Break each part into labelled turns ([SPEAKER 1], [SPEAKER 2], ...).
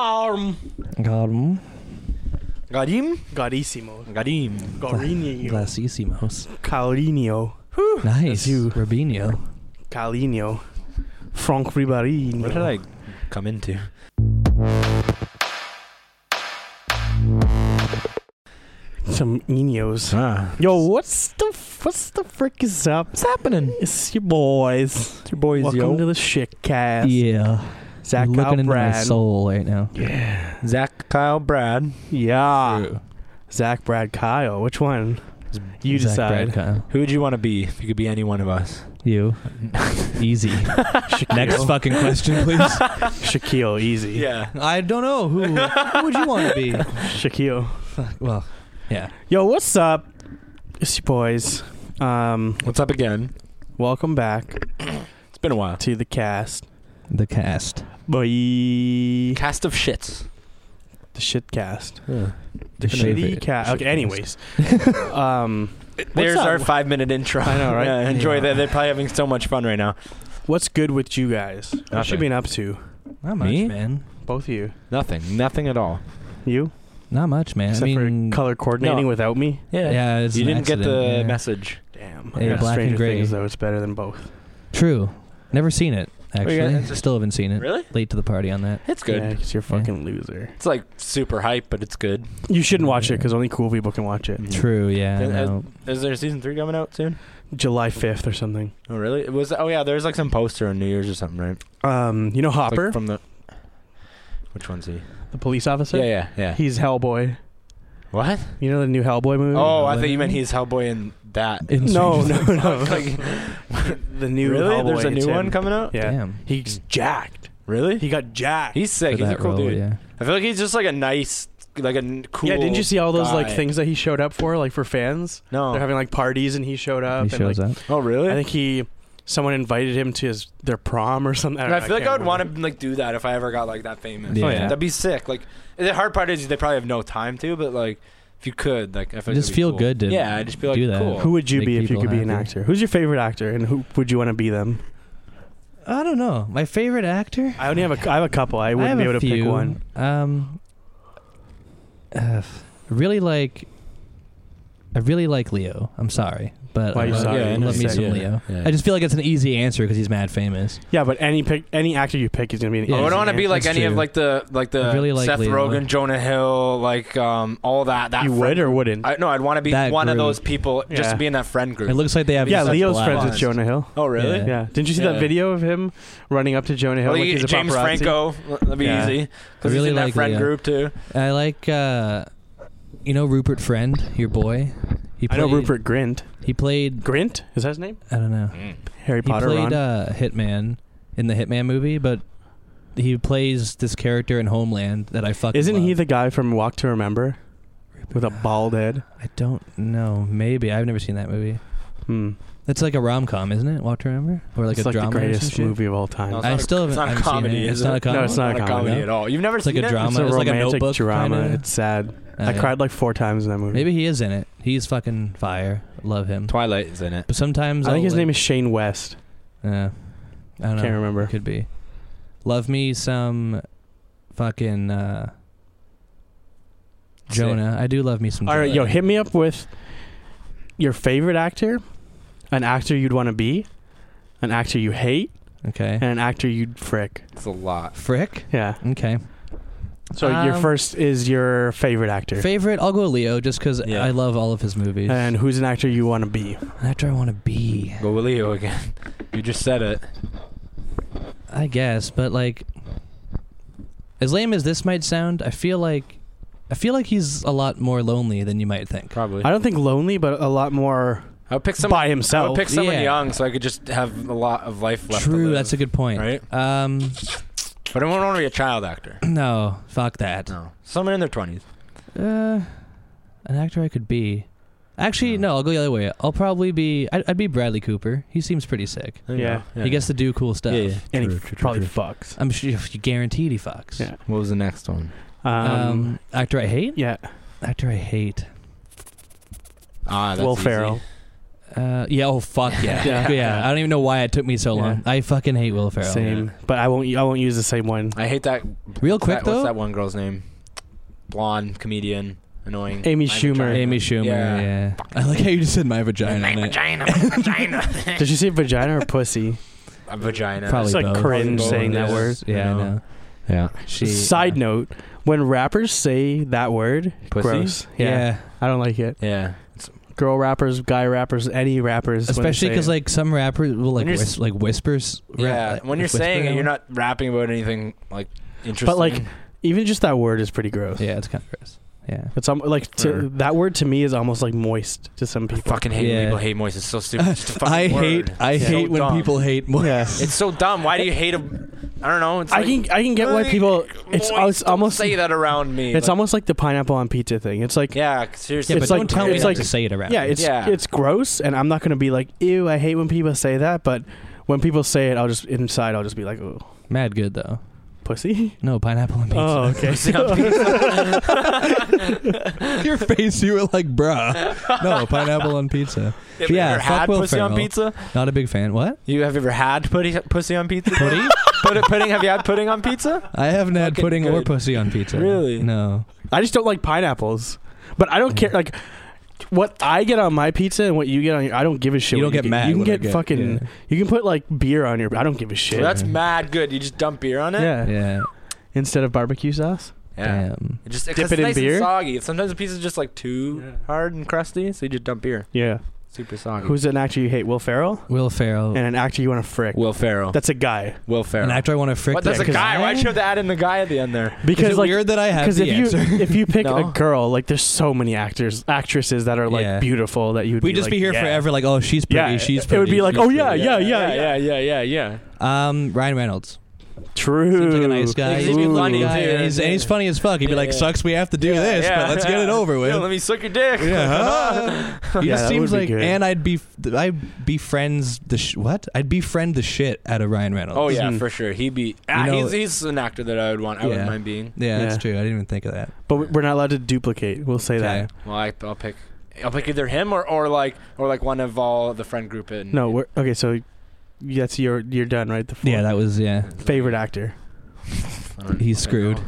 [SPEAKER 1] Garm.
[SPEAKER 2] Garm.
[SPEAKER 3] Garim?
[SPEAKER 1] Garissimo. Mm.
[SPEAKER 3] Garim.
[SPEAKER 1] Gorinio.
[SPEAKER 2] Glacissimos.
[SPEAKER 1] Caurinio.
[SPEAKER 2] Nice.
[SPEAKER 1] you.
[SPEAKER 2] Rubinho.
[SPEAKER 1] Calinio. Frank
[SPEAKER 3] What
[SPEAKER 1] Ribarino.
[SPEAKER 3] did I come into?
[SPEAKER 1] Some Enios.
[SPEAKER 3] Ah.
[SPEAKER 1] Yo, what's the what's the frick is up?
[SPEAKER 2] What's happening?
[SPEAKER 1] It's your boys.
[SPEAKER 2] It's your boys,
[SPEAKER 1] Welcome
[SPEAKER 2] yo.
[SPEAKER 1] to the shit cast.
[SPEAKER 2] yeah.
[SPEAKER 1] Zach
[SPEAKER 2] You're looking into my
[SPEAKER 1] Brad.
[SPEAKER 2] soul right now.
[SPEAKER 3] Zach, Kyle, Brad.
[SPEAKER 1] Yeah. Zach Brad Kyle. Which one? You
[SPEAKER 2] Zach Brad
[SPEAKER 1] decide.
[SPEAKER 2] Kyle.
[SPEAKER 3] Who would you want to be if you could be any one of us?
[SPEAKER 2] You. Easy. Next fucking question, please.
[SPEAKER 1] Shaquille, easy.
[SPEAKER 3] Yeah.
[SPEAKER 2] I don't know who. Who would you want to be?
[SPEAKER 1] Shaquille.
[SPEAKER 2] Well, yeah.
[SPEAKER 1] Yo, what's up? It's your boys. Um,
[SPEAKER 3] What's up again?
[SPEAKER 1] welcome back
[SPEAKER 3] It's been a while.
[SPEAKER 1] to the cast.
[SPEAKER 2] The cast.
[SPEAKER 1] Bye. The
[SPEAKER 3] Cast of shits.
[SPEAKER 1] shit cast.
[SPEAKER 2] The
[SPEAKER 1] Shitty cast. Okay, anyways. um,
[SPEAKER 3] There's
[SPEAKER 1] up?
[SPEAKER 3] our five minute intro.
[SPEAKER 1] I know, right?
[SPEAKER 3] Yeah, enjoy
[SPEAKER 2] Yeah.
[SPEAKER 3] that. They're probably having so much fun right now.
[SPEAKER 1] what's good with you guys? What
[SPEAKER 3] Nothing.
[SPEAKER 1] you been up to?
[SPEAKER 2] Not much,
[SPEAKER 3] Me?
[SPEAKER 2] man.
[SPEAKER 1] Both of you.
[SPEAKER 3] Nothing. Nothing at all.
[SPEAKER 1] You?
[SPEAKER 2] Not much, man.
[SPEAKER 1] Except
[SPEAKER 2] I mean,
[SPEAKER 1] for color coordinating
[SPEAKER 3] No.
[SPEAKER 1] without me?
[SPEAKER 2] Yeah, it's
[SPEAKER 3] you
[SPEAKER 2] an
[SPEAKER 3] didn't get the
[SPEAKER 2] accident, yeah.
[SPEAKER 3] message.
[SPEAKER 1] Damn.
[SPEAKER 2] Yeah,
[SPEAKER 1] I got
[SPEAKER 2] black
[SPEAKER 1] Stranger
[SPEAKER 2] and gray.
[SPEAKER 1] Things, though. It's better than both.
[SPEAKER 2] True. Never seen it,
[SPEAKER 3] yeah,
[SPEAKER 2] actually.
[SPEAKER 3] it's just-
[SPEAKER 2] Still haven't seen it.
[SPEAKER 3] Really?
[SPEAKER 2] Late to the party on that.
[SPEAKER 3] It's good.
[SPEAKER 1] Yeah, 'cause you're a
[SPEAKER 2] Yeah.
[SPEAKER 1] fucking loser.
[SPEAKER 3] It's like super hype, but it's good.
[SPEAKER 1] You shouldn't watch it because only cool people can watch it.
[SPEAKER 2] True, yeah.
[SPEAKER 3] Th-
[SPEAKER 2] no.
[SPEAKER 3] Is there season three coming out soon?
[SPEAKER 1] July 5th or something.
[SPEAKER 3] Oh really? It was oh yeah, there's like some poster on New Year's or something, right?
[SPEAKER 1] Um, you know
[SPEAKER 3] It's, like,
[SPEAKER 1] Hopper,
[SPEAKER 3] from the Which one's he?
[SPEAKER 1] the police officer?
[SPEAKER 3] yeah, yeah, yeah.
[SPEAKER 1] He's Hellboy.
[SPEAKER 3] what?
[SPEAKER 1] You know the new Hellboy movie?
[SPEAKER 3] Oh, I
[SPEAKER 2] Hellboy
[SPEAKER 3] thought you meant
[SPEAKER 2] movie?
[SPEAKER 3] he's Hellboy in that.
[SPEAKER 2] In
[SPEAKER 1] no,
[SPEAKER 2] Stranger
[SPEAKER 1] no,
[SPEAKER 2] Things.
[SPEAKER 1] no.
[SPEAKER 3] Like,
[SPEAKER 1] the new
[SPEAKER 3] really?
[SPEAKER 1] Hellboy.
[SPEAKER 3] There's a
[SPEAKER 1] it's
[SPEAKER 3] new
[SPEAKER 1] him.
[SPEAKER 3] one coming out?
[SPEAKER 1] Yeah.
[SPEAKER 2] Damn.
[SPEAKER 1] He's jacked.
[SPEAKER 3] Really?
[SPEAKER 1] He got jacked.
[SPEAKER 3] He's sick.
[SPEAKER 2] For
[SPEAKER 3] He's a
[SPEAKER 2] that
[SPEAKER 3] cool
[SPEAKER 2] role,
[SPEAKER 3] dude.
[SPEAKER 2] yeah.
[SPEAKER 3] I feel like he's just like a nice like a n- cool
[SPEAKER 1] yeah, didn't you see all those like
[SPEAKER 3] guy.
[SPEAKER 1] things that he showed up for, like for fans? They're
[SPEAKER 3] No.
[SPEAKER 1] having like parties and he showed
[SPEAKER 2] Oh.
[SPEAKER 1] up.
[SPEAKER 2] He
[SPEAKER 1] and, like,
[SPEAKER 2] shows up.
[SPEAKER 3] Oh, really?
[SPEAKER 1] I think he, someone invited him to his their prom or something. I,
[SPEAKER 3] I,
[SPEAKER 1] don't know,
[SPEAKER 3] feel like I
[SPEAKER 1] can't
[SPEAKER 3] would want
[SPEAKER 1] remember.
[SPEAKER 3] to like do that if I ever got like that famous.
[SPEAKER 2] Yeah. Oh, yeah.
[SPEAKER 3] That'd be sick. Like the hard part is they probably have no time to, but like if you could, like I feel like
[SPEAKER 2] Just
[SPEAKER 3] it'd be
[SPEAKER 2] feel
[SPEAKER 3] cool.
[SPEAKER 2] good to
[SPEAKER 3] yeah, I just feel like
[SPEAKER 2] do that.
[SPEAKER 3] cool.
[SPEAKER 1] Who would you
[SPEAKER 2] Make
[SPEAKER 1] be if you
[SPEAKER 2] people
[SPEAKER 1] could be an
[SPEAKER 2] happy.
[SPEAKER 1] actor? Who's your favorite actor, and who would you want to be them?
[SPEAKER 2] I don't know. My favorite actor?
[SPEAKER 1] I only have a, I have a couple. I wouldn't
[SPEAKER 2] have
[SPEAKER 1] be
[SPEAKER 2] a
[SPEAKER 1] able to
[SPEAKER 2] few.
[SPEAKER 1] pick one.
[SPEAKER 2] Um, uh, really like. I really like Leo. I'm sorry, but
[SPEAKER 1] Why
[SPEAKER 2] I
[SPEAKER 1] you
[SPEAKER 2] love,
[SPEAKER 1] sorry?
[SPEAKER 2] I
[SPEAKER 1] Yeah, I know
[SPEAKER 2] love
[SPEAKER 1] you
[SPEAKER 2] me
[SPEAKER 1] said,
[SPEAKER 2] some
[SPEAKER 1] yeah.
[SPEAKER 2] Leo.
[SPEAKER 3] Yeah.
[SPEAKER 2] I just feel like it's an easy answer because he's mad famous.
[SPEAKER 1] Yeah, but any pick, any actor you pick is gonna be. An
[SPEAKER 2] Yeah,
[SPEAKER 3] I wouldn't
[SPEAKER 1] easy
[SPEAKER 3] want to be
[SPEAKER 1] answer.
[SPEAKER 3] like
[SPEAKER 2] That's
[SPEAKER 3] any of
[SPEAKER 2] true.
[SPEAKER 3] like the like the
[SPEAKER 2] I really like
[SPEAKER 3] Seth
[SPEAKER 2] Leo.
[SPEAKER 3] Rogan, Jonah Hill, like um all that. That
[SPEAKER 1] you
[SPEAKER 3] friend
[SPEAKER 1] would or
[SPEAKER 3] group.
[SPEAKER 1] wouldn't.
[SPEAKER 3] I no, I'd want to be
[SPEAKER 2] That
[SPEAKER 3] one of
[SPEAKER 2] group.
[SPEAKER 3] those people just
[SPEAKER 1] Yeah.
[SPEAKER 3] to be in that friend group.
[SPEAKER 2] It looks like they have.
[SPEAKER 1] yeah,
[SPEAKER 2] such
[SPEAKER 1] Leo's
[SPEAKER 2] a
[SPEAKER 1] friends with
[SPEAKER 3] blast.
[SPEAKER 1] Jonah Hill.
[SPEAKER 3] oh really?
[SPEAKER 2] Yeah.
[SPEAKER 1] Yeah. Didn't you see
[SPEAKER 3] Yeah.
[SPEAKER 1] that video of him running up to Jonah Hill
[SPEAKER 3] Well,
[SPEAKER 1] like
[SPEAKER 3] you-
[SPEAKER 1] he's a
[SPEAKER 3] James
[SPEAKER 1] paparazzi?
[SPEAKER 3] Franco, that'd be
[SPEAKER 1] Yeah.
[SPEAKER 3] easy.
[SPEAKER 2] I
[SPEAKER 3] Because
[SPEAKER 2] really
[SPEAKER 3] he's in that
[SPEAKER 2] like
[SPEAKER 3] friend
[SPEAKER 2] Leo.
[SPEAKER 3] group too.
[SPEAKER 2] I like, uh, you know, Rupert Friend, your boy. He
[SPEAKER 1] I know Rupert Grint.
[SPEAKER 2] He played.
[SPEAKER 1] Grint is that his name?
[SPEAKER 2] I don't know.
[SPEAKER 1] Harry
[SPEAKER 2] He
[SPEAKER 1] Potter.
[SPEAKER 2] played
[SPEAKER 1] Ron.
[SPEAKER 2] uh, Hitman in the Hitman movie, but he plays this character in Homeland that I fucking.
[SPEAKER 1] Isn't he
[SPEAKER 2] love.
[SPEAKER 1] the guy from Walk to Remember with a bald head?
[SPEAKER 2] I don't know. Maybe I've never seen that movie.
[SPEAKER 1] Hmm.
[SPEAKER 2] That's like a rom com, isn't it? Walk to Remember, or like
[SPEAKER 1] it's
[SPEAKER 2] a
[SPEAKER 1] like
[SPEAKER 2] drama.
[SPEAKER 1] the
[SPEAKER 2] or some
[SPEAKER 1] greatest
[SPEAKER 2] shit?
[SPEAKER 1] movie of all time.
[SPEAKER 3] No,
[SPEAKER 2] I
[SPEAKER 3] not a-
[SPEAKER 2] still haven't-
[SPEAKER 3] It's not
[SPEAKER 2] I
[SPEAKER 3] a
[SPEAKER 2] haven't seen
[SPEAKER 3] comedy.
[SPEAKER 2] it.
[SPEAKER 3] is
[SPEAKER 2] It's not a comedy.
[SPEAKER 1] No, it's not a comedy.
[SPEAKER 3] at all. You've never
[SPEAKER 2] It's
[SPEAKER 3] seen
[SPEAKER 2] like a
[SPEAKER 3] it?
[SPEAKER 2] drama.
[SPEAKER 1] It's a
[SPEAKER 2] It's like a
[SPEAKER 1] romantic
[SPEAKER 2] Notebook
[SPEAKER 1] drama.
[SPEAKER 2] kinda.
[SPEAKER 1] It's sad.
[SPEAKER 2] Uh,
[SPEAKER 1] I cried like four times in that movie.
[SPEAKER 2] Maybe he is in it. He's fucking fire. Love him.
[SPEAKER 3] Twilight is in it.
[SPEAKER 2] But sometimes
[SPEAKER 1] I think his name is Shane West.
[SPEAKER 2] Uh, I don't know.
[SPEAKER 1] Can't remember.
[SPEAKER 2] Could be. Love me some, fucking uh,
[SPEAKER 3] Sick.
[SPEAKER 2] Jonah. I do love me some.
[SPEAKER 1] All right,
[SPEAKER 2] Jonah.
[SPEAKER 1] yo, hit me up with your favorite actor, an actor you'd want to be, an actor you hate,
[SPEAKER 2] Okay.
[SPEAKER 1] and an actor you'd frick.
[SPEAKER 3] It's a lot.
[SPEAKER 2] Frick.
[SPEAKER 1] Yeah.
[SPEAKER 2] Okay.
[SPEAKER 1] So your
[SPEAKER 2] Um,
[SPEAKER 1] first is your favorite actor,
[SPEAKER 2] Favorite? I'll go with Leo just because
[SPEAKER 3] Yeah.
[SPEAKER 2] I love all of his movies.
[SPEAKER 1] and who's an actor you want to be?
[SPEAKER 2] An actor I want to be.
[SPEAKER 3] Go with Leo again. You just said it.
[SPEAKER 2] I guess, but like, as lame as this might sound, I feel like, I feel like he's a lot more lonely than you might think.
[SPEAKER 3] Probably.
[SPEAKER 1] I don't think lonely, but a lot more
[SPEAKER 3] I would pick someone.
[SPEAKER 1] by
[SPEAKER 3] I
[SPEAKER 1] himself.
[SPEAKER 3] would pick someone
[SPEAKER 2] Yeah.
[SPEAKER 3] young, so I could just have a lot of life left. to
[SPEAKER 2] True,
[SPEAKER 3] live.
[SPEAKER 2] that's a good point.
[SPEAKER 3] Right?
[SPEAKER 2] Um,
[SPEAKER 3] But I wouldn't want to be a child actor.
[SPEAKER 2] no, fuck that.
[SPEAKER 3] No, someone in their twenties.
[SPEAKER 2] Uh, an actor I could be. Actually, no, I'll go the other way. I'll probably be. I'd, I'd be Bradley Cooper. He seems pretty sick.
[SPEAKER 1] Yeah.
[SPEAKER 2] He gets to do cool stuff.
[SPEAKER 3] Yeah, yeah.
[SPEAKER 1] and
[SPEAKER 3] True,
[SPEAKER 1] he
[SPEAKER 3] true, true,
[SPEAKER 1] probably
[SPEAKER 3] true.
[SPEAKER 1] fucks.
[SPEAKER 2] I'm sure you guaranteed he fucks.
[SPEAKER 1] Yeah.
[SPEAKER 3] What was the next one?
[SPEAKER 1] Um,
[SPEAKER 2] Um, actor I hate.
[SPEAKER 1] yeah,
[SPEAKER 2] Actor I hate.
[SPEAKER 3] Ah, that's
[SPEAKER 1] Will
[SPEAKER 3] easy.
[SPEAKER 1] Ferrell.
[SPEAKER 2] Uh, yeah. Oh fuck yeah. yeah.
[SPEAKER 1] Yeah.
[SPEAKER 2] I don't even know why it took me so
[SPEAKER 1] Yeah.
[SPEAKER 2] long. I fucking hate Will Ferrell.
[SPEAKER 1] Same, but I won't. I won't use the same one.
[SPEAKER 3] I hate that.
[SPEAKER 2] Real quick
[SPEAKER 3] that,
[SPEAKER 2] though,
[SPEAKER 3] what's that one girl's name? Blonde comedian, annoying.
[SPEAKER 1] Amy
[SPEAKER 3] My
[SPEAKER 1] Schumer.
[SPEAKER 3] vagina.
[SPEAKER 2] Amy Schumer. Yeah.
[SPEAKER 3] Yeah.
[SPEAKER 2] I like how you just said my vagina.
[SPEAKER 3] My
[SPEAKER 2] in it.
[SPEAKER 3] vagina, my vagina,
[SPEAKER 1] Did you say vagina or pussy?
[SPEAKER 3] A vagina.
[SPEAKER 2] Probably
[SPEAKER 1] It's like
[SPEAKER 2] both.
[SPEAKER 1] cringe
[SPEAKER 3] Probably
[SPEAKER 1] saying
[SPEAKER 3] both,
[SPEAKER 1] that
[SPEAKER 3] yeah.
[SPEAKER 1] word.
[SPEAKER 2] Yeah. I
[SPEAKER 3] No.
[SPEAKER 2] know.
[SPEAKER 3] Yeah.
[SPEAKER 2] She.
[SPEAKER 1] Side note: When rappers say that word,
[SPEAKER 3] Pussy?
[SPEAKER 1] gross.
[SPEAKER 2] Yeah.
[SPEAKER 1] yeah, I don't like it.
[SPEAKER 3] Yeah.
[SPEAKER 1] Girl rappers, guy rappers, any rappers, when they
[SPEAKER 2] Especially
[SPEAKER 1] say
[SPEAKER 2] because
[SPEAKER 1] it.
[SPEAKER 2] like some rappers will
[SPEAKER 3] When
[SPEAKER 2] like
[SPEAKER 3] you're s-
[SPEAKER 2] whis- like whispers. rap-
[SPEAKER 3] Yeah.
[SPEAKER 2] like,
[SPEAKER 3] when you're
[SPEAKER 2] whisper
[SPEAKER 3] saying
[SPEAKER 2] them.
[SPEAKER 3] it, you're not rapping about anything like interesting.
[SPEAKER 1] like, even just that word is pretty gross.
[SPEAKER 2] Yeah, it's kind of gross. Yeah.
[SPEAKER 1] It's um, like to,
[SPEAKER 3] Sure.
[SPEAKER 1] that word to me is almost like moist to some
[SPEAKER 3] I
[SPEAKER 1] people.
[SPEAKER 3] fucking hate
[SPEAKER 2] Yeah.
[SPEAKER 3] when people hate moist. It's so stupid. It's just a fucking
[SPEAKER 2] I
[SPEAKER 3] word.
[SPEAKER 2] hate. I
[SPEAKER 3] It's so
[SPEAKER 2] hate when
[SPEAKER 3] dumb.
[SPEAKER 2] people hate more.
[SPEAKER 1] Yeah.
[SPEAKER 3] It's so dumb. Why do you hate a? I don't know. It's
[SPEAKER 1] I
[SPEAKER 3] like,
[SPEAKER 1] can I can get why people. It's,
[SPEAKER 3] Moist,
[SPEAKER 1] it's
[SPEAKER 3] don't
[SPEAKER 1] almost
[SPEAKER 3] say that around me.
[SPEAKER 1] it's
[SPEAKER 3] Like,
[SPEAKER 1] almost like the pineapple on pizza thing. It's like yeah,
[SPEAKER 3] yeah. Seriously,
[SPEAKER 2] Yeah,
[SPEAKER 1] It's
[SPEAKER 2] but
[SPEAKER 1] like-
[SPEAKER 2] don't tell me
[SPEAKER 1] it's
[SPEAKER 2] not
[SPEAKER 1] like-
[SPEAKER 2] to say it around. me.
[SPEAKER 1] it's
[SPEAKER 3] Yeah.
[SPEAKER 1] it's gross, and I'm not gonna be like ew. I hate when people say that, but when people say it, I'll just inside I'll just be like oh
[SPEAKER 2] mad good though.
[SPEAKER 1] pussy.
[SPEAKER 2] No pineapple and pizza.
[SPEAKER 1] Oh okay.
[SPEAKER 2] Your face, you were like, bruh. No, pineapple on pizza.
[SPEAKER 3] Have you
[SPEAKER 2] Yeah,
[SPEAKER 3] ever
[SPEAKER 2] fuck
[SPEAKER 3] had
[SPEAKER 2] Will
[SPEAKER 3] pussy on
[SPEAKER 2] Ferrell.
[SPEAKER 3] pizza?
[SPEAKER 2] Not a big fan. What?
[SPEAKER 3] You have you ever had putty, pussy on pizza?
[SPEAKER 2] Pudding?
[SPEAKER 3] Put, pudding? Have you had pudding on pizza?
[SPEAKER 2] I haven't had
[SPEAKER 3] Fucking
[SPEAKER 2] pudding or
[SPEAKER 3] good.
[SPEAKER 2] pussy on pizza.
[SPEAKER 3] Really?
[SPEAKER 2] No.
[SPEAKER 1] I just don't like pineapples, but I don't care like. What I get on my pizza and what you get on your, I don't give a shit.
[SPEAKER 2] You
[SPEAKER 1] what
[SPEAKER 2] don't get mad
[SPEAKER 1] You can
[SPEAKER 2] when I
[SPEAKER 1] get
[SPEAKER 2] get-
[SPEAKER 1] fucking.
[SPEAKER 2] yeah.
[SPEAKER 1] You can put like beer on your. I don't give a shit.
[SPEAKER 3] Well, that's mad good. You just dump beer on it.
[SPEAKER 1] yeah.
[SPEAKER 2] Yeah.
[SPEAKER 1] Instead of barbecue sauce.
[SPEAKER 3] Yeah.
[SPEAKER 2] Damn.
[SPEAKER 3] It just 'cause
[SPEAKER 1] Dip
[SPEAKER 3] it's
[SPEAKER 1] it in
[SPEAKER 3] nice
[SPEAKER 1] beer?
[SPEAKER 3] and soggy. Sometimes the pizza's just like too hard and crusty, so you just dump beer.
[SPEAKER 1] Yeah.
[SPEAKER 3] Super soggy.
[SPEAKER 1] Who's an actor you hate? Will Ferrell.
[SPEAKER 2] Will Ferrell.
[SPEAKER 1] And an actor you want to frick.
[SPEAKER 3] Will Ferrell?
[SPEAKER 1] That's a guy.
[SPEAKER 3] Will Ferrell.
[SPEAKER 2] An actor I want to frick.
[SPEAKER 3] What? That's
[SPEAKER 2] that
[SPEAKER 3] a
[SPEAKER 1] Yeah, 'cause
[SPEAKER 3] guy. Why'd
[SPEAKER 2] I-
[SPEAKER 3] you have to add in the guy at the end there?
[SPEAKER 1] Because
[SPEAKER 2] Is it
[SPEAKER 1] like
[SPEAKER 2] weird that I have
[SPEAKER 1] because
[SPEAKER 2] the
[SPEAKER 1] if
[SPEAKER 2] answer?
[SPEAKER 1] you if you pick
[SPEAKER 3] No.
[SPEAKER 1] a girl, like there's so many actors actresses that are like
[SPEAKER 2] Yeah.
[SPEAKER 1] beautiful that you'd
[SPEAKER 2] We'd
[SPEAKER 1] be
[SPEAKER 2] just
[SPEAKER 1] like,
[SPEAKER 2] be here
[SPEAKER 1] yeah.
[SPEAKER 2] forever like, oh, she's pretty.
[SPEAKER 1] Yeah,
[SPEAKER 2] she's
[SPEAKER 1] it
[SPEAKER 2] pretty.
[SPEAKER 1] would be like,
[SPEAKER 2] she's
[SPEAKER 1] oh, yeah,
[SPEAKER 2] pretty.
[SPEAKER 1] yeah, yeah,
[SPEAKER 3] yeah, yeah, yeah, yeah.
[SPEAKER 2] Um, Ryan Reynolds.
[SPEAKER 1] True.
[SPEAKER 2] Seems like a nice guy.
[SPEAKER 3] He's even
[SPEAKER 2] a funny
[SPEAKER 3] funny,
[SPEAKER 2] guy,
[SPEAKER 3] too.
[SPEAKER 2] And he's, and he's funny as fuck. He'd be
[SPEAKER 3] Yeah,
[SPEAKER 2] like,
[SPEAKER 3] yeah.
[SPEAKER 2] sucks, we have to do this, but let's get it over with.
[SPEAKER 3] Yo, let me suck your dick.
[SPEAKER 2] Yeah. huh? He
[SPEAKER 1] Yeah,
[SPEAKER 2] just
[SPEAKER 1] that
[SPEAKER 2] seems
[SPEAKER 1] would be
[SPEAKER 2] like,
[SPEAKER 1] good.
[SPEAKER 2] and I'd be, I'd befriends the sh- what? I'd befriend the shit out of Ryan Reynolds.
[SPEAKER 3] Oh yeah,
[SPEAKER 1] Mhm.
[SPEAKER 3] for sure. He be. Ah,
[SPEAKER 2] You know-
[SPEAKER 3] he's, he's an actor that I would want. I
[SPEAKER 2] Yeah.
[SPEAKER 3] wouldn't mind being.
[SPEAKER 2] yeah,
[SPEAKER 1] Yeah.
[SPEAKER 2] that's true. I didn't even think of that.
[SPEAKER 1] But we- we're not allowed to duplicate. We'll say
[SPEAKER 2] Okay.
[SPEAKER 1] that.
[SPEAKER 3] Well, I, I'll pick. I'll pick either him or, or like or like one of all the friend group. In
[SPEAKER 1] No, we're okay. So that's your you're done, right? The four.
[SPEAKER 2] Yeah, that was yeah.
[SPEAKER 1] favorite actor.
[SPEAKER 3] uh, I don't
[SPEAKER 2] He's
[SPEAKER 3] fucking know.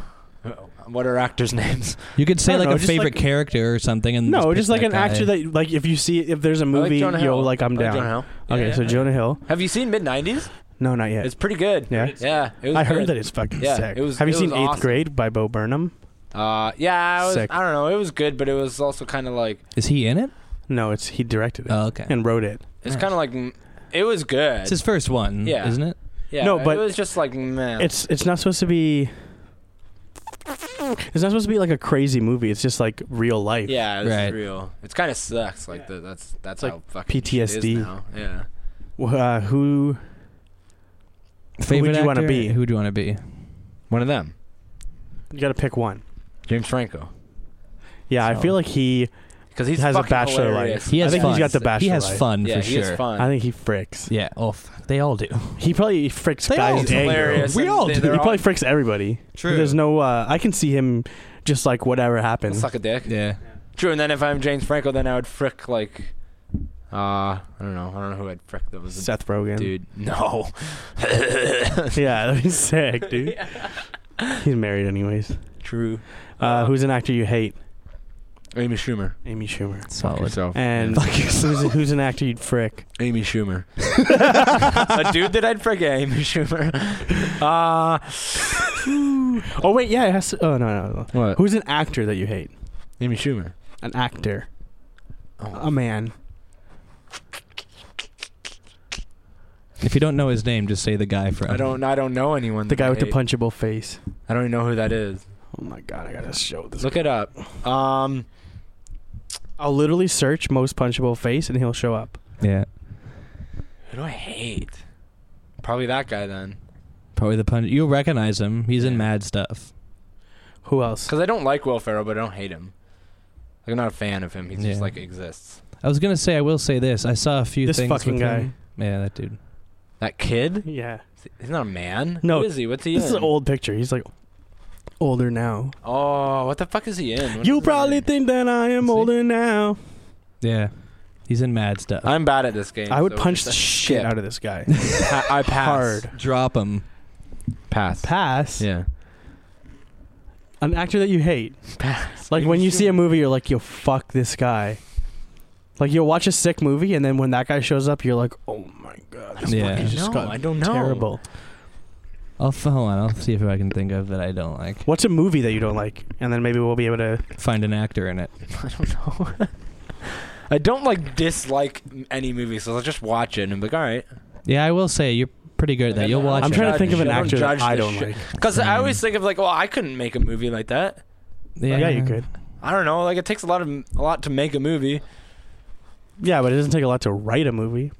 [SPEAKER 2] screwed.
[SPEAKER 3] What are actors' names?
[SPEAKER 2] You could say
[SPEAKER 1] No,
[SPEAKER 2] like
[SPEAKER 1] no,
[SPEAKER 2] a
[SPEAKER 1] just
[SPEAKER 2] favorite
[SPEAKER 1] like-
[SPEAKER 2] character or something, and Mm,
[SPEAKER 1] No,
[SPEAKER 2] pick
[SPEAKER 1] just like
[SPEAKER 2] that
[SPEAKER 1] an
[SPEAKER 2] guy.
[SPEAKER 1] actor that like if you see if there's a
[SPEAKER 3] I
[SPEAKER 1] movie,
[SPEAKER 3] Jonah
[SPEAKER 1] yo,
[SPEAKER 3] Hill.
[SPEAKER 1] like I'm
[SPEAKER 3] I like
[SPEAKER 1] down.
[SPEAKER 3] Jonah Hill.
[SPEAKER 1] okay,
[SPEAKER 3] Yeah,
[SPEAKER 1] so
[SPEAKER 3] yeah.
[SPEAKER 1] Jonah Hill.
[SPEAKER 3] Have you seen mid '90s?
[SPEAKER 1] No, not yet.
[SPEAKER 3] It's pretty good.
[SPEAKER 1] yeah.
[SPEAKER 3] Yeah, it was
[SPEAKER 1] I heard
[SPEAKER 3] good.
[SPEAKER 1] that it's fucking
[SPEAKER 3] Yeah,
[SPEAKER 1] sick.
[SPEAKER 3] it was-
[SPEAKER 1] Have you
[SPEAKER 3] it
[SPEAKER 1] seen
[SPEAKER 3] was
[SPEAKER 1] Eighth
[SPEAKER 3] awesome.
[SPEAKER 1] Grade by Bo Burnham?
[SPEAKER 3] Uh, yeah, I, was,
[SPEAKER 1] Sick.
[SPEAKER 3] I don't know. It was good, but it was also kind of like
[SPEAKER 2] is he in it?
[SPEAKER 1] No, it's he directed it
[SPEAKER 2] Oh, okay.
[SPEAKER 1] and wrote it.
[SPEAKER 3] it's
[SPEAKER 2] Nice.
[SPEAKER 3] kind of like mm, it was good.
[SPEAKER 2] It's his first one,
[SPEAKER 3] Yeah.
[SPEAKER 2] isn't it?
[SPEAKER 3] yeah,
[SPEAKER 1] No, but-
[SPEAKER 3] it was just like man.
[SPEAKER 1] It's it's not supposed to be. It's not supposed to be like a crazy movie. It's just like real life.
[SPEAKER 3] yeah, it's
[SPEAKER 2] Right.
[SPEAKER 3] real. It's kind of sucks. Like the, that's that's
[SPEAKER 1] It's
[SPEAKER 3] how
[SPEAKER 1] like
[SPEAKER 3] fucking shit is
[SPEAKER 1] PTSD.
[SPEAKER 3] now. Yeah.
[SPEAKER 1] Uh, who?
[SPEAKER 2] Favorite
[SPEAKER 1] you wanna
[SPEAKER 2] actor?
[SPEAKER 1] be?
[SPEAKER 2] Who do you want to be?
[SPEAKER 3] One of them,
[SPEAKER 1] You got to pick one.
[SPEAKER 3] James Franco,
[SPEAKER 1] Yeah, I
[SPEAKER 2] So-
[SPEAKER 1] feel like he.
[SPEAKER 3] because he's
[SPEAKER 1] Has a
[SPEAKER 3] fucking
[SPEAKER 1] bachelor
[SPEAKER 3] hilarious.
[SPEAKER 1] life.
[SPEAKER 2] He has
[SPEAKER 1] I think
[SPEAKER 2] fun.
[SPEAKER 1] he's got the bachelor
[SPEAKER 2] He has
[SPEAKER 1] life.
[SPEAKER 2] fun
[SPEAKER 3] yeah,
[SPEAKER 2] for
[SPEAKER 3] he
[SPEAKER 2] sure.
[SPEAKER 3] is fun.
[SPEAKER 1] I think he fricks.
[SPEAKER 2] Yeah. Oh, fuck. they all do.
[SPEAKER 1] He probably fricks
[SPEAKER 2] They all
[SPEAKER 1] guys.
[SPEAKER 2] do.
[SPEAKER 1] and
[SPEAKER 3] Hilarious.
[SPEAKER 1] girls.
[SPEAKER 2] We
[SPEAKER 3] and
[SPEAKER 2] all
[SPEAKER 3] they-
[SPEAKER 2] do.
[SPEAKER 1] He
[SPEAKER 3] they're all-
[SPEAKER 1] probably fricks everybody.
[SPEAKER 2] True.
[SPEAKER 1] There's no. Uh, I can see him just like whatever happens.
[SPEAKER 3] Suck a dick.
[SPEAKER 2] Yeah.
[SPEAKER 3] True, and then if I'm James Franco, then I would frick like, uh, I don't know, I don't know who I'd frick. That was a
[SPEAKER 1] Seth Rogen.
[SPEAKER 3] dude. No,
[SPEAKER 1] Yeah, that'd be sick, dude. He's married anyways.
[SPEAKER 3] true.
[SPEAKER 1] Uh, who's an actor you hate?
[SPEAKER 3] Amy Schumer?
[SPEAKER 1] Amy Schumer.
[SPEAKER 2] Solid.
[SPEAKER 3] Yourself.
[SPEAKER 1] And
[SPEAKER 2] Fuck
[SPEAKER 1] who's, who's an actor you'd frick?
[SPEAKER 3] Amy Schumer, a dude that I'd frick. yeah, Amy Schumer. Uh
[SPEAKER 1] Oh wait, yeah, it has to. Oh no, no, no.
[SPEAKER 3] what?
[SPEAKER 1] Who's an actor that you hate?
[SPEAKER 3] Amy Schumer.
[SPEAKER 1] An actor,
[SPEAKER 3] Oh.
[SPEAKER 1] a man.
[SPEAKER 2] If you don't know his name, just say the guy from.
[SPEAKER 3] I don't. I don't know anyone.
[SPEAKER 1] The
[SPEAKER 3] that
[SPEAKER 1] guy
[SPEAKER 3] I
[SPEAKER 1] with the
[SPEAKER 3] hate.
[SPEAKER 1] punchable face.
[SPEAKER 3] I don't even know who that is.
[SPEAKER 1] Oh my god, I gotta show this.
[SPEAKER 3] Look it up. Um,
[SPEAKER 1] I'll literally search most punchable face, and he'll show up.
[SPEAKER 2] Yeah.
[SPEAKER 3] who do I hate? Probably that guy then,
[SPEAKER 2] Probably the punch. You'll recognize him. He's in
[SPEAKER 3] Yeah.
[SPEAKER 2] Mad Stuff.
[SPEAKER 1] Who else?
[SPEAKER 3] because I don't like Will Ferrell, but I don't hate him. Like, I'm not a fan of him. He
[SPEAKER 2] Yeah.
[SPEAKER 3] just like exists.
[SPEAKER 2] I was gonna say. I will say this. I saw a few
[SPEAKER 1] This
[SPEAKER 2] things.
[SPEAKER 1] fucking
[SPEAKER 2] with
[SPEAKER 1] guy.
[SPEAKER 2] him. Yeah, that dude.
[SPEAKER 3] That kid?
[SPEAKER 1] Yeah,
[SPEAKER 3] He's not a man.
[SPEAKER 1] No,
[SPEAKER 3] What is he? What's he
[SPEAKER 1] this
[SPEAKER 3] in?
[SPEAKER 1] is an old picture. He's like older now.
[SPEAKER 3] Oh, what the fuck is he in? What
[SPEAKER 1] you
[SPEAKER 3] is that
[SPEAKER 1] probably
[SPEAKER 3] in?
[SPEAKER 1] think that I am
[SPEAKER 2] See?
[SPEAKER 1] older now.
[SPEAKER 2] Yeah. He's in mad stuff.
[SPEAKER 3] I'm bad at this game.
[SPEAKER 1] I would
[SPEAKER 3] so
[SPEAKER 1] punch
[SPEAKER 3] just
[SPEAKER 1] the
[SPEAKER 3] a
[SPEAKER 1] shit
[SPEAKER 3] skip.
[SPEAKER 1] out of this guy.
[SPEAKER 3] Pa- I pass.
[SPEAKER 1] Hard.
[SPEAKER 2] Drop him.
[SPEAKER 3] Pass.
[SPEAKER 1] Pass.
[SPEAKER 3] Yeah.
[SPEAKER 1] An actor that you hate.
[SPEAKER 3] Pass.
[SPEAKER 1] Like when you see a movie, you're like, yo, fuck this guy. Like you'll watch a sick movie, and then when that guy shows up, you're like, oh my god, this
[SPEAKER 2] Yeah.
[SPEAKER 1] yeah. just
[SPEAKER 3] No,
[SPEAKER 1] got
[SPEAKER 3] I don't know.
[SPEAKER 1] terrible.
[SPEAKER 2] I'll f- hold on. I'll see if I can think of that I don't like.
[SPEAKER 1] What's a movie that you don't like? And then maybe we'll be able to.
[SPEAKER 2] Find an actor in it.
[SPEAKER 3] I don't know. I don't like dislike m- any movie, so I'll just watch it and be like, all right.
[SPEAKER 2] Yeah, I will say you're pretty good at that. You'll watch.
[SPEAKER 1] I'm
[SPEAKER 2] it.
[SPEAKER 1] trying to think of an
[SPEAKER 3] I don't
[SPEAKER 1] actor that
[SPEAKER 3] judge
[SPEAKER 1] I
[SPEAKER 3] this
[SPEAKER 1] don't
[SPEAKER 3] shit.
[SPEAKER 1] like.
[SPEAKER 3] Because I always
[SPEAKER 2] Mm.
[SPEAKER 3] think of like, well, I couldn't make a movie like that.
[SPEAKER 1] Oh, Yeah. you could.
[SPEAKER 3] I don't know. Like it takes a lot of a lot to make a movie.
[SPEAKER 1] Yeah, but it doesn't take a lot to write a movie.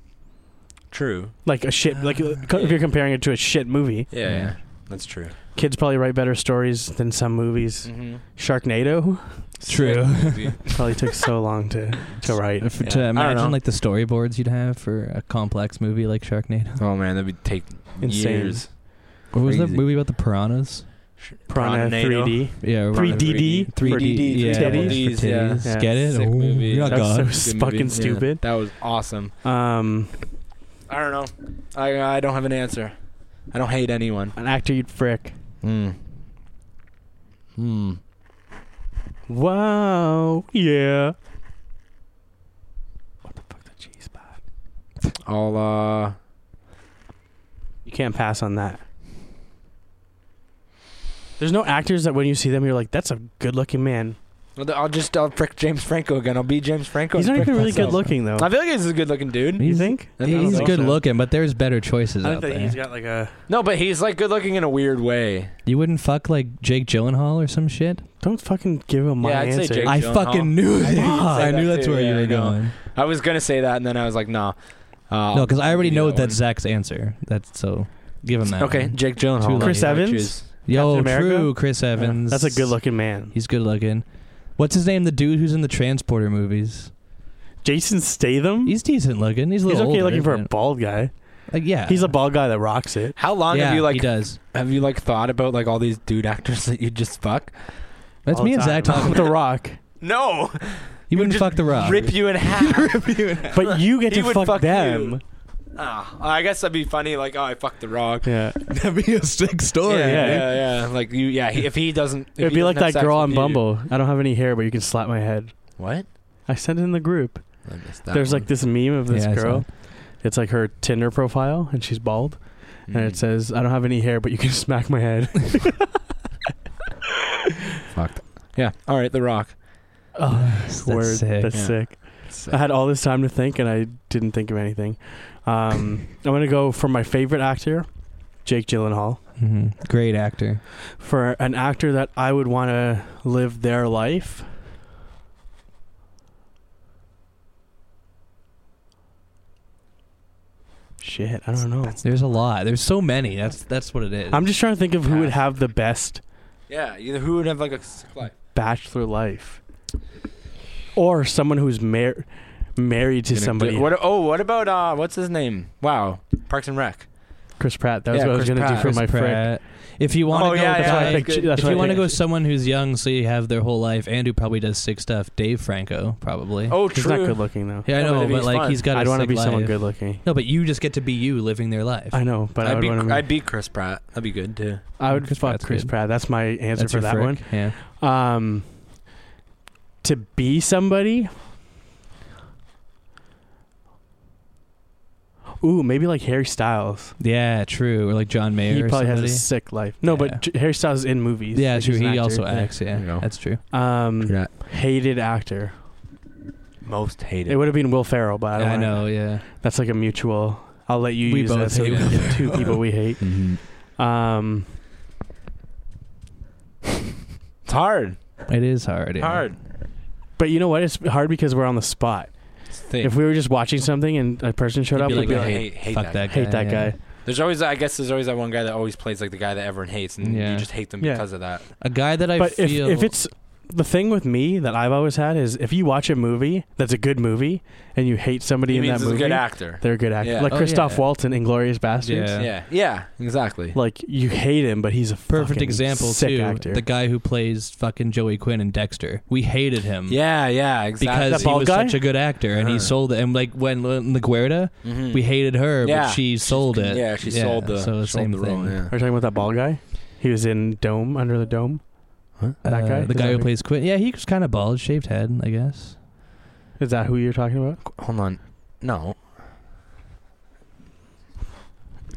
[SPEAKER 3] True.
[SPEAKER 1] Like a shit. Like uh, co- if you're comparing it to a shit movie,
[SPEAKER 3] Yeah, yeah.
[SPEAKER 2] Yeah.
[SPEAKER 3] That's true.
[SPEAKER 1] kids probably write better stories than some movies.
[SPEAKER 3] Mm-hmm.
[SPEAKER 1] Sharknado
[SPEAKER 2] True.
[SPEAKER 1] probably took so long to to write.
[SPEAKER 2] If-
[SPEAKER 3] Yeah. I
[SPEAKER 2] To
[SPEAKER 3] don't know.
[SPEAKER 2] imagine like the storyboards you'd have for a complex movie like Sharknado.
[SPEAKER 3] oh man, that'd be take
[SPEAKER 1] Insane.
[SPEAKER 3] years.
[SPEAKER 2] What was that
[SPEAKER 3] Crazy.
[SPEAKER 2] movie about the piranhas?
[SPEAKER 1] Piranha
[SPEAKER 3] Piranado.
[SPEAKER 1] 3D.
[SPEAKER 2] Yeah, or whatever.
[SPEAKER 1] 3DD.
[SPEAKER 2] 3D, yeah,
[SPEAKER 1] titties.
[SPEAKER 2] for
[SPEAKER 3] Titties, yeah.
[SPEAKER 2] titties.
[SPEAKER 1] Yeah.
[SPEAKER 2] Get it?
[SPEAKER 3] Sick
[SPEAKER 2] Oh,
[SPEAKER 3] movie.
[SPEAKER 2] yeah,
[SPEAKER 1] That's
[SPEAKER 2] God.
[SPEAKER 1] so
[SPEAKER 3] Good
[SPEAKER 1] fucking
[SPEAKER 3] movie. Yeah,
[SPEAKER 1] stupid.
[SPEAKER 3] that was awesome.
[SPEAKER 1] Um,
[SPEAKER 3] I don't know. I I don't have an answer. I don't hate anyone.
[SPEAKER 1] an actor you'd frick.
[SPEAKER 3] Hmm. Hmm.
[SPEAKER 1] Wow. Yeah. What the fuck? The cheese spot.
[SPEAKER 3] I'll uh.
[SPEAKER 1] You can't pass on that. There's no actors that when you see them, you're like, that's a good looking man.
[SPEAKER 3] I'll- I'll just I'll prick James Franco again. I'll be James Franco.
[SPEAKER 1] He's
[SPEAKER 3] and
[SPEAKER 1] not
[SPEAKER 3] prick
[SPEAKER 1] even really
[SPEAKER 3] myself.
[SPEAKER 1] good looking, though.
[SPEAKER 3] I feel like he's a good looking dude.
[SPEAKER 1] You
[SPEAKER 2] He's-
[SPEAKER 1] think?
[SPEAKER 3] I don't
[SPEAKER 2] He's
[SPEAKER 3] think
[SPEAKER 2] good
[SPEAKER 1] so.
[SPEAKER 2] looking, but there's better choices
[SPEAKER 1] I
[SPEAKER 2] out
[SPEAKER 1] think
[SPEAKER 2] there.
[SPEAKER 1] that he's got like a.
[SPEAKER 3] No, but he's like good looking in a weird way.
[SPEAKER 2] You wouldn't fuck like Jake Gyllenhaal or some shit?
[SPEAKER 1] Don't fucking give him my
[SPEAKER 3] Yeah, I'd say
[SPEAKER 1] answer.
[SPEAKER 3] Jake
[SPEAKER 2] I
[SPEAKER 3] Gyllenhaal.
[SPEAKER 2] fucking
[SPEAKER 3] I knew
[SPEAKER 2] knew it.
[SPEAKER 3] you'd say
[SPEAKER 2] I knew
[SPEAKER 3] that
[SPEAKER 2] that's
[SPEAKER 3] too,
[SPEAKER 2] where
[SPEAKER 3] yeah,
[SPEAKER 2] you
[SPEAKER 3] I
[SPEAKER 2] were
[SPEAKER 3] know.
[SPEAKER 2] going.
[SPEAKER 3] I was gonna say that, and then I was like, nah. Uh,
[SPEAKER 2] no, because I already
[SPEAKER 3] I'll do
[SPEAKER 2] know
[SPEAKER 3] that
[SPEAKER 2] that's
[SPEAKER 3] one.
[SPEAKER 2] Zach's answer. That's so. Give him that.
[SPEAKER 3] Okay,
[SPEAKER 2] one.
[SPEAKER 3] Jake Gyllenhaal.
[SPEAKER 2] Too late.
[SPEAKER 1] Chris
[SPEAKER 3] I'll
[SPEAKER 1] Evans?
[SPEAKER 3] choose.
[SPEAKER 2] Yo,
[SPEAKER 1] Captain America?
[SPEAKER 2] true. Chris Evans.
[SPEAKER 1] That's a good looking man.
[SPEAKER 2] He's good looking. What's his name? The dude who's in the Transporter movies.
[SPEAKER 1] Jason Statham?
[SPEAKER 2] He's decent looking. He's a
[SPEAKER 1] He's okay
[SPEAKER 2] little older,
[SPEAKER 1] looking for a
[SPEAKER 2] but-
[SPEAKER 1] bald guy.
[SPEAKER 2] Like, yeah.
[SPEAKER 1] He's a bald guy that rocks it.
[SPEAKER 3] How long
[SPEAKER 2] yeah,
[SPEAKER 3] have you
[SPEAKER 2] he
[SPEAKER 3] like
[SPEAKER 2] does.
[SPEAKER 3] have you like thought about like all these dude actors that you just fuck?
[SPEAKER 2] That's
[SPEAKER 1] all
[SPEAKER 2] me
[SPEAKER 1] the
[SPEAKER 2] and Zach
[SPEAKER 1] time.
[SPEAKER 2] talking.
[SPEAKER 1] With The Rock.
[SPEAKER 3] No,
[SPEAKER 2] You wouldn't
[SPEAKER 3] just
[SPEAKER 2] fuck the rock.
[SPEAKER 3] rip you in half.
[SPEAKER 1] But you get
[SPEAKER 3] He
[SPEAKER 1] to
[SPEAKER 3] would
[SPEAKER 1] fuck,
[SPEAKER 3] fuck
[SPEAKER 1] them.
[SPEAKER 3] Ah, I guess that'd be funny. Like, oh, I fucked the Rock.
[SPEAKER 1] Yeah.
[SPEAKER 2] That'd be a sick story.
[SPEAKER 3] yeah,
[SPEAKER 1] yeah.
[SPEAKER 3] yeah, yeah. Like you, yeah. He, if he doesn't, if
[SPEAKER 1] It'd
[SPEAKER 3] he
[SPEAKER 1] be like
[SPEAKER 3] doesn't have
[SPEAKER 1] that
[SPEAKER 3] sex
[SPEAKER 1] girl
[SPEAKER 3] with
[SPEAKER 1] on
[SPEAKER 3] you-
[SPEAKER 1] Bumble. I don't have any hair, but you can slap my head.
[SPEAKER 3] What?
[SPEAKER 1] I sent it in the group.
[SPEAKER 3] I missed that
[SPEAKER 1] There's
[SPEAKER 3] one.
[SPEAKER 1] like this meme of this
[SPEAKER 2] Yeah, I saw
[SPEAKER 1] girl.
[SPEAKER 2] it.
[SPEAKER 1] It's like her Tinder profile, and she's bald, and
[SPEAKER 2] Mm.
[SPEAKER 1] it says, "I don't have any hair, but you can smack my head."
[SPEAKER 3] fucked. Yeah. All right, The Rock.
[SPEAKER 1] oh, word.
[SPEAKER 2] sick.
[SPEAKER 1] That's
[SPEAKER 3] Yeah.
[SPEAKER 1] sick. I had all this time to think, and I didn't think of anything. Um, I'm gonna go for my favorite actor, Jake Gyllenhaal,
[SPEAKER 2] Mhm. Great actor.
[SPEAKER 1] for an actor that I would want to live their life. Shit, I don't know.
[SPEAKER 2] There's a lot. There's so many. That's that's what it is.
[SPEAKER 1] I'm just trying to think of who would have the best
[SPEAKER 3] Yeah. Either who would have like a sick life?
[SPEAKER 1] bachelor life, or someone who's mar- married to
[SPEAKER 3] Gonna
[SPEAKER 1] somebody.
[SPEAKER 3] do- what? Oh, what about uh? What's his name? Wow, Parks and Rec.
[SPEAKER 1] Chris Pratt. That was
[SPEAKER 3] Yeah,
[SPEAKER 1] what
[SPEAKER 3] Chris
[SPEAKER 1] I was gonna
[SPEAKER 3] Pratt.
[SPEAKER 1] do for
[SPEAKER 2] Chris
[SPEAKER 1] my friend.
[SPEAKER 2] Pratt. If you want to
[SPEAKER 3] oh
[SPEAKER 2] go,
[SPEAKER 3] yeah,
[SPEAKER 2] with
[SPEAKER 1] that's
[SPEAKER 3] yeah.
[SPEAKER 1] why I
[SPEAKER 2] guy-
[SPEAKER 1] picked-
[SPEAKER 3] good.
[SPEAKER 1] that's
[SPEAKER 2] if
[SPEAKER 1] why I
[SPEAKER 2] you want to
[SPEAKER 1] picked.
[SPEAKER 2] go someone who's young, so you have their whole life, and who probably does sick stuff, Dave Franco probably.
[SPEAKER 3] oh,
[SPEAKER 1] He's
[SPEAKER 3] true.
[SPEAKER 1] not good looking though.
[SPEAKER 2] yeah, I
[SPEAKER 3] no, but
[SPEAKER 2] know,
[SPEAKER 3] if
[SPEAKER 2] but
[SPEAKER 3] he's
[SPEAKER 2] like
[SPEAKER 3] fun,
[SPEAKER 2] he's got. I
[SPEAKER 1] I'd
[SPEAKER 2] want
[SPEAKER 1] want
[SPEAKER 2] to
[SPEAKER 1] to be someone
[SPEAKER 2] life.
[SPEAKER 1] good looking.
[SPEAKER 2] No, but you just get to be you, living their life.
[SPEAKER 1] I know, but
[SPEAKER 3] I'd
[SPEAKER 1] I would
[SPEAKER 3] beat,
[SPEAKER 1] want to.
[SPEAKER 3] I'd beat Chris Pratt. That'd be good too.
[SPEAKER 1] I would
[SPEAKER 2] Chris
[SPEAKER 1] fuck
[SPEAKER 2] Pratt's
[SPEAKER 1] Chris
[SPEAKER 2] good.
[SPEAKER 1] Pratt. That's my answer
[SPEAKER 2] That's
[SPEAKER 1] for
[SPEAKER 2] your
[SPEAKER 1] that
[SPEAKER 2] frick. Yeah.
[SPEAKER 1] one. Um, to be somebody. Ooh, maybe like Harry Styles.
[SPEAKER 2] Yeah, true. Or like John Mayer.
[SPEAKER 1] he
[SPEAKER 2] or
[SPEAKER 1] probably has a
[SPEAKER 2] somebody.
[SPEAKER 1] sick life. No, but J- Harry Styles is in movies.
[SPEAKER 2] Yeah,
[SPEAKER 1] Like,
[SPEAKER 2] true.
[SPEAKER 1] he's an
[SPEAKER 2] He
[SPEAKER 1] actor.
[SPEAKER 2] also
[SPEAKER 1] Yeah.
[SPEAKER 2] acts. Yeah,
[SPEAKER 3] There you go.
[SPEAKER 2] that's true.
[SPEAKER 1] Um, hated actor.
[SPEAKER 3] Most hated.
[SPEAKER 1] It would have been Will Ferrell, but I
[SPEAKER 2] I,
[SPEAKER 1] don't wanna-
[SPEAKER 2] know. Yeah.
[SPEAKER 1] That's like a mutual. I'll let you
[SPEAKER 2] We
[SPEAKER 1] use that
[SPEAKER 2] both
[SPEAKER 1] so we
[SPEAKER 2] hate
[SPEAKER 1] can
[SPEAKER 2] him. Mm-hmm.
[SPEAKER 1] get two people we hate. Um,
[SPEAKER 3] It's hard.
[SPEAKER 2] It is hard. Yeah.
[SPEAKER 3] Hard.
[SPEAKER 1] but you know what? It's hard because we're on the spot.
[SPEAKER 3] It's thick.
[SPEAKER 1] If we were just watching something and a person showed
[SPEAKER 2] You'd
[SPEAKER 1] up,
[SPEAKER 2] be
[SPEAKER 1] we'd
[SPEAKER 2] like,
[SPEAKER 1] be
[SPEAKER 2] "I
[SPEAKER 1] like,
[SPEAKER 2] hate Fuck that.
[SPEAKER 1] hate that
[SPEAKER 2] yeah.
[SPEAKER 1] guy.
[SPEAKER 3] There's always, I guess, there's always that one guy that always plays like the guy that everyone hates, and
[SPEAKER 2] Yeah.
[SPEAKER 3] you just hate them
[SPEAKER 1] Yeah.
[SPEAKER 3] because of that.
[SPEAKER 2] A guy that I
[SPEAKER 1] but if,
[SPEAKER 2] feel.
[SPEAKER 1] if it's the thing with me that I've always had is if you watch a movie that's a good movie and you hate somebody
[SPEAKER 3] He
[SPEAKER 1] in
[SPEAKER 3] means
[SPEAKER 1] that
[SPEAKER 3] he's a
[SPEAKER 1] movie,
[SPEAKER 3] good actor.
[SPEAKER 1] they're a good actor.
[SPEAKER 3] Yeah.
[SPEAKER 1] Like
[SPEAKER 2] Oh,
[SPEAKER 1] Christoph
[SPEAKER 2] yeah.
[SPEAKER 1] Waltz in Inglorious Bastards.
[SPEAKER 2] Yeah.
[SPEAKER 3] Yeah, yeah, exactly.
[SPEAKER 1] Like you hate him, but he's a
[SPEAKER 2] Perfect
[SPEAKER 1] fucking
[SPEAKER 2] example
[SPEAKER 1] sick
[SPEAKER 2] too.
[SPEAKER 1] actor.
[SPEAKER 2] The guy who plays fucking Joey Quinn in Dexter. We hated him.
[SPEAKER 3] Yeah, yeah,
[SPEAKER 2] Because
[SPEAKER 3] exactly.
[SPEAKER 1] That
[SPEAKER 2] he
[SPEAKER 1] bald
[SPEAKER 2] was
[SPEAKER 1] guy?
[SPEAKER 2] such a good actor, and he
[SPEAKER 3] Sure.
[SPEAKER 2] sold it. And like when LaGuerta,
[SPEAKER 3] Mhm.
[SPEAKER 2] we hated her,
[SPEAKER 3] Yeah.
[SPEAKER 2] but she sold it.
[SPEAKER 3] Yeah, she sold the,
[SPEAKER 2] so the
[SPEAKER 3] sold
[SPEAKER 2] same
[SPEAKER 3] the
[SPEAKER 2] thing.
[SPEAKER 3] role. Yeah.
[SPEAKER 1] Are you talking about that ball guy? He was in Dome Under the Dome. That
[SPEAKER 2] Uh,
[SPEAKER 1] guy?
[SPEAKER 2] the
[SPEAKER 1] Is
[SPEAKER 2] guy
[SPEAKER 1] that
[SPEAKER 2] who
[SPEAKER 1] who-
[SPEAKER 2] plays Quinn. Yeah, he was kind of bald, shaved head, I guess.
[SPEAKER 1] Is that who you're talking about?
[SPEAKER 3] Hold on. No.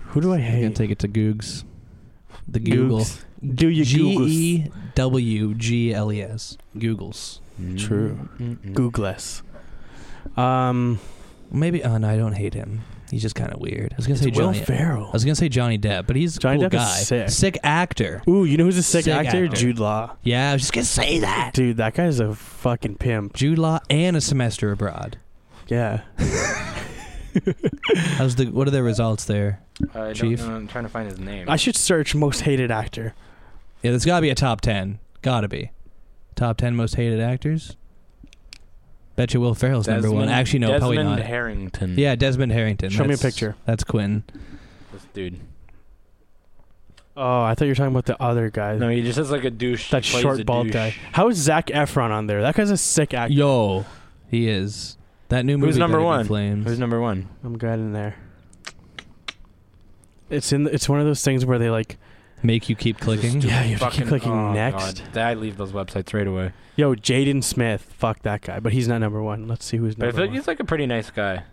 [SPEAKER 1] Who do I
[SPEAKER 2] I'm gonna
[SPEAKER 1] hate?
[SPEAKER 2] take it to Googs. The
[SPEAKER 1] Googs.
[SPEAKER 2] Google.
[SPEAKER 1] Do you
[SPEAKER 2] G
[SPEAKER 1] Google?
[SPEAKER 2] E W G L E S. Googles.
[SPEAKER 1] True.
[SPEAKER 3] Mm-mm.
[SPEAKER 1] Googleless. Um,
[SPEAKER 2] Maybe. Oh no, I don't hate him. He's just kind of weird. I was gonna
[SPEAKER 1] it's
[SPEAKER 2] say
[SPEAKER 1] Will
[SPEAKER 2] Johnny.
[SPEAKER 1] Ferrell.
[SPEAKER 2] I was gonna say Johnny Depp, but he's a
[SPEAKER 1] Johnny
[SPEAKER 2] cool
[SPEAKER 1] Depp is
[SPEAKER 2] guy.
[SPEAKER 1] sick.
[SPEAKER 2] actor.
[SPEAKER 1] Ooh, you know who's a sick,
[SPEAKER 2] Sick
[SPEAKER 1] actor?
[SPEAKER 2] actor.
[SPEAKER 1] Jude Law.
[SPEAKER 2] Yeah, I was just gonna say that.
[SPEAKER 1] Dude, that guy's a fucking pimp.
[SPEAKER 2] Jude Law and a semester abroad.
[SPEAKER 1] Yeah.
[SPEAKER 2] How's the? What are the results there?
[SPEAKER 3] I don't
[SPEAKER 2] Chief?
[SPEAKER 3] know, I'm trying to find his name.
[SPEAKER 1] I should search most hated actor.
[SPEAKER 2] Yeah, there's gotta be a top ten. Gotta be. Top ten most hated actors. Bet you Will Ferrell's number one.
[SPEAKER 3] Desmond-
[SPEAKER 2] Actually, no,
[SPEAKER 3] Desmond
[SPEAKER 2] probably not.
[SPEAKER 3] Harrington.
[SPEAKER 2] yeah, Desmond Harrington.
[SPEAKER 1] Show me a
[SPEAKER 2] That's-
[SPEAKER 1] picture.
[SPEAKER 2] That's Quinn.
[SPEAKER 3] This dude.
[SPEAKER 1] Oh, I thought you were talking about the other guy.
[SPEAKER 3] No, he just has like a douche.
[SPEAKER 1] that
[SPEAKER 3] He plays a
[SPEAKER 1] short bald
[SPEAKER 3] douche.
[SPEAKER 1] guy. How is Zach Efron on there? That guy's a sick actor.
[SPEAKER 2] Yo, he is. That new movie.
[SPEAKER 3] Who's number
[SPEAKER 2] Dark in
[SPEAKER 3] one?
[SPEAKER 2] Flames.
[SPEAKER 3] Who's number one?
[SPEAKER 1] I'm glad in there. It's in. It's one of those things where they like.
[SPEAKER 2] Make you keep clicking.
[SPEAKER 1] Yeah, you have to keep
[SPEAKER 3] Fucking-
[SPEAKER 1] clicking
[SPEAKER 3] oh,
[SPEAKER 1] next.
[SPEAKER 3] God. I leave those websites right away.
[SPEAKER 1] Yo, Jaden Smith. Fuck that guy. But he's not number one. Let's see who's
[SPEAKER 3] But I
[SPEAKER 1] number
[SPEAKER 3] feel like
[SPEAKER 1] one.
[SPEAKER 3] he's like a pretty nice guy.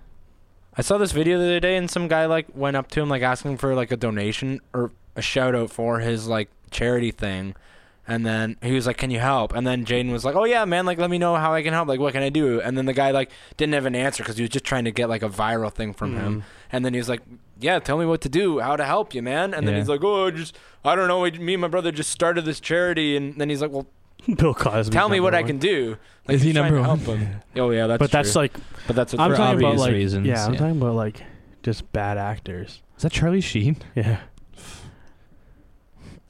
[SPEAKER 3] I saw this video the other day, and some guy like went up to him like asking for like a donation or a shout out for his like charity thing, and then he was like, "Can you help?" And then Jaden was like, "Oh yeah, man! Like let me know how I can help. Like what can I do?" And then the guy like didn't have an answer because he was just trying to get like a viral thing from
[SPEAKER 1] Mm-hmm.
[SPEAKER 3] him. And then he was like, "Yeah, tell me what to do, how to help you, man." And
[SPEAKER 2] Yeah.
[SPEAKER 3] then he's like, "Oh, I just I don't know. Me and my brother just started this charity." And then he's like, "Well,
[SPEAKER 1] Hmm. Bill Cosby.
[SPEAKER 3] tell me what I can do." Like,
[SPEAKER 2] Is he
[SPEAKER 3] he's trying
[SPEAKER 2] number
[SPEAKER 3] to
[SPEAKER 2] one?
[SPEAKER 3] help him. Oh yeah, that's
[SPEAKER 1] but that's
[SPEAKER 3] true.
[SPEAKER 1] like
[SPEAKER 3] but that's what
[SPEAKER 1] I'm
[SPEAKER 2] for
[SPEAKER 1] talking about
[SPEAKER 2] obvious
[SPEAKER 1] like
[SPEAKER 2] reasons,
[SPEAKER 1] yeah, I'm
[SPEAKER 2] yeah.
[SPEAKER 1] talking about like just bad actors.
[SPEAKER 2] Is that Charlie Sheen?
[SPEAKER 1] Yeah.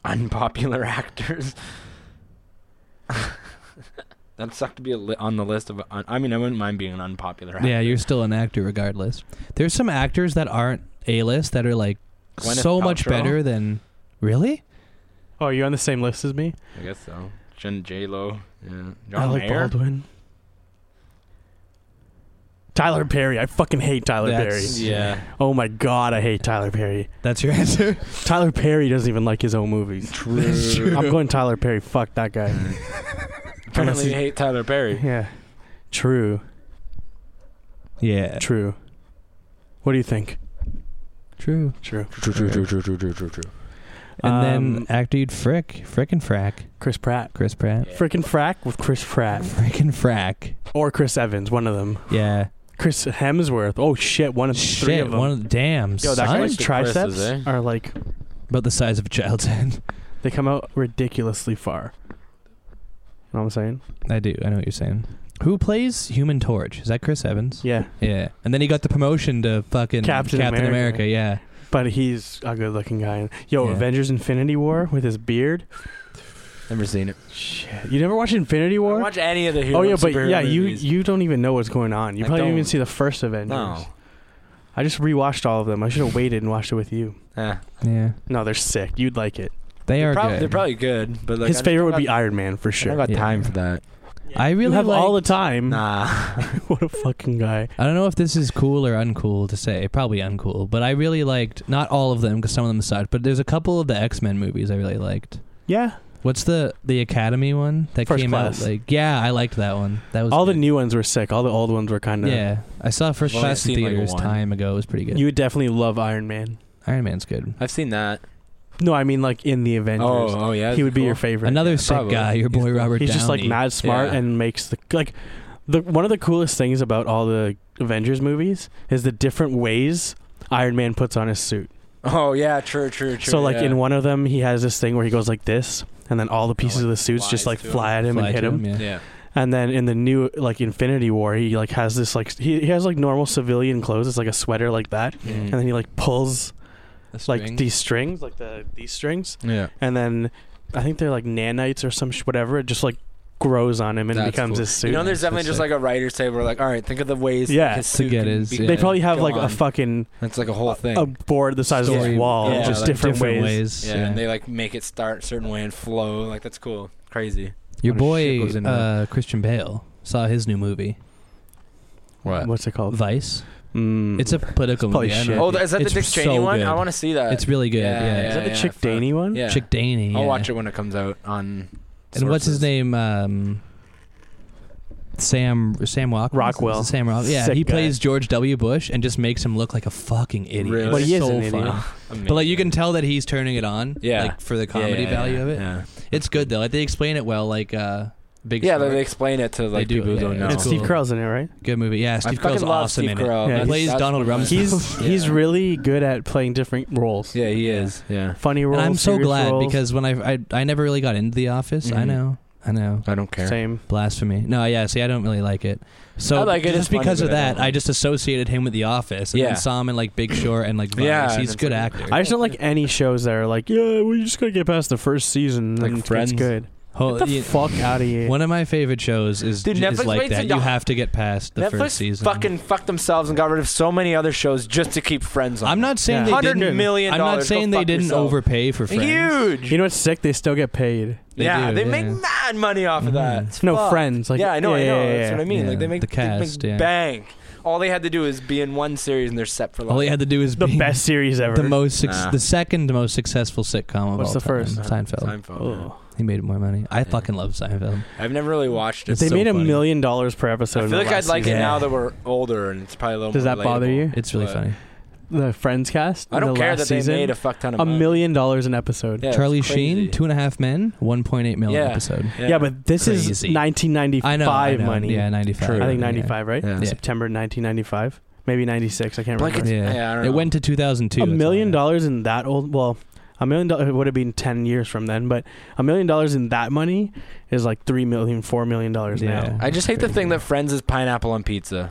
[SPEAKER 3] unpopular actors. that sucked to be a li- on the list of. Un- I mean, I wouldn't mind being an unpopular actor.
[SPEAKER 2] Yeah, you're still an actor regardless. There's some actors that aren't A list that are like
[SPEAKER 3] Gwyneth
[SPEAKER 2] so much
[SPEAKER 3] Paltrow?
[SPEAKER 2] better than really.
[SPEAKER 1] Oh, you're on the same list as me.
[SPEAKER 3] I guess so. Jen J Lo. Yeah. John
[SPEAKER 1] Alec
[SPEAKER 3] Mayer?
[SPEAKER 1] Baldwin. Tyler Perry. I fucking hate Tyler
[SPEAKER 2] That's-
[SPEAKER 1] Perry.
[SPEAKER 3] Yeah.
[SPEAKER 1] Oh my god, I hate Tyler Perry.
[SPEAKER 2] That's your answer.
[SPEAKER 1] Tyler Perry doesn't even like his own movies.
[SPEAKER 2] That's true.
[SPEAKER 1] I'm going Tyler Perry. Fuck that guy.
[SPEAKER 3] Apparently, you hate Tyler Perry.
[SPEAKER 1] Yeah. True.
[SPEAKER 2] Yeah,
[SPEAKER 1] True. What do you think?
[SPEAKER 2] true.
[SPEAKER 1] True.
[SPEAKER 3] True, true, true, true, true, true, true, true.
[SPEAKER 2] And
[SPEAKER 1] Um,
[SPEAKER 2] then actor you'd frick, frick and frack,
[SPEAKER 1] Chris Pratt.
[SPEAKER 2] Chris Pratt,
[SPEAKER 3] Yeah.
[SPEAKER 1] Frickin' Frack with Chris Pratt.
[SPEAKER 2] frick and frack.
[SPEAKER 1] Or Chris Evans, one of them.
[SPEAKER 2] Yeah,
[SPEAKER 1] Chris Hemsworth. Oh shit, one of
[SPEAKER 2] shit.
[SPEAKER 1] three of them.
[SPEAKER 2] One of the damn
[SPEAKER 1] Yo,
[SPEAKER 2] son,
[SPEAKER 1] that guy's
[SPEAKER 3] Like the
[SPEAKER 1] triceps
[SPEAKER 3] Chris's, eh?
[SPEAKER 1] are like
[SPEAKER 2] about the size of a child's head.
[SPEAKER 1] they come out ridiculously far. You know what I'm saying?
[SPEAKER 2] I do. I know what you're saying. Who plays Human Torch? Is that Chris Evans?
[SPEAKER 1] Yeah.
[SPEAKER 2] Yeah. And then he got the promotion to fucking
[SPEAKER 1] Captain America.
[SPEAKER 2] America. Yeah.
[SPEAKER 1] But he's a good looking guy. Yo,
[SPEAKER 2] Yeah.
[SPEAKER 1] Avengers Infinity War with his beard.
[SPEAKER 3] Never seen it.
[SPEAKER 1] Shit. You never watched Infinity
[SPEAKER 3] I
[SPEAKER 1] War?
[SPEAKER 3] don't watch any of the hero
[SPEAKER 1] oh yeah, but
[SPEAKER 3] superhero
[SPEAKER 1] yeah,
[SPEAKER 3] movies.
[SPEAKER 1] you you don't even know what's going on. You
[SPEAKER 3] I
[SPEAKER 1] probably didn't even
[SPEAKER 3] don't.
[SPEAKER 1] see the first Avengers.
[SPEAKER 3] no.
[SPEAKER 1] I just rewatched all of them. I should have waited and watched it with you.
[SPEAKER 3] Yeah.
[SPEAKER 2] Yeah.
[SPEAKER 1] No, they're sick. You'd like it.
[SPEAKER 2] They
[SPEAKER 3] they're,
[SPEAKER 2] are
[SPEAKER 3] prob-
[SPEAKER 2] good.
[SPEAKER 3] they're probably good, but like
[SPEAKER 1] His
[SPEAKER 3] I just
[SPEAKER 1] favorite
[SPEAKER 3] don't
[SPEAKER 1] would be
[SPEAKER 3] got-
[SPEAKER 1] Iron Man for
[SPEAKER 3] I
[SPEAKER 1] sure.
[SPEAKER 3] don't got
[SPEAKER 2] Yeah.
[SPEAKER 3] time for that.
[SPEAKER 2] I
[SPEAKER 1] You
[SPEAKER 2] really
[SPEAKER 1] have
[SPEAKER 2] like,
[SPEAKER 1] all the time.
[SPEAKER 3] Nah.
[SPEAKER 1] what a fucking guy.
[SPEAKER 2] I don't know if this is cool or uncool to say. Probably uncool, but I really liked not all of them because some of them sucked. But there's a couple of the X Men movies I really liked.
[SPEAKER 1] Yeah.
[SPEAKER 2] What's the the Academy one that
[SPEAKER 1] First
[SPEAKER 2] came
[SPEAKER 1] Class.
[SPEAKER 2] out? Like, yeah, I liked that one. That was
[SPEAKER 1] All the
[SPEAKER 2] good.
[SPEAKER 1] new uh, ones were sick. All the old ones were kind of.
[SPEAKER 2] Yeah, I saw First
[SPEAKER 3] Well,
[SPEAKER 2] Class
[SPEAKER 3] I've
[SPEAKER 2] in
[SPEAKER 3] seen, like,
[SPEAKER 2] theaters
[SPEAKER 3] one.
[SPEAKER 2] time ago. It was pretty good.
[SPEAKER 1] You would definitely love Iron Man.
[SPEAKER 2] Iron Man's good.
[SPEAKER 3] I've seen that.
[SPEAKER 1] No, I mean like in the Avengers.
[SPEAKER 3] Oh, oh yeah.
[SPEAKER 1] he would be
[SPEAKER 3] cool.
[SPEAKER 1] your favorite.
[SPEAKER 2] Another
[SPEAKER 3] Yeah,
[SPEAKER 2] sick
[SPEAKER 3] probably.
[SPEAKER 2] guy, your
[SPEAKER 3] He's
[SPEAKER 2] boy
[SPEAKER 3] cool.
[SPEAKER 2] Robert
[SPEAKER 1] He's
[SPEAKER 2] Downey.
[SPEAKER 1] just like mad smart
[SPEAKER 3] Yeah.
[SPEAKER 1] and makes the like the one of the coolest things about all the Avengers movies is the different ways Iron Man puts on his suit.
[SPEAKER 3] Oh yeah, true, true, true.
[SPEAKER 1] so like
[SPEAKER 3] yeah.
[SPEAKER 1] in one of them he has this thing where he goes like this and then all the pieces
[SPEAKER 3] like,
[SPEAKER 1] of the suits just
[SPEAKER 3] flies
[SPEAKER 1] like
[SPEAKER 3] to him.
[SPEAKER 1] fly at him
[SPEAKER 2] Fly
[SPEAKER 1] and hit
[SPEAKER 2] to
[SPEAKER 1] him.
[SPEAKER 2] yeah.
[SPEAKER 3] Yeah.
[SPEAKER 1] And then in the new like Infinity War he like has this like he, he has like normal civilian clothes, it's like a sweater like that. And then he like pulls like these strings, like the these strings,
[SPEAKER 3] Yeah.
[SPEAKER 1] and then I think they're like nanites or some sh- whatever. It just like grows on him and
[SPEAKER 3] That's
[SPEAKER 1] becomes
[SPEAKER 3] cool.
[SPEAKER 1] his suit.
[SPEAKER 3] You know, there's
[SPEAKER 2] That's
[SPEAKER 3] definitely just like
[SPEAKER 2] sick.
[SPEAKER 3] a writer's table. Like, all right, think of the ways
[SPEAKER 1] Yeah.
[SPEAKER 3] his
[SPEAKER 1] To
[SPEAKER 3] suit
[SPEAKER 2] get
[SPEAKER 3] can
[SPEAKER 2] his-
[SPEAKER 3] be-
[SPEAKER 2] yeah.
[SPEAKER 1] they probably have
[SPEAKER 3] go
[SPEAKER 1] like a
[SPEAKER 3] on.
[SPEAKER 1] fucking
[SPEAKER 3] That's like a whole thing.
[SPEAKER 1] a board the size of
[SPEAKER 2] Story-
[SPEAKER 1] this wall,
[SPEAKER 3] yeah,
[SPEAKER 1] just
[SPEAKER 3] like
[SPEAKER 1] different, ways.
[SPEAKER 3] yeah, and they like make it start a certain way and flow. Like that's cool. Crazy.
[SPEAKER 2] Your
[SPEAKER 3] What a shit
[SPEAKER 2] boy
[SPEAKER 3] goes into
[SPEAKER 2] uh, Christian Bale saw his new movie
[SPEAKER 1] What's it called?
[SPEAKER 2] Vice.
[SPEAKER 1] Mm.
[SPEAKER 2] It's a political
[SPEAKER 1] Probably
[SPEAKER 2] movie. I
[SPEAKER 1] shit.
[SPEAKER 2] don't-
[SPEAKER 3] Oh, th- is that
[SPEAKER 2] It's
[SPEAKER 3] the Dick Cheney
[SPEAKER 2] so
[SPEAKER 3] one?
[SPEAKER 2] good.
[SPEAKER 3] I want to see that.
[SPEAKER 2] it's really good.
[SPEAKER 3] Yeah,
[SPEAKER 2] Yeah,
[SPEAKER 1] is that the
[SPEAKER 3] yeah,
[SPEAKER 1] Chick
[SPEAKER 3] fuck.
[SPEAKER 1] Daney one?
[SPEAKER 3] yeah.
[SPEAKER 2] Chick Daney.
[SPEAKER 3] I'll
[SPEAKER 2] yeah.
[SPEAKER 3] watch it when it comes out on.
[SPEAKER 2] And what's his
[SPEAKER 3] sources.
[SPEAKER 2] name? Um, Sam Sam Rockwell.
[SPEAKER 1] Rockwell.
[SPEAKER 2] Sam Rockwell. Yeah,
[SPEAKER 1] Sick
[SPEAKER 2] he
[SPEAKER 1] guy.
[SPEAKER 2] plays George W. Bush and just makes him look like a fucking idiot.
[SPEAKER 3] Really?
[SPEAKER 2] It's
[SPEAKER 1] But he is
[SPEAKER 2] so
[SPEAKER 1] an
[SPEAKER 2] funny.
[SPEAKER 1] idiot.
[SPEAKER 2] But like you can tell that he's turning it on.
[SPEAKER 3] Yeah.
[SPEAKER 2] Like for the comedy value of it.
[SPEAKER 3] Yeah,
[SPEAKER 2] It's good though. Like they explain it well. Like uh, big.
[SPEAKER 3] yeah they,
[SPEAKER 2] Short.
[SPEAKER 3] they explain it to like
[SPEAKER 2] do,
[SPEAKER 3] people who
[SPEAKER 2] yeah,
[SPEAKER 3] don't
[SPEAKER 2] yeah,
[SPEAKER 3] know.
[SPEAKER 2] it's
[SPEAKER 1] And Steve
[SPEAKER 2] cool.
[SPEAKER 1] Carell's in it, right?
[SPEAKER 2] good movie. Yeah,
[SPEAKER 3] I
[SPEAKER 2] Steve
[SPEAKER 3] fucking
[SPEAKER 2] Carell's
[SPEAKER 3] love
[SPEAKER 2] awesome
[SPEAKER 3] Steve
[SPEAKER 2] in it.
[SPEAKER 3] Carell.
[SPEAKER 1] Yeah,
[SPEAKER 2] he
[SPEAKER 1] he's-
[SPEAKER 2] plays
[SPEAKER 3] that's
[SPEAKER 2] Donald
[SPEAKER 3] one of my-
[SPEAKER 2] Rumsfeld.
[SPEAKER 1] He's he's
[SPEAKER 2] Yeah.
[SPEAKER 1] really good at playing different roles.
[SPEAKER 3] Yeah, he is. Yeah.
[SPEAKER 1] Funny roles.
[SPEAKER 2] And I'm so
[SPEAKER 1] serious
[SPEAKER 2] glad
[SPEAKER 1] roles,
[SPEAKER 2] because when I, I I never really got into The Office. I
[SPEAKER 3] Mhm.
[SPEAKER 2] know. I know.
[SPEAKER 3] I don't care.
[SPEAKER 1] same.
[SPEAKER 2] Blasphemy. No, yeah. See, I don't really like it. So
[SPEAKER 3] I like it, it's
[SPEAKER 2] just
[SPEAKER 3] funny,
[SPEAKER 2] because of
[SPEAKER 3] but I don't
[SPEAKER 2] that, I,
[SPEAKER 3] like it.
[SPEAKER 2] just associated him with The Office. And
[SPEAKER 3] Yeah.
[SPEAKER 2] then saw him in like Big Short and like Vice.
[SPEAKER 3] Yeah, and
[SPEAKER 2] he's a
[SPEAKER 3] it's
[SPEAKER 2] good
[SPEAKER 3] like-
[SPEAKER 2] actor.
[SPEAKER 1] I just don't like any shows that are like, yeah, well, you just gotta get past the first season, and
[SPEAKER 3] Like
[SPEAKER 1] then it's
[SPEAKER 3] Friends.
[SPEAKER 1] good.
[SPEAKER 2] Ho-
[SPEAKER 1] Get the
[SPEAKER 2] you-
[SPEAKER 1] fuck out of here.
[SPEAKER 2] one of my favorite shows is,
[SPEAKER 3] Dude,
[SPEAKER 2] is
[SPEAKER 3] Netflix
[SPEAKER 2] like
[SPEAKER 3] waits
[SPEAKER 2] that.
[SPEAKER 3] a-
[SPEAKER 2] You have to get past the
[SPEAKER 3] Netflix
[SPEAKER 2] first season.
[SPEAKER 3] fucking fucked themselves and got rid of so many other shows just to keep Friends on.
[SPEAKER 2] I'm not saying
[SPEAKER 1] Yeah.
[SPEAKER 2] they
[SPEAKER 3] Hundred
[SPEAKER 2] didn't.
[SPEAKER 3] million
[SPEAKER 2] I'm not
[SPEAKER 3] dollars, go
[SPEAKER 2] saying they
[SPEAKER 3] fuck
[SPEAKER 2] didn't
[SPEAKER 3] yourself.
[SPEAKER 2] overpay for Friends.
[SPEAKER 3] huge.
[SPEAKER 1] you know what's sick? They still get paid.
[SPEAKER 2] They
[SPEAKER 3] yeah,
[SPEAKER 2] do,
[SPEAKER 3] they
[SPEAKER 2] yeah.
[SPEAKER 3] make mad money off of that.
[SPEAKER 2] Mhm.
[SPEAKER 3] It's
[SPEAKER 1] No
[SPEAKER 3] fucked.
[SPEAKER 1] friends. Like
[SPEAKER 3] yeah, I know, I
[SPEAKER 1] yeah,
[SPEAKER 3] know.
[SPEAKER 1] yeah,
[SPEAKER 3] That's
[SPEAKER 1] yeah.
[SPEAKER 3] what I mean.
[SPEAKER 2] Yeah,
[SPEAKER 3] Like they make
[SPEAKER 2] the
[SPEAKER 3] they make
[SPEAKER 2] cast, yeah.
[SPEAKER 3] bank. All they had to do is be in one series and they're set for life.
[SPEAKER 2] All they had to do is
[SPEAKER 1] The
[SPEAKER 2] be
[SPEAKER 1] best series ever.
[SPEAKER 2] the most, suc
[SPEAKER 3] Nah.
[SPEAKER 2] the second most successful sitcom of
[SPEAKER 1] What's
[SPEAKER 2] all
[SPEAKER 1] the
[SPEAKER 2] time.
[SPEAKER 1] first?
[SPEAKER 2] Seinfeld.
[SPEAKER 3] Seinfeld.
[SPEAKER 1] Oh.
[SPEAKER 2] He made more money. I fucking love Seinfeld.
[SPEAKER 3] yeah. I've never really watched it.
[SPEAKER 1] They
[SPEAKER 2] so
[SPEAKER 1] made a
[SPEAKER 2] funny.
[SPEAKER 1] million dollars per episode.
[SPEAKER 3] I
[SPEAKER 1] in
[SPEAKER 3] feel
[SPEAKER 1] the
[SPEAKER 3] like I'd
[SPEAKER 1] last
[SPEAKER 3] like
[SPEAKER 1] season.
[SPEAKER 3] it
[SPEAKER 2] season.
[SPEAKER 3] now
[SPEAKER 2] Yeah.
[SPEAKER 3] that we're older and it's probably a little.
[SPEAKER 1] Does
[SPEAKER 3] more
[SPEAKER 1] that bother
[SPEAKER 3] relatable.
[SPEAKER 1] you?
[SPEAKER 2] It's really
[SPEAKER 3] But-
[SPEAKER 2] funny.
[SPEAKER 1] The Friends cast.
[SPEAKER 3] I don't
[SPEAKER 1] in the
[SPEAKER 3] care
[SPEAKER 1] last
[SPEAKER 3] that
[SPEAKER 1] season,
[SPEAKER 3] they made a fuck ton of
[SPEAKER 1] a
[SPEAKER 3] money.
[SPEAKER 1] million dollars an episode.
[SPEAKER 3] Yeah, it's
[SPEAKER 2] Charlie
[SPEAKER 3] crazy.
[SPEAKER 2] Sheen, Two and a Half Men, 1.8 million
[SPEAKER 3] Yeah.
[SPEAKER 2] episode.
[SPEAKER 1] Yeah, but this is
[SPEAKER 2] Crazy.
[SPEAKER 1] 1995
[SPEAKER 2] I know, I know.
[SPEAKER 1] money.
[SPEAKER 2] Yeah, 95.
[SPEAKER 3] True.
[SPEAKER 1] I think
[SPEAKER 2] yeah.
[SPEAKER 1] 95, right?
[SPEAKER 3] Yeah.
[SPEAKER 2] Yeah.
[SPEAKER 1] September 1995, maybe 96. I can't
[SPEAKER 3] Like
[SPEAKER 1] remember.
[SPEAKER 3] it's-
[SPEAKER 2] Yeah.
[SPEAKER 3] yeah, I don't
[SPEAKER 2] It
[SPEAKER 3] know.
[SPEAKER 2] went to 2002.
[SPEAKER 1] a
[SPEAKER 2] that's
[SPEAKER 1] million
[SPEAKER 2] all I know.
[SPEAKER 1] dollars in that old well a million dollars would have been 10 years from then but a million dollars in that money is like three million four million dollars
[SPEAKER 2] Yeah.
[SPEAKER 1] now
[SPEAKER 3] I just hate the thing that Friends is pineapple on pizza.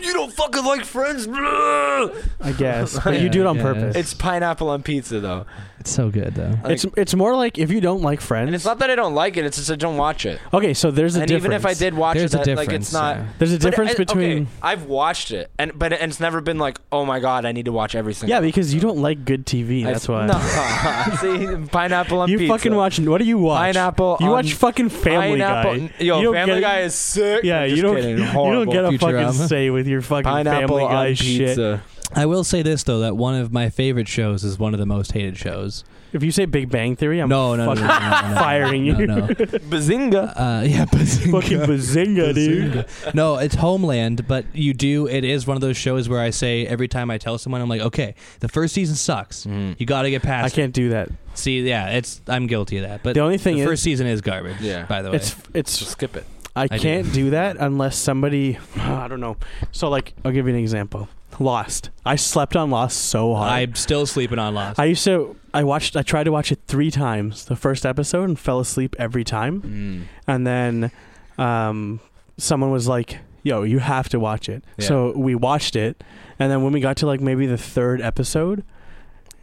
[SPEAKER 3] You don't fucking like Friends. blah!
[SPEAKER 1] i guess but
[SPEAKER 2] Yeah,
[SPEAKER 1] you do it on
[SPEAKER 2] yeah.
[SPEAKER 1] purpose
[SPEAKER 3] It's pineapple on pizza though.
[SPEAKER 2] It's so good, though.
[SPEAKER 3] Like-
[SPEAKER 1] it's it's more like if you don't like friends
[SPEAKER 3] And it's not that I don't like it. It's just I don't watch it.
[SPEAKER 1] okay so there's a
[SPEAKER 3] and
[SPEAKER 1] difference
[SPEAKER 3] even if I did watch
[SPEAKER 2] There's
[SPEAKER 3] it,
[SPEAKER 2] a
[SPEAKER 3] that-
[SPEAKER 2] difference.
[SPEAKER 3] like it's not.
[SPEAKER 2] yeah.
[SPEAKER 1] there's a
[SPEAKER 3] But
[SPEAKER 1] difference
[SPEAKER 3] I-
[SPEAKER 1] between
[SPEAKER 3] okay, I've watched it, and but it's never been like, oh my god, I need to watch every single.
[SPEAKER 1] yeah because you don't like good tv
[SPEAKER 3] I-
[SPEAKER 1] that's why
[SPEAKER 3] No, see, pineapple on
[SPEAKER 1] you
[SPEAKER 3] pizza.
[SPEAKER 1] fucking watch what do you watch
[SPEAKER 3] pineapple.
[SPEAKER 1] you
[SPEAKER 3] on
[SPEAKER 1] watch fucking family
[SPEAKER 3] pineapple.
[SPEAKER 1] guy
[SPEAKER 3] Yo,
[SPEAKER 1] You don't
[SPEAKER 3] Family
[SPEAKER 1] get-
[SPEAKER 3] Guy is sick.
[SPEAKER 1] yeah
[SPEAKER 3] I'm
[SPEAKER 1] you
[SPEAKER 3] just
[SPEAKER 1] don't
[SPEAKER 3] kidding,
[SPEAKER 1] you don't
[SPEAKER 3] horrible.
[SPEAKER 1] get a fucking
[SPEAKER 2] Futurama.
[SPEAKER 1] say with your fucking
[SPEAKER 3] pineapple
[SPEAKER 1] family guy
[SPEAKER 3] on
[SPEAKER 1] shit
[SPEAKER 3] pizza.
[SPEAKER 2] I will say this, though, that one of my favorite shows is one of the most hated shows.
[SPEAKER 1] if you say big bang theory i'm
[SPEAKER 2] no, no, no, no,
[SPEAKER 1] fucking
[SPEAKER 2] no, no, no, no,
[SPEAKER 1] firing
[SPEAKER 2] no,
[SPEAKER 1] you.
[SPEAKER 2] no.
[SPEAKER 3] Bazinga.
[SPEAKER 2] Uh, yeah, Bazinga.
[SPEAKER 1] fucking bazinga dude
[SPEAKER 2] Bazinga. No, it's Homeland, but you do. It is one of those shows where I say every time I tell someone, I'm like, okay, the first season sucks.
[SPEAKER 3] Mm.
[SPEAKER 1] Mm.
[SPEAKER 2] You got to get
[SPEAKER 1] I
[SPEAKER 2] past.
[SPEAKER 1] can't do that.
[SPEAKER 2] it." See, yeah, it's I'm guilty of that. But
[SPEAKER 1] The only thing
[SPEAKER 2] the
[SPEAKER 1] is,
[SPEAKER 2] first season is garbage.
[SPEAKER 3] Yeah.
[SPEAKER 2] by the way,
[SPEAKER 1] it's it's
[SPEAKER 3] Just skip it.
[SPEAKER 1] I
[SPEAKER 2] do.
[SPEAKER 1] can't do. that unless somebody I don't know. So like I'll give you an example. Lost. I slept on Lost so hard.
[SPEAKER 2] I'm still sleeping on Lost.
[SPEAKER 1] I used to I watched I tried to watch it 3 times, the first episode and fell asleep every time. And then um someone was like, "Yo, you have to watch it."
[SPEAKER 3] Yeah.
[SPEAKER 1] So we watched it and then when we got to like maybe the third episode,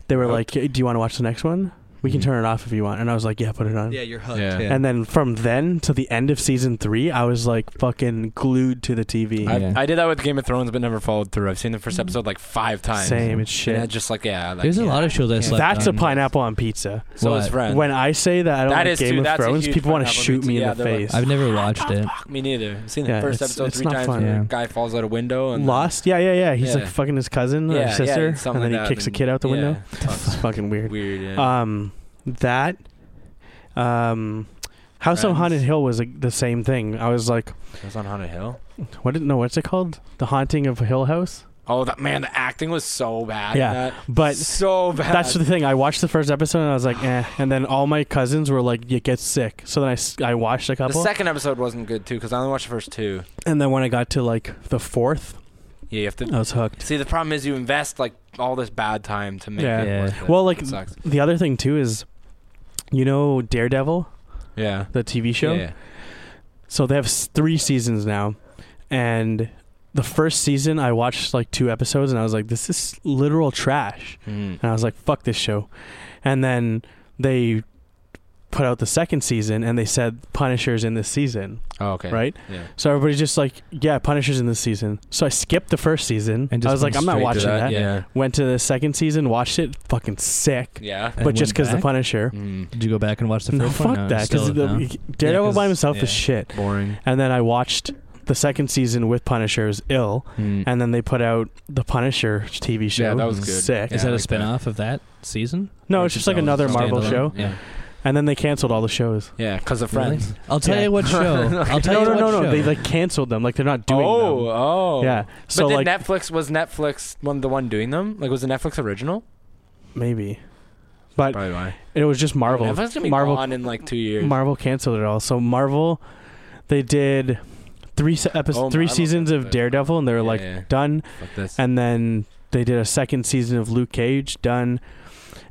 [SPEAKER 1] they were
[SPEAKER 3] Oh.
[SPEAKER 1] like, "Hey, "Do you want to watch the next one? We can
[SPEAKER 3] Mhm.
[SPEAKER 1] turn it off if you want." And I was like, "Yeah, put it on."
[SPEAKER 2] Mm-hmm. yeah, you're hooked.
[SPEAKER 3] Yeah.
[SPEAKER 2] Yeah.
[SPEAKER 1] And then from then to the end of season three, I was like fucking glued to the TV.
[SPEAKER 2] I-
[SPEAKER 3] I, I did that with Game of Thrones, but never followed through. I've seen the first episode like five times.
[SPEAKER 1] Mm. Same, it's
[SPEAKER 3] And I
[SPEAKER 1] shit.
[SPEAKER 3] just like yeah. Like,
[SPEAKER 2] There's a
[SPEAKER 3] yeah.
[SPEAKER 2] lot of shows I slept
[SPEAKER 1] That's a
[SPEAKER 2] on.
[SPEAKER 1] pineapple on pizza.
[SPEAKER 3] So
[SPEAKER 2] What?
[SPEAKER 3] is Friends.
[SPEAKER 1] When I say that I don't
[SPEAKER 3] That
[SPEAKER 1] like
[SPEAKER 3] is,
[SPEAKER 1] Game
[SPEAKER 3] dude,
[SPEAKER 1] of
[SPEAKER 3] that's a
[SPEAKER 1] Thrones,
[SPEAKER 3] huge
[SPEAKER 1] people want to
[SPEAKER 3] pineapple on
[SPEAKER 1] shoot
[SPEAKER 3] pizza.
[SPEAKER 1] me
[SPEAKER 3] Yeah,
[SPEAKER 1] in the
[SPEAKER 3] they're like-
[SPEAKER 1] face.
[SPEAKER 2] I've never watched it.
[SPEAKER 3] Fuck, me neither. I've seen the
[SPEAKER 1] Yeah,
[SPEAKER 3] first
[SPEAKER 1] it's-
[SPEAKER 3] episode
[SPEAKER 1] it's
[SPEAKER 3] three
[SPEAKER 1] not
[SPEAKER 3] times.
[SPEAKER 1] fun.
[SPEAKER 3] where
[SPEAKER 2] Yeah.
[SPEAKER 3] a Guy falls out a window and
[SPEAKER 1] Lost? Yeah, yeah, yeah. He's like
[SPEAKER 3] Yeah.
[SPEAKER 1] fucking his cousin
[SPEAKER 3] Yeah,
[SPEAKER 1] or
[SPEAKER 3] yeah,
[SPEAKER 1] sister,
[SPEAKER 3] something
[SPEAKER 1] and then he
[SPEAKER 3] like that,
[SPEAKER 1] kicks a
[SPEAKER 3] and-
[SPEAKER 1] kid out the
[SPEAKER 3] yeah,
[SPEAKER 1] window.
[SPEAKER 3] fuck's
[SPEAKER 1] It's fucking weird.
[SPEAKER 3] Weird. Yeah.
[SPEAKER 1] Um, that, um, House on
[SPEAKER 3] Friends.
[SPEAKER 1] Haunted Hill was like, the same thing. I was like,
[SPEAKER 3] it was on Haunted Hill.
[SPEAKER 1] what? Did, no, what's it called? The Haunting of Hill House.
[SPEAKER 3] Oh, that man, the acting was so bad. in
[SPEAKER 1] Yeah,
[SPEAKER 3] that.
[SPEAKER 1] But
[SPEAKER 3] so bad.
[SPEAKER 1] That's the thing. I watched the first episode and I was like, eh. And then all my cousins were like, you get sick. So then I, s- I watched a
[SPEAKER 3] the
[SPEAKER 1] couple.
[SPEAKER 3] second episode wasn't good too because I only watched the first two.
[SPEAKER 1] and then when I got to like the fourth,
[SPEAKER 3] Yeah, you have to
[SPEAKER 1] I was hooked.
[SPEAKER 3] see. The problem is you invest like all this bad time to make
[SPEAKER 1] Yeah.
[SPEAKER 3] it.
[SPEAKER 2] Yeah.
[SPEAKER 3] Worth it.
[SPEAKER 1] Well, like-
[SPEAKER 3] It sucks.
[SPEAKER 1] The other thing too is, you know, Daredevil,
[SPEAKER 3] yeah.
[SPEAKER 1] the TV show?
[SPEAKER 3] Yeah.
[SPEAKER 1] So they have s- three seasons now. And the first season, I watched like two episodes and I was like, this is literal trash.
[SPEAKER 3] Mm.
[SPEAKER 1] And I was like, fuck this show. And then they put out the second season and they said Punisher's in this season,
[SPEAKER 3] Oh, okay.
[SPEAKER 1] right?
[SPEAKER 3] Yeah.
[SPEAKER 1] So everybody's just like, yeah, Punisher's in this season. So I skipped the first season.
[SPEAKER 2] And
[SPEAKER 1] I
[SPEAKER 2] just
[SPEAKER 1] was like,
[SPEAKER 2] went
[SPEAKER 1] I'm not
[SPEAKER 2] straight to
[SPEAKER 1] watching
[SPEAKER 2] that,
[SPEAKER 1] that.
[SPEAKER 2] yeah.
[SPEAKER 1] Went to the second season, watched it, fucking sick.
[SPEAKER 3] Yeah.
[SPEAKER 2] And
[SPEAKER 1] but just
[SPEAKER 2] went
[SPEAKER 1] because the
[SPEAKER 2] back?
[SPEAKER 1] Punisher.
[SPEAKER 3] Mm,
[SPEAKER 2] Did you go back and watch the first
[SPEAKER 1] No,
[SPEAKER 2] one?
[SPEAKER 1] fuck
[SPEAKER 2] No,
[SPEAKER 1] that.
[SPEAKER 2] still
[SPEAKER 1] Because
[SPEAKER 2] no.
[SPEAKER 1] Daredevil by
[SPEAKER 2] 'cause-
[SPEAKER 1] himself
[SPEAKER 2] yeah.
[SPEAKER 1] is shit.
[SPEAKER 3] boring.
[SPEAKER 1] And then I watched the second season with Punisher is ill,
[SPEAKER 3] Mm.
[SPEAKER 1] and then they put out the Punisher TV show.
[SPEAKER 3] Yeah, that was good.
[SPEAKER 1] Sick.
[SPEAKER 3] Yeah,
[SPEAKER 2] Is that
[SPEAKER 3] I
[SPEAKER 2] a
[SPEAKER 3] like
[SPEAKER 2] spin off of that season?
[SPEAKER 1] No,
[SPEAKER 2] Or
[SPEAKER 1] it's just
[SPEAKER 2] that
[SPEAKER 1] like
[SPEAKER 2] was
[SPEAKER 1] another
[SPEAKER 2] standalone?
[SPEAKER 1] Marvel show.
[SPEAKER 2] Yeah.
[SPEAKER 1] And then they canceled all the shows.
[SPEAKER 3] Yeah, because of
[SPEAKER 2] Really?
[SPEAKER 3] Friends.
[SPEAKER 2] I'll tell
[SPEAKER 1] Yeah.
[SPEAKER 2] you what show. I'll tell
[SPEAKER 1] no,
[SPEAKER 2] you
[SPEAKER 1] no,
[SPEAKER 2] what
[SPEAKER 1] no, no.
[SPEAKER 2] show.
[SPEAKER 1] They like canceled them. Like they're not doing
[SPEAKER 3] oh,
[SPEAKER 1] them.
[SPEAKER 3] oh.
[SPEAKER 1] Yeah. So
[SPEAKER 3] but then
[SPEAKER 1] like
[SPEAKER 3] Netflix was Netflix one the one doing them? Like was it Netflix original?
[SPEAKER 1] maybe, but
[SPEAKER 3] Probably why.
[SPEAKER 1] it was just Marvel.
[SPEAKER 3] Netflix gonna be
[SPEAKER 1] Marvel.
[SPEAKER 3] gone in like two years.
[SPEAKER 1] Marvel canceled it all. So Marvel, they did three se- epis
[SPEAKER 3] Oh,
[SPEAKER 1] three
[SPEAKER 3] Marvel
[SPEAKER 1] seasons
[SPEAKER 3] did
[SPEAKER 1] of
[SPEAKER 3] that.
[SPEAKER 1] Daredevil, and they were
[SPEAKER 3] Yeah,
[SPEAKER 1] like
[SPEAKER 3] yeah.
[SPEAKER 1] done.
[SPEAKER 3] Fuck this.
[SPEAKER 1] And then they did a second season of Luke Cage, done.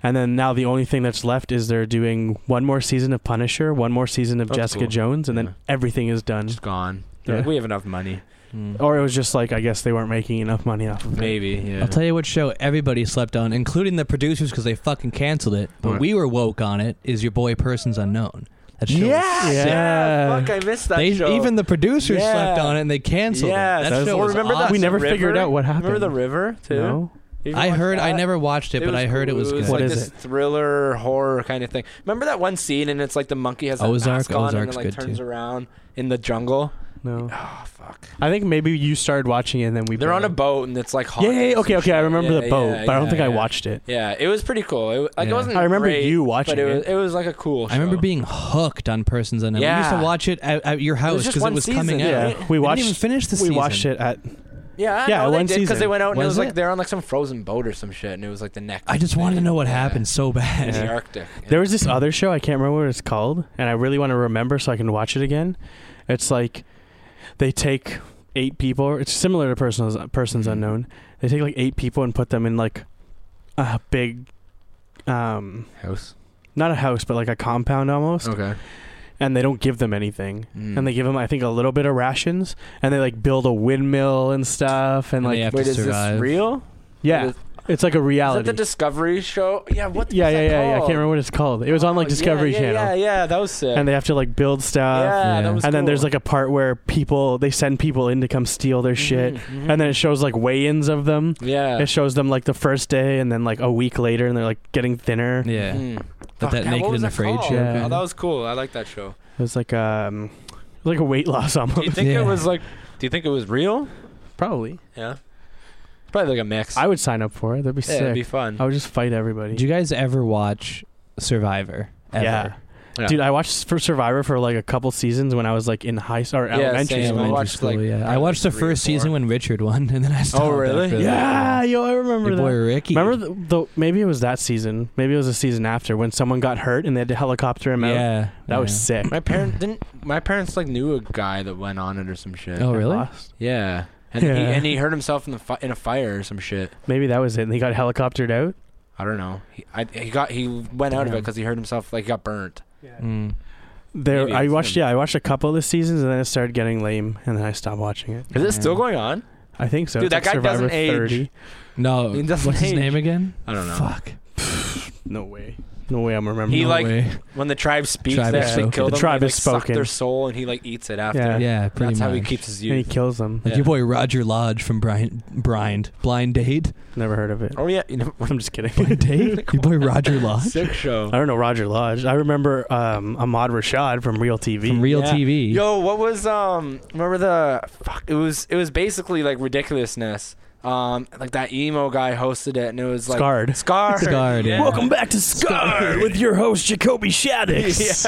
[SPEAKER 1] And then now the only thing that's left is they're doing one more season of Punisher, one more season of
[SPEAKER 3] That's
[SPEAKER 1] Jessica
[SPEAKER 3] cool.
[SPEAKER 1] Jones, and
[SPEAKER 3] Yeah.
[SPEAKER 1] then everything is done.
[SPEAKER 3] just gone. They're
[SPEAKER 1] Yeah.
[SPEAKER 3] like, we have enough money.
[SPEAKER 2] Mm.
[SPEAKER 1] Or it was just like I guess they weren't making enough money off of it.
[SPEAKER 3] Maybe. Yeah.
[SPEAKER 2] I'll tell you what show everybody slept on, including the producers because they fucking canceled it. But
[SPEAKER 3] Right.
[SPEAKER 2] we were woke on it. Is your boy Persons Unknown? That show was
[SPEAKER 3] yeah,
[SPEAKER 1] Yeah.
[SPEAKER 2] sick.
[SPEAKER 1] Yeah.
[SPEAKER 3] Fuck, I missed that
[SPEAKER 2] They,
[SPEAKER 3] show.
[SPEAKER 2] even the producers
[SPEAKER 3] Yeah.
[SPEAKER 2] slept on it and they canceled
[SPEAKER 3] Yes.
[SPEAKER 2] it. That,
[SPEAKER 1] That's-
[SPEAKER 2] show
[SPEAKER 1] Well,
[SPEAKER 2] was
[SPEAKER 3] remember that-
[SPEAKER 2] awesome.
[SPEAKER 1] we never
[SPEAKER 3] River?
[SPEAKER 1] figured out what happened.
[SPEAKER 3] remember the river too.
[SPEAKER 1] No?
[SPEAKER 3] You
[SPEAKER 2] I
[SPEAKER 3] watch
[SPEAKER 2] heard. I
[SPEAKER 3] that?
[SPEAKER 2] never watched it, but
[SPEAKER 3] was
[SPEAKER 2] I heard it was
[SPEAKER 3] cool.
[SPEAKER 2] good.
[SPEAKER 1] What
[SPEAKER 3] like
[SPEAKER 1] is
[SPEAKER 3] this thriller horror kind of thing. Remember that one scene and it's like the monkey has that
[SPEAKER 2] Ozark-
[SPEAKER 3] mask on and
[SPEAKER 2] Ozark's
[SPEAKER 3] then like
[SPEAKER 2] good,
[SPEAKER 3] turns
[SPEAKER 2] too.
[SPEAKER 3] around in the jungle.
[SPEAKER 1] No.
[SPEAKER 3] Oh fuck.
[SPEAKER 1] I think maybe you started watching it and then we
[SPEAKER 3] They're on a
[SPEAKER 1] boat.
[SPEAKER 3] boat and it's like
[SPEAKER 1] Yeah,
[SPEAKER 3] haunted
[SPEAKER 1] yeah,
[SPEAKER 3] and
[SPEAKER 1] yeah, okay,
[SPEAKER 3] some
[SPEAKER 1] okay. I
[SPEAKER 3] shit.
[SPEAKER 1] remember
[SPEAKER 3] Yeah,
[SPEAKER 1] the boat,
[SPEAKER 3] yeah,
[SPEAKER 1] but I don't
[SPEAKER 3] yeah,
[SPEAKER 1] think I
[SPEAKER 3] yeah.
[SPEAKER 1] watched it.
[SPEAKER 3] Yeah, it was pretty cool. It, like,
[SPEAKER 2] Yeah.
[SPEAKER 3] it wasn't
[SPEAKER 1] I remember
[SPEAKER 3] great,
[SPEAKER 1] you watching
[SPEAKER 3] but it,
[SPEAKER 1] it.
[SPEAKER 3] was, it was like a cool
[SPEAKER 2] I remember
[SPEAKER 3] show.
[SPEAKER 2] being hooked on Persons Unknown. We used
[SPEAKER 3] Yeah.
[SPEAKER 2] to watch it at, at your house
[SPEAKER 3] just
[SPEAKER 2] because it
[SPEAKER 3] one
[SPEAKER 2] was coming
[SPEAKER 3] season,
[SPEAKER 2] out.
[SPEAKER 3] yeah.
[SPEAKER 1] Yeah,
[SPEAKER 3] They
[SPEAKER 1] we watched.
[SPEAKER 2] didn't even finish the
[SPEAKER 1] we
[SPEAKER 2] season.
[SPEAKER 1] watched it at.
[SPEAKER 3] Yeah, I
[SPEAKER 1] Yeah,
[SPEAKER 3] know
[SPEAKER 1] one
[SPEAKER 3] they because they
[SPEAKER 1] season.
[SPEAKER 3] went out and
[SPEAKER 2] What
[SPEAKER 3] it
[SPEAKER 2] is
[SPEAKER 3] was
[SPEAKER 2] it?
[SPEAKER 3] like they're on like some frozen boat or some shit, and it was like the neck.
[SPEAKER 2] I just wanted to know what
[SPEAKER 3] Yeah.
[SPEAKER 2] happened so
[SPEAKER 3] in
[SPEAKER 2] bad.
[SPEAKER 3] the
[SPEAKER 1] Yeah.
[SPEAKER 3] Arctic. Yeah.
[SPEAKER 1] There was this other show I can't remember what it's called, and I really want to remember so I can watch it again. It's like they take eight people. It's similar to persons persons
[SPEAKER 3] Mhm.
[SPEAKER 1] unknown. They take like eight people and put them in like a big, um,
[SPEAKER 3] house.
[SPEAKER 1] not a house but like a compound almost,
[SPEAKER 3] Okay.
[SPEAKER 1] and they don't give them anything.
[SPEAKER 3] Mm.
[SPEAKER 1] And they give them, I think, a little bit of rations, and they like build a windmill and stuff, and,
[SPEAKER 2] And they
[SPEAKER 1] like
[SPEAKER 2] have to
[SPEAKER 3] wait, is
[SPEAKER 2] survive.
[SPEAKER 3] this real?
[SPEAKER 1] yeah,
[SPEAKER 3] Is, is
[SPEAKER 1] it's like a
[SPEAKER 3] that
[SPEAKER 1] reality.
[SPEAKER 3] the Discovery show? Yeah. What?
[SPEAKER 1] yeah,
[SPEAKER 3] was
[SPEAKER 1] yeah,
[SPEAKER 3] that
[SPEAKER 1] yeah, yeah. I
[SPEAKER 3] called?
[SPEAKER 1] can't remember what it's called. It was on
[SPEAKER 3] Oh,
[SPEAKER 1] like
[SPEAKER 3] yeah,
[SPEAKER 1] Discovery
[SPEAKER 3] yeah,
[SPEAKER 1] Channel.
[SPEAKER 3] Yeah, yeah, that was sick.
[SPEAKER 1] and they have to like build
[SPEAKER 3] yeah,
[SPEAKER 1] stuff.
[SPEAKER 2] Yeah.
[SPEAKER 3] that was.
[SPEAKER 1] and then there's
[SPEAKER 3] cool.
[SPEAKER 1] like a part where people they send people in to come steal their shit,
[SPEAKER 3] Mhm, mhm.
[SPEAKER 1] and then it shows like weigh-ins of them.
[SPEAKER 3] yeah.
[SPEAKER 1] It shows them like the first day, and then like a week later, and they're like getting thinner.
[SPEAKER 2] Yeah.
[SPEAKER 3] Mm.
[SPEAKER 2] But
[SPEAKER 3] Fuck,
[SPEAKER 2] that
[SPEAKER 3] yeah,
[SPEAKER 2] Naked
[SPEAKER 3] what was
[SPEAKER 2] and
[SPEAKER 3] that
[SPEAKER 2] Afraid
[SPEAKER 3] called?
[SPEAKER 1] show. Yeah.
[SPEAKER 3] Oh, that was cool. I like that show.
[SPEAKER 1] It was like um, like a weight loss almost.
[SPEAKER 3] Do you think
[SPEAKER 2] Yeah.
[SPEAKER 3] it was like? Do you think it was real?
[SPEAKER 1] Probably,
[SPEAKER 3] Yeah. Probably like a mix.
[SPEAKER 1] I would sign up for it. That'd be
[SPEAKER 3] yeah,
[SPEAKER 1] sick.
[SPEAKER 3] it'd be fun.
[SPEAKER 1] I would just fight everybody.
[SPEAKER 2] Did you guys ever watch Survivor? Ever?
[SPEAKER 1] Yeah.
[SPEAKER 3] Yeah.
[SPEAKER 1] Dude, I watched for Survivor for like a couple seasons when I was like in high s- or
[SPEAKER 3] Yeah,
[SPEAKER 1] elementary
[SPEAKER 3] same. I
[SPEAKER 1] school.
[SPEAKER 3] watched, like,
[SPEAKER 2] yeah. I
[SPEAKER 3] probably
[SPEAKER 2] watched the
[SPEAKER 3] three or
[SPEAKER 2] first
[SPEAKER 3] four.
[SPEAKER 2] season when Richard won, and then I stopped.
[SPEAKER 3] really?
[SPEAKER 2] after that.
[SPEAKER 1] Oh, Yeah, yo, I remember
[SPEAKER 2] Your
[SPEAKER 1] that.
[SPEAKER 2] boy Ricky.
[SPEAKER 1] Remember the, the maybe it was that season, maybe it was the season after when someone got hurt and they had to helicopter him out.
[SPEAKER 2] Yeah.
[SPEAKER 1] That was
[SPEAKER 2] yeah.
[SPEAKER 1] sick.
[SPEAKER 3] My parents didn't. My parents like knew a guy that went on it or some shit.
[SPEAKER 2] Oh really?
[SPEAKER 1] Lost.
[SPEAKER 3] Yeah. And,
[SPEAKER 1] Yeah.
[SPEAKER 3] He, and he hurt himself in the fi- in a fire or some shit.
[SPEAKER 1] Maybe that was it. And he got helicoptered out.
[SPEAKER 3] I don't know. He, I, he got he went out of it
[SPEAKER 1] Damn.
[SPEAKER 3] because he hurt himself. Like he got burnt.
[SPEAKER 2] Mm.
[SPEAKER 1] There,
[SPEAKER 3] Maybe
[SPEAKER 1] I
[SPEAKER 3] it's
[SPEAKER 1] watched.
[SPEAKER 3] him.
[SPEAKER 1] Yeah, I watched a couple of the seasons, and then it started getting lame, and then I stopped watching it.
[SPEAKER 3] Is it still
[SPEAKER 2] Yeah.
[SPEAKER 3] going on?
[SPEAKER 1] I think so.
[SPEAKER 3] Dude,
[SPEAKER 1] It's
[SPEAKER 3] that
[SPEAKER 1] like
[SPEAKER 3] guy
[SPEAKER 1] Survivor
[SPEAKER 3] doesn't age.
[SPEAKER 1] 30.
[SPEAKER 2] No.
[SPEAKER 3] He doesn't
[SPEAKER 2] What's his
[SPEAKER 3] age.
[SPEAKER 2] name again?
[SPEAKER 3] I don't know.
[SPEAKER 2] Fuck.
[SPEAKER 1] No way. No way. I'm remembering.
[SPEAKER 3] He
[SPEAKER 2] no
[SPEAKER 3] like-
[SPEAKER 2] way.
[SPEAKER 3] When the tribe speaks,
[SPEAKER 2] Tribe
[SPEAKER 3] they
[SPEAKER 1] is
[SPEAKER 3] actually
[SPEAKER 2] spoken.
[SPEAKER 3] kill
[SPEAKER 1] The
[SPEAKER 3] them.
[SPEAKER 1] tribe
[SPEAKER 3] they,
[SPEAKER 1] is
[SPEAKER 3] like, suck
[SPEAKER 1] spoken.
[SPEAKER 3] Their soul, and he like eats it after.
[SPEAKER 1] Yeah.
[SPEAKER 2] Yeah. Pretty
[SPEAKER 3] That's
[SPEAKER 2] much.
[SPEAKER 3] how he keeps his
[SPEAKER 1] and he
[SPEAKER 3] youth.
[SPEAKER 1] kills them.
[SPEAKER 2] Like
[SPEAKER 3] Yeah.
[SPEAKER 2] your boy Roger Lodge from Brian Blind Blind Date.
[SPEAKER 1] Never heard of it.
[SPEAKER 3] Oh yeah, you know,
[SPEAKER 1] I'm just kidding.
[SPEAKER 2] Blind Date? your boy Roger Lodge
[SPEAKER 3] sick show.
[SPEAKER 1] I don't know Roger Lodge. I remember um, Ahmad Rashad from Real TV.
[SPEAKER 2] from Real
[SPEAKER 3] Yeah.
[SPEAKER 2] TV.
[SPEAKER 3] Yo, what was um? Remember the fuck? It was it was basically like ridiculousness. Um, like that emo guy hosted it, and it was like
[SPEAKER 1] Scarred.
[SPEAKER 3] Scarred.
[SPEAKER 2] Scarred, yeah.
[SPEAKER 1] Welcome back to Scar, with your host Jacoby Shaddix.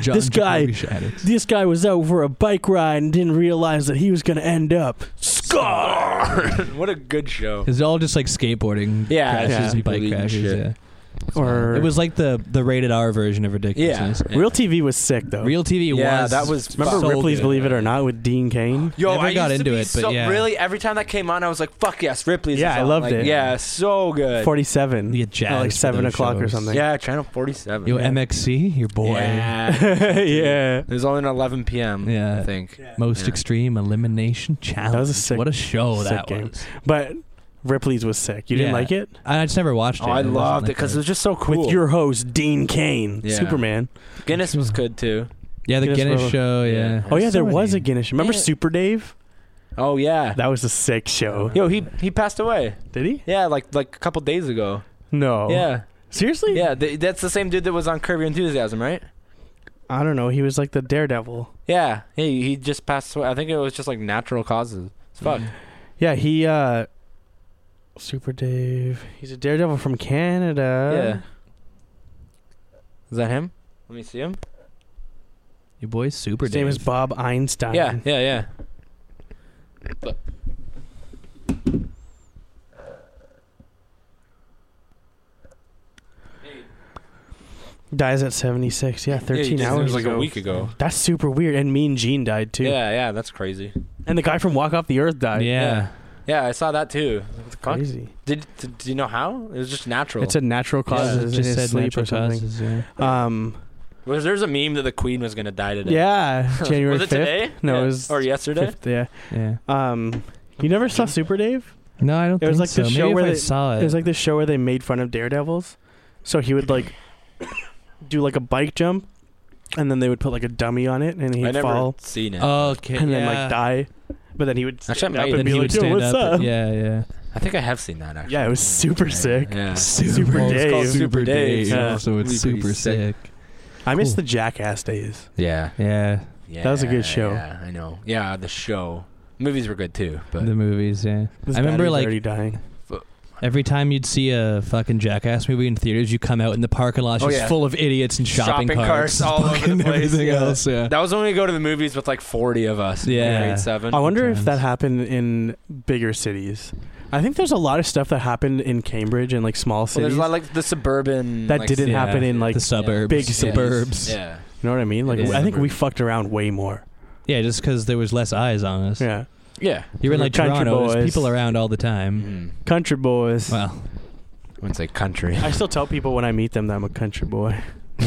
[SPEAKER 2] John
[SPEAKER 1] This guy-
[SPEAKER 2] Jacoby Shaddix.
[SPEAKER 1] This guy was out for a bike ride and didn't realize that he was going to end up scarred.
[SPEAKER 3] what a good show.
[SPEAKER 2] It's all just like skateboarding
[SPEAKER 3] Yeah,
[SPEAKER 2] crashes
[SPEAKER 1] yeah.
[SPEAKER 2] and
[SPEAKER 3] People
[SPEAKER 2] bike
[SPEAKER 3] eating
[SPEAKER 2] crashes.
[SPEAKER 3] shit.
[SPEAKER 2] Yeah.
[SPEAKER 1] Or
[SPEAKER 2] It was like the the rated R version of ridiculousness.
[SPEAKER 1] Real TV was sick though.
[SPEAKER 2] Real TV
[SPEAKER 3] Yeah,
[SPEAKER 2] was
[SPEAKER 3] that was
[SPEAKER 1] Remember
[SPEAKER 2] so
[SPEAKER 1] Ripley's
[SPEAKER 2] good.
[SPEAKER 1] Believe It or Not with Dean Kane?
[SPEAKER 3] Yo,
[SPEAKER 2] Never
[SPEAKER 3] I used
[SPEAKER 2] got
[SPEAKER 3] to
[SPEAKER 2] into
[SPEAKER 3] be
[SPEAKER 2] it, but
[SPEAKER 3] so,
[SPEAKER 2] yeah.
[SPEAKER 3] really every time that came on, I was like, "Fuck yes, Ripley's."
[SPEAKER 1] Yeah,
[SPEAKER 3] is
[SPEAKER 1] I
[SPEAKER 3] on.
[SPEAKER 1] loved
[SPEAKER 3] Like,
[SPEAKER 1] it.
[SPEAKER 3] Yeah, so good.
[SPEAKER 1] Forty-seven.
[SPEAKER 2] You get jazzed
[SPEAKER 1] At, like
[SPEAKER 2] for
[SPEAKER 1] seven
[SPEAKER 2] those
[SPEAKER 1] o'clock or
[SPEAKER 2] shows.
[SPEAKER 1] something.
[SPEAKER 3] yeah, channel forty-seven.
[SPEAKER 2] Yo
[SPEAKER 3] yeah.
[SPEAKER 2] MXC, your boy.
[SPEAKER 3] Yeah.
[SPEAKER 1] yeah.
[SPEAKER 3] It was only at eleven p.m.
[SPEAKER 2] Yeah.
[SPEAKER 3] I think.
[SPEAKER 2] Most extreme elimination challenge.
[SPEAKER 1] That was a sick-
[SPEAKER 2] what a show
[SPEAKER 1] sick
[SPEAKER 2] that
[SPEAKER 1] game.
[SPEAKER 2] was.
[SPEAKER 1] But Ripley's was sick. You didn't
[SPEAKER 2] Yeah.
[SPEAKER 1] like it?
[SPEAKER 2] I just never watched it.
[SPEAKER 3] Oh, I
[SPEAKER 2] wasn't
[SPEAKER 3] loved it
[SPEAKER 2] like
[SPEAKER 3] because
[SPEAKER 2] the-
[SPEAKER 3] it was just so cool.
[SPEAKER 1] With your host Dean Kane,
[SPEAKER 3] Yeah.
[SPEAKER 1] Superman.
[SPEAKER 3] Guinness was good too.
[SPEAKER 2] yeah the
[SPEAKER 1] Guinness
[SPEAKER 2] Guinness
[SPEAKER 1] World-
[SPEAKER 2] show. Yeah.
[SPEAKER 3] Yeah.
[SPEAKER 1] Oh yeah,
[SPEAKER 2] So
[SPEAKER 1] there was
[SPEAKER 2] many.
[SPEAKER 1] a Guinness. Remember
[SPEAKER 3] Yeah.
[SPEAKER 1] Super Dave?
[SPEAKER 3] Oh yeah.
[SPEAKER 1] That was a sick show.
[SPEAKER 3] Yo, he he passed away.
[SPEAKER 1] Did he?
[SPEAKER 3] Yeah, like like a couple days ago.
[SPEAKER 1] No.
[SPEAKER 3] Yeah,
[SPEAKER 1] Seriously?
[SPEAKER 3] yeah. Th- that's the same dude that was on Curb Your Enthusiasm, right?
[SPEAKER 1] I don't know. He was like the daredevil.
[SPEAKER 3] Yeah. Hey, he just passed away. I think it was just like natural causes. It's fuck.
[SPEAKER 1] Yeah, he uh Super Dave. He's a daredevil from Canada.
[SPEAKER 3] Yeah. Is that him? Let me see him.
[SPEAKER 2] Your boy's super.
[SPEAKER 1] His name is
[SPEAKER 2] Dave.
[SPEAKER 1] Bob Einstein.
[SPEAKER 3] Yeah, yeah, yeah.
[SPEAKER 1] Dies at 76. Yeah, 13
[SPEAKER 3] yeah,
[SPEAKER 1] hours.
[SPEAKER 3] It was like
[SPEAKER 1] ago.
[SPEAKER 3] a week ago.
[SPEAKER 1] That's super weird. And Mean Gene died too.
[SPEAKER 3] Yeah, yeah. That's crazy.
[SPEAKER 1] And the guy from Walk Off the Earth died.
[SPEAKER 2] yeah.
[SPEAKER 3] Yeah. Yeah, I saw that too. What the fuck?
[SPEAKER 1] Crazy.
[SPEAKER 3] Did, did do you know how? It was just natural.
[SPEAKER 1] It's a natural
[SPEAKER 3] Yeah,
[SPEAKER 1] causes.
[SPEAKER 2] Just,
[SPEAKER 1] in his
[SPEAKER 2] said
[SPEAKER 1] sleep or
[SPEAKER 2] natural
[SPEAKER 1] something.
[SPEAKER 2] causes. Yeah.
[SPEAKER 1] Um.
[SPEAKER 3] was there's a meme that the Queen was gonna die today.
[SPEAKER 1] Yeah. January
[SPEAKER 3] was it
[SPEAKER 1] 5th.
[SPEAKER 3] today?
[SPEAKER 1] No,
[SPEAKER 3] Yeah.
[SPEAKER 1] it was
[SPEAKER 3] or yesterday.
[SPEAKER 1] 5th, Yeah.
[SPEAKER 2] Yeah.
[SPEAKER 1] Um. You never saw Super Dave?
[SPEAKER 2] No, I don't.
[SPEAKER 1] It was
[SPEAKER 2] think
[SPEAKER 1] like
[SPEAKER 2] so.
[SPEAKER 1] the
[SPEAKER 2] Maybe
[SPEAKER 1] show
[SPEAKER 2] if
[SPEAKER 1] where
[SPEAKER 2] I
[SPEAKER 1] they-
[SPEAKER 2] saw it.
[SPEAKER 1] It was like this show where they made fun of daredevils. So he would like do like a bike jump, and then they would put like a dummy on it, and
[SPEAKER 3] I
[SPEAKER 1] he'd
[SPEAKER 3] never
[SPEAKER 1] fall Uh,
[SPEAKER 3] seen it.
[SPEAKER 2] okay.
[SPEAKER 1] and then
[SPEAKER 2] yeah.
[SPEAKER 1] like die. But then he would stand
[SPEAKER 3] Actually, I might-
[SPEAKER 1] up and
[SPEAKER 2] Then
[SPEAKER 1] be
[SPEAKER 2] he
[SPEAKER 1] like,
[SPEAKER 2] would
[SPEAKER 1] "Dude,
[SPEAKER 2] stand
[SPEAKER 1] what's
[SPEAKER 2] up.
[SPEAKER 1] up?"
[SPEAKER 2] Yeah, yeah.
[SPEAKER 3] I think I have seen that actually.
[SPEAKER 1] Yeah, it was super sick.
[SPEAKER 3] Yeah.
[SPEAKER 1] Super
[SPEAKER 2] Well, it's called
[SPEAKER 1] Dave.
[SPEAKER 2] Super Dave.
[SPEAKER 3] Dave.
[SPEAKER 1] Yeah.
[SPEAKER 2] So it's
[SPEAKER 3] Really pretty
[SPEAKER 2] super sick.
[SPEAKER 3] sick.
[SPEAKER 1] I miss
[SPEAKER 2] Cool.
[SPEAKER 1] the Jackass days.
[SPEAKER 3] Yeah.
[SPEAKER 2] Yeah.
[SPEAKER 3] Yeah.
[SPEAKER 1] That was a good show.
[SPEAKER 3] Yeah, I know. Yeah, the show. Movies were good too, but
[SPEAKER 2] the movies. Yeah.
[SPEAKER 1] This
[SPEAKER 2] I remember
[SPEAKER 1] battery's
[SPEAKER 2] like
[SPEAKER 1] already dying.
[SPEAKER 2] Every time you'd see a fucking jackass movie in theaters, you come out and the parking lot's
[SPEAKER 3] Oh,
[SPEAKER 2] just
[SPEAKER 3] yeah.
[SPEAKER 2] full of idiots and shopping,
[SPEAKER 3] Shopping carts all over the
[SPEAKER 2] Fucking
[SPEAKER 3] place,
[SPEAKER 2] Everything
[SPEAKER 3] yeah.
[SPEAKER 2] else, yeah.
[SPEAKER 3] that was when we go to the movies with like 40 of us. in
[SPEAKER 2] Yeah.
[SPEAKER 3] Grade seven.
[SPEAKER 1] I wonder if
[SPEAKER 2] times.
[SPEAKER 1] that happened in bigger cities. I think there's a lot of stuff that happened in Cambridge and like small
[SPEAKER 3] Well,
[SPEAKER 1] cities.
[SPEAKER 3] there's a lot like the suburban
[SPEAKER 1] That
[SPEAKER 3] like,
[SPEAKER 1] didn't
[SPEAKER 3] yeah.
[SPEAKER 1] happen in, like,
[SPEAKER 2] the suburbs,
[SPEAKER 1] big
[SPEAKER 2] yeah.
[SPEAKER 1] cities.
[SPEAKER 2] suburbs. Yeah,
[SPEAKER 3] Yeah.
[SPEAKER 1] you know what I mean? Like
[SPEAKER 3] It is
[SPEAKER 1] I think we
[SPEAKER 3] suburbs.
[SPEAKER 1] fucked around way more.
[SPEAKER 2] just because there was less eyes on us.
[SPEAKER 1] Yeah,
[SPEAKER 3] Yeah.
[SPEAKER 2] You were in like
[SPEAKER 1] Country
[SPEAKER 2] Toronto,
[SPEAKER 1] boys.
[SPEAKER 2] there's people around all the time.
[SPEAKER 3] Mm.
[SPEAKER 1] country boys.
[SPEAKER 2] Well,
[SPEAKER 3] I wouldn't say country.
[SPEAKER 1] I still tell people when I meet them that I'm a country boy.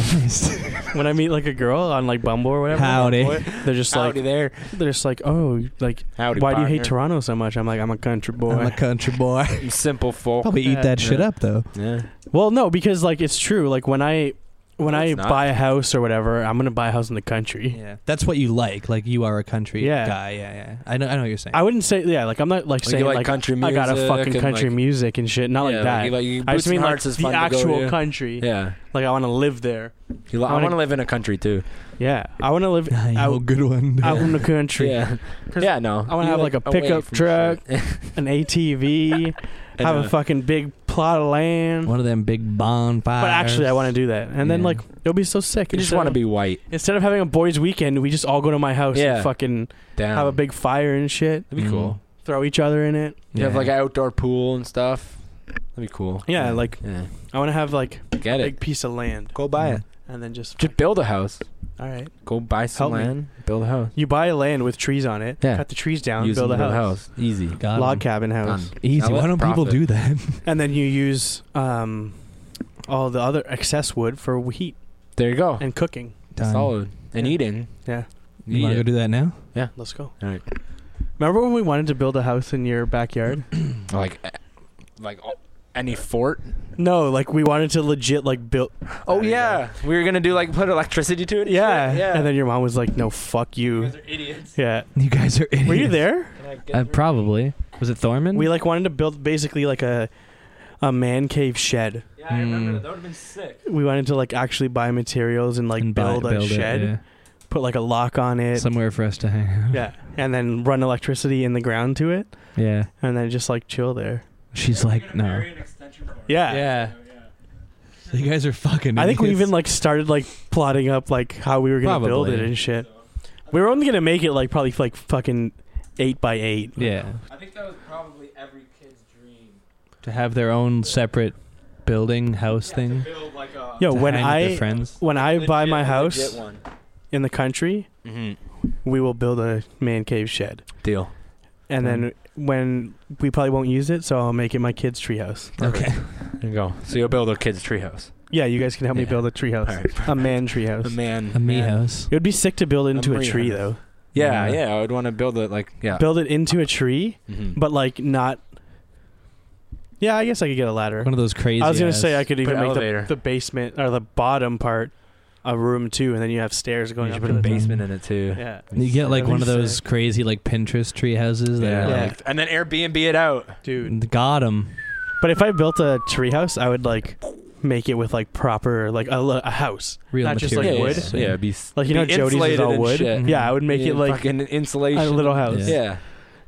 [SPEAKER 1] when I meet like a girl on like Bumble or whatever,
[SPEAKER 2] Howdy.
[SPEAKER 1] boy, they're just like
[SPEAKER 3] Howdy there.
[SPEAKER 1] they're just like, oh, like
[SPEAKER 3] Howdy.
[SPEAKER 1] why do you hate
[SPEAKER 3] partner.
[SPEAKER 1] Toronto so much? I'm like, I'm a country boy.
[SPEAKER 2] I'm a country boy.
[SPEAKER 3] You Simple folk.
[SPEAKER 2] Probably eat that
[SPEAKER 1] Yeah.
[SPEAKER 2] shit up though.
[SPEAKER 3] Yeah.
[SPEAKER 1] well, no, because like it's true. Like when I when
[SPEAKER 3] No,
[SPEAKER 1] I
[SPEAKER 3] it's not.
[SPEAKER 1] buy a house or whatever, I'm gonna buy a house in the country.
[SPEAKER 2] Yeah, that's what you like. Like you are a country
[SPEAKER 1] Yeah.
[SPEAKER 2] guy. Yeah, yeah. I know. I know what you're saying.
[SPEAKER 1] I wouldn't say yeah. Like I'm not
[SPEAKER 3] Like,
[SPEAKER 1] like saying
[SPEAKER 3] you like,
[SPEAKER 1] like,
[SPEAKER 3] country
[SPEAKER 1] I
[SPEAKER 3] music.
[SPEAKER 1] got a fucking
[SPEAKER 3] and,
[SPEAKER 1] country
[SPEAKER 3] like,
[SPEAKER 1] music and shit, not
[SPEAKER 3] yeah,
[SPEAKER 1] like that.
[SPEAKER 3] you you-
[SPEAKER 1] I
[SPEAKER 3] Boots
[SPEAKER 1] just
[SPEAKER 3] and
[SPEAKER 1] mean like
[SPEAKER 3] Hearts is
[SPEAKER 1] the
[SPEAKER 3] fun to go
[SPEAKER 1] actual
[SPEAKER 3] to.
[SPEAKER 1] country.
[SPEAKER 3] Yeah.
[SPEAKER 1] Like I want to live there.
[SPEAKER 3] You, I
[SPEAKER 1] wanna-
[SPEAKER 3] want to live in a country too.
[SPEAKER 1] Yeah, I want to live out,
[SPEAKER 2] good one.
[SPEAKER 1] out in the country.
[SPEAKER 3] Yeah.
[SPEAKER 1] 'Cause
[SPEAKER 3] Yeah, no.
[SPEAKER 1] I wanna
[SPEAKER 3] You
[SPEAKER 1] have, like, a
[SPEAKER 3] away
[SPEAKER 1] pickup
[SPEAKER 3] from
[SPEAKER 1] truck,
[SPEAKER 3] shit.
[SPEAKER 1] An ATV,
[SPEAKER 3] I
[SPEAKER 1] have
[SPEAKER 3] know.
[SPEAKER 1] a fucking big plot of land.
[SPEAKER 2] One of them big bonfires.
[SPEAKER 1] But actually, I want to do that, and then
[SPEAKER 2] Yeah.
[SPEAKER 1] like it'll be so sick.
[SPEAKER 3] You just
[SPEAKER 1] Instead
[SPEAKER 3] want to
[SPEAKER 1] of-
[SPEAKER 3] be white.
[SPEAKER 1] instead of having a boys' weekend, we just all go to my house
[SPEAKER 3] Yeah.
[SPEAKER 1] and fucking
[SPEAKER 3] Damn.
[SPEAKER 1] have a big fire and shit.
[SPEAKER 3] That'd be
[SPEAKER 2] Mm.
[SPEAKER 3] cool.
[SPEAKER 1] Throw each other in it.
[SPEAKER 3] You have like an outdoor pool and stuff. That'd be cool.
[SPEAKER 1] Yeah, like
[SPEAKER 3] Yeah.
[SPEAKER 1] I want to have like a
[SPEAKER 3] Get it.
[SPEAKER 1] big piece of land,
[SPEAKER 3] Go
[SPEAKER 2] buy it.
[SPEAKER 1] and then just,
[SPEAKER 3] Just build a house.
[SPEAKER 1] all right.
[SPEAKER 3] Go buy some
[SPEAKER 1] Help me.
[SPEAKER 3] land. Build a house.
[SPEAKER 1] You buy land with trees on it.
[SPEAKER 3] Yeah.
[SPEAKER 1] Cut the trees down,
[SPEAKER 3] Use
[SPEAKER 1] build a
[SPEAKER 3] and
[SPEAKER 1] house.
[SPEAKER 3] Easy.
[SPEAKER 2] Got
[SPEAKER 1] Log
[SPEAKER 2] him.
[SPEAKER 1] cabin house,
[SPEAKER 3] Done.
[SPEAKER 2] Easy.
[SPEAKER 3] Now
[SPEAKER 2] Why
[SPEAKER 3] let
[SPEAKER 2] don't people
[SPEAKER 3] profit.
[SPEAKER 2] do that?
[SPEAKER 1] and then you use um, all the other excess wood for heat
[SPEAKER 3] There you go.
[SPEAKER 1] and cooking.
[SPEAKER 2] Done.
[SPEAKER 3] Solid. And
[SPEAKER 1] Yeah.
[SPEAKER 3] eating.
[SPEAKER 1] Yeah,
[SPEAKER 2] You
[SPEAKER 3] Eat
[SPEAKER 2] want to
[SPEAKER 3] it.
[SPEAKER 2] go do that now?
[SPEAKER 1] let's go.
[SPEAKER 3] All right.
[SPEAKER 1] Remember when we wanted to build a house in your backyard?
[SPEAKER 3] Like, eh, like oh, any fort.
[SPEAKER 1] no, like we wanted to legit like build.
[SPEAKER 3] Oh
[SPEAKER 1] There you
[SPEAKER 3] yeah, we were gonna do like put electricity to it. and
[SPEAKER 1] Yeah.
[SPEAKER 3] shit. yeah.
[SPEAKER 1] And then your mom was like, "No, fuck you."
[SPEAKER 3] are idiots.
[SPEAKER 1] Yeah.
[SPEAKER 2] You guys are idiots.
[SPEAKER 1] Were you there?
[SPEAKER 3] Can I get
[SPEAKER 2] Uh,
[SPEAKER 3] through?
[SPEAKER 2] probably. Was it Thorman?
[SPEAKER 1] We like wanted to build basically like a a man cave shed.
[SPEAKER 3] Yeah, I remember
[SPEAKER 2] Mm.
[SPEAKER 3] that. That would have been sick.
[SPEAKER 1] We wanted to like actually buy materials and like
[SPEAKER 2] And buy-
[SPEAKER 1] build a
[SPEAKER 2] it,
[SPEAKER 1] shed, put like a lock on
[SPEAKER 2] yeah.
[SPEAKER 1] it.
[SPEAKER 2] Somewhere for us to hang out.
[SPEAKER 1] yeah. And then run electricity in the ground to it
[SPEAKER 2] Yeah.
[SPEAKER 1] and then just like chill there.
[SPEAKER 2] She's like, no.
[SPEAKER 1] Yeah.
[SPEAKER 3] Oh, Yeah.
[SPEAKER 2] You guys are fucking.
[SPEAKER 1] I think we
[SPEAKER 2] idiots.
[SPEAKER 1] even like started like plotting up like how we were going to build it
[SPEAKER 2] Probably.
[SPEAKER 1] and shit. We were only going to make it like probably like fucking 8 by 8
[SPEAKER 2] Yeah.
[SPEAKER 3] I think that was probably every kid's dream.
[SPEAKER 2] To have their own separate building house thing.
[SPEAKER 3] build like a.
[SPEAKER 1] Yo,
[SPEAKER 2] to
[SPEAKER 1] when
[SPEAKER 2] hang with their
[SPEAKER 1] I-
[SPEAKER 2] friends.
[SPEAKER 1] When I buy my house in the country,
[SPEAKER 3] Mm-hmm.
[SPEAKER 1] we will build a man cave shed.
[SPEAKER 3] Deal.
[SPEAKER 1] And then when we probably won't use it, so I'll make it my kids' treehouse.
[SPEAKER 2] Okay.
[SPEAKER 3] There you go. So you'll build a kid's treehouse.
[SPEAKER 1] Yeah, you guys can help me
[SPEAKER 3] Yeah.
[SPEAKER 1] build a treehouse,
[SPEAKER 3] All right.
[SPEAKER 1] a man treehouse.
[SPEAKER 3] A man.
[SPEAKER 2] A me
[SPEAKER 3] man.
[SPEAKER 2] house.
[SPEAKER 1] It would be sick to build into a
[SPEAKER 3] Maria
[SPEAKER 1] tree
[SPEAKER 3] house.
[SPEAKER 1] though.
[SPEAKER 3] Yeah,
[SPEAKER 2] Yeah.
[SPEAKER 3] yeah. I would want to build it like yeah.
[SPEAKER 1] Build it into a tree,
[SPEAKER 3] Mhm.
[SPEAKER 1] but like not Yeah, I guess I could get a ladder.
[SPEAKER 2] One of those crazy.
[SPEAKER 1] I was gonna
[SPEAKER 2] ass-
[SPEAKER 1] say I could even
[SPEAKER 3] Put an
[SPEAKER 1] make the,
[SPEAKER 3] elevator.
[SPEAKER 1] the basement or the bottom part a room too, and then you have stairs going
[SPEAKER 3] you should
[SPEAKER 1] up
[SPEAKER 3] put
[SPEAKER 1] to
[SPEAKER 3] a
[SPEAKER 1] the
[SPEAKER 3] basement in it too.
[SPEAKER 1] Yeah,
[SPEAKER 2] You get like
[SPEAKER 1] That'd
[SPEAKER 2] one
[SPEAKER 1] be
[SPEAKER 2] of those
[SPEAKER 1] sick.
[SPEAKER 2] crazy like Pinterest tree houses that
[SPEAKER 1] Yeah.
[SPEAKER 2] are
[SPEAKER 3] Like, and then Airbnb it out.
[SPEAKER 1] dude.
[SPEAKER 2] like got 'em.
[SPEAKER 1] But if I built a treehouse, I would like make it with like proper like a, lo- a house,
[SPEAKER 2] Real
[SPEAKER 1] not just like
[SPEAKER 2] materials.
[SPEAKER 1] wood.
[SPEAKER 2] Yeah.
[SPEAKER 3] Yeah, it'd be s-
[SPEAKER 1] Like you
[SPEAKER 3] be
[SPEAKER 1] know, Jody's is
[SPEAKER 3] insulated
[SPEAKER 1] all
[SPEAKER 3] and
[SPEAKER 1] wood.
[SPEAKER 3] shit.
[SPEAKER 1] Yeah, I would make
[SPEAKER 3] Yeah,
[SPEAKER 1] it like
[SPEAKER 3] fucking insulation.
[SPEAKER 1] a little house,
[SPEAKER 2] Yeah.
[SPEAKER 3] yeah.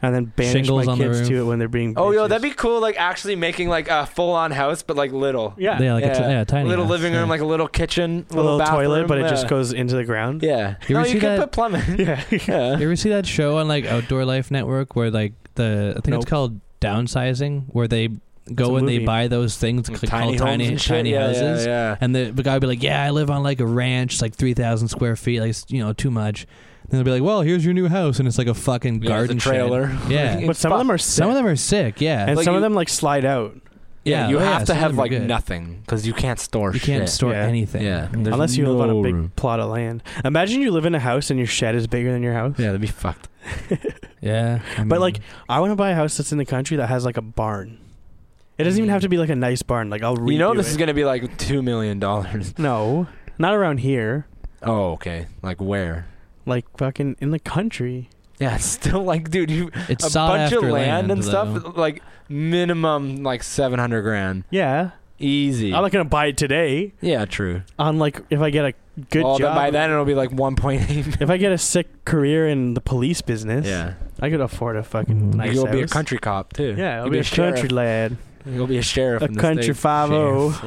[SPEAKER 1] and then banish
[SPEAKER 2] Shingles
[SPEAKER 1] my
[SPEAKER 2] on the
[SPEAKER 1] kids to
[SPEAKER 2] roof.
[SPEAKER 1] it when they're being.
[SPEAKER 3] Oh, yo,
[SPEAKER 1] bitches.
[SPEAKER 3] that'd be cool. Like actually making like a full-on house, but like little.
[SPEAKER 1] yeah.
[SPEAKER 2] Yeah, like a t-
[SPEAKER 3] Yeah.
[SPEAKER 2] yeah, tiny
[SPEAKER 3] little
[SPEAKER 2] house,
[SPEAKER 3] living
[SPEAKER 2] yeah.
[SPEAKER 3] room, like a little kitchen,
[SPEAKER 1] a little toilet,
[SPEAKER 3] bathroom,
[SPEAKER 1] but it
[SPEAKER 3] yeah.
[SPEAKER 1] just goes into the ground.
[SPEAKER 3] Yeah.
[SPEAKER 2] You
[SPEAKER 3] no,
[SPEAKER 2] ever
[SPEAKER 3] you
[SPEAKER 2] see
[SPEAKER 3] could
[SPEAKER 2] that-
[SPEAKER 3] put plumbing.
[SPEAKER 1] Yeah.
[SPEAKER 3] yeah.
[SPEAKER 2] You ever see that show on like Outdoor Life Network where like the I think
[SPEAKER 1] Nope.
[SPEAKER 2] it's called downsizing where they
[SPEAKER 1] a
[SPEAKER 2] go and they
[SPEAKER 1] movie.
[SPEAKER 2] buy those things called tiny
[SPEAKER 3] homes
[SPEAKER 2] tiny,
[SPEAKER 3] and shit. yeah,
[SPEAKER 2] houses.
[SPEAKER 3] Yeah,
[SPEAKER 2] And the, the guy would be like, "Yeah, I live on like a ranch, like three thousand square feet, like it's, you know, too much." And they'll be like, "Well, here's your new house," and it's like a fucking
[SPEAKER 3] yeah.
[SPEAKER 2] garden
[SPEAKER 3] it's a
[SPEAKER 2] shed.
[SPEAKER 3] trailer.
[SPEAKER 2] Yeah.
[SPEAKER 1] but some of them are sick.
[SPEAKER 2] Some of them are sick, yeah.
[SPEAKER 1] and
[SPEAKER 3] like
[SPEAKER 1] some of
[SPEAKER 3] you-
[SPEAKER 1] them like slide out.
[SPEAKER 3] Yeah, you
[SPEAKER 2] oh,
[SPEAKER 3] have to
[SPEAKER 2] some of
[SPEAKER 3] have
[SPEAKER 2] them are
[SPEAKER 3] like
[SPEAKER 2] good.
[SPEAKER 3] nothing because you can't store
[SPEAKER 2] You
[SPEAKER 3] shit.
[SPEAKER 2] can't store
[SPEAKER 1] Yeah.
[SPEAKER 2] anything.
[SPEAKER 3] Yeah. There's
[SPEAKER 1] Unless you live on a
[SPEAKER 3] no
[SPEAKER 1] big
[SPEAKER 3] room.
[SPEAKER 1] plot of land. Imagine you live in a house and your shed is bigger than your house.
[SPEAKER 3] Yeah, that'd be fucked.
[SPEAKER 2] yeah. Mm. I
[SPEAKER 1] But, like,
[SPEAKER 2] mean,
[SPEAKER 1] I want to buy a house that's in the country that has like a barn. It doesn't even have to be like a nice barn. Like I'll redo
[SPEAKER 3] You know this
[SPEAKER 1] is
[SPEAKER 3] is gonna be like two million dollars.
[SPEAKER 1] no, not around here.
[SPEAKER 3] Oh, okay. Like where?
[SPEAKER 1] Like fucking in the country.
[SPEAKER 3] Yeah, it's still like, dude, you
[SPEAKER 2] it's
[SPEAKER 3] a
[SPEAKER 2] sought
[SPEAKER 3] bunch of
[SPEAKER 2] after
[SPEAKER 3] land, and
[SPEAKER 2] though.
[SPEAKER 3] stuff, like minimum like seven hundred grand,
[SPEAKER 1] Yeah,
[SPEAKER 3] easy.
[SPEAKER 1] I'm not gonna buy it today.
[SPEAKER 3] yeah, true.
[SPEAKER 1] On like if I get a good
[SPEAKER 3] well, Then
[SPEAKER 1] job.
[SPEAKER 3] by then it'll be like one point eight.
[SPEAKER 1] if I get a sick career in the police business,
[SPEAKER 3] Yeah, Mm-hmm.
[SPEAKER 1] I could afford a fucking
[SPEAKER 2] Mhm.
[SPEAKER 1] nice
[SPEAKER 3] you'll
[SPEAKER 1] house.
[SPEAKER 3] be a country cop too.
[SPEAKER 1] Yeah, I'll
[SPEAKER 3] You'll
[SPEAKER 1] be, a
[SPEAKER 3] sheriff.
[SPEAKER 1] country lad.
[SPEAKER 3] You'll be a sheriff.
[SPEAKER 1] A
[SPEAKER 3] in the
[SPEAKER 1] country oh.
[SPEAKER 3] state.
[SPEAKER 1] 5-0.
[SPEAKER 3] Sheriff,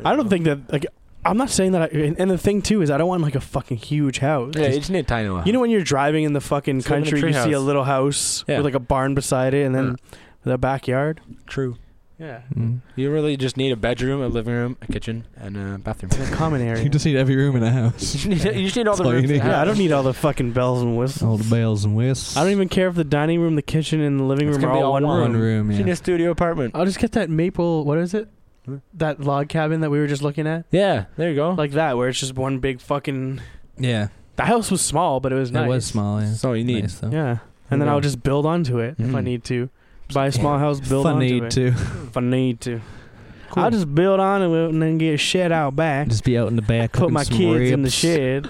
[SPEAKER 3] Yeah.
[SPEAKER 1] I don't think that like I'm not saying that I and, and the thing too is I don't want like a fucking huge house.
[SPEAKER 3] Yeah, you just need uh, a tiny one.
[SPEAKER 1] you know when you're driving in the fucking
[SPEAKER 3] Just live in a
[SPEAKER 1] country you see a
[SPEAKER 3] treehouse.
[SPEAKER 1] little house
[SPEAKER 3] Yeah. Mm.
[SPEAKER 1] with like a barn beside it and then the backyard.
[SPEAKER 3] True.
[SPEAKER 1] Yeah.
[SPEAKER 2] Mm.
[SPEAKER 3] You really just need a bedroom, a living room, a kitchen, and a bathroom.
[SPEAKER 1] In a common area.
[SPEAKER 2] You just need every room in a
[SPEAKER 3] you,
[SPEAKER 2] house.
[SPEAKER 3] just need, you just need all
[SPEAKER 2] That's
[SPEAKER 3] the
[SPEAKER 2] all you
[SPEAKER 3] rooms. in
[SPEAKER 2] need.
[SPEAKER 3] the
[SPEAKER 1] yeah, I
[SPEAKER 3] house.
[SPEAKER 1] don't need all the fucking bells and whistles.
[SPEAKER 2] All the bells and whistles.
[SPEAKER 1] I don't even care if the dining room, the kitchen, and the living
[SPEAKER 3] It's
[SPEAKER 1] room are
[SPEAKER 3] gonna be all
[SPEAKER 1] all one,
[SPEAKER 3] one
[SPEAKER 2] one
[SPEAKER 1] room.
[SPEAKER 2] room.
[SPEAKER 3] You need
[SPEAKER 2] Yeah.
[SPEAKER 3] a studio apartment.
[SPEAKER 1] I'll just get that maple. What is it? That log cabin that we were just looking at,
[SPEAKER 3] Yeah, there you go.
[SPEAKER 1] like that, where it's just one big fucking.
[SPEAKER 2] yeah.
[SPEAKER 1] The house was small, but it was
[SPEAKER 2] It
[SPEAKER 1] nice.
[SPEAKER 2] was small. Yeah.
[SPEAKER 3] That's all you need.
[SPEAKER 2] Nice, though.
[SPEAKER 1] Yeah, and then
[SPEAKER 3] Yeah.
[SPEAKER 1] I'll just build onto it if I
[SPEAKER 3] Mhm.
[SPEAKER 1] need to. Buy a small house, build
[SPEAKER 2] Fun
[SPEAKER 1] onto
[SPEAKER 2] need
[SPEAKER 1] it.
[SPEAKER 2] too.
[SPEAKER 1] If I need to,
[SPEAKER 2] Cool.
[SPEAKER 1] I'll just build on it and then get shed out back.
[SPEAKER 2] Just be out in the back.
[SPEAKER 1] put my
[SPEAKER 2] cooking
[SPEAKER 1] kids
[SPEAKER 2] some
[SPEAKER 1] in the
[SPEAKER 2] ribs.
[SPEAKER 1] shed.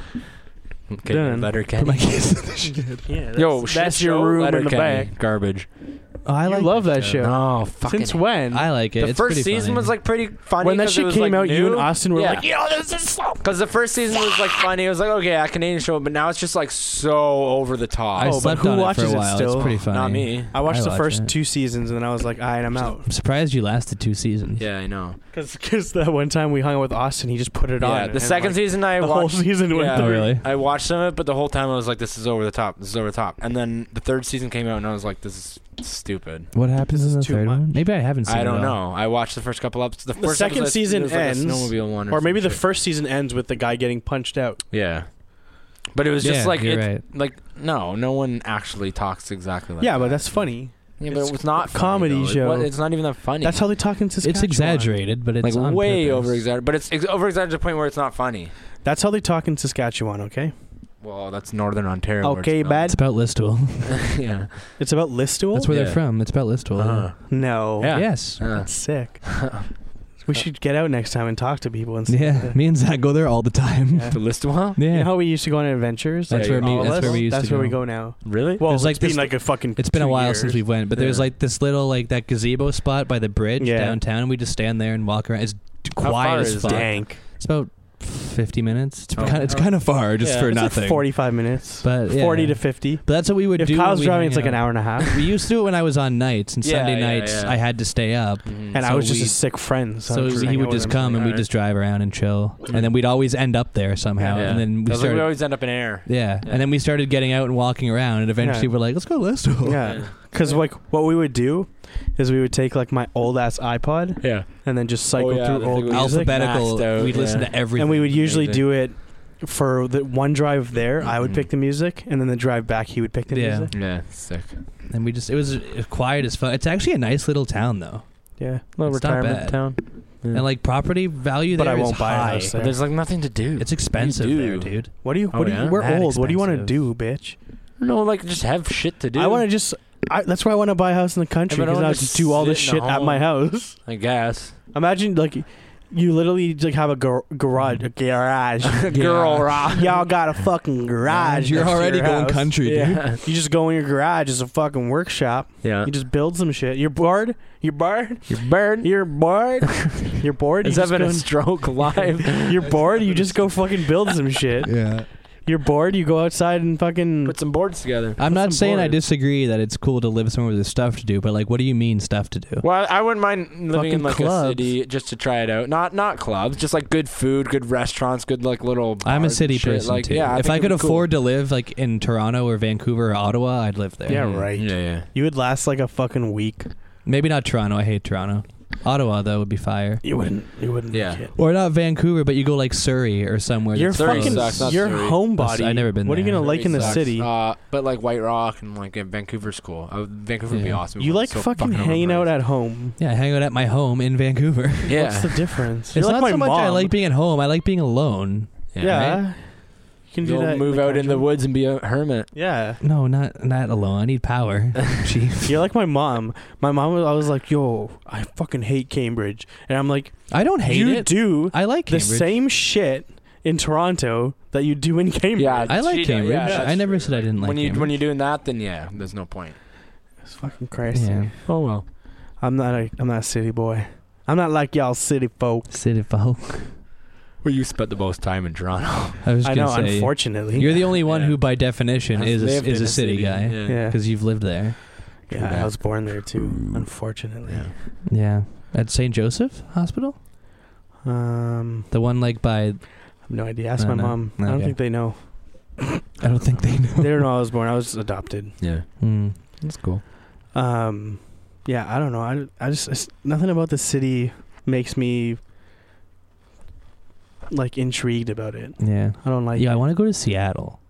[SPEAKER 3] Okay,
[SPEAKER 1] Done.
[SPEAKER 2] Put
[SPEAKER 3] Letterkenny.
[SPEAKER 2] my kids in the shed.
[SPEAKER 1] Yeah, that's,
[SPEAKER 3] Yo, shit
[SPEAKER 1] that's your
[SPEAKER 3] show,
[SPEAKER 1] room in the
[SPEAKER 3] Letterkenny.
[SPEAKER 1] back.
[SPEAKER 3] Garbage.
[SPEAKER 2] Oh, I
[SPEAKER 1] You
[SPEAKER 2] like
[SPEAKER 1] love that show.
[SPEAKER 3] No, fucking.
[SPEAKER 1] Since when?
[SPEAKER 2] I like it.
[SPEAKER 3] the
[SPEAKER 2] It's
[SPEAKER 3] first
[SPEAKER 2] pretty
[SPEAKER 3] season
[SPEAKER 2] funny.
[SPEAKER 3] was like pretty funny.
[SPEAKER 1] when that
[SPEAKER 3] 'cause it
[SPEAKER 1] shit
[SPEAKER 3] was,
[SPEAKER 1] came
[SPEAKER 3] like,
[SPEAKER 1] out, you and
[SPEAKER 3] new.
[SPEAKER 1] Austin were
[SPEAKER 3] yeah.
[SPEAKER 1] like, "Yo, this is so."
[SPEAKER 3] Because the first season was like funny. It was like, okay, a Canadian show, but now it's just like so over the top.
[SPEAKER 2] I
[SPEAKER 1] Oh, but
[SPEAKER 2] slept
[SPEAKER 1] who
[SPEAKER 2] on it
[SPEAKER 1] watches
[SPEAKER 2] for
[SPEAKER 1] it
[SPEAKER 2] a while.
[SPEAKER 1] still?
[SPEAKER 2] It's pretty funny.
[SPEAKER 3] Not me.
[SPEAKER 1] I watched
[SPEAKER 2] I
[SPEAKER 1] the
[SPEAKER 2] watch
[SPEAKER 1] first
[SPEAKER 2] it.
[SPEAKER 1] two seasons and then I was like, "All right, I'm out."
[SPEAKER 2] I'm surprised you lasted two seasons.
[SPEAKER 3] Yeah, I know.
[SPEAKER 1] Because that one time we hung out with Austin, he just put it on.
[SPEAKER 3] Yeah, the
[SPEAKER 1] and,
[SPEAKER 3] second
[SPEAKER 1] like,
[SPEAKER 3] season I
[SPEAKER 1] the whole
[SPEAKER 3] watched.
[SPEAKER 1] season went
[SPEAKER 3] Yeah.
[SPEAKER 2] Oh,
[SPEAKER 1] through.
[SPEAKER 2] really?
[SPEAKER 3] I watched some of it, but the whole time I was like, "This is over the top. This is over the top." And then the third season came out, and I was like, "This is stupid."
[SPEAKER 2] What happens
[SPEAKER 1] This
[SPEAKER 2] in
[SPEAKER 1] is
[SPEAKER 2] the
[SPEAKER 1] too
[SPEAKER 2] third one?
[SPEAKER 1] much.
[SPEAKER 2] Maybe I haven't seen it
[SPEAKER 3] I don't
[SPEAKER 2] all.
[SPEAKER 3] know. I watched the first couple episodes. The,
[SPEAKER 1] The
[SPEAKER 3] first
[SPEAKER 1] second
[SPEAKER 3] episode, it
[SPEAKER 1] season
[SPEAKER 3] was like a
[SPEAKER 1] ends,
[SPEAKER 3] snowmobile one,
[SPEAKER 1] Or
[SPEAKER 3] some
[SPEAKER 1] maybe the
[SPEAKER 3] shit.
[SPEAKER 1] first season ends with the guy getting punched out.
[SPEAKER 3] Yeah, but it was just
[SPEAKER 2] Yeah,
[SPEAKER 3] like
[SPEAKER 2] you're
[SPEAKER 3] it,
[SPEAKER 2] right.
[SPEAKER 3] like no, no one actually talks exactly like
[SPEAKER 1] yeah,
[SPEAKER 3] that.
[SPEAKER 1] but that's funny.
[SPEAKER 3] yeah, but
[SPEAKER 1] it's
[SPEAKER 3] it was not
[SPEAKER 1] a
[SPEAKER 3] funny,
[SPEAKER 1] comedy
[SPEAKER 3] though. It
[SPEAKER 1] show.
[SPEAKER 3] wa- it's not even that funny.
[SPEAKER 1] That's how they talk in Saskatchewan.
[SPEAKER 2] It's exaggerated, but
[SPEAKER 3] like
[SPEAKER 2] it's on
[SPEAKER 3] way
[SPEAKER 2] purpose.
[SPEAKER 3] over exaggerated, but it's ex- over exaggerated to the point where it's not funny.
[SPEAKER 1] That's how they talk in Saskatchewan. Okay.
[SPEAKER 3] Well, that's Northern Ontario. where it's
[SPEAKER 1] Okay,
[SPEAKER 3] not.
[SPEAKER 1] bad.
[SPEAKER 2] It's about Listowel.
[SPEAKER 3] yeah.
[SPEAKER 1] It's about Listool.
[SPEAKER 2] That's where
[SPEAKER 3] Yeah.
[SPEAKER 2] they're from. It's about Listowel.
[SPEAKER 3] Uh-huh.
[SPEAKER 1] no.
[SPEAKER 3] Yeah.
[SPEAKER 2] Yes.
[SPEAKER 3] Uh,
[SPEAKER 1] That's sick. We should get out next time and talk to people and stuff.
[SPEAKER 2] Yeah. Me and Zach go there all the time.
[SPEAKER 1] Yeah.
[SPEAKER 3] the list one?
[SPEAKER 2] Yeah.
[SPEAKER 1] You know how we used to go on adventures?
[SPEAKER 2] That's
[SPEAKER 3] where
[SPEAKER 1] Like,
[SPEAKER 3] we-
[SPEAKER 1] all of
[SPEAKER 3] that's
[SPEAKER 1] us?
[SPEAKER 3] where
[SPEAKER 2] we used
[SPEAKER 1] That's
[SPEAKER 2] to
[SPEAKER 1] where we
[SPEAKER 2] go.
[SPEAKER 1] go now.
[SPEAKER 3] Really?
[SPEAKER 1] Well,
[SPEAKER 2] There's,
[SPEAKER 1] it's
[SPEAKER 2] like,
[SPEAKER 1] been
[SPEAKER 2] this-
[SPEAKER 1] like a fucking.
[SPEAKER 2] It's been a
[SPEAKER 1] two
[SPEAKER 2] while
[SPEAKER 1] years.
[SPEAKER 2] since we've went, but there's
[SPEAKER 3] Yeah.
[SPEAKER 2] like this little like that gazebo spot by the bridge
[SPEAKER 1] Yeah.
[SPEAKER 2] downtown, and we just stand there and walk around. It's d-
[SPEAKER 3] How far
[SPEAKER 2] quiet
[SPEAKER 3] is
[SPEAKER 2] as fuck.
[SPEAKER 1] Dank.
[SPEAKER 2] It's about fifty minutes. It's
[SPEAKER 3] Oh.
[SPEAKER 2] kind of, it's kind of far just
[SPEAKER 3] Yeah.
[SPEAKER 2] for
[SPEAKER 3] It's
[SPEAKER 1] It's like
[SPEAKER 2] nothing.
[SPEAKER 1] 45 minutes.
[SPEAKER 2] but yeah.
[SPEAKER 1] 40 to 50.
[SPEAKER 2] But that's what we would
[SPEAKER 1] If
[SPEAKER 2] do. when
[SPEAKER 1] Kyle's
[SPEAKER 2] we
[SPEAKER 1] driving,
[SPEAKER 2] hang
[SPEAKER 1] it's like an
[SPEAKER 2] out.
[SPEAKER 1] hour and a half.
[SPEAKER 2] We used to do it when I was on nights, and
[SPEAKER 3] Yeah,
[SPEAKER 2] Sunday
[SPEAKER 3] yeah,
[SPEAKER 2] nights
[SPEAKER 3] yeah.
[SPEAKER 2] I had to stay up.
[SPEAKER 3] Mhm.
[SPEAKER 1] And I
[SPEAKER 2] So
[SPEAKER 1] was just
[SPEAKER 2] we-
[SPEAKER 1] a sick friend. So, I
[SPEAKER 2] So
[SPEAKER 1] was
[SPEAKER 2] he
[SPEAKER 1] hanging
[SPEAKER 2] would
[SPEAKER 1] out with
[SPEAKER 2] just
[SPEAKER 1] him.
[SPEAKER 2] come and
[SPEAKER 3] All
[SPEAKER 2] we'd
[SPEAKER 3] right.
[SPEAKER 2] just drive around and chill, and then we'd always end up there somehow.
[SPEAKER 1] Mm. Yeah.
[SPEAKER 2] And then we
[SPEAKER 3] That's like we
[SPEAKER 2] started,
[SPEAKER 3] always end up in air.
[SPEAKER 2] yeah.
[SPEAKER 3] Yeah.
[SPEAKER 2] And then we started getting out and walking around, and eventually
[SPEAKER 1] Yeah.
[SPEAKER 2] we're like, let's go Listowel.
[SPEAKER 1] Yeah. Because like what we would do is we would take like my old ass iPod
[SPEAKER 3] Yeah.
[SPEAKER 1] and then just cycle
[SPEAKER 3] Oh, yeah,
[SPEAKER 1] through
[SPEAKER 3] the
[SPEAKER 1] old
[SPEAKER 3] thing we-
[SPEAKER 1] music,
[SPEAKER 2] Alphabetical.
[SPEAKER 3] Maxed out,
[SPEAKER 2] we'd listen
[SPEAKER 3] yeah.
[SPEAKER 2] to everything.
[SPEAKER 1] and we would usually
[SPEAKER 3] Amazing.
[SPEAKER 1] do it for the one drive there. I would
[SPEAKER 3] Mhm.
[SPEAKER 1] pick the music, and then the drive back he would pick the
[SPEAKER 2] Mm-hmm. Yeah.
[SPEAKER 1] music.
[SPEAKER 3] Yeah. Sick.
[SPEAKER 2] And we just it was uh, quiet as fuck. It's actually a nice little town though,
[SPEAKER 1] Yeah, little
[SPEAKER 2] It's not
[SPEAKER 1] retirement
[SPEAKER 2] bad.
[SPEAKER 1] town.
[SPEAKER 3] Yeah.
[SPEAKER 2] and like property value
[SPEAKER 1] But
[SPEAKER 2] there
[SPEAKER 1] I
[SPEAKER 2] is
[SPEAKER 1] won't buy a
[SPEAKER 2] high.
[SPEAKER 1] house there.
[SPEAKER 3] But there's like nothing to do.
[SPEAKER 2] It's expensive
[SPEAKER 3] You
[SPEAKER 2] there,
[SPEAKER 3] do.
[SPEAKER 2] dude.
[SPEAKER 1] What do you? What
[SPEAKER 3] Oh,
[SPEAKER 1] do you?
[SPEAKER 3] yeah?
[SPEAKER 1] We're
[SPEAKER 2] Mad
[SPEAKER 1] old. What do you want to
[SPEAKER 2] expensive.
[SPEAKER 1] do, bitch?
[SPEAKER 3] no, like just have shit to do.
[SPEAKER 1] I want to just I, that's why I want to buy a house in the country
[SPEAKER 3] but I
[SPEAKER 1] because I
[SPEAKER 3] wanna
[SPEAKER 1] just do all this
[SPEAKER 3] sit in
[SPEAKER 1] shit
[SPEAKER 3] a
[SPEAKER 1] at my house.
[SPEAKER 3] I guess.
[SPEAKER 1] Imagine like you literally like have a gar- garage, a garage.
[SPEAKER 3] Girl rock.
[SPEAKER 1] Y'all got a fucking garage.
[SPEAKER 2] You're
[SPEAKER 1] next to
[SPEAKER 2] already
[SPEAKER 1] your
[SPEAKER 2] going
[SPEAKER 1] house.
[SPEAKER 2] country, dude.
[SPEAKER 3] Yeah.
[SPEAKER 1] You just go in your garage. It's a fucking workshop.
[SPEAKER 3] Yeah.
[SPEAKER 1] You just build some shit. You're bored. You're bored.
[SPEAKER 3] You're burned.
[SPEAKER 1] You're bored. You're bored.
[SPEAKER 3] Is that
[SPEAKER 1] you just
[SPEAKER 3] been
[SPEAKER 1] go
[SPEAKER 3] a
[SPEAKER 1] and-
[SPEAKER 3] stroke live?
[SPEAKER 1] you're bored. You just go fucking build some shit.
[SPEAKER 2] Yeah.
[SPEAKER 1] You're bored. You go outside and fucking.
[SPEAKER 3] Put some boards together.
[SPEAKER 2] I'm
[SPEAKER 1] some
[SPEAKER 2] not saying I
[SPEAKER 1] boards.
[SPEAKER 2] disagree that it's cool to live somewhere where there's stuff to do, but like, what do you mean stuff to do?
[SPEAKER 3] Well, I wouldn't mind living in
[SPEAKER 1] Fucking
[SPEAKER 3] like a
[SPEAKER 1] clubs.
[SPEAKER 3] city just to try it out. Not not clubs, just like good food, good restaurants, good like little. Bars
[SPEAKER 2] I'm a
[SPEAKER 3] and
[SPEAKER 2] city
[SPEAKER 3] shit.
[SPEAKER 2] person
[SPEAKER 3] like,
[SPEAKER 2] too.
[SPEAKER 3] Yeah,
[SPEAKER 2] if
[SPEAKER 3] think
[SPEAKER 2] I
[SPEAKER 3] it'd
[SPEAKER 2] could
[SPEAKER 3] be cool.
[SPEAKER 2] afford to live like in Toronto or Vancouver or Ottawa, I'd live there.
[SPEAKER 1] yeah, right.
[SPEAKER 3] Yeah, yeah.
[SPEAKER 1] You would last like a fucking week.
[SPEAKER 2] Maybe not Toronto. I hate Toronto. Ottawa though would be fire.
[SPEAKER 1] You wouldn't. You wouldn't.
[SPEAKER 3] Yeah.
[SPEAKER 1] make it.
[SPEAKER 2] Or not Vancouver, but you go like Surrey or somewhere.
[SPEAKER 1] You're
[SPEAKER 2] that's
[SPEAKER 3] Surrey
[SPEAKER 1] fucking.
[SPEAKER 3] sucks, not
[SPEAKER 1] you're
[SPEAKER 3] Surrey.
[SPEAKER 1] homebody.
[SPEAKER 2] I've never been
[SPEAKER 1] What are you
[SPEAKER 2] there.
[SPEAKER 1] gonna like in the
[SPEAKER 3] Sucks.
[SPEAKER 1] city?
[SPEAKER 3] Uh, but like White Rock and like yeah, Vancouver's cool. Uh, Vancouver would be
[SPEAKER 2] Yeah.
[SPEAKER 3] awesome.
[SPEAKER 1] you
[SPEAKER 3] but
[SPEAKER 1] like
[SPEAKER 3] it's so
[SPEAKER 1] fucking, hanging out at home.
[SPEAKER 2] Yeah, I hang out at my home in Vancouver.
[SPEAKER 3] overpriced.
[SPEAKER 1] What's
[SPEAKER 3] Yeah.
[SPEAKER 1] the difference?
[SPEAKER 2] it's
[SPEAKER 1] You're
[SPEAKER 2] not
[SPEAKER 1] like my
[SPEAKER 2] so much I
[SPEAKER 1] mom.
[SPEAKER 2] like being at home. I like being alone.
[SPEAKER 1] Yeah.
[SPEAKER 2] right?
[SPEAKER 1] You can do
[SPEAKER 3] You'll
[SPEAKER 1] that. in
[SPEAKER 3] move
[SPEAKER 1] the
[SPEAKER 3] out in the
[SPEAKER 1] country.
[SPEAKER 3] woods and be a hermit.
[SPEAKER 1] Yeah.
[SPEAKER 2] No, not not alone. I need power, chief.
[SPEAKER 1] You're like my mom. My mom was always like, "Yo, I fucking hate Cambridge," and I'm like,
[SPEAKER 2] I don't hate
[SPEAKER 1] "You
[SPEAKER 2] it.
[SPEAKER 1] do
[SPEAKER 2] I like
[SPEAKER 1] the
[SPEAKER 2] Cambridge.
[SPEAKER 1] same shit in Toronto that you do in Cambridge."
[SPEAKER 3] Yeah,
[SPEAKER 2] I like
[SPEAKER 3] She- yeah,
[SPEAKER 2] Cambridge.
[SPEAKER 3] that's
[SPEAKER 2] I never
[SPEAKER 3] true.
[SPEAKER 2] said I didn't like
[SPEAKER 3] when you
[SPEAKER 2] Cambridge.
[SPEAKER 3] when you're doing that, then yeah, there's no point.
[SPEAKER 1] It's fucking crazy.
[SPEAKER 2] Yeah.
[SPEAKER 3] Oh well.
[SPEAKER 1] I'm not. A, I'm not a city boy. I'm not like y'all city folk.
[SPEAKER 2] City folk.
[SPEAKER 3] Well, you spent the most time in Toronto.
[SPEAKER 2] I was
[SPEAKER 1] I
[SPEAKER 2] gonna
[SPEAKER 1] know.
[SPEAKER 2] say.
[SPEAKER 1] Unfortunately,
[SPEAKER 2] You're the only one
[SPEAKER 3] Yeah.
[SPEAKER 2] who, by definition,
[SPEAKER 3] Has
[SPEAKER 2] is a,
[SPEAKER 3] lived
[SPEAKER 2] is
[SPEAKER 3] in
[SPEAKER 2] a
[SPEAKER 3] a
[SPEAKER 2] city,
[SPEAKER 3] city,
[SPEAKER 2] guy
[SPEAKER 3] yeah.
[SPEAKER 1] yeah.
[SPEAKER 2] because you've lived there.
[SPEAKER 1] Yeah,
[SPEAKER 3] that.
[SPEAKER 1] I was born there too. Unfortunately.
[SPEAKER 2] Yeah, at St. Joseph Hospital,
[SPEAKER 1] Um,
[SPEAKER 2] the one like by
[SPEAKER 1] I have no idea. Ask
[SPEAKER 2] No,
[SPEAKER 1] my
[SPEAKER 2] no.
[SPEAKER 1] mom. I don't
[SPEAKER 2] Okay.
[SPEAKER 1] think they know.
[SPEAKER 2] I don't think they know.
[SPEAKER 1] They don't know I was born. I was adopted.
[SPEAKER 3] Yeah.
[SPEAKER 2] Hmm.
[SPEAKER 3] That's cool.
[SPEAKER 1] Um, yeah, I don't know. I, I just it's, nothing about the city makes me like intrigued about it.
[SPEAKER 2] Yeah,
[SPEAKER 1] I don't like.
[SPEAKER 2] yeah. I want to go to Seattle.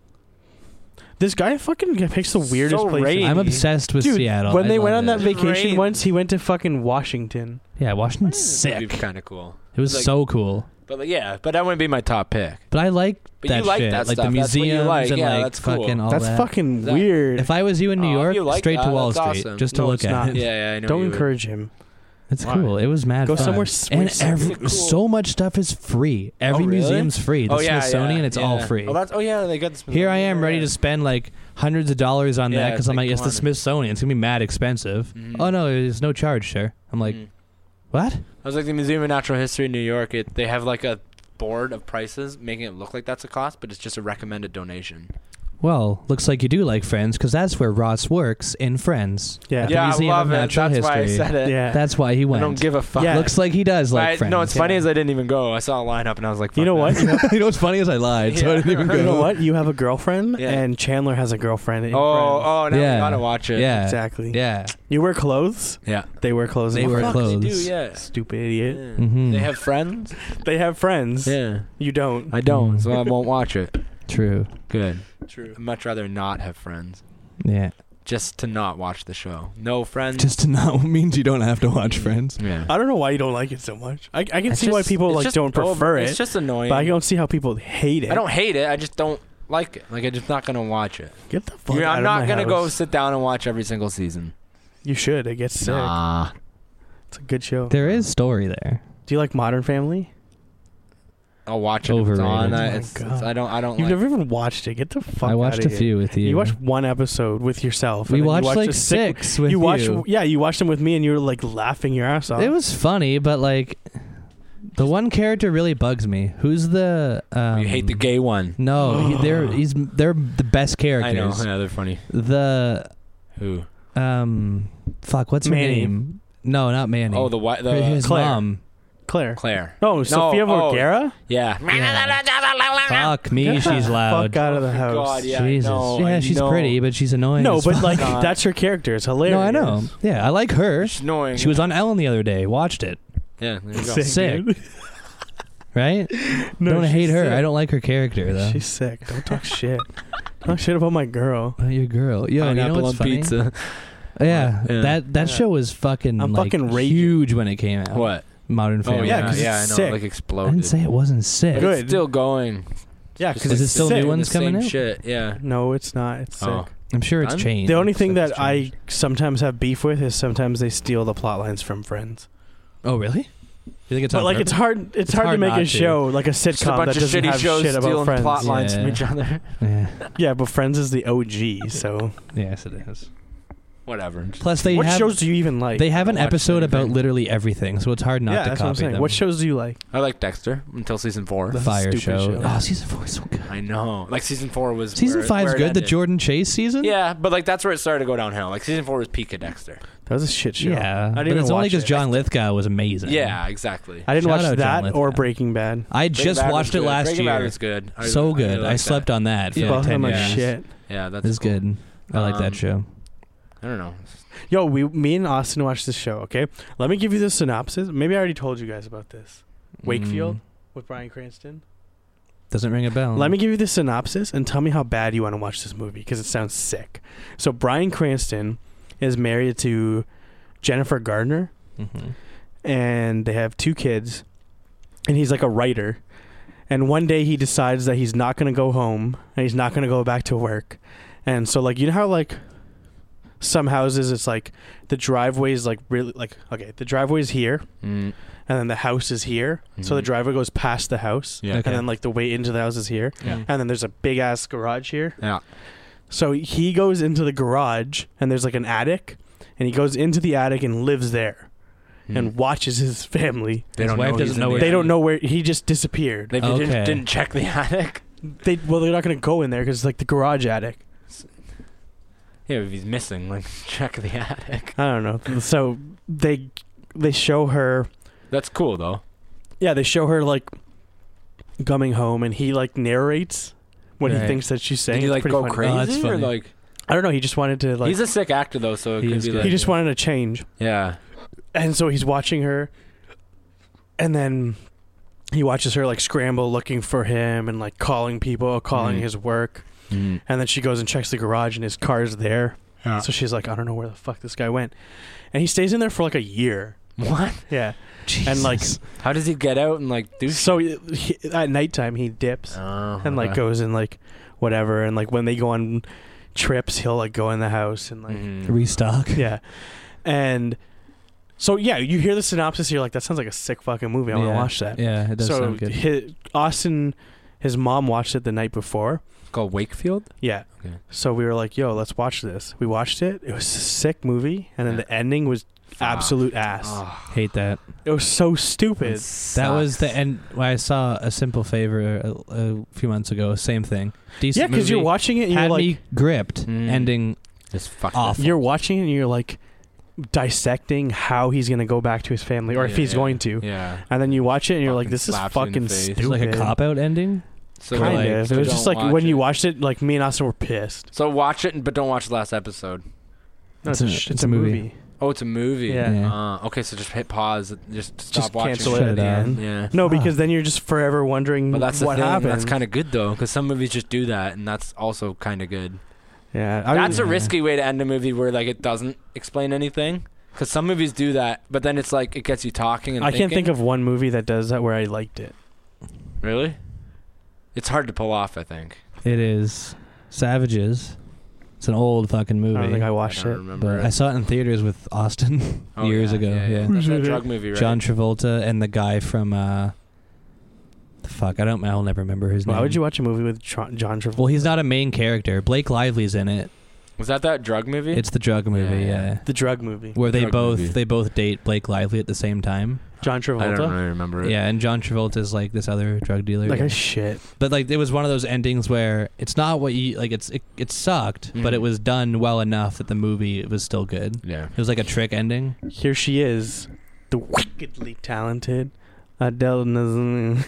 [SPEAKER 1] This guy fucking picks the
[SPEAKER 3] So
[SPEAKER 1] weirdest place.
[SPEAKER 3] rainy.
[SPEAKER 2] I'm obsessed with
[SPEAKER 1] Dude,
[SPEAKER 2] Seattle.
[SPEAKER 1] when
[SPEAKER 2] I
[SPEAKER 1] they went
[SPEAKER 2] love
[SPEAKER 1] on that
[SPEAKER 2] it.
[SPEAKER 3] Just
[SPEAKER 1] vacation
[SPEAKER 3] rain.
[SPEAKER 1] once, he went to fucking Washington.
[SPEAKER 2] yeah, Washington's
[SPEAKER 3] That'd be
[SPEAKER 2] sick.
[SPEAKER 3] kind of cool.
[SPEAKER 2] It was
[SPEAKER 3] like-
[SPEAKER 2] so cool.
[SPEAKER 3] But like, yeah, but that wouldn't be my top pick.
[SPEAKER 2] But I like
[SPEAKER 3] But
[SPEAKER 2] that
[SPEAKER 3] you like
[SPEAKER 2] shit,
[SPEAKER 3] that
[SPEAKER 2] like the
[SPEAKER 3] stuff. That's what you
[SPEAKER 2] museums
[SPEAKER 3] like.
[SPEAKER 2] and
[SPEAKER 3] Yeah,
[SPEAKER 2] like
[SPEAKER 3] that's cool.
[SPEAKER 2] fucking all
[SPEAKER 1] That's
[SPEAKER 2] that.
[SPEAKER 1] fucking
[SPEAKER 3] Oh, That-
[SPEAKER 1] weird.
[SPEAKER 2] If I was you in
[SPEAKER 3] Oh,
[SPEAKER 2] New
[SPEAKER 3] if
[SPEAKER 2] York,
[SPEAKER 3] you like
[SPEAKER 2] straight to
[SPEAKER 3] that,
[SPEAKER 2] Wall
[SPEAKER 3] that's
[SPEAKER 2] Street
[SPEAKER 3] awesome.
[SPEAKER 2] just to
[SPEAKER 1] No,
[SPEAKER 2] look
[SPEAKER 1] it's
[SPEAKER 2] at
[SPEAKER 1] not.
[SPEAKER 2] it.
[SPEAKER 3] Yeah, yeah, I know.
[SPEAKER 1] don't
[SPEAKER 3] you would.
[SPEAKER 1] encourage him.
[SPEAKER 2] It's
[SPEAKER 3] Why?
[SPEAKER 2] cool. It was mad
[SPEAKER 1] Go
[SPEAKER 2] fun.
[SPEAKER 1] somewhere s-
[SPEAKER 2] and
[SPEAKER 1] where
[SPEAKER 2] every
[SPEAKER 3] something cool.
[SPEAKER 2] so much stuff is free. Every
[SPEAKER 3] really?
[SPEAKER 2] museum's free. The
[SPEAKER 3] Oh yeah,
[SPEAKER 2] Smithsonian,
[SPEAKER 3] yeah,
[SPEAKER 2] it's all
[SPEAKER 3] yeah.
[SPEAKER 2] free.
[SPEAKER 3] Oh, that's, oh yeah, they got the
[SPEAKER 2] Here I am, ready
[SPEAKER 3] yeah.
[SPEAKER 2] to spend like hundreds of dollars on that
[SPEAKER 3] Yeah,
[SPEAKER 2] because I'm
[SPEAKER 3] like,
[SPEAKER 2] like, it's
[SPEAKER 3] come on.
[SPEAKER 2] the Smithsonian. It's gonna be mad expensive.
[SPEAKER 3] Mhm.
[SPEAKER 2] Oh no, there's no charge, sir. I'm like,
[SPEAKER 3] Mm.
[SPEAKER 2] what?
[SPEAKER 3] I was like the Museum of Natural History in New York. It, they have like a board of prices, making it look like that's a cost, but it's just a recommended donation.
[SPEAKER 2] Well, looks like you do like Friends because that's where Ross works in Friends.
[SPEAKER 1] Yeah.
[SPEAKER 2] At the
[SPEAKER 3] yeah, I
[SPEAKER 2] Museum
[SPEAKER 3] love
[SPEAKER 2] of
[SPEAKER 3] it.
[SPEAKER 2] Natural
[SPEAKER 3] that's why I
[SPEAKER 2] History.
[SPEAKER 3] said it.
[SPEAKER 1] yeah.
[SPEAKER 2] That's why he
[SPEAKER 3] I
[SPEAKER 2] went.
[SPEAKER 3] don't give a fuck.
[SPEAKER 1] Yeah.
[SPEAKER 2] Looks like he does like
[SPEAKER 3] I,
[SPEAKER 2] Friends.
[SPEAKER 3] no, it's funny
[SPEAKER 2] yeah.
[SPEAKER 3] is I didn't even go. I saw a line up and I was like,
[SPEAKER 1] you know
[SPEAKER 3] fuck that.
[SPEAKER 1] what? You know,
[SPEAKER 2] you know what's funny is I lied, so I didn't even go.
[SPEAKER 1] you know what? You have a girlfriend,
[SPEAKER 3] Yeah.
[SPEAKER 1] and Chandler has a girlfriend. in
[SPEAKER 3] Oh,
[SPEAKER 1] Friends.
[SPEAKER 3] oh, now
[SPEAKER 2] Yeah.
[SPEAKER 3] we gotta watch it.
[SPEAKER 2] Yeah,
[SPEAKER 1] exactly.
[SPEAKER 2] yeah.
[SPEAKER 1] You wear clothes.
[SPEAKER 3] yeah.
[SPEAKER 1] They wear clothes.
[SPEAKER 2] They
[SPEAKER 1] in
[SPEAKER 2] wear
[SPEAKER 1] Friends.
[SPEAKER 3] Fuck, they do,
[SPEAKER 2] clothes.
[SPEAKER 3] yeah.
[SPEAKER 1] Stupid idiot.
[SPEAKER 3] Yeah.
[SPEAKER 2] Mhm.
[SPEAKER 3] They have friends.
[SPEAKER 1] They have friends.
[SPEAKER 3] Yeah,
[SPEAKER 1] You don't.
[SPEAKER 3] I don't,
[SPEAKER 2] Mm.
[SPEAKER 3] so I won't watch it.
[SPEAKER 2] True.
[SPEAKER 3] Good. True. I'd much rather not have friends.
[SPEAKER 2] Yeah.
[SPEAKER 3] Just to not watch the show. No friends.
[SPEAKER 2] Just to not means you don't have to
[SPEAKER 1] Mm.
[SPEAKER 2] watch Friends.
[SPEAKER 3] yeah.
[SPEAKER 1] I don't know why you don't like it so much. I, I can
[SPEAKER 3] It's
[SPEAKER 1] see why
[SPEAKER 3] just-
[SPEAKER 1] people
[SPEAKER 3] it's
[SPEAKER 1] like
[SPEAKER 3] just
[SPEAKER 1] don't prefer
[SPEAKER 3] over-
[SPEAKER 1] it,
[SPEAKER 3] It's just annoying.
[SPEAKER 1] but I don't see how people hate it.
[SPEAKER 3] I don't hate it. I just don't like it. Like I'm just not gonna watch it.
[SPEAKER 1] get the fuck.
[SPEAKER 3] You know,
[SPEAKER 1] out
[SPEAKER 3] I'm
[SPEAKER 1] of
[SPEAKER 3] not
[SPEAKER 1] my
[SPEAKER 3] gonna go
[SPEAKER 1] house.
[SPEAKER 3] sit down and watch every single season.
[SPEAKER 1] You should. It gets sick.
[SPEAKER 3] Nah.
[SPEAKER 1] It's a good show.
[SPEAKER 2] There is story there.
[SPEAKER 1] Do you like Modern Family?
[SPEAKER 3] I'll watch it. if It's on.
[SPEAKER 2] Overrated.
[SPEAKER 3] I,
[SPEAKER 1] Oh my
[SPEAKER 3] it's, it's-
[SPEAKER 1] God.
[SPEAKER 3] I don't. I don't.
[SPEAKER 1] You've
[SPEAKER 3] like
[SPEAKER 1] never even watched it. Get the fuck.
[SPEAKER 2] I watched
[SPEAKER 1] outta
[SPEAKER 2] a
[SPEAKER 1] here.
[SPEAKER 2] few with you.
[SPEAKER 1] You watched one episode with yourself.
[SPEAKER 2] We
[SPEAKER 1] and then you
[SPEAKER 2] watched,
[SPEAKER 1] watched
[SPEAKER 2] like
[SPEAKER 1] a sick-
[SPEAKER 2] six with
[SPEAKER 1] you
[SPEAKER 2] you.
[SPEAKER 1] watched, yeah, you watched them with me, and you were like laughing your ass off.
[SPEAKER 2] It was funny, but like the one character really bugs me. Who's the? Um,
[SPEAKER 3] Oh, you hate the gay one.
[SPEAKER 2] No, he, they're he's they're the best characters.
[SPEAKER 3] I know. Yeah, they're funny.
[SPEAKER 2] The
[SPEAKER 3] Who?
[SPEAKER 2] um, fuck, what's
[SPEAKER 1] Manny.
[SPEAKER 2] her name? No, not Manny.
[SPEAKER 3] Oh, the white. The
[SPEAKER 2] Her- his
[SPEAKER 1] Claire.
[SPEAKER 2] mom.
[SPEAKER 1] Claire.
[SPEAKER 3] Claire.
[SPEAKER 1] No, Sophia
[SPEAKER 3] oh.
[SPEAKER 1] Vergara.
[SPEAKER 3] Yeah.
[SPEAKER 2] Yeah. Fuck me,
[SPEAKER 1] Get the
[SPEAKER 2] she's loud.
[SPEAKER 1] Fuck out of the
[SPEAKER 3] Oh,
[SPEAKER 1] house.
[SPEAKER 3] God, yeah, I
[SPEAKER 2] Jesus,
[SPEAKER 3] know,
[SPEAKER 2] yeah,
[SPEAKER 3] I
[SPEAKER 2] she's
[SPEAKER 3] know.
[SPEAKER 2] pretty, but she's annoying.
[SPEAKER 1] No,
[SPEAKER 2] as
[SPEAKER 1] but
[SPEAKER 2] fuck.
[SPEAKER 1] like
[SPEAKER 3] God.
[SPEAKER 1] that's her character. It's hilarious.
[SPEAKER 2] no, I know. Yeah, I like her.
[SPEAKER 3] She's annoying.
[SPEAKER 2] She was on Ellen the other day. Watched it.
[SPEAKER 3] Yeah. There you go.
[SPEAKER 1] Sick.
[SPEAKER 2] Sick.
[SPEAKER 1] dude.
[SPEAKER 2] Right?
[SPEAKER 1] No,
[SPEAKER 2] don't
[SPEAKER 1] she's
[SPEAKER 2] hate her.
[SPEAKER 1] sick.
[SPEAKER 2] I don't like her character though.
[SPEAKER 1] She's sick. Don't talk shit. Talk shit about my girl.
[SPEAKER 2] Oh, your girl. Yo, you know
[SPEAKER 3] Pineapple
[SPEAKER 2] what's
[SPEAKER 3] on
[SPEAKER 2] funny?
[SPEAKER 3] pizza.
[SPEAKER 2] Yeah,
[SPEAKER 3] Yeah.
[SPEAKER 2] that that
[SPEAKER 1] Yeah.
[SPEAKER 2] show was fucking
[SPEAKER 1] I'm
[SPEAKER 2] like
[SPEAKER 1] fucking raging.
[SPEAKER 2] huge when it came out.
[SPEAKER 3] What?
[SPEAKER 2] Modern
[SPEAKER 3] Oh
[SPEAKER 2] Family?
[SPEAKER 3] yeah, yeah,
[SPEAKER 1] 'cause it's
[SPEAKER 3] I know.
[SPEAKER 1] sick.
[SPEAKER 3] Like
[SPEAKER 2] I
[SPEAKER 3] exploded.
[SPEAKER 2] didn't say it wasn't sick.
[SPEAKER 3] But
[SPEAKER 1] Good.
[SPEAKER 3] It's still going.
[SPEAKER 1] Yeah,
[SPEAKER 3] Just
[SPEAKER 1] because
[SPEAKER 2] Is
[SPEAKER 3] like
[SPEAKER 2] it still
[SPEAKER 1] sick.
[SPEAKER 2] new
[SPEAKER 3] the
[SPEAKER 2] ones coming
[SPEAKER 3] same
[SPEAKER 2] out?
[SPEAKER 3] Shit. Yeah.
[SPEAKER 1] No, it's not. It's
[SPEAKER 3] Oh.
[SPEAKER 1] sick.
[SPEAKER 2] I'm sure it's
[SPEAKER 3] Done?
[SPEAKER 2] changed.
[SPEAKER 1] The only thing
[SPEAKER 2] Stuff's
[SPEAKER 1] that I
[SPEAKER 2] changed.
[SPEAKER 1] sometimes have beef with is sometimes they steal the plot lines from Friends.
[SPEAKER 2] Oh really? You think it's
[SPEAKER 1] But
[SPEAKER 2] on
[SPEAKER 1] like
[SPEAKER 2] purpose?
[SPEAKER 1] it's hard it's,
[SPEAKER 2] It's
[SPEAKER 1] hard,
[SPEAKER 2] hard
[SPEAKER 1] to make
[SPEAKER 2] not
[SPEAKER 1] a
[SPEAKER 2] to.
[SPEAKER 1] show like a
[SPEAKER 3] Just a
[SPEAKER 1] sitcom that
[SPEAKER 3] bunch of
[SPEAKER 1] doesn't
[SPEAKER 3] shitty
[SPEAKER 1] have
[SPEAKER 3] shows
[SPEAKER 1] shit about
[SPEAKER 3] stealing
[SPEAKER 1] Friends.
[SPEAKER 3] plot lines
[SPEAKER 2] Yeah.
[SPEAKER 3] from each other.
[SPEAKER 2] Yeah.
[SPEAKER 1] Yeah, but Friends is the OG, so
[SPEAKER 2] Yes, it is.
[SPEAKER 3] Whatever.
[SPEAKER 2] Plus, they
[SPEAKER 1] what
[SPEAKER 2] have
[SPEAKER 1] shows do you even like?
[SPEAKER 2] they have an
[SPEAKER 3] Watch
[SPEAKER 2] episode about
[SPEAKER 3] anything.
[SPEAKER 2] literally everything, so it's hard not
[SPEAKER 1] yeah,
[SPEAKER 2] to
[SPEAKER 1] that's
[SPEAKER 2] copy
[SPEAKER 1] what I'm saying.
[SPEAKER 2] them.
[SPEAKER 1] What shows do you like?
[SPEAKER 3] I like Dexter until season four.
[SPEAKER 1] That's a
[SPEAKER 2] Fire
[SPEAKER 1] stupid
[SPEAKER 2] show.
[SPEAKER 1] show.
[SPEAKER 2] Oh, season four is so good.
[SPEAKER 3] I know. Like season four was
[SPEAKER 2] Season
[SPEAKER 3] where,
[SPEAKER 2] five's
[SPEAKER 3] where it
[SPEAKER 2] good. The
[SPEAKER 3] ended.
[SPEAKER 2] Jordan Chase season.
[SPEAKER 3] Yeah, but like that's where it started to go downhill. Like season four was peak of Dexter.
[SPEAKER 1] That was a shit show.
[SPEAKER 2] Yeah,
[SPEAKER 1] I
[SPEAKER 2] but
[SPEAKER 1] didn't even
[SPEAKER 2] it's only
[SPEAKER 1] watch
[SPEAKER 2] because
[SPEAKER 1] it.
[SPEAKER 2] John Lithgow was amazing.
[SPEAKER 3] Yeah, exactly.
[SPEAKER 1] I didn't
[SPEAKER 2] Shout
[SPEAKER 1] watch
[SPEAKER 2] out John
[SPEAKER 1] that or
[SPEAKER 2] Lithgow.
[SPEAKER 1] Breaking Bad.
[SPEAKER 2] I
[SPEAKER 3] Breaking
[SPEAKER 2] just
[SPEAKER 3] Bad was
[SPEAKER 2] watched it
[SPEAKER 3] good.
[SPEAKER 2] last
[SPEAKER 3] Breaking Bad
[SPEAKER 2] year.
[SPEAKER 3] was good. I- I
[SPEAKER 2] So
[SPEAKER 3] really
[SPEAKER 2] good. I,
[SPEAKER 3] liked that.
[SPEAKER 2] slept on that for
[SPEAKER 3] Yeah.
[SPEAKER 2] like
[SPEAKER 1] Both of
[SPEAKER 2] ten
[SPEAKER 1] them like
[SPEAKER 2] years.
[SPEAKER 1] shit.
[SPEAKER 3] Yeah, that's
[SPEAKER 2] It's
[SPEAKER 3] cool.
[SPEAKER 2] good. I like
[SPEAKER 3] Um,
[SPEAKER 2] that show.
[SPEAKER 3] I don't know.
[SPEAKER 1] Yo, we, me and Austin watched this show. Okay, let me give you the synopsis. Maybe I already told you guys about this Wakefield?
[SPEAKER 2] Mm,
[SPEAKER 1] with Brian Cranston.
[SPEAKER 2] doesn't ring a bell.
[SPEAKER 1] Let me give you the synopsis and tell me how bad you want to watch this movie because it sounds sick. So Brian Cranston is married to Jennifer Gardner,
[SPEAKER 2] Mhm.
[SPEAKER 1] and they have two kids. And he's like a writer. And one day he decides that he's not going to go home and he's not going to go back to work. And so like you know how like some houses it's like the driveway is like really like okay, the driveway is here
[SPEAKER 3] Mm,
[SPEAKER 1] and then the house is here. So the
[SPEAKER 3] Mhm.
[SPEAKER 1] driveway goes past the house
[SPEAKER 3] yeah.
[SPEAKER 2] Okay.
[SPEAKER 1] and then like the way into the house is here
[SPEAKER 3] Yeah.
[SPEAKER 1] and then there's a big ass garage here.
[SPEAKER 3] Yeah.
[SPEAKER 1] So he goes into the garage and there's like an attic and he goes into the attic and lives there
[SPEAKER 3] Hmm.
[SPEAKER 1] and watches his family.
[SPEAKER 3] They
[SPEAKER 2] His
[SPEAKER 3] don't know
[SPEAKER 2] wife doesn't
[SPEAKER 3] he's in
[SPEAKER 2] know
[SPEAKER 3] the
[SPEAKER 2] where-
[SPEAKER 1] They
[SPEAKER 3] attic.
[SPEAKER 1] don't know where he just disappeared.
[SPEAKER 3] They
[SPEAKER 2] Okay.
[SPEAKER 3] didn't, didn't check the attic.
[SPEAKER 1] They well they're not going to go in there cuz it's like the garage attic.
[SPEAKER 3] Yeah, if he's missing, like check the attic.
[SPEAKER 1] I don't know. So they they show her
[SPEAKER 3] That's cool though.
[SPEAKER 1] yeah, they show her like coming home and he like narrates what he
[SPEAKER 2] Right.
[SPEAKER 1] thinks that she's saying.
[SPEAKER 3] Did he
[SPEAKER 1] It's
[SPEAKER 3] like
[SPEAKER 1] pretty
[SPEAKER 3] go
[SPEAKER 1] funny.
[SPEAKER 3] crazy
[SPEAKER 2] Oh, that's
[SPEAKER 3] or
[SPEAKER 2] funny.
[SPEAKER 3] like
[SPEAKER 1] I don't know, he just wanted to like
[SPEAKER 3] he's a sick actor though, so it
[SPEAKER 2] He
[SPEAKER 3] could
[SPEAKER 2] is
[SPEAKER 3] be
[SPEAKER 2] good.
[SPEAKER 3] like
[SPEAKER 1] he just wanted to change.
[SPEAKER 3] yeah.
[SPEAKER 1] and so he's watching her and then he watches her like scramble looking for him and like calling people calling
[SPEAKER 3] Mhm.
[SPEAKER 1] his work
[SPEAKER 2] Mm-hmm.
[SPEAKER 1] and then she goes and checks the garage and his car's there
[SPEAKER 3] Yeah.
[SPEAKER 1] so she's like i don't know where the fuck this guy went and he stays in there for like a year
[SPEAKER 3] What?
[SPEAKER 1] yeah and
[SPEAKER 2] Jesus.
[SPEAKER 1] like
[SPEAKER 3] How does he get out and like do?
[SPEAKER 1] so he, at nighttime he dips
[SPEAKER 3] Oh,
[SPEAKER 1] and like
[SPEAKER 3] okay.
[SPEAKER 1] goes and like whatever and like when they go on trips he'll like go in the house and like
[SPEAKER 3] Mhm.
[SPEAKER 2] restock.
[SPEAKER 1] yeah and so yeah you hear the synopsis you're like that sounds like a sick fucking movie i want to
[SPEAKER 2] Yeah.
[SPEAKER 1] watch that
[SPEAKER 2] Yeah, it does
[SPEAKER 1] so
[SPEAKER 2] sound good.
[SPEAKER 1] hi- Austin, his mom watched it the night before.
[SPEAKER 3] It's called Wakefield.
[SPEAKER 1] Yeah.
[SPEAKER 3] Okay.
[SPEAKER 1] So we were like, "Yo, let's watch this." We watched it. It was a sick movie, and then
[SPEAKER 3] Yeah.
[SPEAKER 1] the ending was
[SPEAKER 2] Ah.
[SPEAKER 1] absolute ass.
[SPEAKER 3] Oh,
[SPEAKER 2] Hate that.
[SPEAKER 1] It was so stupid.
[SPEAKER 2] That was the end. When I saw a simple favor a, a few months ago. Same thing. Decent
[SPEAKER 1] Yeah, because
[SPEAKER 2] movie.
[SPEAKER 1] you're watching it and you're
[SPEAKER 2] had
[SPEAKER 1] like,
[SPEAKER 2] me gripped.
[SPEAKER 3] Mm.
[SPEAKER 2] Ending.
[SPEAKER 3] It's fucked
[SPEAKER 2] Off.
[SPEAKER 1] you're watching it and you're like dissecting how he's gonna go back to his family, or if
[SPEAKER 3] Yeah,
[SPEAKER 1] he's
[SPEAKER 3] yeah.
[SPEAKER 1] going to.
[SPEAKER 3] Yeah.
[SPEAKER 1] And then you watch it and you're like,
[SPEAKER 3] Fucking
[SPEAKER 1] "This is
[SPEAKER 3] slaps you in the
[SPEAKER 1] fucking
[SPEAKER 3] face.
[SPEAKER 1] stupid."
[SPEAKER 3] It's
[SPEAKER 2] It's like a cop out ending.
[SPEAKER 3] So
[SPEAKER 1] Kind
[SPEAKER 2] like,
[SPEAKER 1] of.
[SPEAKER 3] so
[SPEAKER 1] It was
[SPEAKER 3] don't
[SPEAKER 1] just like
[SPEAKER 3] watch
[SPEAKER 1] when you
[SPEAKER 3] it.
[SPEAKER 1] watched it, like me and Austin were pissed.
[SPEAKER 3] So watch it, but don't watch the last episode.
[SPEAKER 1] No,
[SPEAKER 2] It's
[SPEAKER 1] it's, a,
[SPEAKER 2] a-
[SPEAKER 1] sh-
[SPEAKER 2] it's
[SPEAKER 1] it's
[SPEAKER 2] a
[SPEAKER 1] a
[SPEAKER 2] movie.
[SPEAKER 1] movie.
[SPEAKER 3] Oh, it's a movie.
[SPEAKER 1] Yeah.
[SPEAKER 2] Yeah.
[SPEAKER 3] Uh, okay, so just hit pause. Just stop
[SPEAKER 1] Just
[SPEAKER 3] watching.
[SPEAKER 1] cancel it
[SPEAKER 2] Shut
[SPEAKER 1] at
[SPEAKER 2] it
[SPEAKER 1] the
[SPEAKER 2] down.
[SPEAKER 1] end.
[SPEAKER 3] Yeah.
[SPEAKER 1] No,
[SPEAKER 2] Ah.
[SPEAKER 1] because then you're just forever wondering
[SPEAKER 3] But that's the
[SPEAKER 1] what
[SPEAKER 3] thing.
[SPEAKER 1] happened.
[SPEAKER 3] That's kind of good though, because some movies just do that, and that's also kind of good.
[SPEAKER 1] yeah. I
[SPEAKER 3] that's
[SPEAKER 1] mean,
[SPEAKER 3] a risky way to end a movie where like it doesn't explain anything, because some movies do that, but then it's like it gets you talking. And
[SPEAKER 1] I can't think of one movie that does that where I liked it.
[SPEAKER 3] really. It's hard to pull off. I think.
[SPEAKER 2] It is Savages. It's an old fucking movie.
[SPEAKER 1] I don't think I watched
[SPEAKER 3] I don't
[SPEAKER 1] it.
[SPEAKER 3] remember.
[SPEAKER 2] but I saw it in theaters with Austin
[SPEAKER 3] Oh,
[SPEAKER 2] years
[SPEAKER 3] yeah,
[SPEAKER 2] ago.
[SPEAKER 3] Yeah,
[SPEAKER 2] Yeah.
[SPEAKER 3] yeah. That's that drug movie, right?
[SPEAKER 2] John Travolta and the guy from uh, the fuck. I don't. I'll never remember his name.
[SPEAKER 1] Why would you watch a movie with Tr- John Travolta?
[SPEAKER 2] Well, he's not a main character. Blake Lively's in it.
[SPEAKER 3] Was that that drug movie?
[SPEAKER 2] It's the drug movie.
[SPEAKER 3] yeah.
[SPEAKER 2] Yeah.
[SPEAKER 1] the drug movie.
[SPEAKER 2] Where they
[SPEAKER 3] Drug
[SPEAKER 2] both
[SPEAKER 3] movie.
[SPEAKER 2] they both date Blake Lively at the same time.
[SPEAKER 1] John
[SPEAKER 3] I don't
[SPEAKER 1] Travolta.
[SPEAKER 3] really remember it.
[SPEAKER 2] Yeah, and John Travolta's like this other drug dealer.
[SPEAKER 1] Like
[SPEAKER 2] Yeah.
[SPEAKER 1] a shit.
[SPEAKER 2] but like it was one of those endings where it's not what you like it's it, it sucked,
[SPEAKER 3] Mhm.
[SPEAKER 2] but it was done well enough that the movie was still good.
[SPEAKER 3] Yeah.
[SPEAKER 2] It was like a trick ending.
[SPEAKER 1] Here she is, the wickedly talented Adele. Naz-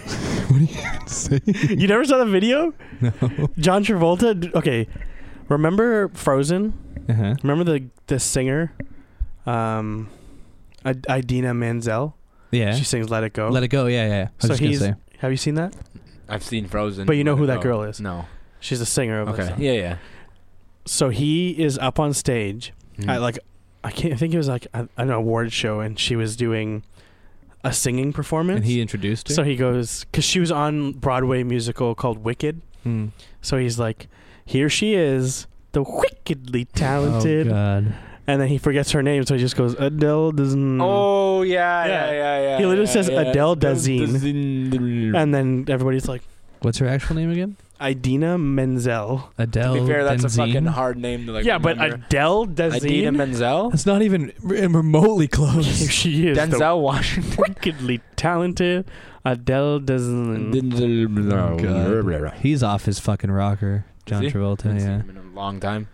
[SPEAKER 1] you never saw the video?
[SPEAKER 2] No.
[SPEAKER 1] John Travolta. d- Okay, remember Frozen?
[SPEAKER 2] Uh-huh.
[SPEAKER 1] Remember the the singer, um, Ad- Idina Menzel.
[SPEAKER 2] Yeah.
[SPEAKER 1] She sings "Let It Go."
[SPEAKER 2] Let it go. Yeah, yeah. yeah. I was
[SPEAKER 1] So
[SPEAKER 2] just gonna
[SPEAKER 1] he's-
[SPEAKER 2] say.
[SPEAKER 1] Have you seen that?
[SPEAKER 3] I've seen Frozen.
[SPEAKER 1] But you know
[SPEAKER 3] Let
[SPEAKER 1] who
[SPEAKER 3] it
[SPEAKER 1] that
[SPEAKER 3] go.
[SPEAKER 1] girl is.
[SPEAKER 3] No.
[SPEAKER 1] She's the singer of
[SPEAKER 3] Okay.
[SPEAKER 1] okay.
[SPEAKER 3] Yeah, yeah.
[SPEAKER 1] So he is up on stage
[SPEAKER 3] Mm-hmm.
[SPEAKER 1] I like I can't I think it was like a- an award show and she was doing a singing performance.
[SPEAKER 2] and he introduced her.
[SPEAKER 1] so he goes cuz she was on Broadway musical called Wicked.
[SPEAKER 2] Mm.
[SPEAKER 1] So he's like here she is the wickedly talented.
[SPEAKER 2] Oh God.
[SPEAKER 1] and then he forgets her name, so he just goes Adele Dazn.
[SPEAKER 3] Oh yeah,
[SPEAKER 1] Yeah.
[SPEAKER 3] yeah, yeah, yeah.
[SPEAKER 1] He literally
[SPEAKER 3] yeah,
[SPEAKER 1] says
[SPEAKER 3] yeah.
[SPEAKER 1] Adele Dazine.
[SPEAKER 3] Dazine.
[SPEAKER 1] And then everybody's like
[SPEAKER 2] What's her actual name again?
[SPEAKER 1] Idina Menzel.
[SPEAKER 2] Adele.
[SPEAKER 3] to be fair, that's a
[SPEAKER 2] Denzine?
[SPEAKER 3] fucking hard name to like.
[SPEAKER 1] yeah, but
[SPEAKER 3] remember.
[SPEAKER 1] Adele
[SPEAKER 3] Idina
[SPEAKER 1] Dazine.
[SPEAKER 3] Menzel,
[SPEAKER 2] That's not even re- remotely
[SPEAKER 1] Here
[SPEAKER 2] close.
[SPEAKER 1] she is. the
[SPEAKER 3] Denzel Washington.
[SPEAKER 1] wickedly talented Adele Dazn.
[SPEAKER 2] Oh, God. He's off his fucking rocker, John
[SPEAKER 3] Is he?
[SPEAKER 2] Travolta.
[SPEAKER 3] It's
[SPEAKER 2] Yeah.
[SPEAKER 3] been a long time.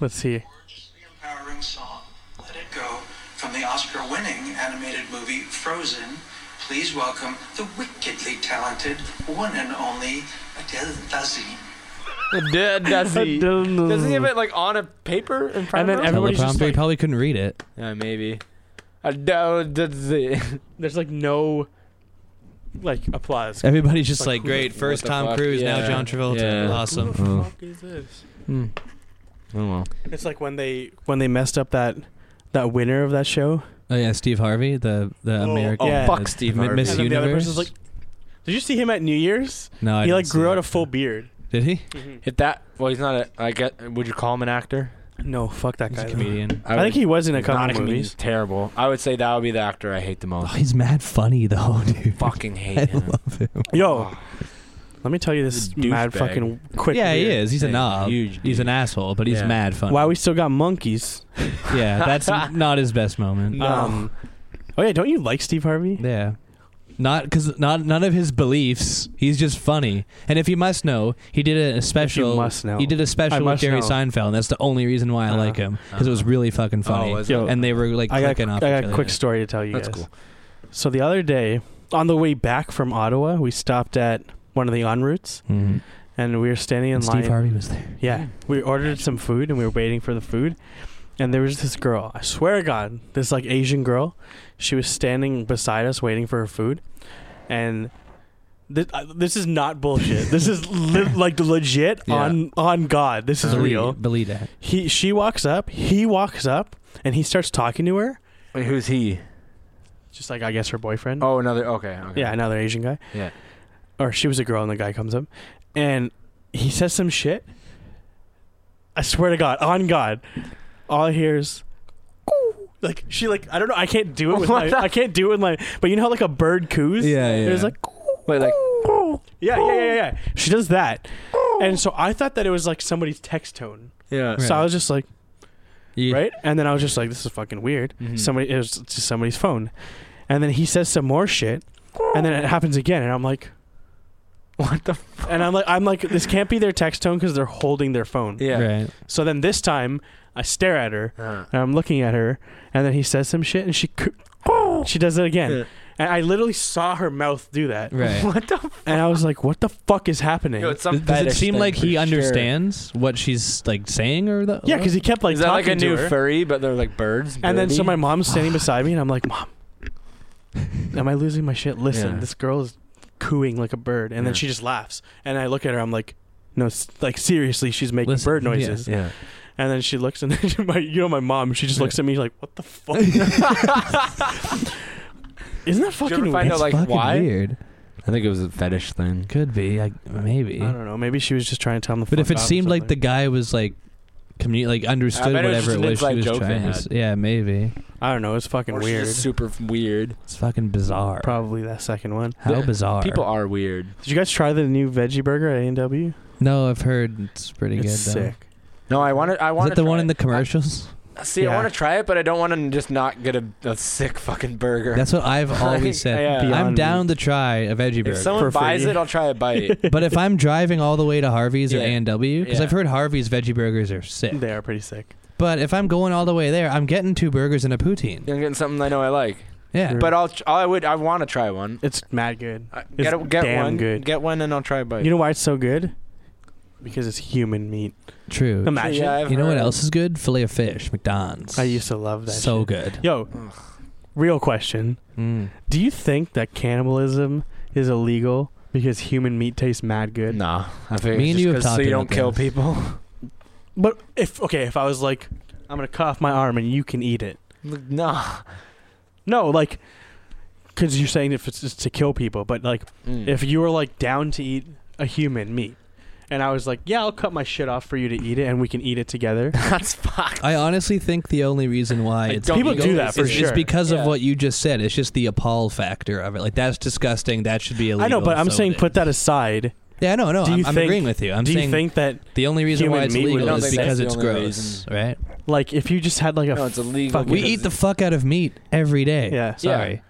[SPEAKER 1] Let's see.
[SPEAKER 4] gorgeously empowering song, Let It Go, from the Oscar winning animated movie Frozen. Please welcome the wickedly talented one and only Adele Dazine.
[SPEAKER 3] Does he?
[SPEAKER 1] Adele
[SPEAKER 3] Does he
[SPEAKER 1] Dazn.
[SPEAKER 3] have it like on a paper in front
[SPEAKER 1] And
[SPEAKER 3] of
[SPEAKER 1] then
[SPEAKER 3] him?
[SPEAKER 1] everybody's just
[SPEAKER 2] Teleprompter. He
[SPEAKER 1] like-
[SPEAKER 2] probably couldn't read it.
[SPEAKER 3] Yeah, maybe. Adele Dazine.
[SPEAKER 1] There's like no like applause.
[SPEAKER 2] Everybody's just like,
[SPEAKER 1] Like, who the-
[SPEAKER 2] great. First
[SPEAKER 3] the
[SPEAKER 2] Tom
[SPEAKER 3] fuck?
[SPEAKER 2] Cruise, now
[SPEAKER 3] Yeah.
[SPEAKER 2] John Travolta.
[SPEAKER 3] Yeah.
[SPEAKER 2] Awesome. Hmm.
[SPEAKER 1] Who the fuck is this?
[SPEAKER 3] Oh well.
[SPEAKER 1] It's like when they when they messed up that that winner of that show.
[SPEAKER 2] Oh yeah, Steve Harvey, the the
[SPEAKER 1] Oh,
[SPEAKER 2] American.
[SPEAKER 1] oh, fuck
[SPEAKER 2] the-
[SPEAKER 3] Steve
[SPEAKER 2] Mi-
[SPEAKER 3] Harvey.
[SPEAKER 2] Miss
[SPEAKER 1] And then the other
[SPEAKER 2] Universe.
[SPEAKER 1] person's like, Did you see him at New Year's?
[SPEAKER 2] no, I
[SPEAKER 1] he
[SPEAKER 2] didn't
[SPEAKER 1] like
[SPEAKER 2] see
[SPEAKER 1] grew out
[SPEAKER 2] that.
[SPEAKER 1] a full beard.
[SPEAKER 2] Did he?
[SPEAKER 1] Mm-hmm.
[SPEAKER 3] If that, well, he's not a. I get. Would you call him an actor?
[SPEAKER 1] No, fuck that
[SPEAKER 2] He's
[SPEAKER 1] guy.
[SPEAKER 2] a
[SPEAKER 1] though.
[SPEAKER 2] comedian.
[SPEAKER 1] I think he was in a
[SPEAKER 3] Not
[SPEAKER 1] couple
[SPEAKER 3] comedian,
[SPEAKER 1] movies.
[SPEAKER 3] Terrible. I would say that would be the actor I hate the
[SPEAKER 2] Oh,
[SPEAKER 3] most.
[SPEAKER 2] he's mad funny though, dude.
[SPEAKER 3] Fucking hate
[SPEAKER 2] I
[SPEAKER 3] him. Oh,
[SPEAKER 2] love him.
[SPEAKER 1] Yo,
[SPEAKER 2] Ah.
[SPEAKER 1] let me tell you this
[SPEAKER 3] He's a
[SPEAKER 1] mad
[SPEAKER 3] douchebag.
[SPEAKER 1] fucking quick.
[SPEAKER 2] yeah, he
[SPEAKER 1] weird.
[SPEAKER 2] is. He's a
[SPEAKER 3] Yeah,
[SPEAKER 2] knob.
[SPEAKER 3] huge
[SPEAKER 2] he's an
[SPEAKER 3] douche.
[SPEAKER 2] asshole, but he's
[SPEAKER 3] Yeah.
[SPEAKER 2] mad funny.
[SPEAKER 1] Why we still got monkeys?
[SPEAKER 2] yeah, that's not his best moment.
[SPEAKER 3] No.
[SPEAKER 1] oh yeah, don't you like Steve Harvey?
[SPEAKER 2] Yeah. Not because not none of his beliefs. He's just funny. And if you must know, he did a special.
[SPEAKER 1] must know.
[SPEAKER 2] He did a special with
[SPEAKER 1] must
[SPEAKER 2] Jerry
[SPEAKER 1] know. Uh-huh.
[SPEAKER 2] Seinfeld, and that's the only reason why I
[SPEAKER 3] Uh,
[SPEAKER 2] like him because it was really fucking funny.
[SPEAKER 3] Oh, was
[SPEAKER 1] Yo,
[SPEAKER 3] it?
[SPEAKER 2] and they were like
[SPEAKER 1] I got,
[SPEAKER 2] clicking
[SPEAKER 1] I
[SPEAKER 2] off.
[SPEAKER 1] got
[SPEAKER 2] each
[SPEAKER 1] a
[SPEAKER 2] other.
[SPEAKER 1] quick story to tell you
[SPEAKER 3] That's
[SPEAKER 1] guys.
[SPEAKER 3] cool.
[SPEAKER 1] So the other day, on the way back from Ottawa, we stopped at one of the en routes,
[SPEAKER 2] Mhm.
[SPEAKER 1] and we were standing in
[SPEAKER 2] And
[SPEAKER 1] line.
[SPEAKER 2] Steve Harvey was there.
[SPEAKER 1] Yeah, we ordered some food and we were waiting for the food, and there was this girl. I swear to God, this like Asian girl. She was standing beside us waiting for her food, and this uh, this is not bullshit. this is li- like legit
[SPEAKER 3] Yeah.
[SPEAKER 1] on on God. This is
[SPEAKER 2] Believe-
[SPEAKER 1] real.
[SPEAKER 2] Believe that.
[SPEAKER 1] He she walks up, he walks up, and he starts talking to her,
[SPEAKER 3] Wait, who's he?
[SPEAKER 1] just like I guess her boyfriend.
[SPEAKER 3] Oh, another. Okay. okay.
[SPEAKER 1] yeah, another Asian guy.
[SPEAKER 3] Yeah.
[SPEAKER 1] or she was a girl and the guy comes up and he says some shit i swear to god on god all i hear is "Coo." like she like i don't know i can't do it with my
[SPEAKER 3] What the-
[SPEAKER 1] i can't do it with my but you know how like a bird coos
[SPEAKER 2] Yeah,
[SPEAKER 1] it was
[SPEAKER 2] yeah.
[SPEAKER 1] like "Coo."
[SPEAKER 3] Wait, like.
[SPEAKER 1] yeah yeah yeah yeah she does that and so i thought that it was like somebody's text tone
[SPEAKER 3] Yeah.
[SPEAKER 1] so i
[SPEAKER 2] Right.
[SPEAKER 1] was just like
[SPEAKER 2] Yeah.
[SPEAKER 1] right and then i was just like this is fucking weird
[SPEAKER 3] Mhm.
[SPEAKER 1] somebody it was just somebody's phone and then he says some more shit and then it happens again and i'm like
[SPEAKER 3] What the? F-
[SPEAKER 1] And I'm like, I'm like, this can't be their text tone because they're holding their phone.
[SPEAKER 3] yeah.
[SPEAKER 2] Right.
[SPEAKER 1] So then this time, I stare at her
[SPEAKER 3] Uh,
[SPEAKER 1] and I'm looking at her, and then he says some shit, and she coo- she does it again,
[SPEAKER 3] Yeah.
[SPEAKER 1] and I literally saw her mouth do that,
[SPEAKER 2] Right.
[SPEAKER 3] What the? F-
[SPEAKER 1] and I was like, what the fuck is happening?
[SPEAKER 3] Yo,
[SPEAKER 1] Yeah,
[SPEAKER 3] it's
[SPEAKER 1] 'cause
[SPEAKER 3] some
[SPEAKER 2] Does it
[SPEAKER 3] fetish
[SPEAKER 2] seem
[SPEAKER 3] thing
[SPEAKER 2] like
[SPEAKER 3] for
[SPEAKER 2] he
[SPEAKER 3] sure.
[SPEAKER 2] understands what she's like saying or the?
[SPEAKER 1] yeah, because he kept like
[SPEAKER 3] Is that
[SPEAKER 1] talking
[SPEAKER 3] like a
[SPEAKER 1] to
[SPEAKER 3] new
[SPEAKER 1] her.
[SPEAKER 3] furry, but they're like birds?
[SPEAKER 1] and then so
[SPEAKER 3] birdie?
[SPEAKER 1] my mom's standing beside me, and I'm like, mom, am I losing my shit? Listen,
[SPEAKER 3] Yeah.
[SPEAKER 1] this girl is cooing like a bird, and then
[SPEAKER 3] Yeah.
[SPEAKER 1] she just laughs, and I look at her, I'm like. No, s- like seriously, she's making
[SPEAKER 2] Listen,
[SPEAKER 1] bird
[SPEAKER 2] yeah.
[SPEAKER 1] noises.
[SPEAKER 3] Yeah.
[SPEAKER 1] And then she looks, and then my, you know, my mom, she just looks at me like, "What the fuck?" Isn't that
[SPEAKER 3] you
[SPEAKER 1] fucking
[SPEAKER 3] ever
[SPEAKER 1] weird?
[SPEAKER 3] find
[SPEAKER 2] That's
[SPEAKER 3] out, like,
[SPEAKER 2] fucking
[SPEAKER 3] why?
[SPEAKER 2] weird.
[SPEAKER 3] I think it was a fetish thing.
[SPEAKER 2] Could be. I, maybe.
[SPEAKER 1] I don't know. Maybe she was just trying to tell him the.
[SPEAKER 2] But if
[SPEAKER 1] fuck
[SPEAKER 2] it
[SPEAKER 1] off or
[SPEAKER 2] seemed like the
[SPEAKER 1] something.
[SPEAKER 2] guy was like, commu- like
[SPEAKER 3] I
[SPEAKER 2] understood
[SPEAKER 3] bet it was
[SPEAKER 2] whatever
[SPEAKER 3] just
[SPEAKER 2] it
[SPEAKER 3] an
[SPEAKER 2] was
[SPEAKER 3] inside
[SPEAKER 2] she was
[SPEAKER 3] joke they
[SPEAKER 2] trying. to
[SPEAKER 3] had.
[SPEAKER 2] s- yeah, maybe.
[SPEAKER 1] I don't know, it's fucking
[SPEAKER 3] Or she's
[SPEAKER 1] weird.
[SPEAKER 3] just super f- weird.
[SPEAKER 2] It's fucking bizarre.
[SPEAKER 1] Probably that second one.
[SPEAKER 2] How
[SPEAKER 3] The-
[SPEAKER 2] bizarre.
[SPEAKER 3] People are weird.
[SPEAKER 1] Did you guys try the new veggie burger at A and W?
[SPEAKER 2] No, I've heard it's pretty
[SPEAKER 1] It's
[SPEAKER 2] good. Though.
[SPEAKER 1] sick.
[SPEAKER 3] No, I want to. I
[SPEAKER 2] Is
[SPEAKER 3] want
[SPEAKER 2] it the one in the commercials?
[SPEAKER 3] See,
[SPEAKER 1] Yeah.
[SPEAKER 3] I want to try it, but I don't want to just not get a, a sick fucking burger.
[SPEAKER 2] That's what I've always
[SPEAKER 3] Yeah.
[SPEAKER 2] said. I'm
[SPEAKER 1] Beyond
[SPEAKER 2] down to try a veggie burger.
[SPEAKER 3] if someone
[SPEAKER 1] for
[SPEAKER 3] buys
[SPEAKER 1] free.
[SPEAKER 3] it, I'll try a bite.
[SPEAKER 2] but if I'm driving all the way to Harvey's or
[SPEAKER 3] Yeah.
[SPEAKER 2] A&W, because
[SPEAKER 3] Yeah.
[SPEAKER 2] I've heard Harvey's veggie burgers are sick.
[SPEAKER 1] They are pretty sick.
[SPEAKER 2] But if I'm going all the way there, I'm getting two burgers and a poutine.
[SPEAKER 3] I'm getting something I know I like.
[SPEAKER 2] Yeah.
[SPEAKER 1] True.
[SPEAKER 3] But I'll. tr- I would. I want to try one.
[SPEAKER 1] It's mad good.
[SPEAKER 3] I-
[SPEAKER 1] It's
[SPEAKER 3] Get a, get
[SPEAKER 1] damn
[SPEAKER 3] one.
[SPEAKER 1] good.
[SPEAKER 3] Get one, and I'll try a bite.
[SPEAKER 1] You know why it's so good? Because it's human meat.
[SPEAKER 2] True.
[SPEAKER 1] Imagine.
[SPEAKER 3] So, yeah, I've
[SPEAKER 2] you know what
[SPEAKER 3] heard.
[SPEAKER 2] else is good? Filet of fish, McDonald's.
[SPEAKER 1] I used to love that.
[SPEAKER 2] so
[SPEAKER 1] shit.
[SPEAKER 2] good.
[SPEAKER 1] Yo,
[SPEAKER 3] Ugh.
[SPEAKER 1] real question:
[SPEAKER 2] Mm.
[SPEAKER 1] Do you think that cannibalism is illegal because human meat tastes mad good?
[SPEAKER 3] Nah, I think
[SPEAKER 2] Me
[SPEAKER 3] it's
[SPEAKER 2] and
[SPEAKER 3] just
[SPEAKER 2] you have
[SPEAKER 3] 'cause
[SPEAKER 2] talked
[SPEAKER 3] so you
[SPEAKER 2] about
[SPEAKER 3] don't kill
[SPEAKER 2] this.
[SPEAKER 3] people.
[SPEAKER 1] But if okay, if I was like, I'm gonna cut off my arm and you can eat it.
[SPEAKER 3] nah.
[SPEAKER 1] No, like, because you're saying if it's just to kill people, but like,
[SPEAKER 3] Mm.
[SPEAKER 1] if you were like down to eat a human meat, And I was like, yeah, I'll cut my shit off for you to eat it, and we can eat it together.
[SPEAKER 3] That's fucked.
[SPEAKER 2] I honestly think the only reason
[SPEAKER 3] I
[SPEAKER 2] why it's
[SPEAKER 3] don't
[SPEAKER 1] People
[SPEAKER 3] eat goats.
[SPEAKER 1] do that for
[SPEAKER 3] It's-
[SPEAKER 2] is
[SPEAKER 1] sure.
[SPEAKER 2] because
[SPEAKER 3] Yeah.
[SPEAKER 2] of what you just said. It's just the appall factor of it. Like that's disgusting. That should be illegal.
[SPEAKER 1] I know, but I'm
[SPEAKER 2] so
[SPEAKER 1] saying
[SPEAKER 2] it
[SPEAKER 1] put that aside.
[SPEAKER 2] is. Yeah, no, no.
[SPEAKER 1] do
[SPEAKER 2] I'm,
[SPEAKER 1] you
[SPEAKER 2] I'm
[SPEAKER 1] think-
[SPEAKER 2] agreeing with you. I'm
[SPEAKER 1] do
[SPEAKER 2] saying
[SPEAKER 1] you think that
[SPEAKER 2] the only reason
[SPEAKER 1] human
[SPEAKER 2] why it's
[SPEAKER 1] meat would- I
[SPEAKER 2] legal
[SPEAKER 1] don't
[SPEAKER 2] is
[SPEAKER 1] think that's
[SPEAKER 2] because
[SPEAKER 3] the
[SPEAKER 2] it's
[SPEAKER 3] only
[SPEAKER 2] gross,
[SPEAKER 3] reason.
[SPEAKER 2] right?
[SPEAKER 1] like if you just had like a
[SPEAKER 3] No, it's illegal
[SPEAKER 1] fucking-
[SPEAKER 2] We
[SPEAKER 3] Because-
[SPEAKER 2] eat the fuck out of meat every day.
[SPEAKER 1] Yeah.
[SPEAKER 2] Sorry.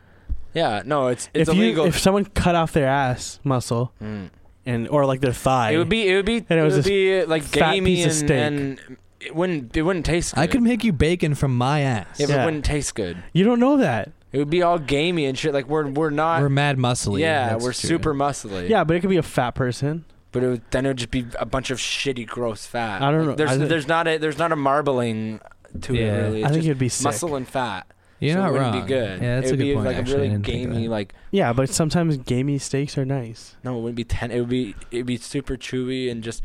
[SPEAKER 3] Yeah, no, it's it's
[SPEAKER 1] if you
[SPEAKER 3] illegal.
[SPEAKER 1] if someone cut off their ass muscle
[SPEAKER 3] Mm.
[SPEAKER 1] and or like their thigh,
[SPEAKER 3] It would be it would be
[SPEAKER 1] And it
[SPEAKER 3] it,
[SPEAKER 1] was
[SPEAKER 3] would
[SPEAKER 1] this
[SPEAKER 3] be like
[SPEAKER 1] fat
[SPEAKER 3] gamey
[SPEAKER 1] piece of steak.
[SPEAKER 3] and, and it wouldn't it wouldn't taste. Good.
[SPEAKER 2] I could make you bacon from my ass.
[SPEAKER 3] Yeah, but
[SPEAKER 1] Yeah.
[SPEAKER 3] It wouldn't taste good.
[SPEAKER 1] you don't know that.
[SPEAKER 3] It would be all gamey and shit. Like we're we're not.
[SPEAKER 2] we're mad muscly.
[SPEAKER 3] yeah,
[SPEAKER 2] that's
[SPEAKER 3] we're
[SPEAKER 2] true.
[SPEAKER 3] super muscly.
[SPEAKER 1] Yeah, but it could be a fat person.
[SPEAKER 3] but it would, then it would just be a bunch of shitty, gross fat.
[SPEAKER 1] I don't know.
[SPEAKER 3] There's
[SPEAKER 1] I think-
[SPEAKER 3] there's not a there's not a marbling to
[SPEAKER 2] Yeah.
[SPEAKER 3] it really.
[SPEAKER 1] I
[SPEAKER 3] It's
[SPEAKER 1] think
[SPEAKER 3] just
[SPEAKER 1] it'd be sick.
[SPEAKER 3] muscle and fat.
[SPEAKER 2] You're
[SPEAKER 3] so
[SPEAKER 2] not
[SPEAKER 3] it wouldn't
[SPEAKER 2] wrong.
[SPEAKER 3] Be good.
[SPEAKER 2] Yeah, that's
[SPEAKER 3] it
[SPEAKER 2] a
[SPEAKER 3] would
[SPEAKER 2] good
[SPEAKER 3] be
[SPEAKER 2] point.
[SPEAKER 3] Like
[SPEAKER 2] actually.
[SPEAKER 3] a
[SPEAKER 2] I
[SPEAKER 3] really
[SPEAKER 2] didn't think of
[SPEAKER 3] gamey,
[SPEAKER 2] that.
[SPEAKER 3] like
[SPEAKER 1] Yeah, but sometimes gamey steaks are nice.
[SPEAKER 3] no, it wouldn't be ten. It would be it'd be super chewy and just.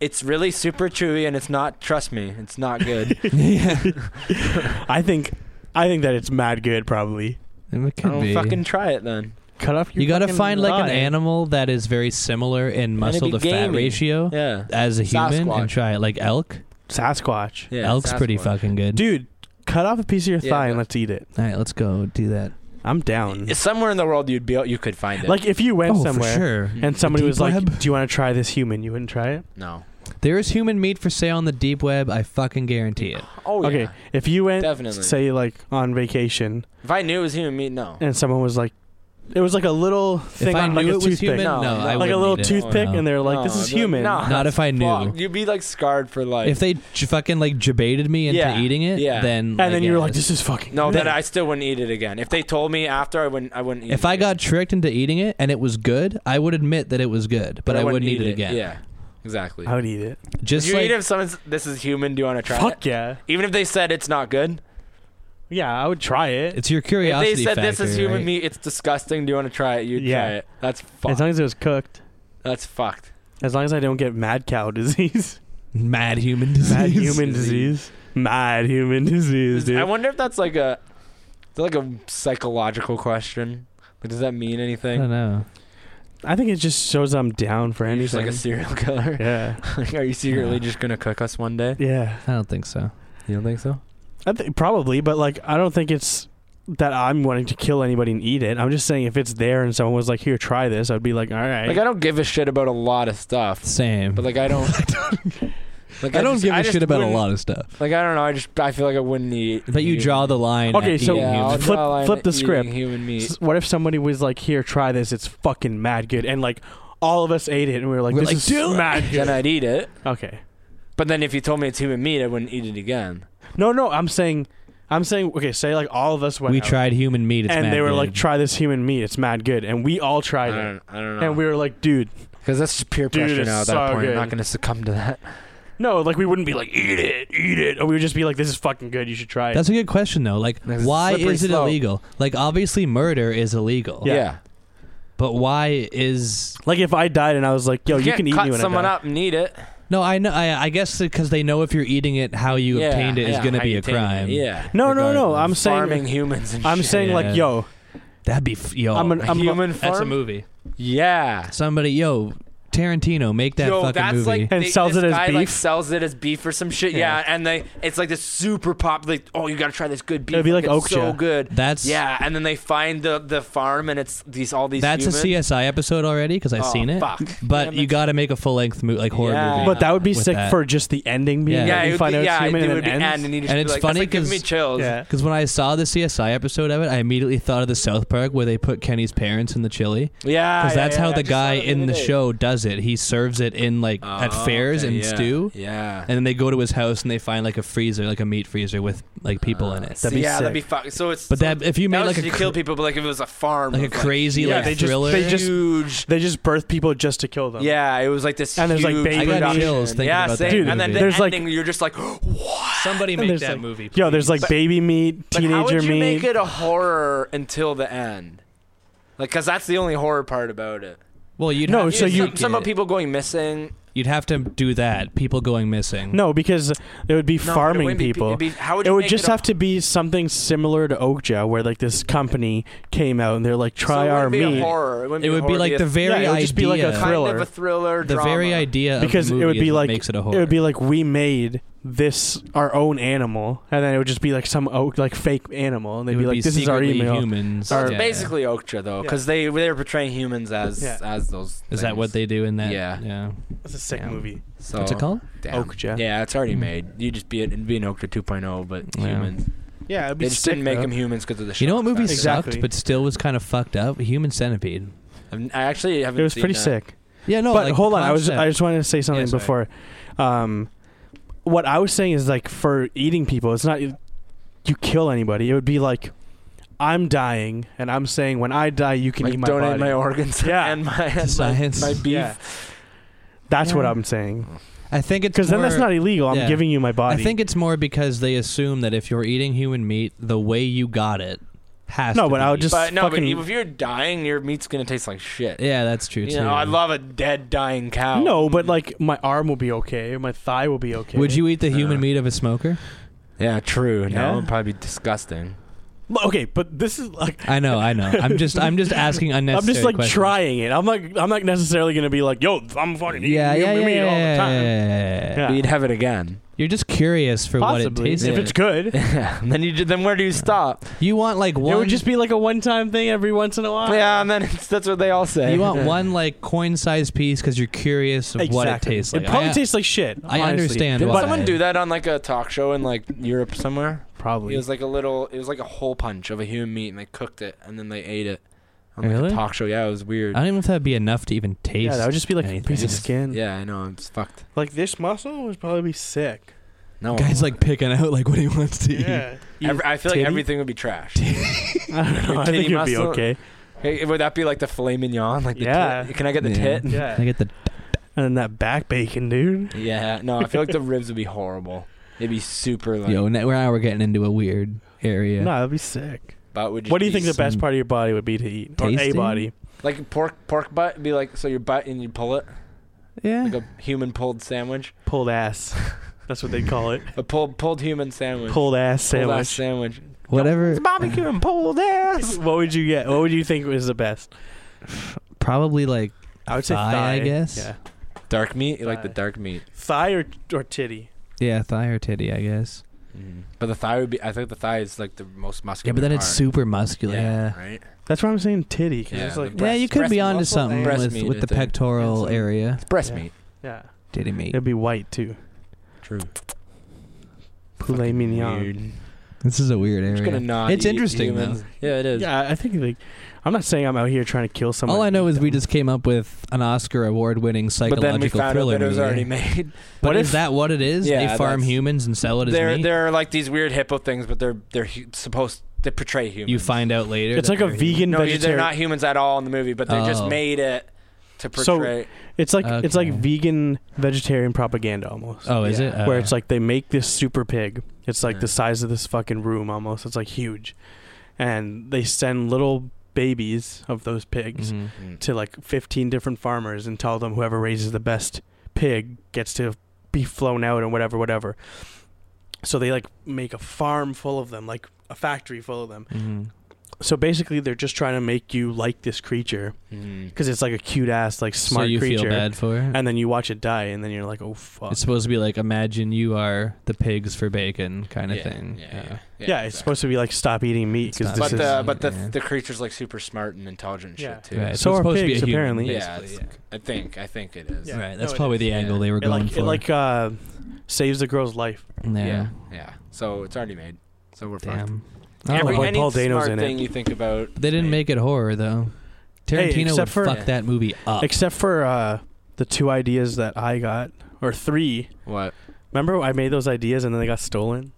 [SPEAKER 3] It's really super chewy and it's not. Trust me, it's not good.
[SPEAKER 2] yeah,
[SPEAKER 1] I think, I think that it's mad good. Probably
[SPEAKER 2] it could
[SPEAKER 3] I'll
[SPEAKER 2] be.
[SPEAKER 3] fucking try it then.
[SPEAKER 1] cut off. Your
[SPEAKER 2] you gotta
[SPEAKER 1] fucking
[SPEAKER 2] find like an
[SPEAKER 1] thigh.
[SPEAKER 2] animal that is very similar in muscle to
[SPEAKER 3] it'd be
[SPEAKER 2] fat
[SPEAKER 3] gamey.
[SPEAKER 2] ratio
[SPEAKER 3] Yeah.
[SPEAKER 2] as a human
[SPEAKER 3] Sasquatch.
[SPEAKER 2] and try it. Like elk.
[SPEAKER 1] Sasquatch.
[SPEAKER 3] Yeah,
[SPEAKER 2] Elk's pretty
[SPEAKER 3] Sasquatch.
[SPEAKER 2] fucking good.
[SPEAKER 1] Dude, cut off a piece of your
[SPEAKER 3] Yeah,
[SPEAKER 1] thigh and
[SPEAKER 3] but-
[SPEAKER 1] let's eat it.
[SPEAKER 2] All right, let's go do that.
[SPEAKER 1] I'm down.
[SPEAKER 3] Somewhere in the world you'd be you could find it.
[SPEAKER 1] Like if you went
[SPEAKER 2] oh,
[SPEAKER 1] somewhere
[SPEAKER 2] for sure.
[SPEAKER 1] and somebody
[SPEAKER 2] deep
[SPEAKER 1] was like,
[SPEAKER 2] web?
[SPEAKER 1] "Do you want to try this human?" You wouldn't try it.
[SPEAKER 3] no.
[SPEAKER 2] There is human meat for sale on the deep web. I fucking guarantee it.
[SPEAKER 3] Oh yeah.
[SPEAKER 1] okay, if you went,
[SPEAKER 3] Definitely.
[SPEAKER 1] say like on vacation,
[SPEAKER 3] If I knew it was human meat, no.
[SPEAKER 1] and someone was like, it was like a little thing,
[SPEAKER 2] if I
[SPEAKER 1] on,
[SPEAKER 2] knew
[SPEAKER 1] like a
[SPEAKER 2] it was
[SPEAKER 1] toothpick,
[SPEAKER 2] human,
[SPEAKER 3] No,
[SPEAKER 2] no,
[SPEAKER 3] no.
[SPEAKER 2] I
[SPEAKER 1] like a
[SPEAKER 2] wouldn't
[SPEAKER 1] little
[SPEAKER 2] eat it. Oh,
[SPEAKER 1] toothpick,
[SPEAKER 2] No.
[SPEAKER 1] and they're like,
[SPEAKER 3] No,
[SPEAKER 1] "This is
[SPEAKER 3] I'd be like,
[SPEAKER 1] human."
[SPEAKER 3] "Nah,
[SPEAKER 2] Not if I knew."
[SPEAKER 3] fuck." You'd be like scarred for life.
[SPEAKER 2] if they j- fucking like debated me into
[SPEAKER 3] Yeah,
[SPEAKER 2] eating it,
[SPEAKER 3] yeah.
[SPEAKER 2] then
[SPEAKER 1] And then you're like,
[SPEAKER 2] just.
[SPEAKER 1] "This is fucking."
[SPEAKER 3] no,
[SPEAKER 1] good."
[SPEAKER 3] then I still wouldn't eat it again. If they told me after, I wouldn't. I wouldn't. Eat
[SPEAKER 2] If
[SPEAKER 3] it
[SPEAKER 2] I
[SPEAKER 3] again.
[SPEAKER 2] got tricked into eating it and it was good, I would admit that it was good, but, I, wouldn't eat it, again.
[SPEAKER 3] Yeah, exactly.
[SPEAKER 1] I would eat it.
[SPEAKER 2] Just
[SPEAKER 3] you
[SPEAKER 2] like
[SPEAKER 3] eat if someone's this is human? Do you want to try
[SPEAKER 1] Fuck
[SPEAKER 3] it?
[SPEAKER 1] yeah,
[SPEAKER 3] Even if they said it's not good,
[SPEAKER 1] yeah, I would try it.
[SPEAKER 2] it's your
[SPEAKER 3] if
[SPEAKER 2] curiosity
[SPEAKER 3] they said
[SPEAKER 2] factor.
[SPEAKER 3] this is human
[SPEAKER 2] right?
[SPEAKER 3] meat, it's disgusting. Do you want to try it? You'd
[SPEAKER 1] Yeah.
[SPEAKER 3] try it. That's
[SPEAKER 1] as
[SPEAKER 3] fucked.
[SPEAKER 1] long as it was cooked.
[SPEAKER 3] That's fucked.
[SPEAKER 1] As long as I don't get mad cow disease,
[SPEAKER 2] Mad human disease.
[SPEAKER 1] mad human disease, mad human disease, dude.
[SPEAKER 3] I wonder if that's like a, is that like a psychological question. Like, does that mean
[SPEAKER 2] I
[SPEAKER 3] anything?
[SPEAKER 2] don't know.
[SPEAKER 1] I think it just shows I'm down for
[SPEAKER 3] You're just
[SPEAKER 1] anything.
[SPEAKER 3] like a serial killer.
[SPEAKER 1] yeah,
[SPEAKER 3] like, are you secretly
[SPEAKER 2] Yeah.
[SPEAKER 3] just gonna cook us one day?
[SPEAKER 1] yeah.
[SPEAKER 2] I don't think so.
[SPEAKER 3] You don't think so?
[SPEAKER 1] I th- probably, but like I don't think it's that I'm wanting to kill anybody and eat it. I'm just saying if it's there and someone was like, "Here, try this," I'd be like, "All right."
[SPEAKER 3] Like, I don't give a shit about a lot of stuff,
[SPEAKER 2] Same.
[SPEAKER 3] but like, I don't. like,
[SPEAKER 2] I don't
[SPEAKER 3] just-
[SPEAKER 2] give a
[SPEAKER 3] I just
[SPEAKER 2] shit about a
[SPEAKER 3] wouldn't-
[SPEAKER 2] lot of stuff.
[SPEAKER 3] Like, I don't know. I just I feel like I wouldn't eat.
[SPEAKER 2] But you
[SPEAKER 3] human
[SPEAKER 2] draw the line.
[SPEAKER 1] Okay,
[SPEAKER 2] at
[SPEAKER 1] so-
[SPEAKER 3] meat.
[SPEAKER 2] eating
[SPEAKER 3] yeah, I'll
[SPEAKER 2] human.
[SPEAKER 1] flip-
[SPEAKER 3] draw a line
[SPEAKER 1] flip the
[SPEAKER 3] at eating
[SPEAKER 1] script.
[SPEAKER 3] Human meat.
[SPEAKER 1] S- what if somebody was like, "Here, try this. It's fucking mad good," and like all of us ate it and we were like,
[SPEAKER 2] We're
[SPEAKER 1] "This
[SPEAKER 2] like,
[SPEAKER 1] is
[SPEAKER 2] "Dude."
[SPEAKER 1] mad
[SPEAKER 3] then
[SPEAKER 1] good."
[SPEAKER 3] I'd eat it.
[SPEAKER 1] okay.
[SPEAKER 3] But then if you told me it's human meat, I wouldn't eat it again.
[SPEAKER 1] No, no, I'm saying, I'm saying. Okay, say like all of us went.
[SPEAKER 2] we
[SPEAKER 1] out,
[SPEAKER 2] tried human meat. It's
[SPEAKER 1] and
[SPEAKER 2] mad
[SPEAKER 1] they were
[SPEAKER 2] good. Uh,
[SPEAKER 1] like, "Try this human meat. It's mad good," and we all
[SPEAKER 3] I
[SPEAKER 1] tried it.
[SPEAKER 3] don't, I don't know.
[SPEAKER 1] And we were like, "Dude,
[SPEAKER 3] because that's just peer
[SPEAKER 1] Dude,
[SPEAKER 3] pressure
[SPEAKER 1] it's
[SPEAKER 3] now. At that
[SPEAKER 1] so
[SPEAKER 3] point, I'm not
[SPEAKER 1] good.
[SPEAKER 3] gonna succumb to that.
[SPEAKER 1] no!" Like we wouldn't be like, "Eat it, eat it." Or we would just be like, "This is fucking good. You should try it."
[SPEAKER 2] That's a good question though. Like,
[SPEAKER 3] There's a
[SPEAKER 2] why
[SPEAKER 3] slippery
[SPEAKER 2] is it
[SPEAKER 3] slope.
[SPEAKER 2] illegal? Like, obviously, murder is illegal.
[SPEAKER 1] Yeah.
[SPEAKER 2] But why is
[SPEAKER 1] like if I died and I was like, "Yo, you,
[SPEAKER 3] can't
[SPEAKER 1] can eat
[SPEAKER 3] cut
[SPEAKER 1] me when I
[SPEAKER 3] someone
[SPEAKER 1] die."
[SPEAKER 3] up and eat it.
[SPEAKER 2] No, I know. I, I guess because they know if you're eating it, how you
[SPEAKER 3] yeah,
[SPEAKER 2] obtained it is
[SPEAKER 3] yeah,
[SPEAKER 2] going to
[SPEAKER 3] how
[SPEAKER 2] be
[SPEAKER 3] you
[SPEAKER 2] a
[SPEAKER 3] obtained it,
[SPEAKER 2] crime.
[SPEAKER 3] Yeah.
[SPEAKER 1] No, no, no. I'm saying,
[SPEAKER 3] Farming humans and
[SPEAKER 1] I'm
[SPEAKER 3] shit.
[SPEAKER 1] saying
[SPEAKER 2] Yeah.
[SPEAKER 1] like, "Yo,
[SPEAKER 2] That'd be f- yo.
[SPEAKER 1] I'm an-
[SPEAKER 3] A human farm.
[SPEAKER 2] that's a movie.
[SPEAKER 3] Yeah.
[SPEAKER 2] Somebody, yo, Tarantino, make that
[SPEAKER 3] Yo,
[SPEAKER 2] fucking
[SPEAKER 3] that's
[SPEAKER 2] movie.
[SPEAKER 3] like
[SPEAKER 1] And
[SPEAKER 3] they-
[SPEAKER 1] sells
[SPEAKER 3] this
[SPEAKER 1] it as
[SPEAKER 3] guy, Like,
[SPEAKER 1] beef?
[SPEAKER 3] sells it as beef or some shit. Yeah, and they it's like this super pop. Like, oh, you gotta try this good beef.
[SPEAKER 1] It'd be like
[SPEAKER 3] it's so
[SPEAKER 1] Okja.
[SPEAKER 3] good.
[SPEAKER 2] That's-
[SPEAKER 3] yeah, and then they find the the farm and it's these all these.
[SPEAKER 2] that's
[SPEAKER 3] humans.
[SPEAKER 2] a CSI episode already because I've
[SPEAKER 3] Oh,
[SPEAKER 2] seen it.
[SPEAKER 3] fuck.
[SPEAKER 2] But
[SPEAKER 3] Damn
[SPEAKER 2] you
[SPEAKER 3] it.
[SPEAKER 2] got to make a full length mo- like horror
[SPEAKER 3] Yeah.
[SPEAKER 2] movie.
[SPEAKER 1] But that would be
[SPEAKER 2] with
[SPEAKER 1] sick
[SPEAKER 2] that.
[SPEAKER 1] for just the ending being
[SPEAKER 2] Yeah.
[SPEAKER 1] yeah,
[SPEAKER 3] Yeah,
[SPEAKER 1] that
[SPEAKER 3] it
[SPEAKER 1] you
[SPEAKER 3] would
[SPEAKER 1] find
[SPEAKER 3] be,
[SPEAKER 1] out
[SPEAKER 3] yeah,
[SPEAKER 1] it's human
[SPEAKER 3] it
[SPEAKER 1] and
[SPEAKER 3] would
[SPEAKER 1] it
[SPEAKER 3] be
[SPEAKER 1] ends.
[SPEAKER 3] and, and, you just
[SPEAKER 2] And
[SPEAKER 3] be
[SPEAKER 2] it's
[SPEAKER 3] like,
[SPEAKER 2] funny
[SPEAKER 3] that's like, giving me
[SPEAKER 2] 'cause-
[SPEAKER 3] chills.
[SPEAKER 1] yeah.
[SPEAKER 2] Because when I saw the CSI episode of it, I immediately thought of the South Park where they put Kenny's parents in the chili.
[SPEAKER 3] yeah.
[SPEAKER 2] Because
[SPEAKER 3] Ah, yeah,
[SPEAKER 2] that's
[SPEAKER 3] yeah,
[SPEAKER 2] how
[SPEAKER 3] yeah, I
[SPEAKER 2] the
[SPEAKER 3] just saw
[SPEAKER 2] guy
[SPEAKER 3] it
[SPEAKER 2] in
[SPEAKER 3] other
[SPEAKER 2] the
[SPEAKER 3] day.
[SPEAKER 2] show does it. He serves it in like at
[SPEAKER 3] Oh,
[SPEAKER 2] fairs
[SPEAKER 3] okay,
[SPEAKER 2] and
[SPEAKER 3] yeah,
[SPEAKER 2] stew.
[SPEAKER 3] Yeah.
[SPEAKER 2] and then they go to his house and they find like a freezer, like a meat freezer with like people in Uh, it.
[SPEAKER 3] So,
[SPEAKER 1] be
[SPEAKER 3] yeah, that'd be
[SPEAKER 1] sick.
[SPEAKER 3] fuck. So it's
[SPEAKER 2] But
[SPEAKER 3] so
[SPEAKER 2] that if you made
[SPEAKER 3] not
[SPEAKER 2] like
[SPEAKER 3] just
[SPEAKER 2] a
[SPEAKER 3] to
[SPEAKER 2] cr-
[SPEAKER 3] kill people, but like if it was a farm,
[SPEAKER 2] like a
[SPEAKER 3] of,
[SPEAKER 2] crazy
[SPEAKER 3] yeah,
[SPEAKER 2] like
[SPEAKER 1] they just-
[SPEAKER 2] thriller,
[SPEAKER 1] they just-
[SPEAKER 3] huge.
[SPEAKER 1] They just birth people just to kill them.
[SPEAKER 3] Yeah, it was like this.
[SPEAKER 1] Um, And there's, like,
[SPEAKER 3] huge
[SPEAKER 1] baby I got
[SPEAKER 3] production.
[SPEAKER 2] chills thinking
[SPEAKER 3] yeah,
[SPEAKER 2] about
[SPEAKER 3] same.
[SPEAKER 2] that
[SPEAKER 1] Dude,
[SPEAKER 3] and then the
[SPEAKER 1] there's, like-
[SPEAKER 3] ending, you're just like, what?
[SPEAKER 2] somebody
[SPEAKER 1] And
[SPEAKER 2] make
[SPEAKER 1] there's,
[SPEAKER 2] that
[SPEAKER 1] like-
[SPEAKER 2] movie.
[SPEAKER 1] Yo, there's like
[SPEAKER 3] But-
[SPEAKER 1] baby meat,
[SPEAKER 3] But how
[SPEAKER 1] teenager
[SPEAKER 3] would you
[SPEAKER 1] meat.
[SPEAKER 3] make it a horror until the end? Like, cause that's the only horror part about it.
[SPEAKER 2] well, you'd
[SPEAKER 1] No,
[SPEAKER 2] have
[SPEAKER 1] so
[SPEAKER 2] to
[SPEAKER 1] you-
[SPEAKER 2] make
[SPEAKER 3] some, some
[SPEAKER 2] it-
[SPEAKER 3] of people going missing.
[SPEAKER 2] You'd have to do that. People going missing.
[SPEAKER 1] No, because it would be
[SPEAKER 3] but it
[SPEAKER 1] farming
[SPEAKER 3] wouldn't be-
[SPEAKER 1] people.
[SPEAKER 3] it'd be- how would
[SPEAKER 1] it
[SPEAKER 3] you
[SPEAKER 1] would
[SPEAKER 3] make
[SPEAKER 1] just
[SPEAKER 3] it a-
[SPEAKER 1] have to be something similar to Oakja, where like this company came out and they're like, try
[SPEAKER 5] so it
[SPEAKER 1] our
[SPEAKER 5] wouldn't be
[SPEAKER 1] meat.
[SPEAKER 5] A horror. It, wouldn't be
[SPEAKER 2] It
[SPEAKER 5] a
[SPEAKER 2] would be
[SPEAKER 5] horror,
[SPEAKER 2] like the
[SPEAKER 5] it'd be
[SPEAKER 2] very
[SPEAKER 1] Yeah, it would
[SPEAKER 2] idea.
[SPEAKER 1] just be like a
[SPEAKER 5] a
[SPEAKER 1] the
[SPEAKER 5] kind
[SPEAKER 1] thriller.
[SPEAKER 5] of a thriller.
[SPEAKER 2] the
[SPEAKER 5] drama.
[SPEAKER 2] very idea of the
[SPEAKER 1] because it
[SPEAKER 2] movie
[SPEAKER 1] would
[SPEAKER 2] is
[SPEAKER 1] be
[SPEAKER 2] what
[SPEAKER 1] like
[SPEAKER 2] makes it a horror.
[SPEAKER 1] would be like we made this our own animal, and then it would just be like some oak, like fake animal, and they'd
[SPEAKER 2] It
[SPEAKER 1] be
[SPEAKER 2] would
[SPEAKER 1] like, this is our
[SPEAKER 2] secretly
[SPEAKER 1] email.
[SPEAKER 2] Humans.
[SPEAKER 1] Or-
[SPEAKER 3] It's
[SPEAKER 2] Yeah.
[SPEAKER 3] basically Okja though, because they they're portraying humans as
[SPEAKER 1] Yeah.
[SPEAKER 3] as those.
[SPEAKER 2] Is that what
[SPEAKER 3] things.
[SPEAKER 2] they do in that?
[SPEAKER 3] Yeah.
[SPEAKER 2] Yeah.
[SPEAKER 1] It's a sick
[SPEAKER 2] Yeah.
[SPEAKER 1] movie.
[SPEAKER 3] So,
[SPEAKER 2] What's it called?
[SPEAKER 3] damn.
[SPEAKER 1] Okja.
[SPEAKER 3] Yeah, it's already
[SPEAKER 2] Mm.
[SPEAKER 3] made. You just be it'd be an Okja 2.0, but
[SPEAKER 2] Yeah.
[SPEAKER 3] humans.
[SPEAKER 1] Yeah, it'd
[SPEAKER 3] They just didn't make them humans because of the.
[SPEAKER 2] You know
[SPEAKER 3] shock
[SPEAKER 2] what movie
[SPEAKER 3] factor.
[SPEAKER 1] Exactly.
[SPEAKER 2] sucked, but still was kind of fucked up? Human Centipede.
[SPEAKER 3] I've- I actually haven't.
[SPEAKER 1] It was
[SPEAKER 3] seen
[SPEAKER 1] pretty
[SPEAKER 3] that.
[SPEAKER 1] sick.
[SPEAKER 2] Yeah, no.
[SPEAKER 1] but
[SPEAKER 2] like,
[SPEAKER 1] hold on, I was I
[SPEAKER 2] concept.
[SPEAKER 1] just wanted to say something
[SPEAKER 2] sorry.
[SPEAKER 1] before. Um, what I was saying is like for eating people, it's not you kill anybody. It would be like I'm dying, and I'm saying when I die, you can
[SPEAKER 3] Like,
[SPEAKER 1] eat my
[SPEAKER 3] donate
[SPEAKER 1] body.
[SPEAKER 3] my organs
[SPEAKER 1] Yeah.
[SPEAKER 3] and my and my-
[SPEAKER 2] Science.
[SPEAKER 3] my beef.
[SPEAKER 1] Yeah. That's what
[SPEAKER 2] Yeah.
[SPEAKER 1] I'm saying.
[SPEAKER 2] I think it's
[SPEAKER 1] Because then that's
[SPEAKER 2] more-
[SPEAKER 1] not illegal. I'm
[SPEAKER 2] yeah.
[SPEAKER 1] giving you my body.
[SPEAKER 2] I think it's more because they assume that if you're eating human meat, the way you got it has
[SPEAKER 1] No,
[SPEAKER 2] to
[SPEAKER 1] but
[SPEAKER 2] be.
[SPEAKER 1] I would just-
[SPEAKER 3] But no,
[SPEAKER 1] fucking-
[SPEAKER 3] but if you're dying, your meat's gonna taste like shit.
[SPEAKER 2] Yeah, that's true
[SPEAKER 3] You
[SPEAKER 2] too.
[SPEAKER 3] know, I love a dead dying cow.
[SPEAKER 1] no, but like my arm will be okay, my thigh will be okay.
[SPEAKER 2] Would you eat the human
[SPEAKER 3] Uh.
[SPEAKER 2] meat of a smoker?
[SPEAKER 3] Yeah, true. No,
[SPEAKER 1] Yeah.
[SPEAKER 3] it'd probably be disgusting.
[SPEAKER 1] But- Okay, but this is like
[SPEAKER 2] I know, I know. I'm just, I'm just asking unnecessary.
[SPEAKER 1] I'm just like
[SPEAKER 2] questions.
[SPEAKER 1] trying it. I'm like I'm not necessarily gonna be like, yo, I'm fucking eating
[SPEAKER 2] Yeah, yeah,
[SPEAKER 1] human
[SPEAKER 2] yeah,
[SPEAKER 1] meat all
[SPEAKER 2] yeah,
[SPEAKER 1] the time.
[SPEAKER 2] yeah, yeah, yeah.
[SPEAKER 1] Yeah.
[SPEAKER 3] You'd have it again.
[SPEAKER 2] You're just curious for what it
[SPEAKER 1] Possibly,
[SPEAKER 2] tastes.
[SPEAKER 1] if
[SPEAKER 2] like.
[SPEAKER 1] it's good.
[SPEAKER 3] Yeah. And then you ju- then where do you stop?
[SPEAKER 2] You want like one.
[SPEAKER 1] It would just be like a one-time thing every once in a while.
[SPEAKER 3] Yeah, and then it's, that's what they all say.
[SPEAKER 2] You want one like coin-sized piece because you're curious of
[SPEAKER 1] exactly.
[SPEAKER 2] what it tastes like.
[SPEAKER 1] It probably
[SPEAKER 2] I-
[SPEAKER 1] tastes like shit.
[SPEAKER 2] I
[SPEAKER 1] honestly.
[SPEAKER 2] understand
[SPEAKER 1] Did
[SPEAKER 2] why.
[SPEAKER 1] someone
[SPEAKER 3] Someone do that on like a talk show in like Europe somewhere. It
[SPEAKER 1] probably?
[SPEAKER 3] was like a little. It was like a whole punch of a human meat, and they cooked it, and then they ate it. On like
[SPEAKER 2] Really?
[SPEAKER 3] a talk show. Yeah, it was weird.
[SPEAKER 2] I don't even know if that'd be enough to even taste.
[SPEAKER 1] yeah, that would just be like
[SPEAKER 2] anything.
[SPEAKER 1] a piece of skin.
[SPEAKER 3] yeah, I know. It's fucked.
[SPEAKER 1] Like this muscle would probably be sick.
[SPEAKER 3] No,
[SPEAKER 2] Guys like picking out like what he wants to eat.
[SPEAKER 3] Every, I feel
[SPEAKER 1] Titty?
[SPEAKER 3] like everything would be trash.
[SPEAKER 1] I don't know. I
[SPEAKER 3] Titty
[SPEAKER 1] think it'd be
[SPEAKER 3] muscle?
[SPEAKER 1] okay.
[SPEAKER 3] Hey, would that be like the filet mignon? Like the
[SPEAKER 1] Yeah.
[SPEAKER 3] Tit? Can I get the
[SPEAKER 2] Yeah.
[SPEAKER 3] tit?
[SPEAKER 1] Yeah.
[SPEAKER 2] I get the
[SPEAKER 1] And then that back bacon, dude.
[SPEAKER 3] Yeah. No, I feel like the ribs would be horrible. It'd be super like.
[SPEAKER 2] yo. Now we're, now we're getting into a weird area.
[SPEAKER 1] No, that'd be sick.
[SPEAKER 3] But would
[SPEAKER 1] What do you think
[SPEAKER 3] be
[SPEAKER 1] the best
[SPEAKER 2] some
[SPEAKER 1] part of your body would be to eat? Or a
[SPEAKER 2] tasting?
[SPEAKER 1] body?
[SPEAKER 3] Like pork pork butt be like so your butt and you pull it
[SPEAKER 2] Yeah.
[SPEAKER 3] like a human pulled sandwich,
[SPEAKER 1] Pulled ass. That's what they call it.
[SPEAKER 3] a pulled pulled human sandwich.
[SPEAKER 1] Pulled ass
[SPEAKER 3] Pulled ass
[SPEAKER 1] sandwich.
[SPEAKER 3] sandwich.
[SPEAKER 2] Whatever.
[SPEAKER 3] It's barbecue and pulled ass.
[SPEAKER 1] What would you get? What would you think was the best?
[SPEAKER 2] Probably like
[SPEAKER 1] I would say
[SPEAKER 2] Thigh,
[SPEAKER 1] thigh.
[SPEAKER 2] I guess.
[SPEAKER 1] Yeah.
[SPEAKER 3] Dark meat. You like the
[SPEAKER 1] Thigh.
[SPEAKER 3] dark meat.
[SPEAKER 1] Thigh or or titty.
[SPEAKER 2] yeah, thigh or titty, I guess.
[SPEAKER 3] But the thigh would be. I think the thigh is like the most muscular.
[SPEAKER 2] Yeah, but then it's
[SPEAKER 3] part.
[SPEAKER 2] super muscular. Yeah.
[SPEAKER 3] Right.
[SPEAKER 1] That's why I'm saying titty. 'cause
[SPEAKER 3] Yeah,
[SPEAKER 1] it's
[SPEAKER 3] the
[SPEAKER 1] like
[SPEAKER 2] Yeah,
[SPEAKER 3] breast-
[SPEAKER 2] you could
[SPEAKER 3] breast
[SPEAKER 2] be onto
[SPEAKER 1] muscle
[SPEAKER 2] something
[SPEAKER 1] and-
[SPEAKER 2] with,
[SPEAKER 3] Breast meat,
[SPEAKER 2] with
[SPEAKER 3] I
[SPEAKER 2] the
[SPEAKER 3] think.
[SPEAKER 2] pectoral
[SPEAKER 1] That's a-
[SPEAKER 2] area.
[SPEAKER 3] It's breast
[SPEAKER 1] Yeah.
[SPEAKER 3] meat.
[SPEAKER 1] yeah.
[SPEAKER 2] Titty meat.
[SPEAKER 1] It'd be white too.
[SPEAKER 3] True.
[SPEAKER 1] Poulet mignon.
[SPEAKER 2] This is a weird
[SPEAKER 3] I'm just gonna
[SPEAKER 2] area.
[SPEAKER 3] not.
[SPEAKER 2] It's
[SPEAKER 3] eat
[SPEAKER 2] interesting, though.
[SPEAKER 3] humans. Yeah, it is.
[SPEAKER 1] Yeah, I think like I'm not saying I'm out here trying to kill someone.
[SPEAKER 2] All I
[SPEAKER 1] and
[SPEAKER 2] know
[SPEAKER 1] eat
[SPEAKER 2] is we
[SPEAKER 1] them.
[SPEAKER 2] just came up with an Oscar award-winning
[SPEAKER 3] But
[SPEAKER 2] psychological
[SPEAKER 3] then we found out
[SPEAKER 2] thriller
[SPEAKER 3] that it was
[SPEAKER 2] movie.
[SPEAKER 3] already made.
[SPEAKER 2] But
[SPEAKER 1] What
[SPEAKER 2] is
[SPEAKER 1] if-
[SPEAKER 2] that what it is? they
[SPEAKER 3] Yeah,
[SPEAKER 2] farm
[SPEAKER 3] that's-
[SPEAKER 2] humans and sell it as
[SPEAKER 3] There,
[SPEAKER 2] meat.
[SPEAKER 3] there are like these weird hippo things, but they're they're hu- supposed to portray humans.
[SPEAKER 2] you find out later.
[SPEAKER 1] It's
[SPEAKER 2] that
[SPEAKER 1] like a
[SPEAKER 2] they're
[SPEAKER 1] vegan
[SPEAKER 3] no, you- they're
[SPEAKER 1] vegetarian.
[SPEAKER 3] not humans at all in the movie, but they just
[SPEAKER 2] Oh.
[SPEAKER 3] made it to
[SPEAKER 1] So-
[SPEAKER 3] portray.
[SPEAKER 1] It's like it's like
[SPEAKER 2] Okay.
[SPEAKER 1] vegan vegetarian propaganda almost.
[SPEAKER 2] Oh, is
[SPEAKER 3] Yeah.
[SPEAKER 2] it?
[SPEAKER 1] where
[SPEAKER 2] Oh.
[SPEAKER 1] it's like they make this super pig. It's like
[SPEAKER 3] Yeah.
[SPEAKER 1] the size of this fucking room almost. It's like huge. And they send little babies of those pigs
[SPEAKER 3] mm-hmm.
[SPEAKER 2] Mhm.
[SPEAKER 3] Mm.
[SPEAKER 1] to like 15 different farmers and tell them whoever raises the best pig gets to be flown out and whatever, whatever. So they like make a farm full of them, like a factory full of them.
[SPEAKER 3] Mm-hmm.
[SPEAKER 2] Mhm.
[SPEAKER 1] So basically, they're just trying to make you like this creature
[SPEAKER 3] Mm.
[SPEAKER 1] because it's like a cute ass, like smart
[SPEAKER 2] so you
[SPEAKER 1] creature.
[SPEAKER 2] feel bad for it.
[SPEAKER 1] And then you watch it die, and then you're like, oh fuck.
[SPEAKER 2] It's supposed to be like imagine you are the pigs for bacon kind of
[SPEAKER 3] Yeah,
[SPEAKER 2] thing.
[SPEAKER 3] Yeah,
[SPEAKER 2] Yeah.
[SPEAKER 1] yeah, it's supposed to be like stop eating meat because
[SPEAKER 2] Stop.
[SPEAKER 3] But
[SPEAKER 1] this
[SPEAKER 3] uh,
[SPEAKER 1] is.
[SPEAKER 3] the but the
[SPEAKER 2] yeah.
[SPEAKER 3] the creature's like super smart and intelligent and
[SPEAKER 1] Yeah.
[SPEAKER 3] shit too.
[SPEAKER 2] Right.
[SPEAKER 1] so
[SPEAKER 2] it's
[SPEAKER 1] are
[SPEAKER 2] supposed to be
[SPEAKER 1] pigs
[SPEAKER 2] a human,
[SPEAKER 1] apparently.
[SPEAKER 3] Yeah,
[SPEAKER 2] basically,
[SPEAKER 3] it's-
[SPEAKER 2] yeah.
[SPEAKER 3] I think I think it is.
[SPEAKER 1] Yeah.
[SPEAKER 2] Right. That's
[SPEAKER 1] No, it
[SPEAKER 2] probably the
[SPEAKER 3] yeah.
[SPEAKER 2] angle they were
[SPEAKER 1] It
[SPEAKER 2] going
[SPEAKER 1] like
[SPEAKER 2] for.
[SPEAKER 1] it like uh, saves the girl's life.
[SPEAKER 2] yeah.
[SPEAKER 3] yeah, yeah. So it's already made. So we're fucked.
[SPEAKER 2] Damn.
[SPEAKER 1] Oh,
[SPEAKER 3] Every,
[SPEAKER 1] my boy
[SPEAKER 3] any
[SPEAKER 1] Paul Dano's
[SPEAKER 3] smart
[SPEAKER 1] in it.
[SPEAKER 3] thing you think about.
[SPEAKER 2] They didn't make it horror though. Tarantino would
[SPEAKER 1] except for-
[SPEAKER 2] fuck that movie up.
[SPEAKER 1] Except for uh, the two ideas that I got, or three.
[SPEAKER 3] what?
[SPEAKER 1] Remember, I made those ideas and then they got stolen.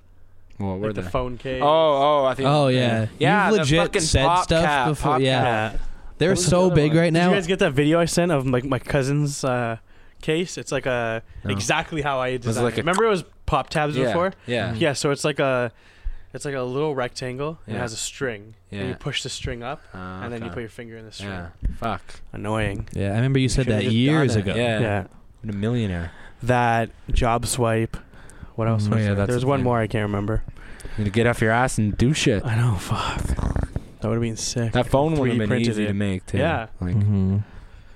[SPEAKER 3] What were
[SPEAKER 1] Like the
[SPEAKER 3] they?
[SPEAKER 1] phone case.
[SPEAKER 3] Oh, oh, I think.
[SPEAKER 2] oh yeah.
[SPEAKER 3] yeah.
[SPEAKER 2] You've
[SPEAKER 3] the
[SPEAKER 2] legit
[SPEAKER 3] fucking
[SPEAKER 2] said
[SPEAKER 3] pop
[SPEAKER 2] stuff
[SPEAKER 3] cap,
[SPEAKER 2] before.
[SPEAKER 3] pop
[SPEAKER 2] Yeah.
[SPEAKER 3] cap.
[SPEAKER 1] yeah.
[SPEAKER 2] They're
[SPEAKER 3] What was
[SPEAKER 2] so
[SPEAKER 3] the other
[SPEAKER 2] big
[SPEAKER 3] one?
[SPEAKER 2] right
[SPEAKER 1] Did
[SPEAKER 2] now.
[SPEAKER 1] you guys get that video I sent of my my cousin's uh, case? It's like a
[SPEAKER 3] No.
[SPEAKER 1] exactly how I designed.
[SPEAKER 3] like
[SPEAKER 1] it.
[SPEAKER 3] a-
[SPEAKER 1] Remember, it was pop tabs
[SPEAKER 3] Yeah,
[SPEAKER 1] before.
[SPEAKER 3] Yeah.
[SPEAKER 1] Yeah, so it's like a, it's like a little rectangle and it
[SPEAKER 3] Yeah.
[SPEAKER 1] has a string. And
[SPEAKER 3] Yeah.
[SPEAKER 1] you push the string up,
[SPEAKER 3] Oh,
[SPEAKER 1] and then you
[SPEAKER 3] okay.
[SPEAKER 1] put your finger in the string.
[SPEAKER 3] Yeah. Fuck.
[SPEAKER 1] Annoying.
[SPEAKER 2] yeah, I remember you said
[SPEAKER 3] Should've
[SPEAKER 2] that
[SPEAKER 3] just
[SPEAKER 2] years
[SPEAKER 3] done it.
[SPEAKER 2] ago.
[SPEAKER 3] Yeah.
[SPEAKER 1] Yeah.
[SPEAKER 3] What a millionaire.
[SPEAKER 1] that job swipe. What else?
[SPEAKER 3] Mm,
[SPEAKER 1] was
[SPEAKER 3] yeah,
[SPEAKER 1] there?
[SPEAKER 3] that's
[SPEAKER 1] There's
[SPEAKER 3] the
[SPEAKER 1] one
[SPEAKER 3] thing.
[SPEAKER 1] more I can't remember.
[SPEAKER 3] You need to get off your ass and do shit.
[SPEAKER 1] I know. Fuck. That would have been sick.
[SPEAKER 3] That phone would have been
[SPEAKER 1] 3D
[SPEAKER 3] easy
[SPEAKER 1] printed it.
[SPEAKER 3] to make too.
[SPEAKER 1] Yeah.
[SPEAKER 3] Like
[SPEAKER 2] Mhm.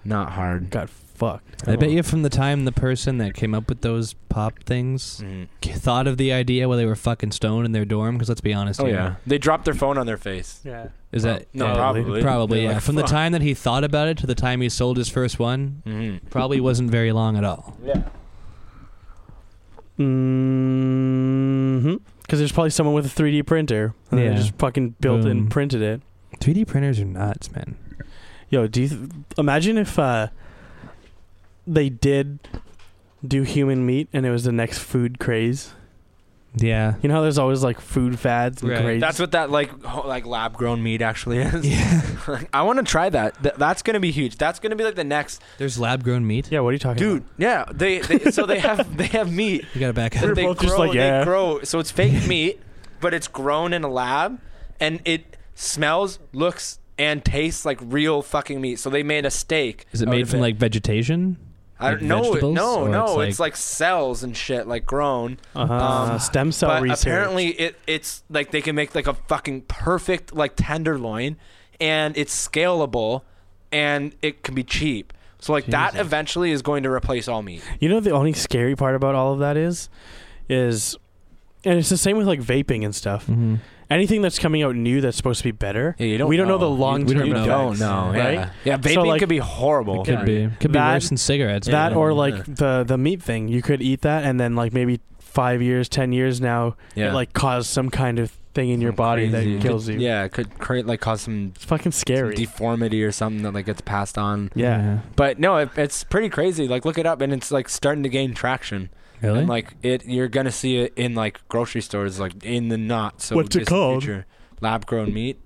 [SPEAKER 3] not hard.
[SPEAKER 1] got fucked.
[SPEAKER 2] I bet you from the time the person that came up with those pop things
[SPEAKER 1] Mm.
[SPEAKER 3] Mhm.
[SPEAKER 2] k- thought of the idea while they were fucking stoned in their dorm, because let's be honest
[SPEAKER 3] Oh
[SPEAKER 2] here.
[SPEAKER 3] yeah. They dropped their phone on their face.
[SPEAKER 1] Yeah.
[SPEAKER 2] Is that
[SPEAKER 3] no,
[SPEAKER 2] yeah,
[SPEAKER 3] probably.
[SPEAKER 2] Probably,
[SPEAKER 3] They're
[SPEAKER 2] yeah.
[SPEAKER 3] like,
[SPEAKER 2] From the
[SPEAKER 3] "Fuck."
[SPEAKER 2] time that he thought about it to the time he sold his first one,
[SPEAKER 3] Mm-hmm.
[SPEAKER 2] probably wasn't very long at all.
[SPEAKER 3] Yeah.
[SPEAKER 1] Mm-hmm. Because there's probably someone with a 3D printer. And yeah.
[SPEAKER 2] Yeah.
[SPEAKER 1] They just fucking built
[SPEAKER 2] Boom.
[SPEAKER 1] and printed it.
[SPEAKER 2] 3D printers are nuts, man.
[SPEAKER 1] Yo, do you th- imagine if uh, they did do human meat and it was the next food craze?
[SPEAKER 2] Yeah.
[SPEAKER 1] You know how there's always like food fads and
[SPEAKER 2] Right.
[SPEAKER 1] craze.
[SPEAKER 3] That's what that like ho- like lab grown meat actually is.
[SPEAKER 2] Yeah.
[SPEAKER 3] I want to try that. Th- that's gonna be huge. That's gonna be like the next
[SPEAKER 2] There's lab grown meat.
[SPEAKER 1] yeah. What are you talking
[SPEAKER 3] dude.
[SPEAKER 1] about,
[SPEAKER 3] Yeah, they, they so they have they have meat.
[SPEAKER 2] You gotta back
[SPEAKER 3] that
[SPEAKER 2] up.
[SPEAKER 1] We're
[SPEAKER 3] they
[SPEAKER 1] both
[SPEAKER 3] grow,
[SPEAKER 1] just like, yeah.
[SPEAKER 3] They grow. So it's fake meat, but it's grown in a lab, and it smells, looks, and tastes like real fucking meat. So they made a steak.
[SPEAKER 2] Is it
[SPEAKER 3] out
[SPEAKER 2] made
[SPEAKER 3] of
[SPEAKER 2] from like vegetation?
[SPEAKER 3] I
[SPEAKER 2] like
[SPEAKER 3] don't know.
[SPEAKER 2] vegetables,
[SPEAKER 3] No,
[SPEAKER 2] or
[SPEAKER 3] no.
[SPEAKER 2] it's
[SPEAKER 3] It's like cells and shit, like grown.
[SPEAKER 1] Uh-huh.
[SPEAKER 3] Um,
[SPEAKER 1] stem cell
[SPEAKER 3] but
[SPEAKER 1] research.
[SPEAKER 3] apparently it it's like they can make like a fucking perfect like tenderloin and it's scalable and it can be cheap so like that
[SPEAKER 2] Jesus.
[SPEAKER 3] eventually is going to replace all meat
[SPEAKER 1] You know the only scary part about all of that is, is, and it's the same with like vaping and stuff.
[SPEAKER 2] Mm-hmm.
[SPEAKER 1] Anything that's coming out new that's supposed to be better.
[SPEAKER 3] Yeah, you don't
[SPEAKER 1] we don't know,
[SPEAKER 3] know.
[SPEAKER 1] the
[SPEAKER 3] You-
[SPEAKER 1] long term.
[SPEAKER 2] we don't
[SPEAKER 1] effects,
[SPEAKER 2] know,
[SPEAKER 1] right?
[SPEAKER 3] yeah yeah vaping
[SPEAKER 1] So, like-
[SPEAKER 3] could be horrible
[SPEAKER 2] Could be. Could be
[SPEAKER 1] That-
[SPEAKER 2] worse than cigarettes.
[SPEAKER 1] That
[SPEAKER 2] man.
[SPEAKER 1] or
[SPEAKER 3] Yeah.
[SPEAKER 1] like the the meat thing. You could eat that and then like maybe five years, ten years now,
[SPEAKER 3] yeah
[SPEAKER 1] it like cause some kind of thing in your body that kills you.
[SPEAKER 3] yeah it could create like cause some,
[SPEAKER 1] It's fucking
[SPEAKER 3] some
[SPEAKER 1] scary.
[SPEAKER 3] deformity or something that like gets passed on
[SPEAKER 1] yeah.
[SPEAKER 3] but no it, it's pretty crazy like look it up and it's like starting to gain traction
[SPEAKER 2] Really?
[SPEAKER 3] and like it you're gonna see it in like grocery stores like in the not so
[SPEAKER 1] What's it
[SPEAKER 3] distant
[SPEAKER 1] called?
[SPEAKER 3] future. lab grown meat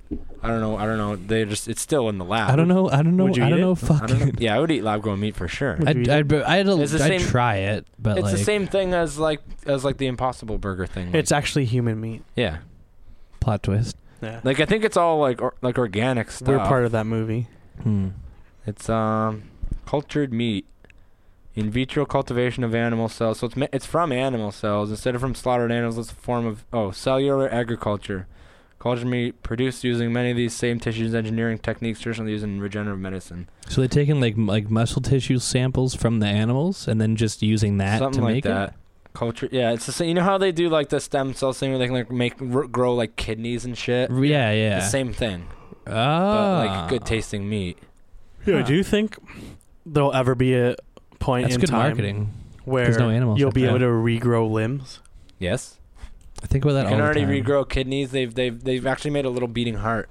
[SPEAKER 3] i don't know i don't know they just it's still in the lab
[SPEAKER 2] I don't know. I don't know. I
[SPEAKER 1] Would you eat
[SPEAKER 2] don't
[SPEAKER 1] it?
[SPEAKER 2] know.
[SPEAKER 3] I don't know.
[SPEAKER 2] Fucking.
[SPEAKER 3] yeah i would eat lab grown meat for sure
[SPEAKER 1] Would you
[SPEAKER 2] I'd, I'd,
[SPEAKER 1] eat
[SPEAKER 2] I'd,
[SPEAKER 3] It's
[SPEAKER 2] I'd,
[SPEAKER 3] the same-
[SPEAKER 2] try it, but
[SPEAKER 3] it's
[SPEAKER 2] like,
[SPEAKER 3] the same thing as like as like the impossible burger thing like-
[SPEAKER 1] It's actually human meat.
[SPEAKER 3] yeah
[SPEAKER 2] plot twist.
[SPEAKER 1] Yeah.
[SPEAKER 3] like i think it's all like or, like organic stuff
[SPEAKER 1] We're part of that movie.
[SPEAKER 2] Hmm.
[SPEAKER 3] it's um cultured meat in vitro cultivation of animal cells so it's ma- it's from animal cells instead of from slaughtered animals it's a form of oh cellular agriculture cultured meat produced using many of these same tissues engineering techniques traditionally used in regenerative medicine
[SPEAKER 2] So they're taking like m- like muscle tissue samples from the animals and then just using that
[SPEAKER 3] something
[SPEAKER 2] to
[SPEAKER 3] like
[SPEAKER 2] make
[SPEAKER 3] that culture yeah it's the same you know how they do like the stem cell thing where they can like make r- grow like kidneys and shit
[SPEAKER 2] it. R- Yeah, yeah.
[SPEAKER 3] the same thing
[SPEAKER 2] Oh,
[SPEAKER 3] but like good tasting meat
[SPEAKER 1] Yeah, I
[SPEAKER 2] Huh.
[SPEAKER 1] do think there'll ever be a point
[SPEAKER 2] That's
[SPEAKER 1] in
[SPEAKER 2] good
[SPEAKER 1] time
[SPEAKER 2] marketing.
[SPEAKER 1] where
[SPEAKER 2] no animals
[SPEAKER 1] you'll
[SPEAKER 2] like
[SPEAKER 1] be
[SPEAKER 2] that.
[SPEAKER 1] able to regrow limbs.
[SPEAKER 3] yes
[SPEAKER 2] I think about
[SPEAKER 3] you
[SPEAKER 2] that.
[SPEAKER 3] can
[SPEAKER 2] all
[SPEAKER 3] already
[SPEAKER 2] the time.
[SPEAKER 3] regrow kidneys they've they've they've actually made a little beating heart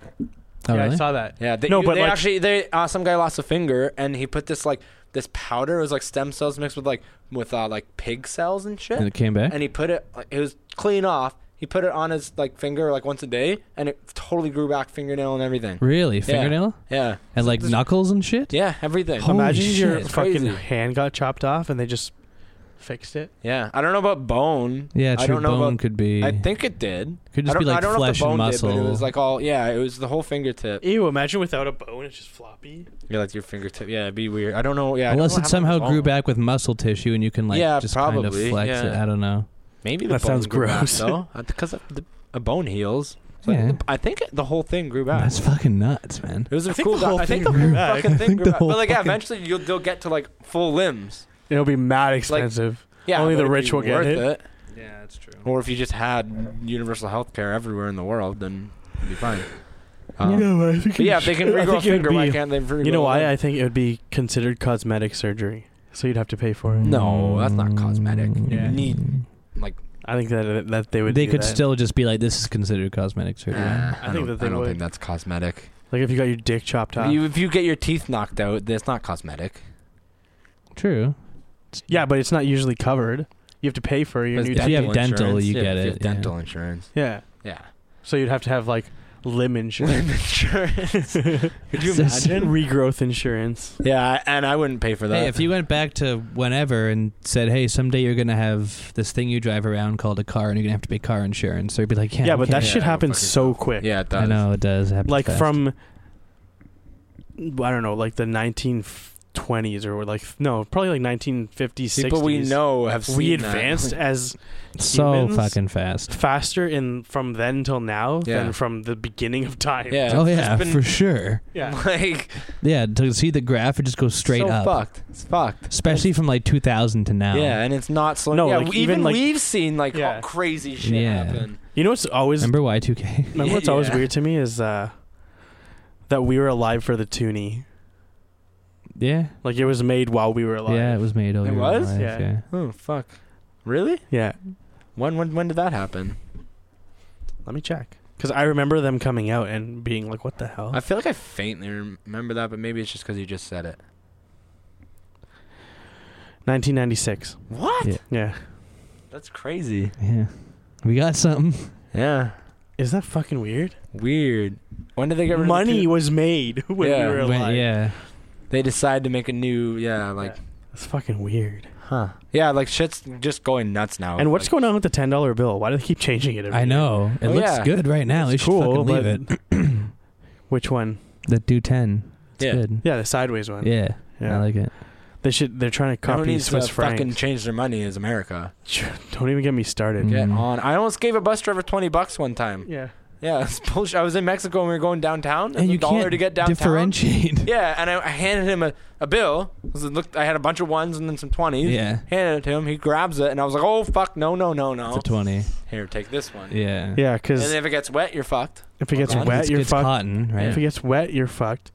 [SPEAKER 2] Oh,
[SPEAKER 1] yeah,
[SPEAKER 2] really?
[SPEAKER 1] I saw that.
[SPEAKER 3] Yeah, they,
[SPEAKER 1] No,
[SPEAKER 3] you-
[SPEAKER 1] but,
[SPEAKER 3] they
[SPEAKER 1] like-
[SPEAKER 3] actually they uh, some guy lost a finger and he put this like this powder it was like stem cells mixed with like with uh, like pig cells and shit
[SPEAKER 2] and it came back.
[SPEAKER 3] and he put it like, it was clean off. He put it on his like finger like once a day and it totally grew back fingernail and everything.
[SPEAKER 2] Really, fingernail
[SPEAKER 3] Yeah.
[SPEAKER 2] and like knuckles and shit.
[SPEAKER 3] Yeah, everything.
[SPEAKER 2] Holy
[SPEAKER 1] Imagine
[SPEAKER 2] shit,
[SPEAKER 1] your
[SPEAKER 3] it's
[SPEAKER 1] fucking
[SPEAKER 3] crazy.
[SPEAKER 1] hand got chopped off and they just fixed it.
[SPEAKER 3] Yeah. I don't know about bone.
[SPEAKER 2] Yeah, true.
[SPEAKER 3] I don't know
[SPEAKER 2] bone
[SPEAKER 3] about
[SPEAKER 2] could be.
[SPEAKER 3] I think it did. I
[SPEAKER 2] could just
[SPEAKER 3] don't,
[SPEAKER 2] be
[SPEAKER 3] I
[SPEAKER 2] like
[SPEAKER 3] don't know if
[SPEAKER 2] flesh
[SPEAKER 3] the bone
[SPEAKER 2] and muscle.
[SPEAKER 3] did, but it was like all yeah, it was the whole fingertip.
[SPEAKER 1] Ew, imagine without a bone, it's just floppy.
[SPEAKER 3] Yeah, like your fingertip. Yeah, it'd be weird. I don't know. Yeah. I don't
[SPEAKER 2] Unless
[SPEAKER 3] know
[SPEAKER 2] it
[SPEAKER 3] how much
[SPEAKER 2] somehow grew
[SPEAKER 3] bone.
[SPEAKER 2] back with muscle tissue and you can like
[SPEAKER 3] Yeah,
[SPEAKER 2] just kind of
[SPEAKER 3] probably,
[SPEAKER 2] flex it.
[SPEAKER 3] yeah.
[SPEAKER 2] I don't know.
[SPEAKER 3] Maybe the
[SPEAKER 1] That
[SPEAKER 3] bone
[SPEAKER 1] sounds
[SPEAKER 3] grew back,
[SPEAKER 1] gross.
[SPEAKER 3] though, because a bone heals. So I
[SPEAKER 2] Yeah.
[SPEAKER 3] think the- I think it- the whole thing grew back.
[SPEAKER 2] That's fucking nuts, man.
[SPEAKER 3] it was a
[SPEAKER 1] I think
[SPEAKER 3] cool.
[SPEAKER 1] the whole
[SPEAKER 3] doc- I think the
[SPEAKER 1] thing
[SPEAKER 3] whole
[SPEAKER 1] grew back.
[SPEAKER 3] fucking
[SPEAKER 2] I
[SPEAKER 3] thing
[SPEAKER 2] think
[SPEAKER 3] grew
[SPEAKER 2] the
[SPEAKER 3] back. But
[SPEAKER 2] whole
[SPEAKER 3] like, yeah,
[SPEAKER 2] fucking-
[SPEAKER 3] eventually you'll they'll get to like full limbs.
[SPEAKER 1] It'll be mad expensive.
[SPEAKER 3] Yeah,
[SPEAKER 1] Only
[SPEAKER 3] but
[SPEAKER 1] the
[SPEAKER 3] it'd
[SPEAKER 1] rich
[SPEAKER 3] be
[SPEAKER 1] will get
[SPEAKER 3] worth
[SPEAKER 1] it.
[SPEAKER 2] Yeah, that's true.
[SPEAKER 3] Or if you just had universal health care everywhere in the world, then it'd be fine.
[SPEAKER 2] Yeah.
[SPEAKER 3] Um,
[SPEAKER 1] no, I think
[SPEAKER 3] But yeah, if they can regrow a finger, why
[SPEAKER 1] be,
[SPEAKER 3] can't they regrow?
[SPEAKER 1] You know
[SPEAKER 3] a
[SPEAKER 1] why? I
[SPEAKER 3] limb?
[SPEAKER 1] think it would be considered cosmetic surgery. So you'd have to pay for it.
[SPEAKER 3] No, that's not cosmetic.
[SPEAKER 1] Yeah.
[SPEAKER 3] You need like.
[SPEAKER 1] I think that that they would
[SPEAKER 2] They
[SPEAKER 1] do
[SPEAKER 2] could
[SPEAKER 1] that.
[SPEAKER 2] still just be like, this is considered cosmetic surgery.
[SPEAKER 3] I,
[SPEAKER 1] think
[SPEAKER 3] don't,
[SPEAKER 1] that they
[SPEAKER 3] I don't
[SPEAKER 1] would.
[SPEAKER 3] think that's cosmetic.
[SPEAKER 1] like if you got your dick chopped off.
[SPEAKER 3] You, if you get your teeth knocked out, that's not cosmetic.
[SPEAKER 2] True.
[SPEAKER 1] Yeah, but it's not usually covered. You have to pay for your
[SPEAKER 3] That's
[SPEAKER 1] new
[SPEAKER 2] If you have
[SPEAKER 1] dental.
[SPEAKER 2] dental,
[SPEAKER 3] insurance.
[SPEAKER 2] you
[SPEAKER 3] Yeah,
[SPEAKER 2] get
[SPEAKER 3] if
[SPEAKER 2] it, yeah.
[SPEAKER 3] dental insurance.
[SPEAKER 1] Yeah.
[SPEAKER 3] Yeah.
[SPEAKER 1] So you'd have to have like limb insurance.
[SPEAKER 3] insurance. Could you
[SPEAKER 2] Just-
[SPEAKER 3] imagine?
[SPEAKER 1] Regrowth insurance.
[SPEAKER 3] Yeah, and I wouldn't pay for that.
[SPEAKER 2] Hey, if you went back to whenever and said, "Hey, someday you're gonna have this thing you drive around called a car, and you're gonna have to pay car insurance," they'd be like, "Yeah,
[SPEAKER 1] Yeah, but
[SPEAKER 2] okay."
[SPEAKER 1] that
[SPEAKER 3] Yeah,
[SPEAKER 1] shit
[SPEAKER 3] I don't
[SPEAKER 1] happens
[SPEAKER 3] fucking
[SPEAKER 1] so quick.
[SPEAKER 3] yeah, it does.
[SPEAKER 2] I know it does happen.
[SPEAKER 1] Like
[SPEAKER 2] fast.
[SPEAKER 1] from I don't know, like the 19 20s or like no, probably like 1950s, 60s.
[SPEAKER 3] People we know have seen
[SPEAKER 1] we
[SPEAKER 3] that.
[SPEAKER 1] advanced as
[SPEAKER 2] So
[SPEAKER 1] Humans?
[SPEAKER 2] fucking fast.
[SPEAKER 1] faster in from then till now
[SPEAKER 3] Yeah.
[SPEAKER 1] than from the beginning of time.
[SPEAKER 3] Yeah.
[SPEAKER 2] oh
[SPEAKER 3] it's
[SPEAKER 2] yeah,
[SPEAKER 3] been-
[SPEAKER 2] for sure.
[SPEAKER 1] Yeah.
[SPEAKER 3] like
[SPEAKER 2] Yeah, to see the graph, it just goes straight
[SPEAKER 3] so
[SPEAKER 2] up.
[SPEAKER 3] fucked. It's fucked.
[SPEAKER 2] Especially from like 2000 to now.
[SPEAKER 3] Yeah, and it's not slow.
[SPEAKER 1] No,
[SPEAKER 3] yeah,
[SPEAKER 1] like,
[SPEAKER 3] even,
[SPEAKER 1] even, like-
[SPEAKER 3] we've seen like
[SPEAKER 1] Yeah.
[SPEAKER 3] crazy shit
[SPEAKER 2] Yeah.
[SPEAKER 3] happen.
[SPEAKER 1] You know what's always
[SPEAKER 2] Remember Y2K?
[SPEAKER 1] remember what's always
[SPEAKER 3] Yeah.
[SPEAKER 1] weird to me is uh that we were alive for the toonie.
[SPEAKER 2] Yeah.
[SPEAKER 1] Like it was made while we were alive.
[SPEAKER 2] Yeah, it was made over.
[SPEAKER 3] It was?
[SPEAKER 1] Yeah.
[SPEAKER 2] yeah.
[SPEAKER 3] Oh fuck. Really?
[SPEAKER 1] Yeah.
[SPEAKER 3] When when when did that happen?
[SPEAKER 1] Let me check. Because I remember them coming out and being like, "What the hell?"
[SPEAKER 3] I feel like I faintly remember that, but maybe it's just because you just said it.
[SPEAKER 1] 1996.
[SPEAKER 3] What?
[SPEAKER 2] Yeah.
[SPEAKER 1] Yeah.
[SPEAKER 3] That's crazy.
[SPEAKER 2] Yeah. We got something.
[SPEAKER 3] Yeah.
[SPEAKER 1] Is that fucking weird?
[SPEAKER 3] Weird. When did they get rid of the
[SPEAKER 1] Money
[SPEAKER 3] two-
[SPEAKER 1] was made when
[SPEAKER 3] Yeah.
[SPEAKER 1] we were
[SPEAKER 2] Wait,
[SPEAKER 1] alive.
[SPEAKER 2] yeah.
[SPEAKER 3] They decide to make a new. Yeah, like,
[SPEAKER 1] That's fucking weird.
[SPEAKER 3] huh? Yeah, like shit's just going nuts now.
[SPEAKER 1] And what's
[SPEAKER 3] like,
[SPEAKER 1] going on with the ten dollar bill? Why do they keep changing it? Every
[SPEAKER 2] I
[SPEAKER 1] year?
[SPEAKER 2] know. It
[SPEAKER 3] Oh,
[SPEAKER 2] looks
[SPEAKER 3] yeah.
[SPEAKER 2] good right now. They
[SPEAKER 1] It's
[SPEAKER 2] should fucking leave it.
[SPEAKER 1] but which one?
[SPEAKER 2] The do 10. It's
[SPEAKER 3] Yeah.
[SPEAKER 2] good.
[SPEAKER 1] Yeah, the sideways one.
[SPEAKER 2] Yeah.
[SPEAKER 1] Yeah.
[SPEAKER 2] I like it.
[SPEAKER 1] they should. They're trying to
[SPEAKER 3] Who
[SPEAKER 1] copy
[SPEAKER 3] needs
[SPEAKER 1] Swiss
[SPEAKER 3] to
[SPEAKER 1] franc.
[SPEAKER 3] fucking change their money is America.
[SPEAKER 1] Don't even get me started.
[SPEAKER 2] Mm.
[SPEAKER 3] Get on. I almost gave a bus driver twenty bucks one time.
[SPEAKER 1] Yeah.
[SPEAKER 3] Yeah, it's bullshit. I was in Mexico and we were going downtown. It's
[SPEAKER 2] And
[SPEAKER 3] a
[SPEAKER 2] you
[SPEAKER 3] dollar
[SPEAKER 2] can't
[SPEAKER 3] to get downtown.
[SPEAKER 2] differentiate.
[SPEAKER 3] Yeah, and I, I handed him a, a bill. It was- it looked- I had a bunch of ones and then some twenties.
[SPEAKER 2] Yeah.
[SPEAKER 3] Handed it to him. He grabs it, and I was like, "Oh fuck, no, no, no,
[SPEAKER 2] It's
[SPEAKER 3] no!
[SPEAKER 2] a 20.
[SPEAKER 3] Here, take this one."
[SPEAKER 2] Yeah.
[SPEAKER 1] Yeah,
[SPEAKER 3] And
[SPEAKER 1] because
[SPEAKER 3] then if it gets wet, you're fucked.
[SPEAKER 1] if it gets
[SPEAKER 3] Cotton?
[SPEAKER 1] wet,
[SPEAKER 2] it's,
[SPEAKER 1] you're
[SPEAKER 2] it's
[SPEAKER 1] fucked.
[SPEAKER 2] cotton,
[SPEAKER 1] If it
[SPEAKER 2] right?
[SPEAKER 1] gets wet, you're fucked.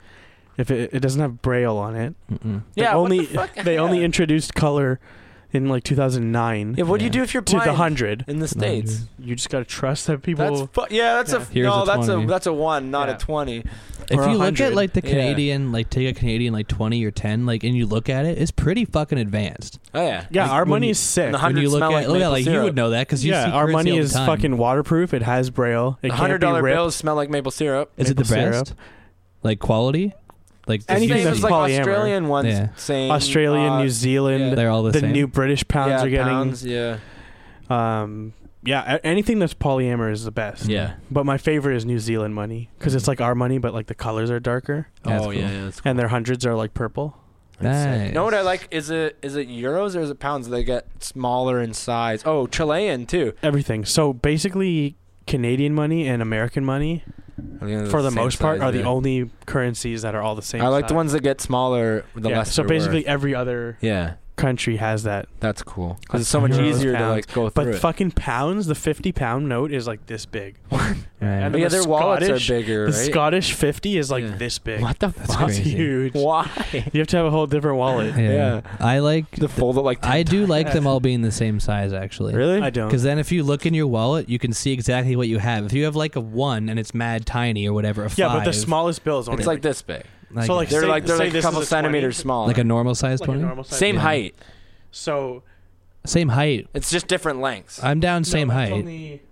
[SPEAKER 1] If it, it doesn't have braille on it,
[SPEAKER 2] Mm-mm.
[SPEAKER 1] they
[SPEAKER 3] yeah.
[SPEAKER 1] only
[SPEAKER 3] what the fuck?
[SPEAKER 1] they only
[SPEAKER 3] Yeah.
[SPEAKER 1] introduced color in like 2009
[SPEAKER 3] Yeah, what do you
[SPEAKER 2] Yeah.
[SPEAKER 3] do if you're
[SPEAKER 1] to
[SPEAKER 3] blind
[SPEAKER 1] the hundred.
[SPEAKER 3] in the states?
[SPEAKER 1] You just gotta trust that
[SPEAKER 3] That's
[SPEAKER 1] people.
[SPEAKER 3] fu- yeah. That's
[SPEAKER 1] Yeah.
[SPEAKER 3] a
[SPEAKER 2] Here's
[SPEAKER 3] no.
[SPEAKER 2] a
[SPEAKER 3] that's a
[SPEAKER 2] 20.
[SPEAKER 3] that's a one, not
[SPEAKER 1] Yeah.
[SPEAKER 3] a twenty.
[SPEAKER 2] If
[SPEAKER 1] Or
[SPEAKER 2] you look
[SPEAKER 1] 100.
[SPEAKER 2] at like the
[SPEAKER 3] Yeah.
[SPEAKER 2] Canadian, like take a Canadian like 20 or 10, like and you look at it, it's pretty fucking advanced.
[SPEAKER 3] Oh yeah.
[SPEAKER 1] yeah,
[SPEAKER 2] Like,
[SPEAKER 1] our
[SPEAKER 2] when
[SPEAKER 1] money
[SPEAKER 2] you-
[SPEAKER 1] is sick.
[SPEAKER 3] and the hun-
[SPEAKER 2] When
[SPEAKER 3] 100
[SPEAKER 2] you look
[SPEAKER 3] smell
[SPEAKER 2] at
[SPEAKER 3] like
[SPEAKER 2] oh, yeah,
[SPEAKER 3] maple
[SPEAKER 2] like you
[SPEAKER 3] syrup.
[SPEAKER 2] would know that because you
[SPEAKER 1] yeah,
[SPEAKER 2] see
[SPEAKER 1] our
[SPEAKER 2] currency all
[SPEAKER 1] money
[SPEAKER 2] the
[SPEAKER 1] is
[SPEAKER 2] time.
[SPEAKER 1] fucking waterproof. It has braille. It
[SPEAKER 3] A
[SPEAKER 1] can't
[SPEAKER 3] hundred
[SPEAKER 1] be
[SPEAKER 3] dollar
[SPEAKER 1] ripped.
[SPEAKER 3] bills smell like maple syrup.
[SPEAKER 2] Is it the
[SPEAKER 1] maple syrup.
[SPEAKER 2] best? Like quality? Like does
[SPEAKER 1] Anything
[SPEAKER 2] you
[SPEAKER 3] Same
[SPEAKER 1] that's
[SPEAKER 3] as,
[SPEAKER 2] see-
[SPEAKER 3] like
[SPEAKER 1] polyamorous.
[SPEAKER 3] Australian ones.
[SPEAKER 2] Yeah.
[SPEAKER 3] Same.
[SPEAKER 1] Australian,
[SPEAKER 3] uh,
[SPEAKER 1] New Zealand,
[SPEAKER 3] yeah.
[SPEAKER 2] they're all the,
[SPEAKER 1] the
[SPEAKER 2] same.
[SPEAKER 1] new British pounds
[SPEAKER 3] yeah,
[SPEAKER 1] are getting.
[SPEAKER 3] pounds, yeah.
[SPEAKER 1] Um, yeah, a- anything that's polyamorous is the best.
[SPEAKER 3] Yeah.
[SPEAKER 1] But my favorite is New Zealand money because
[SPEAKER 2] Mm.
[SPEAKER 1] it's like our money, but like the colors are darker
[SPEAKER 2] That's
[SPEAKER 3] oh
[SPEAKER 2] cool.
[SPEAKER 3] yeah. yeah that's
[SPEAKER 1] and their hundreds are like purple.
[SPEAKER 2] Nice.
[SPEAKER 3] No, what I like is it is it euros or is it pounds? They get smaller in size. Oh, Chilean too.
[SPEAKER 1] Everything. So basically, Canadian money and American money, for the most part, are the only currencies that are all the same.
[SPEAKER 3] I like the
[SPEAKER 1] size.
[SPEAKER 3] ones that get smaller. The
[SPEAKER 1] Yeah,
[SPEAKER 3] less.
[SPEAKER 1] so
[SPEAKER 3] they're
[SPEAKER 1] basically,
[SPEAKER 3] worth.
[SPEAKER 1] every other
[SPEAKER 3] yeah,
[SPEAKER 1] country has that.
[SPEAKER 3] that's cool.
[SPEAKER 1] 'Cause
[SPEAKER 3] Because it's so much
[SPEAKER 1] euros,
[SPEAKER 3] easier
[SPEAKER 1] pounds.
[SPEAKER 3] to like go through
[SPEAKER 1] But
[SPEAKER 3] it.
[SPEAKER 1] fucking pounds, the fifty pound note is like this big.
[SPEAKER 2] Right.
[SPEAKER 1] and
[SPEAKER 3] But yeah,
[SPEAKER 1] the
[SPEAKER 3] their wallets are
[SPEAKER 1] Scottish-
[SPEAKER 3] bigger,
[SPEAKER 1] The
[SPEAKER 3] right?
[SPEAKER 1] Scottish fifty is like
[SPEAKER 3] Yeah.
[SPEAKER 1] this big.
[SPEAKER 3] what the
[SPEAKER 2] That's
[SPEAKER 3] fuck?
[SPEAKER 1] It's
[SPEAKER 2] crazy.
[SPEAKER 1] huge.
[SPEAKER 3] Why?
[SPEAKER 1] You have to have a whole different wallet.
[SPEAKER 2] yeah.
[SPEAKER 3] Yeah.
[SPEAKER 2] I like
[SPEAKER 3] The fold it like
[SPEAKER 2] I do like them all being the same size actually.
[SPEAKER 3] really?
[SPEAKER 1] I don't.
[SPEAKER 2] Because then, if you look in your wallet, you can see exactly what you have. If you have like a one and it's mad tiny or whatever, a
[SPEAKER 1] Yeah, but the
[SPEAKER 2] five,
[SPEAKER 1] smallest bill is only
[SPEAKER 3] It's like this big.
[SPEAKER 2] like,
[SPEAKER 1] so, like,
[SPEAKER 3] They're
[SPEAKER 1] Say-
[SPEAKER 3] like they're
[SPEAKER 1] say
[SPEAKER 3] like a
[SPEAKER 1] this
[SPEAKER 3] couple
[SPEAKER 1] is a 20.
[SPEAKER 3] centimeters smaller.
[SPEAKER 2] like a normal size
[SPEAKER 1] like a
[SPEAKER 2] twenty,
[SPEAKER 1] normal size.
[SPEAKER 3] Same
[SPEAKER 2] Yeah.
[SPEAKER 3] height.
[SPEAKER 1] So
[SPEAKER 2] same height.
[SPEAKER 3] It's just different lengths.
[SPEAKER 2] I'm down same
[SPEAKER 1] no, that's
[SPEAKER 2] height.
[SPEAKER 1] Only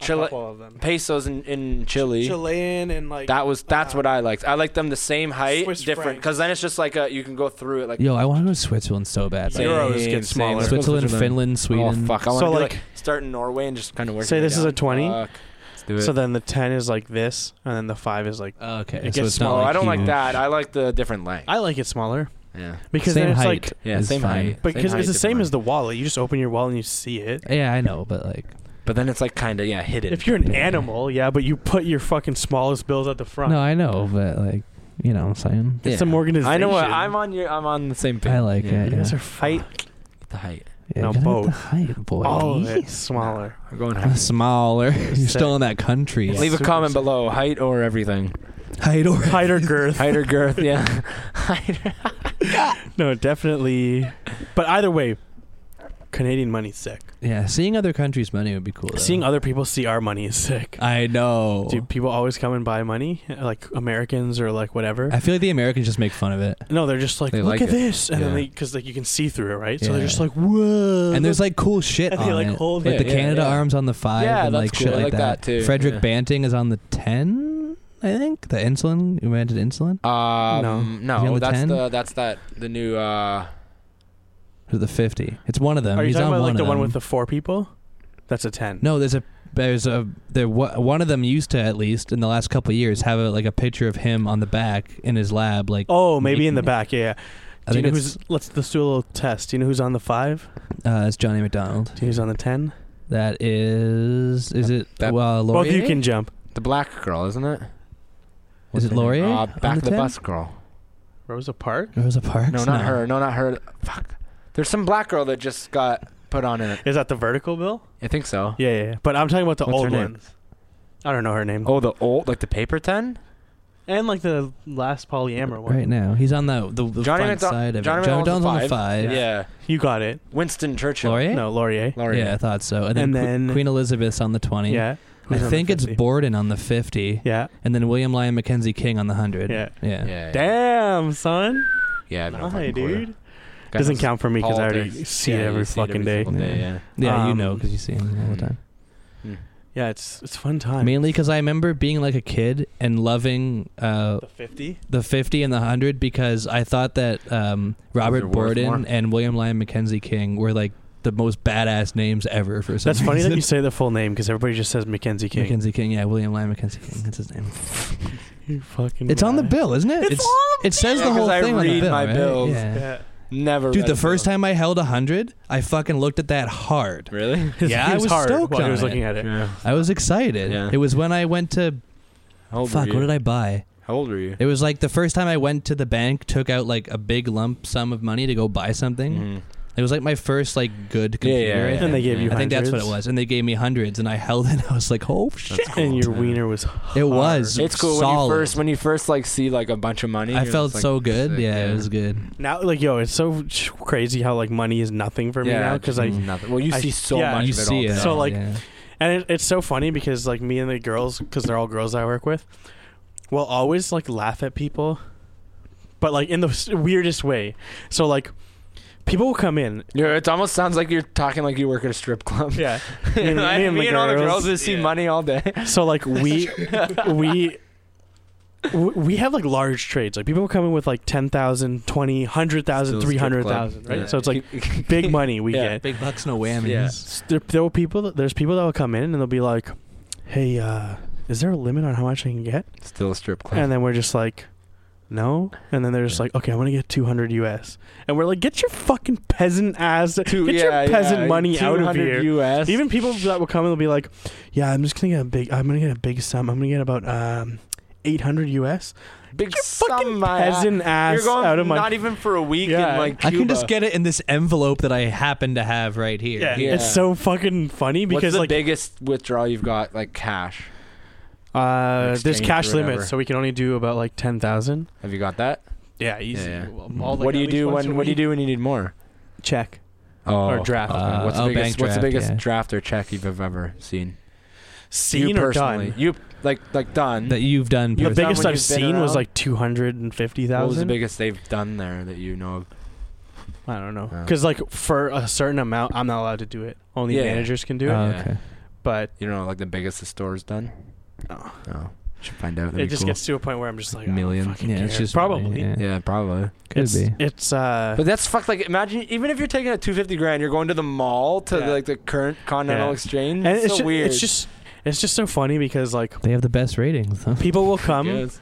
[SPEAKER 1] a
[SPEAKER 3] Chile-
[SPEAKER 1] couple of them.
[SPEAKER 3] Pesos in in Chile.
[SPEAKER 1] Chilean and like
[SPEAKER 3] That was that's
[SPEAKER 1] uh,
[SPEAKER 3] what I liked. I liked them the same height,
[SPEAKER 1] Swiss
[SPEAKER 3] different.
[SPEAKER 1] franc.
[SPEAKER 3] Because then it's just like a, you can go through it like
[SPEAKER 2] Yo, I want to go to Switzerland so bad.
[SPEAKER 1] Same,
[SPEAKER 2] man.
[SPEAKER 1] Euros get
[SPEAKER 3] same.
[SPEAKER 1] smaller.
[SPEAKER 3] Let's go to
[SPEAKER 2] Switzerland, Finland, Sweden.
[SPEAKER 3] Oh fuck! I want
[SPEAKER 1] So,
[SPEAKER 3] to like,
[SPEAKER 1] like-
[SPEAKER 3] start in Norway and just kind of work.
[SPEAKER 1] Say
[SPEAKER 3] my way
[SPEAKER 1] this is a
[SPEAKER 3] down.
[SPEAKER 1] 20?
[SPEAKER 3] Fuck. Let's do it.
[SPEAKER 1] So then the ten is like this, and then the five is like.
[SPEAKER 2] Oh, okay,
[SPEAKER 1] It
[SPEAKER 2] so
[SPEAKER 1] gets
[SPEAKER 2] it's not,
[SPEAKER 3] oh,
[SPEAKER 1] smaller.
[SPEAKER 3] I don't like
[SPEAKER 2] huge.
[SPEAKER 3] that. I like the different length.
[SPEAKER 1] I like it smaller
[SPEAKER 3] yeah.
[SPEAKER 1] because
[SPEAKER 2] same
[SPEAKER 1] then it's
[SPEAKER 2] height.
[SPEAKER 1] like.
[SPEAKER 3] Yeah,
[SPEAKER 2] is
[SPEAKER 3] same
[SPEAKER 2] fine.
[SPEAKER 3] height.
[SPEAKER 1] Because
[SPEAKER 3] height,
[SPEAKER 1] it's the same
[SPEAKER 3] different
[SPEAKER 1] as the wallet. You just open your wallet and you see it.
[SPEAKER 2] Yeah, I know, but like,
[SPEAKER 3] But then it's like kind of yeah hidden.
[SPEAKER 1] If you're an animal, yeah, but you put your fucking smallest bills at the front.
[SPEAKER 2] no, I know, but like, you know, what I'm saying.
[SPEAKER 1] it's some organization.
[SPEAKER 3] I know what I'm on your I'm on the same page.
[SPEAKER 2] I like
[SPEAKER 3] yeah.
[SPEAKER 2] it.
[SPEAKER 1] You guys
[SPEAKER 2] yeah.
[SPEAKER 1] are fight
[SPEAKER 3] The height.
[SPEAKER 2] Yeah,
[SPEAKER 1] No,
[SPEAKER 2] gotta get
[SPEAKER 1] both.
[SPEAKER 2] The height, boy.
[SPEAKER 1] all of it smaller.
[SPEAKER 3] We're going
[SPEAKER 2] I'm
[SPEAKER 3] height.
[SPEAKER 2] smaller. You're still
[SPEAKER 1] Sick.
[SPEAKER 2] in that country.
[SPEAKER 1] Yeah.
[SPEAKER 3] Leave a
[SPEAKER 1] Super
[SPEAKER 3] comment
[SPEAKER 1] sick.
[SPEAKER 3] below height or everything.
[SPEAKER 2] Height or
[SPEAKER 1] Height or girth?
[SPEAKER 3] Height or girth, yeah. height. or-
[SPEAKER 1] No, definitely. But either way, Canadian money's sick.
[SPEAKER 2] Yeah, seeing other countries' money would be cool. Though.
[SPEAKER 1] Seeing other people see our money is sick.
[SPEAKER 2] I know.
[SPEAKER 1] Dude, people always come and buy money, like Americans or like whatever.
[SPEAKER 2] I feel like the Americans just make fun of it.
[SPEAKER 1] no, they're just like,
[SPEAKER 3] They
[SPEAKER 1] look
[SPEAKER 3] like
[SPEAKER 1] at
[SPEAKER 3] it.
[SPEAKER 1] this, and then
[SPEAKER 3] Yeah.
[SPEAKER 1] they because like you can see through it, right? So they're
[SPEAKER 2] Yeah.
[SPEAKER 1] just like, whoa.
[SPEAKER 2] And there's like cool shit
[SPEAKER 1] And they,
[SPEAKER 2] on
[SPEAKER 1] like,
[SPEAKER 2] it.
[SPEAKER 1] hold
[SPEAKER 2] like
[SPEAKER 1] it.
[SPEAKER 2] the
[SPEAKER 1] Yeah,
[SPEAKER 2] Canada
[SPEAKER 3] yeah.
[SPEAKER 2] arms on the five
[SPEAKER 3] Yeah,
[SPEAKER 2] and
[SPEAKER 3] that's
[SPEAKER 2] like
[SPEAKER 3] cool.
[SPEAKER 2] shit
[SPEAKER 3] I
[SPEAKER 2] like,
[SPEAKER 3] like that too,
[SPEAKER 2] Frederick
[SPEAKER 3] yeah.
[SPEAKER 2] Banting is on the ten, I think. The insulin who invented insulin?
[SPEAKER 3] Um,
[SPEAKER 2] Is he on
[SPEAKER 3] no,
[SPEAKER 2] the
[SPEAKER 3] that's
[SPEAKER 2] 10?
[SPEAKER 3] the that's that the new uh
[SPEAKER 2] Or the fifty. It's one of them.
[SPEAKER 1] Are you
[SPEAKER 2] He's
[SPEAKER 1] talking
[SPEAKER 2] on
[SPEAKER 1] about
[SPEAKER 2] one
[SPEAKER 1] like
[SPEAKER 2] of
[SPEAKER 1] the
[SPEAKER 2] them.
[SPEAKER 1] one with the four people? That's a ten.
[SPEAKER 2] No, there's a there's a there wa- one of them used to at least in the last couple of years have a, like a picture of him on the back in his lab like
[SPEAKER 1] Oh, maybe in the
[SPEAKER 2] Making it.
[SPEAKER 1] back, yeah.
[SPEAKER 2] I
[SPEAKER 1] Do you
[SPEAKER 2] think
[SPEAKER 1] know
[SPEAKER 2] it's
[SPEAKER 1] who's? Let's let's do a little test. Do you know who's on the five?
[SPEAKER 2] uh, it's Johnny McDonald.
[SPEAKER 1] Do you know who's on the ten?
[SPEAKER 2] That is is it
[SPEAKER 3] That-
[SPEAKER 2] well Laurier?
[SPEAKER 1] Both of you can jump.
[SPEAKER 3] The black girl, isn't it?
[SPEAKER 2] Is it Laurier?
[SPEAKER 3] Uh,
[SPEAKER 2] on
[SPEAKER 3] back of the
[SPEAKER 2] 10?
[SPEAKER 3] bus girl.
[SPEAKER 1] Rosa Park.
[SPEAKER 2] Rosa Parks.
[SPEAKER 3] No, not her. No, not her. Fuck. There's some black girl that just got put on it.
[SPEAKER 1] Is that the vertical bill?
[SPEAKER 3] I think so.
[SPEAKER 1] Yeah, yeah. yeah. But I'm talking about the
[SPEAKER 3] What's her
[SPEAKER 1] old
[SPEAKER 3] name?
[SPEAKER 1] ones. I don't know her name.
[SPEAKER 3] Oh, the old, like the paper ten.
[SPEAKER 1] And like the last polyamor one.
[SPEAKER 2] Right now, he's on the the, the
[SPEAKER 3] Johnny
[SPEAKER 2] front
[SPEAKER 3] McDo-
[SPEAKER 2] side of
[SPEAKER 3] Johnny
[SPEAKER 2] it. Johnny
[SPEAKER 3] McDonald's
[SPEAKER 2] McDonald's
[SPEAKER 3] a
[SPEAKER 2] on the five.
[SPEAKER 3] Yeah.
[SPEAKER 1] You got it.
[SPEAKER 3] Winston Churchill.
[SPEAKER 2] Laurier.
[SPEAKER 1] No, Laurier.
[SPEAKER 3] Laurier.
[SPEAKER 2] Yeah, I thought so. And then,
[SPEAKER 1] And
[SPEAKER 2] Que-
[SPEAKER 1] then-
[SPEAKER 2] Queen Elizabeth's on the twenty.
[SPEAKER 1] Yeah.
[SPEAKER 2] I
[SPEAKER 1] Who's on the
[SPEAKER 2] think it's
[SPEAKER 1] 50?
[SPEAKER 2] Borden on the fifty.
[SPEAKER 1] Yeah.
[SPEAKER 2] And then William Lyon Mackenzie King on the hundred.
[SPEAKER 1] Yeah.
[SPEAKER 2] Yeah.
[SPEAKER 3] Yeah.
[SPEAKER 1] Damn, son.
[SPEAKER 3] Yeah. I've been on
[SPEAKER 1] Hi,
[SPEAKER 3] fucking quarter.
[SPEAKER 1] dude. Doesn't count for me because I already
[SPEAKER 3] Politics.
[SPEAKER 1] see
[SPEAKER 3] Yeah,
[SPEAKER 1] it
[SPEAKER 3] you
[SPEAKER 1] every
[SPEAKER 3] see it
[SPEAKER 1] fucking
[SPEAKER 3] every
[SPEAKER 1] day.
[SPEAKER 3] single Yeah.
[SPEAKER 2] Yeah, you
[SPEAKER 1] Um,
[SPEAKER 2] know because you see him all the time. Hmm.
[SPEAKER 1] Yeah, it's it's fun time.
[SPEAKER 2] Mainly because I remember being like a kid and loving uh,
[SPEAKER 1] the fifty.
[SPEAKER 2] the 50 and the 100 because I thought that um,
[SPEAKER 3] Those are
[SPEAKER 2] Robert
[SPEAKER 3] worth
[SPEAKER 2] Borden
[SPEAKER 3] more.
[SPEAKER 2] and William Lyon Mackenzie King were like the most badass names ever for some
[SPEAKER 1] That's funny that
[SPEAKER 2] reason.
[SPEAKER 1] you say the full name because everybody just says Mackenzie King.
[SPEAKER 2] Mackenzie King, yeah, William Lyon Mackenzie King. That's his name.
[SPEAKER 1] You fucking.
[SPEAKER 2] It's on the
[SPEAKER 1] lie.
[SPEAKER 2] bill, isn't it?
[SPEAKER 1] It's on the
[SPEAKER 2] it says
[SPEAKER 3] bill!
[SPEAKER 2] the whole
[SPEAKER 3] Yeah, 'cause I
[SPEAKER 2] thing on the
[SPEAKER 3] read
[SPEAKER 2] bill,
[SPEAKER 3] my
[SPEAKER 2] right?
[SPEAKER 3] bills.
[SPEAKER 2] Yeah.
[SPEAKER 1] Yeah.
[SPEAKER 3] Never.
[SPEAKER 2] Dude,
[SPEAKER 3] read
[SPEAKER 2] the first
[SPEAKER 3] book.
[SPEAKER 2] time I held a 100, I fucking looked at that hard.
[SPEAKER 3] Really?
[SPEAKER 2] Yeah,
[SPEAKER 1] He
[SPEAKER 2] I was
[SPEAKER 1] hard
[SPEAKER 2] stoked
[SPEAKER 1] while he
[SPEAKER 2] on
[SPEAKER 1] was
[SPEAKER 2] it.
[SPEAKER 1] looking at it.
[SPEAKER 3] Yeah.
[SPEAKER 2] I was excited.
[SPEAKER 3] Yeah.
[SPEAKER 2] It was when I went to
[SPEAKER 3] How old
[SPEAKER 2] fuck,
[SPEAKER 3] were
[SPEAKER 2] what
[SPEAKER 3] you?
[SPEAKER 2] did I buy?
[SPEAKER 3] How old were you?
[SPEAKER 2] It was like the first time I went to the bank, took out like a big lump sum of money to go buy something.
[SPEAKER 3] Mhm.
[SPEAKER 2] It was like my first like good
[SPEAKER 3] Yeah, yeah,
[SPEAKER 2] computer. I
[SPEAKER 3] yeah.
[SPEAKER 2] think.
[SPEAKER 1] And they gave you.
[SPEAKER 2] I think that's what it
[SPEAKER 1] hundreds.
[SPEAKER 2] was. And they gave me hundreds, and I held it. And I was like, "Oh shit!"
[SPEAKER 3] That's cool.
[SPEAKER 1] And your wiener was.
[SPEAKER 2] It was.
[SPEAKER 3] It's cool when you
[SPEAKER 2] solid.
[SPEAKER 3] first when you first like see like a bunch of money.
[SPEAKER 2] I
[SPEAKER 3] you're
[SPEAKER 2] felt
[SPEAKER 3] just like,
[SPEAKER 2] so good.
[SPEAKER 3] sick,
[SPEAKER 2] yeah, it was good.
[SPEAKER 1] Now, like, yo, it's so ch- crazy how like money is nothing for me
[SPEAKER 3] yeah,
[SPEAKER 1] now because I
[SPEAKER 3] just nothing. Well, you
[SPEAKER 1] mm. I-
[SPEAKER 3] see so
[SPEAKER 1] yeah,
[SPEAKER 3] much
[SPEAKER 2] you
[SPEAKER 3] of it
[SPEAKER 2] see
[SPEAKER 3] all
[SPEAKER 2] it.
[SPEAKER 3] day.
[SPEAKER 1] So, like,
[SPEAKER 2] yeah.
[SPEAKER 1] and it, it's so funny because like me and the girls, because they're all girls I work with, will always like laugh at people, but like in the s- weirdest way. So like, people will come in.
[SPEAKER 3] Yeah, it almost sounds like you're talking like you work at a strip club.
[SPEAKER 1] Yeah.
[SPEAKER 3] me and,
[SPEAKER 1] me and the
[SPEAKER 3] all the
[SPEAKER 1] girls.
[SPEAKER 3] girls just see money all day.
[SPEAKER 1] So like we we w- we have like large trades. Like people will come in with like 10,000, 20, 100,000, 300,000, right?
[SPEAKER 3] Yeah.
[SPEAKER 1] So it's like big money we
[SPEAKER 3] Yeah.
[SPEAKER 1] get.
[SPEAKER 2] big bucks, no
[SPEAKER 3] Yeah.
[SPEAKER 2] whammies.
[SPEAKER 1] S- there, there were people that, there's people that will come in and they'll be like hey uh is there a limit on how much i can get
[SPEAKER 3] still a strip club.
[SPEAKER 1] and then we're just like no and then they're just
[SPEAKER 3] Yeah.
[SPEAKER 1] like okay i'm gonna get 200 us and we're like get your fucking peasant ass get your peasant money out of here
[SPEAKER 3] US.
[SPEAKER 1] even people that will come and will be like yeah i'm just gonna get a big i'm gonna get a big sum i'm gonna get about um 800 us
[SPEAKER 3] big
[SPEAKER 1] your
[SPEAKER 3] sum,
[SPEAKER 1] fucking
[SPEAKER 3] my ass.
[SPEAKER 1] peasant ass
[SPEAKER 3] uh, You're going
[SPEAKER 1] out of my
[SPEAKER 3] not even for a week
[SPEAKER 1] Yeah.
[SPEAKER 3] in like
[SPEAKER 2] I
[SPEAKER 3] Cuba.
[SPEAKER 2] can just get it in this envelope that I happen to have right here.
[SPEAKER 1] yeah,
[SPEAKER 3] Yeah.
[SPEAKER 1] it's so fucking funny
[SPEAKER 3] What's
[SPEAKER 1] because
[SPEAKER 3] the
[SPEAKER 1] like
[SPEAKER 3] biggest withdrawal you've got like cash?
[SPEAKER 1] uh
[SPEAKER 3] exchange
[SPEAKER 1] there's cash
[SPEAKER 3] or whatever?
[SPEAKER 1] limits so we can only do about like 10,000
[SPEAKER 3] Have you got that?
[SPEAKER 1] Yeah, easy.
[SPEAKER 3] Yeah, yeah.
[SPEAKER 1] Well,
[SPEAKER 2] Mhm.
[SPEAKER 1] all, like,
[SPEAKER 3] what do
[SPEAKER 1] at
[SPEAKER 3] you
[SPEAKER 1] least
[SPEAKER 3] do
[SPEAKER 1] once
[SPEAKER 3] when
[SPEAKER 1] a
[SPEAKER 3] what do you
[SPEAKER 1] week.
[SPEAKER 3] do when you need more?
[SPEAKER 1] check?
[SPEAKER 3] Oh,
[SPEAKER 1] Or draft.
[SPEAKER 2] Uh,
[SPEAKER 3] what's the
[SPEAKER 2] oh,
[SPEAKER 3] biggest
[SPEAKER 2] bank
[SPEAKER 3] what's the
[SPEAKER 2] draft,
[SPEAKER 3] biggest
[SPEAKER 2] yeah.
[SPEAKER 3] draft or check you've have ever seen?
[SPEAKER 1] Seen
[SPEAKER 3] you
[SPEAKER 1] or
[SPEAKER 3] personally.
[SPEAKER 1] done?
[SPEAKER 3] You like like done.
[SPEAKER 2] That you've done.
[SPEAKER 1] The
[SPEAKER 3] You've
[SPEAKER 2] personally.
[SPEAKER 3] done
[SPEAKER 1] biggest
[SPEAKER 3] when
[SPEAKER 1] I've
[SPEAKER 3] you've been
[SPEAKER 1] seen was
[SPEAKER 3] around?
[SPEAKER 1] like two hundred and fifty
[SPEAKER 3] what was the
[SPEAKER 1] E thousand.
[SPEAKER 3] biggest they've done there that you know of?
[SPEAKER 1] I don't know,
[SPEAKER 3] Yeah.
[SPEAKER 1] because like for a certain amount, I'm not allowed to do it. Only
[SPEAKER 3] Oh. Yeah. Uh,
[SPEAKER 1] managers can do it.
[SPEAKER 2] Oh,
[SPEAKER 3] Yeah.
[SPEAKER 2] okay.
[SPEAKER 1] but
[SPEAKER 3] You know, like the biggest the store's done.
[SPEAKER 1] No.
[SPEAKER 3] no. Should find out. That'd
[SPEAKER 1] it
[SPEAKER 3] be
[SPEAKER 1] just
[SPEAKER 3] cool.
[SPEAKER 1] gets to a point where I'm just like,
[SPEAKER 3] Million.
[SPEAKER 1] million.
[SPEAKER 2] Yeah, it's just
[SPEAKER 1] probably.
[SPEAKER 2] yeah.
[SPEAKER 3] Yeah, probably.
[SPEAKER 2] Could
[SPEAKER 1] it's,
[SPEAKER 2] be.
[SPEAKER 1] It's uh,
[SPEAKER 3] But that's fucked. Like, imagine even if you're taking a two fifty grand, you're going to the mall to
[SPEAKER 1] Yeah.
[SPEAKER 3] like the current Continental
[SPEAKER 1] Yeah.
[SPEAKER 3] Exchange.
[SPEAKER 1] and
[SPEAKER 3] it's,
[SPEAKER 1] it's
[SPEAKER 3] so
[SPEAKER 1] ju-
[SPEAKER 3] weird.
[SPEAKER 1] It's just, it's just so funny because like
[SPEAKER 2] They have the best ratings. Huh?
[SPEAKER 1] people will
[SPEAKER 3] I
[SPEAKER 1] come
[SPEAKER 3] guess.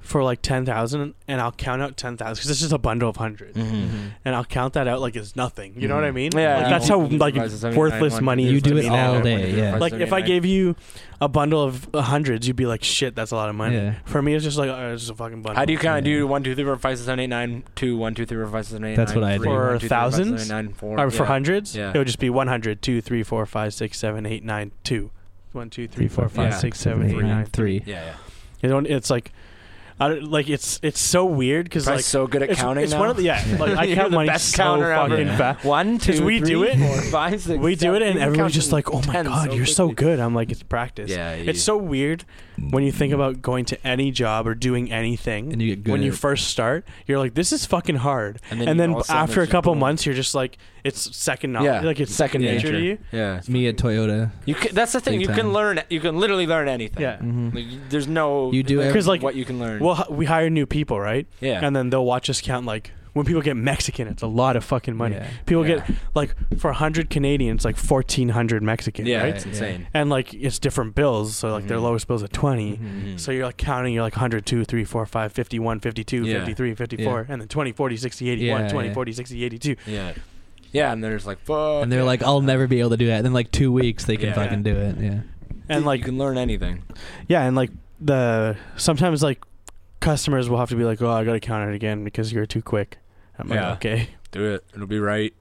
[SPEAKER 1] for like ten thousand, and I'll count out ten thousand because it's just a bundle of 100
[SPEAKER 3] Mm.
[SPEAKER 2] Mm-hmm.
[SPEAKER 1] and I'll count that out like it's nothing. You know what I
[SPEAKER 3] Mhm.
[SPEAKER 1] mean?
[SPEAKER 3] Yeah,
[SPEAKER 1] Like,
[SPEAKER 3] yeah.
[SPEAKER 1] that's how
[SPEAKER 3] You
[SPEAKER 1] like
[SPEAKER 3] divide the 79
[SPEAKER 1] worthless
[SPEAKER 3] one,
[SPEAKER 1] money
[SPEAKER 2] You
[SPEAKER 1] is
[SPEAKER 2] do
[SPEAKER 1] to
[SPEAKER 2] it
[SPEAKER 1] me
[SPEAKER 2] all
[SPEAKER 1] now.
[SPEAKER 2] day,
[SPEAKER 3] Divide
[SPEAKER 2] yeah.
[SPEAKER 3] the
[SPEAKER 1] like if I
[SPEAKER 3] 79.
[SPEAKER 1] gave you a bundle of hundreds, you'd be like, "Shit, that's a lot of money."
[SPEAKER 2] Yeah.
[SPEAKER 1] For me, it's just like oh, it's just a fucking bundle.
[SPEAKER 3] How do you kind of
[SPEAKER 2] Yeah.
[SPEAKER 3] do one, two, three, four, five, six, seven, eight, nine, two, one, two, three, four, five, six, seven, eight,
[SPEAKER 2] That's
[SPEAKER 3] nine,
[SPEAKER 2] what I
[SPEAKER 3] three,
[SPEAKER 2] do.
[SPEAKER 3] one,
[SPEAKER 1] For
[SPEAKER 3] two, three, four, five, six, seven,
[SPEAKER 1] thousands?
[SPEAKER 3] eight, nine, four.
[SPEAKER 1] Or for
[SPEAKER 3] Yeah.
[SPEAKER 1] hundreds,
[SPEAKER 3] Yeah.
[SPEAKER 1] it would just be one hundred, two, three, four, five, six, seven, eight, nine, two. One, two, three, four, five,
[SPEAKER 3] yeah.
[SPEAKER 1] six, seven, eight, nine, three.
[SPEAKER 2] three.
[SPEAKER 3] Yeah, yeah.
[SPEAKER 1] You don't. It's like, I don't, like it's it's so weird because
[SPEAKER 3] Probably
[SPEAKER 1] like
[SPEAKER 3] so good at
[SPEAKER 1] it's,
[SPEAKER 3] counting
[SPEAKER 1] it's
[SPEAKER 3] now.
[SPEAKER 1] one of the yeah. Like I
[SPEAKER 3] You're
[SPEAKER 1] count
[SPEAKER 3] the
[SPEAKER 1] money
[SPEAKER 3] best
[SPEAKER 1] so
[SPEAKER 3] counter ever.
[SPEAKER 1] fucking
[SPEAKER 2] Yeah.
[SPEAKER 1] fast.
[SPEAKER 3] One, two,
[SPEAKER 1] 'Cause we
[SPEAKER 3] three,
[SPEAKER 1] do it.
[SPEAKER 3] four, five, six,
[SPEAKER 1] we do it
[SPEAKER 3] seven.
[SPEAKER 1] and
[SPEAKER 3] You're
[SPEAKER 1] everyone's
[SPEAKER 3] counting
[SPEAKER 1] just like, "Oh my
[SPEAKER 3] ten
[SPEAKER 1] god, you're so
[SPEAKER 3] quickly."
[SPEAKER 1] good." I'm like, "It's practice."
[SPEAKER 3] Yeah, you-
[SPEAKER 1] It's so weird when you think about going to any job or doing anything.
[SPEAKER 2] And you get good.
[SPEAKER 1] when
[SPEAKER 2] at
[SPEAKER 1] you
[SPEAKER 2] it.
[SPEAKER 1] first start, you're like, "This is fucking hard,"
[SPEAKER 3] And
[SPEAKER 1] and
[SPEAKER 3] then
[SPEAKER 1] then,
[SPEAKER 3] you all of a sudden
[SPEAKER 1] after a
[SPEAKER 3] it's just
[SPEAKER 1] couple
[SPEAKER 3] boom.
[SPEAKER 1] months, you're just like, "It's second knowledge,
[SPEAKER 3] yeah,
[SPEAKER 1] like it's second nature to you."
[SPEAKER 3] Yeah,
[SPEAKER 2] me at Toyota.
[SPEAKER 3] you can, that's the thing.
[SPEAKER 2] Big
[SPEAKER 3] You
[SPEAKER 2] time.
[SPEAKER 3] can learn. You can literally learn anything.
[SPEAKER 1] Yeah.
[SPEAKER 2] Mhm.
[SPEAKER 3] Like, you- there's no
[SPEAKER 2] You do
[SPEAKER 3] like,
[SPEAKER 1] 'Cause, like,
[SPEAKER 3] what you can learn.
[SPEAKER 1] Well, h- we hire new people, right?
[SPEAKER 3] yeah,
[SPEAKER 1] And then they'll watch us count like When people get Mexican, it's a lot of fucking money.
[SPEAKER 2] Yeah.
[SPEAKER 1] People
[SPEAKER 3] Yeah.
[SPEAKER 1] get like for 100 Canadian, it's like 1400 Mexican,
[SPEAKER 3] yeah,
[SPEAKER 1] right?
[SPEAKER 3] it's
[SPEAKER 2] Yeah.
[SPEAKER 3] insane.
[SPEAKER 1] And like it's different bills, so like their
[SPEAKER 3] Mhm.
[SPEAKER 1] lowest bills are 20.
[SPEAKER 3] Mm.
[SPEAKER 2] Mhm.
[SPEAKER 1] So you're like counting, you're like 102, 3, 4, 5, 51, 52,
[SPEAKER 3] Yeah.
[SPEAKER 1] 53, 54, and then 20, 40, 60, 81,
[SPEAKER 2] Yeah,
[SPEAKER 1] 20,
[SPEAKER 2] yeah.
[SPEAKER 1] 40, 60, 82.
[SPEAKER 3] Yeah, yeah, and there's like fuck.
[SPEAKER 2] and they're like, I'll never be able to do that. And then like two weeks, they can
[SPEAKER 3] Yeah.
[SPEAKER 2] fucking do it. Yeah.
[SPEAKER 1] And
[SPEAKER 3] you
[SPEAKER 1] like,
[SPEAKER 3] can learn anything.
[SPEAKER 1] yeah, and like the sometimes like customers will have to be like, oh, I got to count it again because you're too quick. I'm like,
[SPEAKER 3] Yeah.
[SPEAKER 1] okay.
[SPEAKER 3] Do it. It'll be right.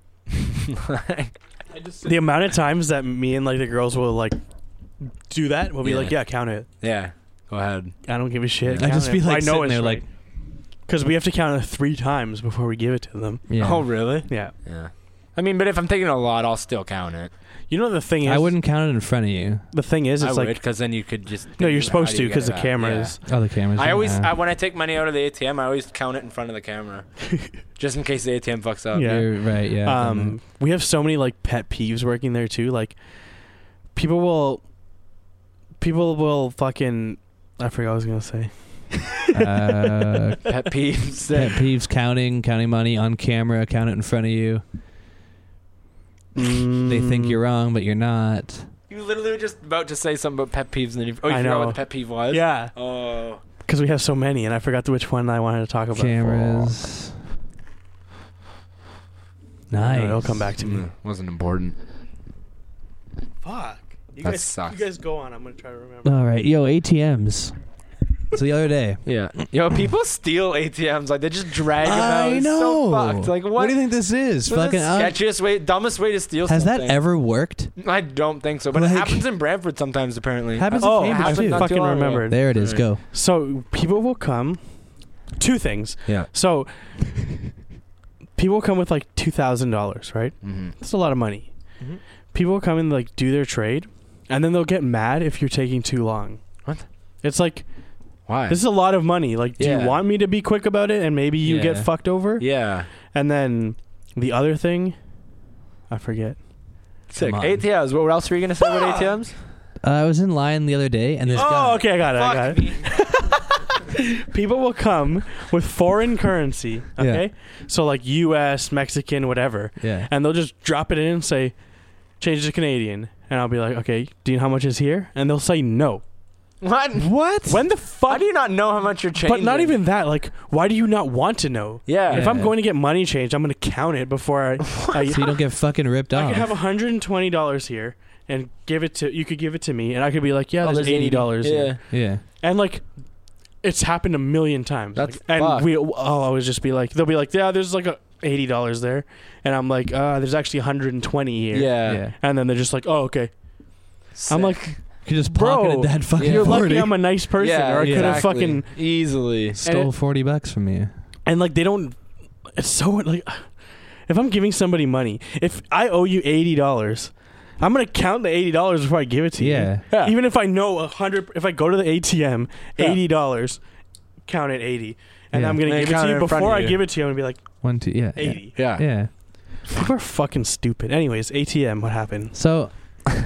[SPEAKER 1] The amount of times that me and like the girls will like do that, we'll be
[SPEAKER 3] Yeah.
[SPEAKER 1] like, yeah, count it.
[SPEAKER 3] yeah. Go ahead.
[SPEAKER 1] I don't give a shit.
[SPEAKER 3] Yeah.
[SPEAKER 2] I just
[SPEAKER 1] Count it.
[SPEAKER 2] be like
[SPEAKER 1] I know
[SPEAKER 2] sitting
[SPEAKER 1] it's
[SPEAKER 2] there like,
[SPEAKER 1] because we have to count it three times before we give it to them.
[SPEAKER 2] yeah.
[SPEAKER 3] Oh, really?
[SPEAKER 1] Yeah.
[SPEAKER 3] Yeah. I mean, but if I'm taking a lot, I'll still count it.
[SPEAKER 1] You know the thing is,
[SPEAKER 2] I wouldn't count it in front of you.
[SPEAKER 1] The thing is,
[SPEAKER 3] I
[SPEAKER 1] it's
[SPEAKER 3] would,
[SPEAKER 1] like
[SPEAKER 3] because then you could just.
[SPEAKER 1] no,
[SPEAKER 3] think,
[SPEAKER 1] you're
[SPEAKER 3] how
[SPEAKER 1] supposed
[SPEAKER 3] do
[SPEAKER 1] to
[SPEAKER 3] you get
[SPEAKER 1] because
[SPEAKER 3] it
[SPEAKER 1] the
[SPEAKER 3] out?
[SPEAKER 1] camera
[SPEAKER 3] Yeah.
[SPEAKER 1] is.
[SPEAKER 2] Oh, the cameras.
[SPEAKER 3] I
[SPEAKER 2] in
[SPEAKER 3] always,
[SPEAKER 2] there.
[SPEAKER 3] I, when I take money out of the ATM, I always count it in front of the camera, just in case the ATM fucks up.
[SPEAKER 1] Yeah.
[SPEAKER 2] You're right. Yeah. I've done
[SPEAKER 1] um, we have so many like pet peeves working there too. Like, people will, people will fucking. I forgot what I was gonna say.
[SPEAKER 2] that. uh,
[SPEAKER 3] Pet peeves.
[SPEAKER 2] pet peeves: counting, counting money on camera, count it in front of you. They
[SPEAKER 1] Mm.
[SPEAKER 2] think you're wrong, but you're not.
[SPEAKER 3] You literally were just about to say something about pet peeves, and then you, oh, you
[SPEAKER 1] I
[SPEAKER 3] forgot
[SPEAKER 1] know.
[SPEAKER 3] what the pet peeve was.
[SPEAKER 1] Yeah,
[SPEAKER 3] Oh.
[SPEAKER 1] because we have so many, and I forgot which one I wanted to talk about.
[SPEAKER 2] Cameras.
[SPEAKER 1] I
[SPEAKER 2] Nice.
[SPEAKER 1] don't know, it'll come back to
[SPEAKER 2] Mm.
[SPEAKER 1] me.
[SPEAKER 3] wasn't important.
[SPEAKER 1] Fuck. You
[SPEAKER 3] That guys- sucks. you guys
[SPEAKER 1] go on. I'm gonna try to remember.
[SPEAKER 2] Mm. All right, yo, ATMs. so the other day,
[SPEAKER 3] Yeah. Yo, Mm. people steal ATMs. Like, they just drag them out.
[SPEAKER 2] I
[SPEAKER 3] It's
[SPEAKER 2] know.
[SPEAKER 3] So fucked. Like, what?
[SPEAKER 2] What do you think this
[SPEAKER 3] This
[SPEAKER 2] is?
[SPEAKER 3] is
[SPEAKER 2] Fucking uh,
[SPEAKER 3] the sketchiest way, dumbest way to steal
[SPEAKER 2] Has that
[SPEAKER 3] something.
[SPEAKER 2] ever worked?
[SPEAKER 3] I don't think so, but it
[SPEAKER 2] Like-
[SPEAKER 3] happens in Brantford sometimes, apparently.
[SPEAKER 2] Happens in
[SPEAKER 1] Oh,
[SPEAKER 2] Cambridge,
[SPEAKER 1] I
[SPEAKER 2] too.
[SPEAKER 3] not too
[SPEAKER 1] fucking
[SPEAKER 3] long ago.
[SPEAKER 1] remembered.
[SPEAKER 2] There it is.
[SPEAKER 3] Alright.
[SPEAKER 2] Go.
[SPEAKER 1] So people will come. Two things.
[SPEAKER 3] Yeah.
[SPEAKER 1] So people come with like two thousand dollars, right?
[SPEAKER 3] Mm-hmm.
[SPEAKER 1] That's a lot of money.
[SPEAKER 3] Mhm.
[SPEAKER 1] People come and like do their trade, and then they'll get mad if you're taking too long.
[SPEAKER 3] What?
[SPEAKER 1] It's like
[SPEAKER 3] Why?
[SPEAKER 1] this is a lot of money. Like, do
[SPEAKER 3] Yeah.
[SPEAKER 1] you want me to be quick about it, and maybe you get
[SPEAKER 2] Yeah.
[SPEAKER 1] fucked over?
[SPEAKER 3] yeah.
[SPEAKER 1] And then the other thing, I forget.
[SPEAKER 3] Sick.
[SPEAKER 2] Come on.
[SPEAKER 3] ATMs. What else were you going to say about ATMs?
[SPEAKER 2] Uh, I was in line the other day, and this guy.
[SPEAKER 1] Oh, okay, I got it. I got it.
[SPEAKER 3] me.
[SPEAKER 1] People will come with foreign currency.
[SPEAKER 2] Yeah.
[SPEAKER 1] Okay, so like U.S., Mexican, whatever,
[SPEAKER 2] Yeah.
[SPEAKER 1] and they'll just drop it in and say, "Change to Canadian," and I'll be like, "Okay, do you know how much is here?" And they'll say, "No."
[SPEAKER 3] What? What?
[SPEAKER 1] When the fuck
[SPEAKER 3] How do you not know how much you're changing?
[SPEAKER 1] But not even that. Like, why do you not want to know?
[SPEAKER 3] Yeah.
[SPEAKER 1] If I'm
[SPEAKER 2] Yeah.
[SPEAKER 1] going to get money changed, I'm going to count it before I. I,
[SPEAKER 2] So you don't get fucking ripped
[SPEAKER 1] I
[SPEAKER 2] off.
[SPEAKER 1] could have 120 dollars here and give it to you. Could give it to me, and I could be like, yeah, there's 80 dollars.
[SPEAKER 3] Oh, Yeah.
[SPEAKER 1] here.
[SPEAKER 2] yeah.
[SPEAKER 1] And like, it's happened a million times.
[SPEAKER 3] That's
[SPEAKER 1] Like, and
[SPEAKER 3] fucked.
[SPEAKER 1] we. I'll always just be like, they'll be like, yeah, there's like a. Eighty dollars there, and I'm like, uh, there's actually 120 here,
[SPEAKER 3] Yeah.
[SPEAKER 2] Yeah.
[SPEAKER 1] and then they're just like, oh, okay. I'm like,
[SPEAKER 2] You just
[SPEAKER 1] Bro,
[SPEAKER 2] pocketed that fucking
[SPEAKER 1] you're lucky
[SPEAKER 2] 40.
[SPEAKER 1] I'm a nice person, or I could have
[SPEAKER 3] exactly.
[SPEAKER 1] fucking
[SPEAKER 3] easily.
[SPEAKER 2] Stole 40 bucks from you.
[SPEAKER 1] and like they don't it's so like if i'm giving somebody money if i owe you $80 i'm gonna count the $80 before i give it to
[SPEAKER 2] Yeah.
[SPEAKER 1] you
[SPEAKER 3] Yeah.
[SPEAKER 1] even if i know a 100 if i go to the atm
[SPEAKER 3] Yeah.
[SPEAKER 1] $80 count it 80 and
[SPEAKER 2] Yeah.
[SPEAKER 1] i'm gonna
[SPEAKER 3] And you
[SPEAKER 1] give it
[SPEAKER 3] count
[SPEAKER 1] to
[SPEAKER 3] it
[SPEAKER 1] you
[SPEAKER 3] in front of
[SPEAKER 1] before i
[SPEAKER 3] you.
[SPEAKER 1] give it to you i'm gonna be like
[SPEAKER 2] One, two, yeah. yeah.
[SPEAKER 1] 80
[SPEAKER 3] Yeah.
[SPEAKER 2] Yeah.
[SPEAKER 1] people are fucking stupid anyways atm what happened
[SPEAKER 2] So, all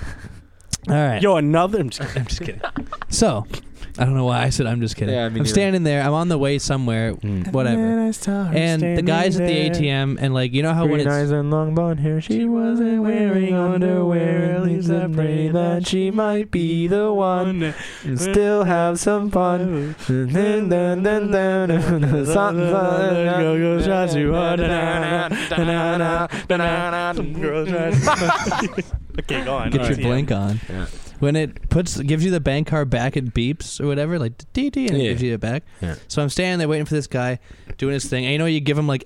[SPEAKER 2] right.
[SPEAKER 1] yo another i'm just kidding, I'm just kidding.
[SPEAKER 2] So, I don't know why I said I'm just kidding.
[SPEAKER 3] Yeah, me
[SPEAKER 2] I'm
[SPEAKER 3] neither.
[SPEAKER 2] standing there. I'm on the way somewhere.
[SPEAKER 3] Mm.
[SPEAKER 2] Whatever. And the guys at the ATM, and like you know how when
[SPEAKER 3] Green eyes
[SPEAKER 2] it's
[SPEAKER 3] and long blonde hair. She wasn't wearing underwear. At least I pray that she might be the one and still have some fun. Dun, dun, dun, dun, dun, dun, something, something,
[SPEAKER 1] Go, go, shots you are. Some girls
[SPEAKER 3] dun.
[SPEAKER 1] okay, go on.
[SPEAKER 2] get your
[SPEAKER 1] ATM.
[SPEAKER 2] blink on,
[SPEAKER 3] Yeah.
[SPEAKER 2] when it puts gives you the bank card back, it beeps or whatever, like dee dee, and it
[SPEAKER 3] Yeah.
[SPEAKER 2] gives you it back.
[SPEAKER 3] Yeah.
[SPEAKER 2] So I'm standing there waiting for this guy doing his thing, and you know you give him like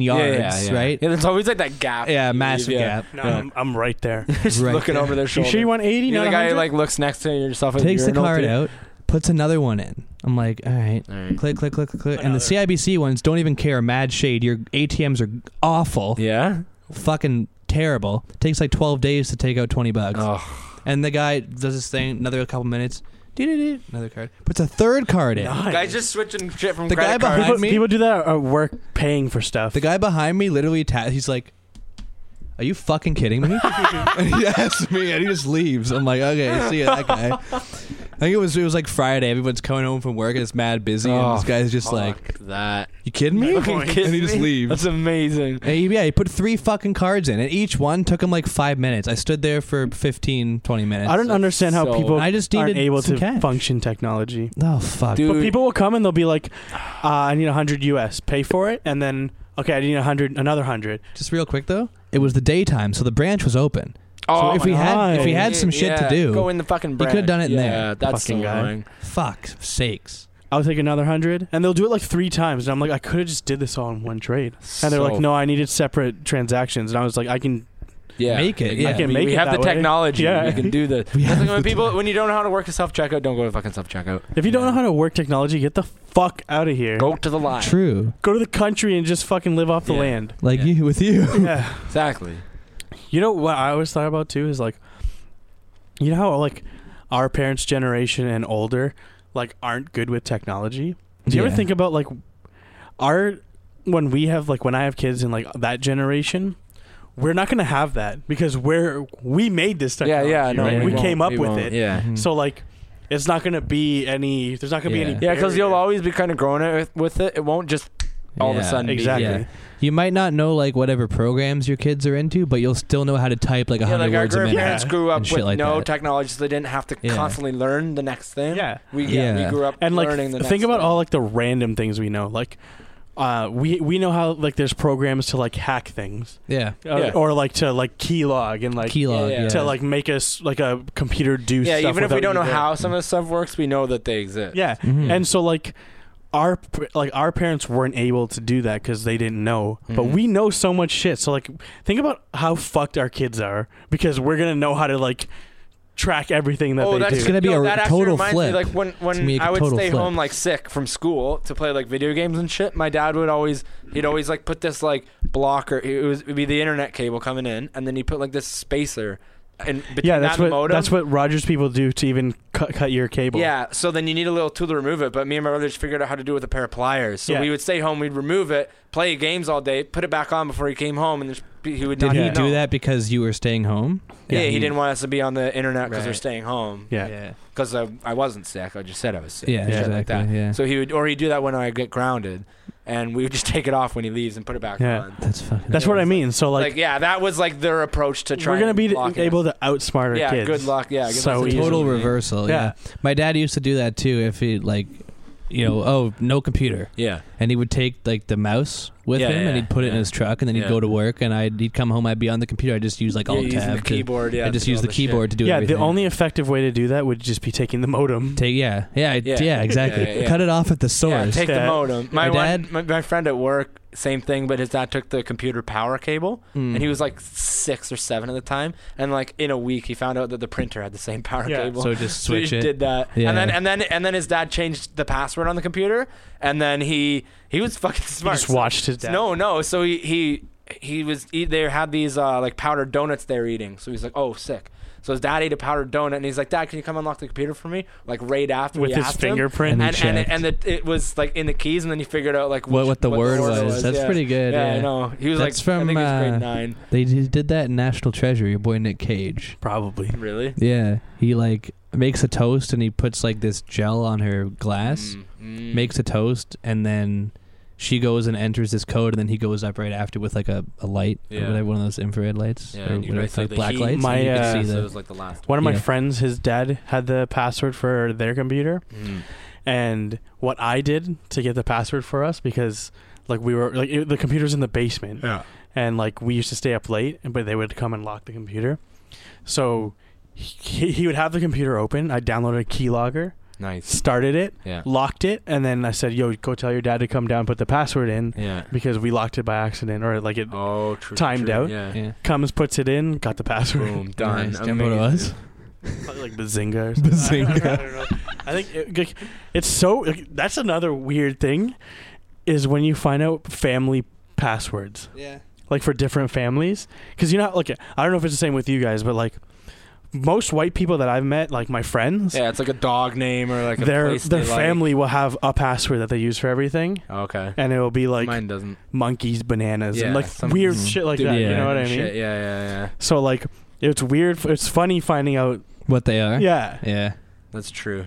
[SPEAKER 2] yards, right?
[SPEAKER 3] Yeah, there's always like that gap.
[SPEAKER 2] Yeah,
[SPEAKER 3] you
[SPEAKER 2] massive
[SPEAKER 3] leave, yeah.
[SPEAKER 2] gap.
[SPEAKER 1] No, I'm, I'm right there.
[SPEAKER 3] Just
[SPEAKER 2] Right
[SPEAKER 3] looking
[SPEAKER 2] there.
[SPEAKER 3] over their
[SPEAKER 1] You
[SPEAKER 3] shoulder.
[SPEAKER 1] sure you want 80?
[SPEAKER 3] You're
[SPEAKER 1] not
[SPEAKER 3] the guy who
[SPEAKER 1] 100?
[SPEAKER 3] like looks next to yourself. At
[SPEAKER 2] Takes the
[SPEAKER 3] urinal,
[SPEAKER 2] card
[SPEAKER 3] too.
[SPEAKER 2] out, puts another one in. I'm like, all right. Click, click, click, click, click. And the
[SPEAKER 1] Another.
[SPEAKER 2] CIBC ones don't even care. Mad shade. Your ATMs are awful.
[SPEAKER 3] Yeah.
[SPEAKER 2] Fucking terrible. Takes like 12 days to take out 20 bucks.
[SPEAKER 3] Oh,
[SPEAKER 2] And the guy does this thing, another couple minutes. Dee-dee-dee, another card. Puts a third card in.
[SPEAKER 1] Nice.
[SPEAKER 3] Oh. guys, just switching shit from
[SPEAKER 2] The
[SPEAKER 3] credit
[SPEAKER 2] guy behind
[SPEAKER 3] cards.
[SPEAKER 1] people,
[SPEAKER 2] me-
[SPEAKER 1] people do that at work paying for stuff.
[SPEAKER 2] The guy behind me literally ta- he's like, "Are you fucking kidding me?" and he asks me, and he just leaves. I'm like, "Okay, see ya, that guy." I think it was it was like Friday. Everyone's coming home from work and it's mad busy, and this guy's just like,
[SPEAKER 3] Oh, Fuck that.
[SPEAKER 2] "You kidding me?"
[SPEAKER 1] Fucking
[SPEAKER 2] and
[SPEAKER 1] kiss
[SPEAKER 2] he just
[SPEAKER 1] me?
[SPEAKER 2] leaves.
[SPEAKER 3] That's amazing.
[SPEAKER 2] And he- yeah, he put three fucking cards in, and each one took him like five minutes. I stood there for 15, 20 minutes.
[SPEAKER 1] I don't understand how
[SPEAKER 3] so-
[SPEAKER 1] people
[SPEAKER 2] I just
[SPEAKER 1] aren't
[SPEAKER 2] needed
[SPEAKER 1] able
[SPEAKER 2] some
[SPEAKER 1] to
[SPEAKER 2] cash.
[SPEAKER 1] function technology.
[SPEAKER 2] Oh fuck,
[SPEAKER 3] Dude.
[SPEAKER 1] But people will come and they'll be like, uh, "I need 100 US, pay for it," and then okay, I need 100, another 100.
[SPEAKER 2] Just real quick though, it was the daytime, so the branch was open.
[SPEAKER 3] Oh
[SPEAKER 2] so if we
[SPEAKER 1] my
[SPEAKER 2] had if we
[SPEAKER 1] God.
[SPEAKER 2] had some shit to
[SPEAKER 3] Yeah,
[SPEAKER 2] do,
[SPEAKER 3] go in the fucking.
[SPEAKER 2] he
[SPEAKER 3] Branch.
[SPEAKER 2] could've done it
[SPEAKER 3] yeah,
[SPEAKER 2] in there.
[SPEAKER 3] That's
[SPEAKER 1] Fucking
[SPEAKER 3] so
[SPEAKER 1] guy.
[SPEAKER 3] annoying.
[SPEAKER 2] fuck sakes.
[SPEAKER 1] I'll take another 100, and they'll do it like 3 times, and I'm like, "I could have just did this all in one trade." And they're like,
[SPEAKER 3] So-
[SPEAKER 1] "No, I needed separate transactions." And I was like, "I can
[SPEAKER 3] Yeah,
[SPEAKER 2] Make it,
[SPEAKER 3] I
[SPEAKER 2] yeah.
[SPEAKER 1] can
[SPEAKER 3] we,
[SPEAKER 1] make
[SPEAKER 3] we
[SPEAKER 1] it
[SPEAKER 3] have
[SPEAKER 1] that
[SPEAKER 3] the
[SPEAKER 1] way.
[SPEAKER 3] technology.
[SPEAKER 1] Yeah.
[SPEAKER 3] we can do this.
[SPEAKER 2] We
[SPEAKER 3] That's
[SPEAKER 2] have
[SPEAKER 3] like when
[SPEAKER 2] the
[SPEAKER 3] people, when you don't know how to work a self checkout, don't go to fucking self checkout.
[SPEAKER 1] If you don't know how to work technology, get the fuck out of here.
[SPEAKER 3] go to the line.
[SPEAKER 2] True,
[SPEAKER 1] Go to the country and just fucking live off the
[SPEAKER 3] Yeah.
[SPEAKER 1] land.
[SPEAKER 2] like
[SPEAKER 3] Yeah.
[SPEAKER 2] you with you.
[SPEAKER 1] Yeah.
[SPEAKER 3] Exactly.
[SPEAKER 1] You know what I always thought about too is like, you know how like our parents' generation and older like aren't good with technology. Do you ever
[SPEAKER 2] Yeah.
[SPEAKER 1] think about like our when we have like when I have kids and like that generation, we're not gonna have that because we're we made this
[SPEAKER 3] Yeah,
[SPEAKER 1] technology.
[SPEAKER 3] yeah. No,
[SPEAKER 1] right?
[SPEAKER 2] we
[SPEAKER 1] we
[SPEAKER 3] won't.
[SPEAKER 1] came up
[SPEAKER 3] We
[SPEAKER 1] with
[SPEAKER 3] won't.
[SPEAKER 1] it.
[SPEAKER 3] Yeah.
[SPEAKER 2] Mhm.
[SPEAKER 1] So like, it's not gonna be any. There's not gonna be
[SPEAKER 2] Yeah.
[SPEAKER 1] any.
[SPEAKER 3] Yeah, because you'll
[SPEAKER 1] barrier.
[SPEAKER 3] always be kind of growing it with, with it. It won't just all of a
[SPEAKER 2] Yeah.
[SPEAKER 3] sudden.
[SPEAKER 1] exactly.
[SPEAKER 2] Yeah. You might not know like whatever programs your kids are into, but you'll still know how to type like
[SPEAKER 3] Be,
[SPEAKER 2] a
[SPEAKER 3] yeah,
[SPEAKER 2] hundred
[SPEAKER 3] like our
[SPEAKER 2] words a minute.
[SPEAKER 3] grandparents grew up
[SPEAKER 2] and shit
[SPEAKER 3] with
[SPEAKER 2] like
[SPEAKER 3] no
[SPEAKER 2] that.
[SPEAKER 3] technology, so they didn't have to
[SPEAKER 2] Yeah.
[SPEAKER 3] constantly learn the next thing.
[SPEAKER 1] Yeah.
[SPEAKER 3] we yeah,
[SPEAKER 2] Yeah.
[SPEAKER 3] we grew up
[SPEAKER 1] and like
[SPEAKER 3] learning the
[SPEAKER 1] think
[SPEAKER 3] next
[SPEAKER 1] about
[SPEAKER 3] thing.
[SPEAKER 1] all like the random things we know like uh, we we know how like there's programs to like hack things
[SPEAKER 2] Yeah,
[SPEAKER 1] uh,
[SPEAKER 3] Oh, Yeah.
[SPEAKER 1] or like to like keylog and like
[SPEAKER 2] keylog.
[SPEAKER 3] yeah,
[SPEAKER 2] Yeah,
[SPEAKER 3] yeah.
[SPEAKER 1] to like make us like a computer do
[SPEAKER 3] yeah.
[SPEAKER 1] stuff
[SPEAKER 3] Even if we
[SPEAKER 1] without
[SPEAKER 3] don't
[SPEAKER 1] you
[SPEAKER 3] know
[SPEAKER 1] there. Mm.
[SPEAKER 3] how some of the stuff works, we know that they exist.
[SPEAKER 1] yeah
[SPEAKER 2] Mhm.
[SPEAKER 1] and so like our p- like our parents weren't able to do that because they didn't know but
[SPEAKER 3] Mhm.
[SPEAKER 1] we know so much shit so like think about how fucked our kids are because we're gonna know how to like track everything that
[SPEAKER 3] oh,
[SPEAKER 1] they
[SPEAKER 3] that's
[SPEAKER 1] do
[SPEAKER 2] gonna be
[SPEAKER 3] no,
[SPEAKER 2] a
[SPEAKER 3] that actually
[SPEAKER 2] total
[SPEAKER 3] reminds Me,
[SPEAKER 2] flip.
[SPEAKER 3] like when
[SPEAKER 2] gonna be
[SPEAKER 3] when
[SPEAKER 2] a
[SPEAKER 3] I would
[SPEAKER 2] total
[SPEAKER 3] stay
[SPEAKER 2] flip.
[SPEAKER 3] home like sick from school to play like video games and shit, my dad would always he'd always like put this like blocker. It was it'd be the internet cable coming in, and then he put like this spacer in between
[SPEAKER 1] yeah that's
[SPEAKER 3] that and the
[SPEAKER 1] what
[SPEAKER 3] modem.
[SPEAKER 1] that's what rogers people do to even cut, cut your cable
[SPEAKER 3] Yeah, so then you need a little tool to remove it. But me and my brother just figured out how to do it with a pair of pliers. So
[SPEAKER 1] Yeah.
[SPEAKER 3] we would stay home, we'd remove it, play games all day, put it back on before he came home, and just, he would
[SPEAKER 2] Did
[SPEAKER 3] not
[SPEAKER 2] he
[SPEAKER 1] Yeah.
[SPEAKER 3] know.
[SPEAKER 2] do that because you were staying home?
[SPEAKER 3] Yeah, he didn't want us to be on the internet because we're
[SPEAKER 2] Right.
[SPEAKER 3] staying home.
[SPEAKER 1] yeah
[SPEAKER 2] Yeah,
[SPEAKER 3] because I, I wasn't sick. I just said I was sick.
[SPEAKER 2] Yeah,
[SPEAKER 3] and shit like
[SPEAKER 2] exactly,
[SPEAKER 3] that.
[SPEAKER 2] yeah.
[SPEAKER 3] So he would, or he'd do that when I get grounded, and we would just take it off when he leaves and put it back
[SPEAKER 1] Yeah.
[SPEAKER 3] on.
[SPEAKER 2] that's fucking.
[SPEAKER 1] That's
[SPEAKER 3] Yeah,
[SPEAKER 1] what I
[SPEAKER 3] it's
[SPEAKER 1] mean. So
[SPEAKER 3] Like,
[SPEAKER 1] like,
[SPEAKER 3] yeah, that was like their approach to trying.
[SPEAKER 1] we're gonna be
[SPEAKER 3] to
[SPEAKER 1] able to outsmart our
[SPEAKER 3] Yeah,
[SPEAKER 1] kids.
[SPEAKER 3] good luck. Yeah, good
[SPEAKER 1] So
[SPEAKER 3] luck.
[SPEAKER 1] easy.
[SPEAKER 2] total
[SPEAKER 3] Easily.
[SPEAKER 2] reversal.
[SPEAKER 1] Yeah.
[SPEAKER 2] Yeah. my dad used to do that too. If he like, you know, oh no computer,
[SPEAKER 3] Yeah,
[SPEAKER 2] and he would take like the mouse with
[SPEAKER 3] Yeah,
[SPEAKER 2] him,
[SPEAKER 3] yeah,
[SPEAKER 2] and he'd put it in
[SPEAKER 3] yeah.
[SPEAKER 2] his truck, and then he'd
[SPEAKER 3] Yeah.
[SPEAKER 2] go to work, and I'd he'd come home, I'd be on the computer, I'd just use like
[SPEAKER 3] yeah,
[SPEAKER 2] alt
[SPEAKER 3] using the
[SPEAKER 2] tab, to-
[SPEAKER 3] keyboard. Yeah,
[SPEAKER 2] I'd just
[SPEAKER 3] to do
[SPEAKER 2] use
[SPEAKER 3] all
[SPEAKER 2] the
[SPEAKER 3] shit.
[SPEAKER 2] keyboard to do
[SPEAKER 1] Yeah,
[SPEAKER 2] everything.
[SPEAKER 1] the only effective way to do that would just be taking the modem.
[SPEAKER 2] Take, yeah, yeah, I-
[SPEAKER 3] Yeah.
[SPEAKER 2] yeah, exactly.
[SPEAKER 3] Yeah, yeah.
[SPEAKER 2] Cut it off at the source.
[SPEAKER 3] Yeah, take
[SPEAKER 1] Yeah.
[SPEAKER 3] the modem. My, one-
[SPEAKER 2] dad-
[SPEAKER 3] my my friend at work, same thing, but his dad took the computer power cable,
[SPEAKER 2] Mm.
[SPEAKER 3] and he was like six or seven at the time, and like in a week he found out that the printer had the same power
[SPEAKER 1] Yeah.
[SPEAKER 3] cable.
[SPEAKER 2] so just
[SPEAKER 3] So he
[SPEAKER 2] switch
[SPEAKER 3] just
[SPEAKER 2] it.
[SPEAKER 3] did that,
[SPEAKER 2] Yeah.
[SPEAKER 3] and then and then and then his dad changed the password on the computer, and then he he was fucking smart.
[SPEAKER 1] Just watched his dad.
[SPEAKER 3] No, no. So he he he was he, they had these uh, like powdered donuts they're eating. So he's like, oh, sick. So his dad ate a powdered donut, and he's like, Dad, can you come unlock the computer for me? Like right after
[SPEAKER 1] With
[SPEAKER 3] he
[SPEAKER 1] his
[SPEAKER 3] asked him.
[SPEAKER 1] fingerprint?
[SPEAKER 2] And he
[SPEAKER 3] and and,
[SPEAKER 2] checked.
[SPEAKER 3] and, the, it was like in the keys, and then he figured out like
[SPEAKER 2] What-
[SPEAKER 3] which-
[SPEAKER 2] what the word was. That's
[SPEAKER 3] yeah.
[SPEAKER 2] pretty good,
[SPEAKER 3] Yeah, I
[SPEAKER 2] yeah.
[SPEAKER 3] know. He was
[SPEAKER 2] That's
[SPEAKER 3] like I
[SPEAKER 2] from,
[SPEAKER 3] think he was
[SPEAKER 2] uh,
[SPEAKER 3] grade nine.
[SPEAKER 2] They did did that in National Treasure. Your boy Nick Cage.
[SPEAKER 1] probably.
[SPEAKER 3] Really?
[SPEAKER 2] Yeah, he like makes a toast and he puts like this gel on her glass.
[SPEAKER 3] Mm,
[SPEAKER 2] makes a toast and then she goes and enters this code and then he goes up right after with like a, a light
[SPEAKER 3] Yeah.
[SPEAKER 2] or whatever one of those infrared lights
[SPEAKER 3] Yeah,
[SPEAKER 2] or
[SPEAKER 3] and you
[SPEAKER 2] whatever
[SPEAKER 3] guys
[SPEAKER 2] it's
[SPEAKER 3] see
[SPEAKER 2] called,
[SPEAKER 3] the
[SPEAKER 2] black
[SPEAKER 3] heat.
[SPEAKER 2] lights
[SPEAKER 1] My,
[SPEAKER 2] and you
[SPEAKER 1] uh,
[SPEAKER 2] can see
[SPEAKER 3] so
[SPEAKER 2] the,
[SPEAKER 3] it was like the last.
[SPEAKER 1] One of my
[SPEAKER 2] Yeah.
[SPEAKER 1] friends, his dad had the password for their computer,
[SPEAKER 3] Mm.
[SPEAKER 1] and what I did to get the password for us because like we were like it, the computer's in the basement,
[SPEAKER 3] Yeah.
[SPEAKER 1] and like we used to stay up late, and but they would come and lock the computer, so. He, he would have the computer open. I downloaded a keylogger,
[SPEAKER 3] Nice.
[SPEAKER 1] started it,
[SPEAKER 3] Yeah.
[SPEAKER 1] locked it, and then I said, "Yo, go tell your dad to come down, put the password in."
[SPEAKER 3] Yeah.
[SPEAKER 1] because we locked it by accident or like it
[SPEAKER 3] Oh, true.
[SPEAKER 1] Timed
[SPEAKER 3] true.
[SPEAKER 1] out.
[SPEAKER 3] Yeah.
[SPEAKER 2] yeah
[SPEAKER 1] comes puts it in got the password
[SPEAKER 3] Boom. Done.
[SPEAKER 2] Nice. Do you remember what it
[SPEAKER 3] Amazing.
[SPEAKER 2] was?
[SPEAKER 1] Probably like bazinga or something.
[SPEAKER 2] Bazinga.
[SPEAKER 1] I don't know. I think it, like, it's so like, that's another weird thing is when you find out family passwords
[SPEAKER 2] yeah
[SPEAKER 1] like for different families because you know how- like I don't know if it's the same with you guys but like most white people that I've met like my friends
[SPEAKER 3] Yeah, it's like a dog name or like a
[SPEAKER 1] their
[SPEAKER 3] place
[SPEAKER 1] their
[SPEAKER 3] they like.
[SPEAKER 1] family will have a password that they use for everything
[SPEAKER 3] Okay.
[SPEAKER 1] and it will be like
[SPEAKER 3] Mine doesn't.
[SPEAKER 1] monkeys bananas
[SPEAKER 3] Yeah,
[SPEAKER 1] and like
[SPEAKER 3] some-
[SPEAKER 1] weird
[SPEAKER 2] Mhm.
[SPEAKER 1] shit like
[SPEAKER 3] Dude,
[SPEAKER 1] that
[SPEAKER 2] yeah.
[SPEAKER 1] you know what I mean
[SPEAKER 3] Shit, Yeah, yeah, yeah.
[SPEAKER 1] So like it's weird. It's funny finding out.
[SPEAKER 2] what they are
[SPEAKER 1] Yeah,
[SPEAKER 2] yeah
[SPEAKER 3] That's true.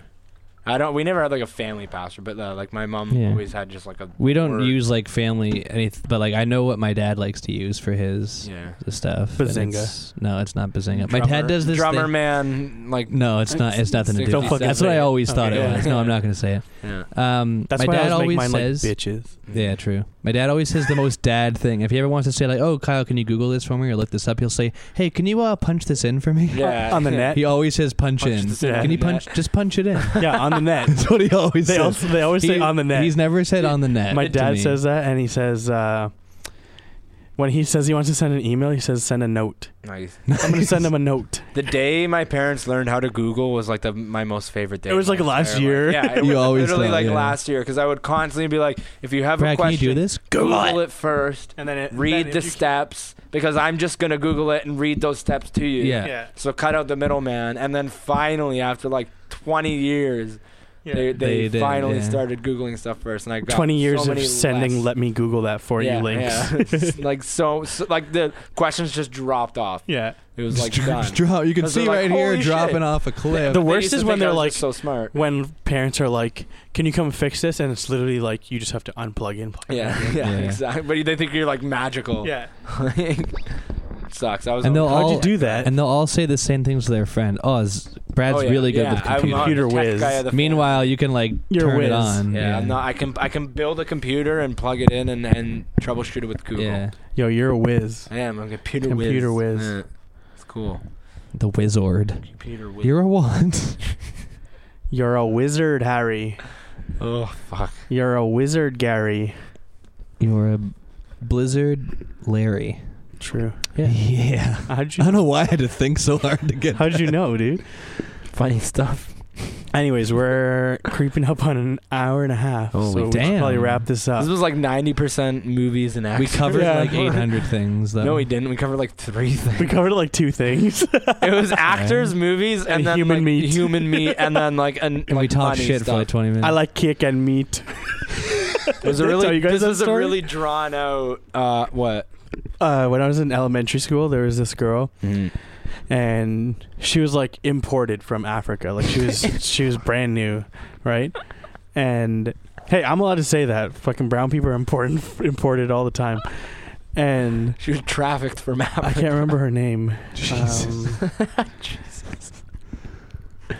[SPEAKER 3] I don't. We never had like a family pastor, but uh, like my mom
[SPEAKER 2] Yeah.
[SPEAKER 3] always had just like a.
[SPEAKER 2] We don't
[SPEAKER 3] word.
[SPEAKER 2] use like family anything, but like I know what my dad likes to use for his
[SPEAKER 3] Yeah.
[SPEAKER 2] stuff. and
[SPEAKER 1] Bazinga.
[SPEAKER 2] it's- no, it's not bazinga. my
[SPEAKER 3] Drummer-
[SPEAKER 2] dad does this.
[SPEAKER 3] Drummer
[SPEAKER 2] thing-
[SPEAKER 3] man, like
[SPEAKER 2] No, it's not. It's nothing to do.
[SPEAKER 1] Don't
[SPEAKER 2] with-
[SPEAKER 1] fucking
[SPEAKER 2] That's what
[SPEAKER 1] say
[SPEAKER 2] I
[SPEAKER 1] it.
[SPEAKER 2] always thought
[SPEAKER 1] Okay.
[SPEAKER 2] it was. No, I'm not gonna say it.
[SPEAKER 3] yeah.
[SPEAKER 2] Um,
[SPEAKER 1] That's
[SPEAKER 2] my
[SPEAKER 1] why
[SPEAKER 2] dad
[SPEAKER 1] I always
[SPEAKER 2] always
[SPEAKER 1] make mine
[SPEAKER 2] says.
[SPEAKER 1] like bitches.
[SPEAKER 2] Yeah, true. My dad always says the most dad thing. If he ever wants to say like, "Oh, Kyle, can you Google this for me or look this up?" He'll say, "Hey, can you uh, punch this in for me?"
[SPEAKER 3] yeah.
[SPEAKER 1] On the net.
[SPEAKER 2] He always says, "Punch,
[SPEAKER 3] Punch
[SPEAKER 2] in."
[SPEAKER 3] this in.
[SPEAKER 2] Can you
[SPEAKER 3] Yeah.
[SPEAKER 2] punch? Just punch it in.
[SPEAKER 1] yeah, on the net.
[SPEAKER 2] That's what he always
[SPEAKER 1] They
[SPEAKER 2] says.
[SPEAKER 1] also they always say
[SPEAKER 2] He-
[SPEAKER 1] on the net.
[SPEAKER 2] He's never said on the net.
[SPEAKER 1] My
[SPEAKER 2] to
[SPEAKER 1] dad
[SPEAKER 2] me.
[SPEAKER 1] says that, and he says uh, when he says he wants to send an email, he says send a note.
[SPEAKER 3] Nice.
[SPEAKER 1] I'm gonna send him a note.
[SPEAKER 3] The day my parents learned how to Google was like the my most favorite day.
[SPEAKER 1] It was,
[SPEAKER 3] of
[SPEAKER 1] like,
[SPEAKER 3] my
[SPEAKER 1] last
[SPEAKER 3] entire
[SPEAKER 1] year.
[SPEAKER 3] life. Yeah, it
[SPEAKER 2] You
[SPEAKER 3] was
[SPEAKER 2] always
[SPEAKER 3] literally
[SPEAKER 2] thought,
[SPEAKER 3] like
[SPEAKER 2] yeah.
[SPEAKER 3] last year because I would constantly be like, if you have a
[SPEAKER 2] Brad, can you
[SPEAKER 3] question,
[SPEAKER 2] do this?
[SPEAKER 3] Google, it first.
[SPEAKER 1] And then it,
[SPEAKER 3] Read the steps because I'm just gonna Google it and read those steps to you.
[SPEAKER 2] Yeah.
[SPEAKER 1] Yeah,
[SPEAKER 3] So cut out the middleman, and then finally, after like 20 years, they, they,
[SPEAKER 2] They did,
[SPEAKER 3] finally
[SPEAKER 2] yeah.
[SPEAKER 3] started Googling stuff first, and I got
[SPEAKER 1] Twenty years
[SPEAKER 3] so
[SPEAKER 1] of
[SPEAKER 3] many
[SPEAKER 1] sending
[SPEAKER 3] less.
[SPEAKER 1] "Let me Google that for
[SPEAKER 3] yeah,
[SPEAKER 1] you" links.
[SPEAKER 3] Yeah. It's like so, so, like the questions just dropped off.
[SPEAKER 1] Yeah.
[SPEAKER 3] It was
[SPEAKER 2] Just
[SPEAKER 3] like
[SPEAKER 2] dr-
[SPEAKER 3] done.
[SPEAKER 2] drop- You can
[SPEAKER 3] Because they're
[SPEAKER 2] see
[SPEAKER 3] like,
[SPEAKER 2] right here
[SPEAKER 3] "Holy
[SPEAKER 2] dropping
[SPEAKER 3] shit."
[SPEAKER 2] off a cliff.
[SPEAKER 1] The
[SPEAKER 3] They
[SPEAKER 1] worst
[SPEAKER 3] used to
[SPEAKER 1] is when
[SPEAKER 3] think I
[SPEAKER 1] they're
[SPEAKER 3] was
[SPEAKER 1] like-
[SPEAKER 3] just so smart.
[SPEAKER 1] When parents are like, "Can you come fix this?" and it's literally like you just have to unplug and plug. it
[SPEAKER 3] Yeah,
[SPEAKER 1] back
[SPEAKER 3] yeah,
[SPEAKER 1] in.
[SPEAKER 2] Yeah.
[SPEAKER 3] exactly. But they think you're like magical.
[SPEAKER 1] Yeah.
[SPEAKER 3] Like, sucks. I was.
[SPEAKER 2] and they'll
[SPEAKER 1] How'd
[SPEAKER 2] all
[SPEAKER 1] you do that?
[SPEAKER 2] and they'll all say the same things to their friend. Oh, is- Brad's
[SPEAKER 3] oh, yeah,
[SPEAKER 2] really good
[SPEAKER 3] yeah,
[SPEAKER 2] with
[SPEAKER 3] I'm
[SPEAKER 2] computers.
[SPEAKER 3] not the
[SPEAKER 1] Computer
[SPEAKER 3] tech
[SPEAKER 1] whiz.
[SPEAKER 3] guy of the
[SPEAKER 2] Meanwhile, you can like
[SPEAKER 1] You're a
[SPEAKER 2] turn
[SPEAKER 1] whiz.
[SPEAKER 2] it on.
[SPEAKER 3] family. Yeah,
[SPEAKER 2] yeah.
[SPEAKER 3] I'm not. I can I can build a computer and plug it in and, and troubleshoot it with Google.
[SPEAKER 2] Yeah.
[SPEAKER 1] Yo, you're a whiz.
[SPEAKER 3] I am. I'm a computer whiz.
[SPEAKER 1] Computer whiz.
[SPEAKER 3] Yeah. It's cool.
[SPEAKER 2] The wizard.
[SPEAKER 3] Computer whiz.
[SPEAKER 2] You're a what?
[SPEAKER 1] You're a wizard, Harry.
[SPEAKER 3] oh fuck.
[SPEAKER 1] You're a wizard, Gary.
[SPEAKER 2] You're a blizzard, Larry.
[SPEAKER 1] True.
[SPEAKER 2] Yeah. yeah.
[SPEAKER 1] How'd
[SPEAKER 2] I
[SPEAKER 1] you?
[SPEAKER 2] don't know why I had to think so hard to get.
[SPEAKER 1] How'd you know, dude?
[SPEAKER 3] Funny stuff.
[SPEAKER 1] Anyways, we're creeping up on an hour and a half.
[SPEAKER 2] Holy
[SPEAKER 1] so we should
[SPEAKER 2] damn.
[SPEAKER 1] probably wrap this up.
[SPEAKER 3] This was like 90% movies and
[SPEAKER 2] Uh, We
[SPEAKER 3] actors.
[SPEAKER 2] covered
[SPEAKER 1] Yeah.
[SPEAKER 2] like 800 things though.
[SPEAKER 3] No, we didn't. We covered like three things.
[SPEAKER 1] we covered like two things.
[SPEAKER 3] it was actors, movies, and,
[SPEAKER 1] And
[SPEAKER 3] then
[SPEAKER 1] human
[SPEAKER 3] like,
[SPEAKER 1] meat.
[SPEAKER 3] human meat, and then like an,
[SPEAKER 2] And
[SPEAKER 3] like
[SPEAKER 2] we talked
[SPEAKER 3] funny
[SPEAKER 2] shit for
[SPEAKER 3] stuff.
[SPEAKER 2] like 20 minutes.
[SPEAKER 1] I like kick and meat.
[SPEAKER 3] It was a
[SPEAKER 1] Did I tell
[SPEAKER 3] really
[SPEAKER 1] you guys
[SPEAKER 3] this
[SPEAKER 1] that
[SPEAKER 3] was a
[SPEAKER 1] story?
[SPEAKER 3] really drawn out uh what
[SPEAKER 1] Uh, when I was in elementary school, there was this girl,
[SPEAKER 3] Mm.
[SPEAKER 1] and she was like imported from Africa. Like she was, she was brand new, right? And hey, I'm allowed to say that fucking brown people are important, imported all the time. And
[SPEAKER 3] she was trafficked for map.
[SPEAKER 1] I can't remember her name. Um,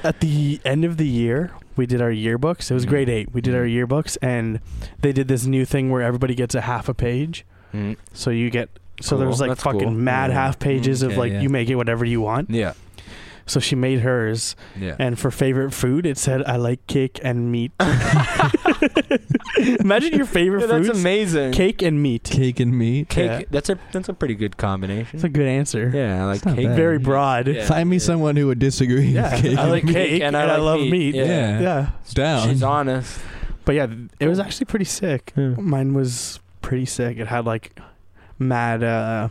[SPEAKER 1] At the end of the year, we did our yearbooks. It was
[SPEAKER 3] Mm.
[SPEAKER 1] grade eight. We did our yearbooks, and they did this new thing where everybody gets a half a page.
[SPEAKER 3] Mm.
[SPEAKER 1] So you get so there
[SPEAKER 3] Cool.
[SPEAKER 1] was like
[SPEAKER 3] That's
[SPEAKER 1] fucking
[SPEAKER 3] cool. Mm.
[SPEAKER 1] mad
[SPEAKER 3] Yeah.
[SPEAKER 1] half pages of
[SPEAKER 2] Okay,
[SPEAKER 1] like
[SPEAKER 2] yeah.
[SPEAKER 1] you make it whatever you want.
[SPEAKER 3] Yeah,
[SPEAKER 1] So she made hers,
[SPEAKER 3] yeah.
[SPEAKER 1] and for favorite food, it said I like cake and meat. Imagine your favorite
[SPEAKER 3] that's
[SPEAKER 1] foods:
[SPEAKER 3] amazing.
[SPEAKER 1] cake and meat.
[SPEAKER 2] cake and meat.
[SPEAKER 3] Cake-
[SPEAKER 1] yeah.
[SPEAKER 3] That's a that's a pretty good combination.
[SPEAKER 1] It's a good answer.
[SPEAKER 3] yeah, I like
[SPEAKER 2] It's not
[SPEAKER 3] cake.
[SPEAKER 2] bad.
[SPEAKER 1] Very broad.
[SPEAKER 3] Yeah.
[SPEAKER 2] Find me
[SPEAKER 3] Yeah.
[SPEAKER 2] someone who would disagree
[SPEAKER 1] Yeah,
[SPEAKER 2] with cake.
[SPEAKER 1] I like
[SPEAKER 2] and meat.
[SPEAKER 1] cake and I,
[SPEAKER 3] like
[SPEAKER 1] love
[SPEAKER 3] meat.
[SPEAKER 1] meat.
[SPEAKER 3] Yeah.
[SPEAKER 2] Yeah.
[SPEAKER 1] yeah.
[SPEAKER 2] It's down.
[SPEAKER 3] She's honest.
[SPEAKER 1] But yeah, it was actually pretty sick.
[SPEAKER 3] Yeah.
[SPEAKER 1] Mine was pretty sick. It had like mad. uh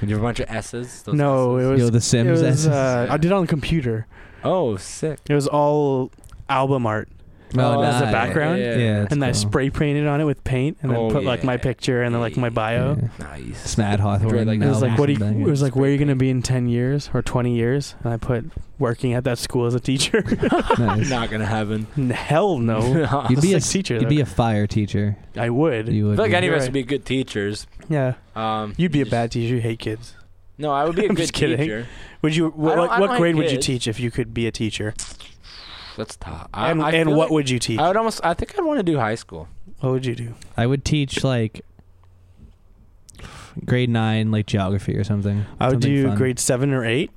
[SPEAKER 3] And you have a bunch of S's. Those
[SPEAKER 1] No,
[SPEAKER 3] S's.
[SPEAKER 1] it was.
[SPEAKER 2] Yo, the
[SPEAKER 1] it
[SPEAKER 2] Sims.
[SPEAKER 1] was,
[SPEAKER 2] essence.
[SPEAKER 1] uh, I did it on the computer.
[SPEAKER 3] Oh, sick.
[SPEAKER 1] It was all album art,
[SPEAKER 2] oh,
[SPEAKER 1] as a
[SPEAKER 2] nice.
[SPEAKER 1] background?
[SPEAKER 2] Yeah,
[SPEAKER 3] Yeah.
[SPEAKER 2] that's
[SPEAKER 1] and I
[SPEAKER 2] cool.
[SPEAKER 1] spray painted on it with paint, and then
[SPEAKER 3] Oh,
[SPEAKER 1] put like my
[SPEAKER 3] yeah.
[SPEAKER 1] picture and then like my bio.
[SPEAKER 2] Yeah.
[SPEAKER 3] Nice.
[SPEAKER 2] It's Mad Hawthorne.
[SPEAKER 3] Right, like,
[SPEAKER 1] It was
[SPEAKER 3] Album
[SPEAKER 1] like, what? Are
[SPEAKER 2] he?
[SPEAKER 1] you, it was like, where are you gonna be in ten years or twenty years? And I put working at that school as a teacher.
[SPEAKER 2] nice.
[SPEAKER 3] Not gonna happen.
[SPEAKER 1] Hell no.
[SPEAKER 2] You'd be a
[SPEAKER 1] Sick teacher,
[SPEAKER 2] You'd
[SPEAKER 1] though.
[SPEAKER 2] be a fire teacher.
[SPEAKER 1] I would.
[SPEAKER 2] You
[SPEAKER 3] I
[SPEAKER 2] would.
[SPEAKER 3] feel like
[SPEAKER 2] be.
[SPEAKER 3] any of us
[SPEAKER 1] right.
[SPEAKER 3] would be good teachers.
[SPEAKER 1] yeah,
[SPEAKER 3] Um,
[SPEAKER 1] you'd be a
[SPEAKER 3] just-
[SPEAKER 1] bad teacher. You hate kids.
[SPEAKER 3] No, I would be a
[SPEAKER 1] I'm
[SPEAKER 3] good
[SPEAKER 1] just kidding.
[SPEAKER 3] teacher.
[SPEAKER 1] Would you? What,
[SPEAKER 3] don't- I
[SPEAKER 1] what,
[SPEAKER 3] don't
[SPEAKER 1] what
[SPEAKER 3] like
[SPEAKER 1] grade would you
[SPEAKER 3] kids.
[SPEAKER 1] teach if you could be a teacher?
[SPEAKER 3] That's tough. I,
[SPEAKER 1] And,
[SPEAKER 3] I
[SPEAKER 1] and
[SPEAKER 3] feel
[SPEAKER 1] what
[SPEAKER 3] like
[SPEAKER 1] would you teach?
[SPEAKER 3] I would almost. I think I'd want to do high school.
[SPEAKER 1] what would you do?
[SPEAKER 2] I would teach like grade nine, like geography or something.
[SPEAKER 1] I would
[SPEAKER 2] Something
[SPEAKER 1] do
[SPEAKER 2] fun.
[SPEAKER 1] grade seven or eight.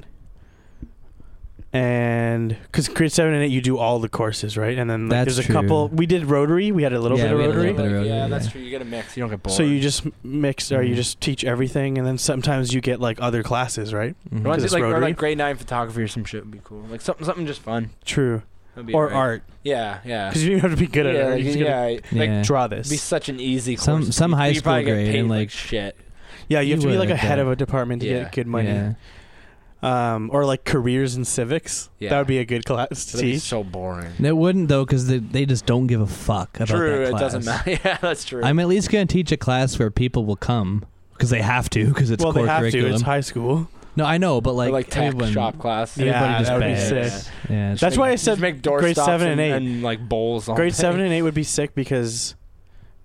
[SPEAKER 1] And because grade seven and eight, you do all the courses, right? And then like,
[SPEAKER 2] That's
[SPEAKER 1] there's a
[SPEAKER 2] true.
[SPEAKER 1] couple. We did Rotary. We had a little
[SPEAKER 2] Yeah,
[SPEAKER 1] bit of
[SPEAKER 2] we had a
[SPEAKER 1] Rotary.
[SPEAKER 2] little bit of
[SPEAKER 3] Like, yeah,
[SPEAKER 2] rotary,
[SPEAKER 3] that's
[SPEAKER 2] yeah.
[SPEAKER 3] true. You get a mix. You don't get bored.
[SPEAKER 1] So you just mix, or you
[SPEAKER 2] Mhm.
[SPEAKER 3] Mm-hmm.
[SPEAKER 1] just teach everything, and then sometimes you get like other classes, right?
[SPEAKER 2] Mhm.
[SPEAKER 3] I wanna do,
[SPEAKER 1] Just
[SPEAKER 3] like, or
[SPEAKER 1] rotary?
[SPEAKER 3] like grade nine photography or some shit would be cool. Like something, something just fun.
[SPEAKER 1] True.
[SPEAKER 3] That'd be
[SPEAKER 1] Or
[SPEAKER 3] alright.
[SPEAKER 1] art,
[SPEAKER 3] Yeah, yeah.
[SPEAKER 1] because you don't have to be good at
[SPEAKER 3] yeah,
[SPEAKER 1] it. right?
[SPEAKER 3] Like,
[SPEAKER 1] You just gotta
[SPEAKER 3] yeah, like
[SPEAKER 2] Yeah.
[SPEAKER 1] draw
[SPEAKER 3] it'd be
[SPEAKER 1] this.
[SPEAKER 3] such an easy course.
[SPEAKER 2] Some- some
[SPEAKER 3] You-
[SPEAKER 2] high
[SPEAKER 3] you probably
[SPEAKER 2] school
[SPEAKER 3] get
[SPEAKER 2] grade
[SPEAKER 3] paid
[SPEAKER 2] and,
[SPEAKER 3] like,
[SPEAKER 2] like-
[SPEAKER 3] shit.
[SPEAKER 1] Yeah, you have
[SPEAKER 2] you
[SPEAKER 1] to be
[SPEAKER 2] would
[SPEAKER 1] like a
[SPEAKER 2] like
[SPEAKER 1] head
[SPEAKER 2] that.
[SPEAKER 1] of a department to
[SPEAKER 3] Yeah.
[SPEAKER 1] get good money.
[SPEAKER 2] Yeah.
[SPEAKER 1] Um, or like careers in civics. That
[SPEAKER 3] Yeah.
[SPEAKER 1] would be a good class to
[SPEAKER 3] That'd be
[SPEAKER 1] teach.
[SPEAKER 3] so boring.
[SPEAKER 2] And It wouldn't though, because they, they just don't give a fuck about
[SPEAKER 3] True,
[SPEAKER 2] that
[SPEAKER 3] it
[SPEAKER 2] class.
[SPEAKER 3] doesn't matter. Yeah, that's true.
[SPEAKER 2] I'm at least gonna teach a class where people will come because they have to because it's
[SPEAKER 1] well,
[SPEAKER 2] core
[SPEAKER 1] they have
[SPEAKER 2] curriculum.
[SPEAKER 1] to. It's high school.
[SPEAKER 2] No, I know, but
[SPEAKER 3] Like,
[SPEAKER 2] like,
[SPEAKER 3] like tech
[SPEAKER 2] everyone-
[SPEAKER 3] shop class.
[SPEAKER 1] Yeah,
[SPEAKER 2] everybody just
[SPEAKER 1] that would be
[SPEAKER 2] bags.
[SPEAKER 1] sick.
[SPEAKER 2] Yeah, it's
[SPEAKER 1] That's
[SPEAKER 2] like-
[SPEAKER 1] why I
[SPEAKER 3] Just
[SPEAKER 1] said
[SPEAKER 3] make door
[SPEAKER 1] grade
[SPEAKER 3] stops
[SPEAKER 1] seven and
[SPEAKER 3] and,
[SPEAKER 1] eight.
[SPEAKER 3] and like bowls. all
[SPEAKER 1] grade
[SPEAKER 3] day.
[SPEAKER 1] seven and eight would be sick because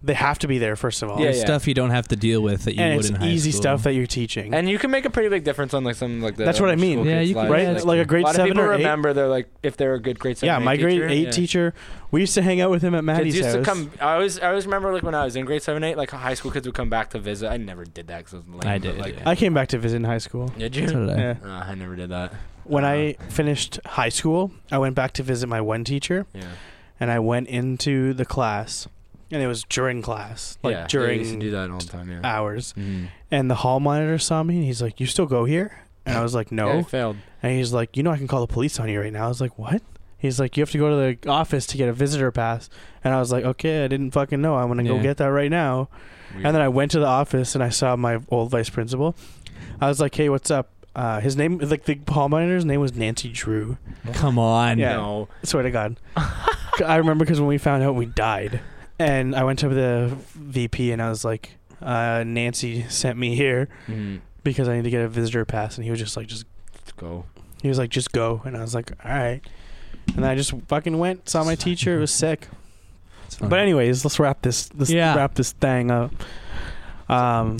[SPEAKER 1] they have to be there first of all.
[SPEAKER 3] Yeah,
[SPEAKER 2] it's stuff you don't have to deal with that you
[SPEAKER 1] and
[SPEAKER 2] would
[SPEAKER 1] it's
[SPEAKER 2] in high
[SPEAKER 1] easy
[SPEAKER 2] school.
[SPEAKER 1] stuff that you're teaching.
[SPEAKER 3] And you can make a pretty big difference on like something like that.
[SPEAKER 1] That's what I mean.
[SPEAKER 2] Yeah, you can-
[SPEAKER 1] right?
[SPEAKER 2] yeah, it's
[SPEAKER 1] like a grade
[SPEAKER 3] lot
[SPEAKER 1] seven
[SPEAKER 3] of people
[SPEAKER 1] or eight.
[SPEAKER 3] remember they're like if they're a good grade seven.
[SPEAKER 1] yeah,
[SPEAKER 3] eight
[SPEAKER 1] my grade
[SPEAKER 3] teacher,
[SPEAKER 1] eight
[SPEAKER 3] yeah.
[SPEAKER 1] teacher. We used to hang out with him at Maddie's
[SPEAKER 3] Kids used
[SPEAKER 1] house.
[SPEAKER 3] to come. I always, I always remember like when I was in grade seven, eight, like high school kids would come back to visit. I never did that because I was lame.
[SPEAKER 2] I
[SPEAKER 3] but,
[SPEAKER 2] did,
[SPEAKER 3] Like,
[SPEAKER 2] yeah.
[SPEAKER 1] I came back to visit in high school.
[SPEAKER 3] Did
[SPEAKER 2] So
[SPEAKER 3] you?
[SPEAKER 2] did I.
[SPEAKER 1] Yeah.
[SPEAKER 3] Uh, I never did that.
[SPEAKER 1] When
[SPEAKER 3] Uh,
[SPEAKER 1] I finished high school, I went back to visit my one teacher,
[SPEAKER 3] Yeah.
[SPEAKER 1] and I went into the class, and it was during class, like
[SPEAKER 3] yeah, yeah, I used to
[SPEAKER 1] during Ah.
[SPEAKER 3] do that all the time. Yeah.
[SPEAKER 1] hours.
[SPEAKER 3] Mhm.
[SPEAKER 1] And the hall monitor saw me, and he's like, "You still go here?" And I was like, "No."
[SPEAKER 3] Yeah, I failed.
[SPEAKER 1] And he's like, you know, I can call the police on you right now. I was like, what? He's like, you have to go to the office to get a visitor pass. And I was like, okay, I didn't fucking know. I'm gonna go
[SPEAKER 2] Yeah.
[SPEAKER 1] get that right now. And then I went to the office and I saw my old vice principal. I was like, hey, what's up? Uh, his name, like the hall monitor's name was Nancy Drew.
[SPEAKER 2] Come on.
[SPEAKER 1] Yeah.
[SPEAKER 3] No.
[SPEAKER 1] Swear to God, I remember because when we found out, we died. And I went to the VP and I was like, uh, Nancy sent me here
[SPEAKER 3] Mhm.
[SPEAKER 1] because I need to get a visitor pass. And he was just like, just
[SPEAKER 3] Let's go.
[SPEAKER 1] He was like, just go. And I was like, all right. And I just fucking went, saw my teacher. It was sick.
[SPEAKER 2] It's fine.
[SPEAKER 1] But anyways, let's wrap this. Let's
[SPEAKER 2] Yeah.
[SPEAKER 1] wrap this thing up. Um,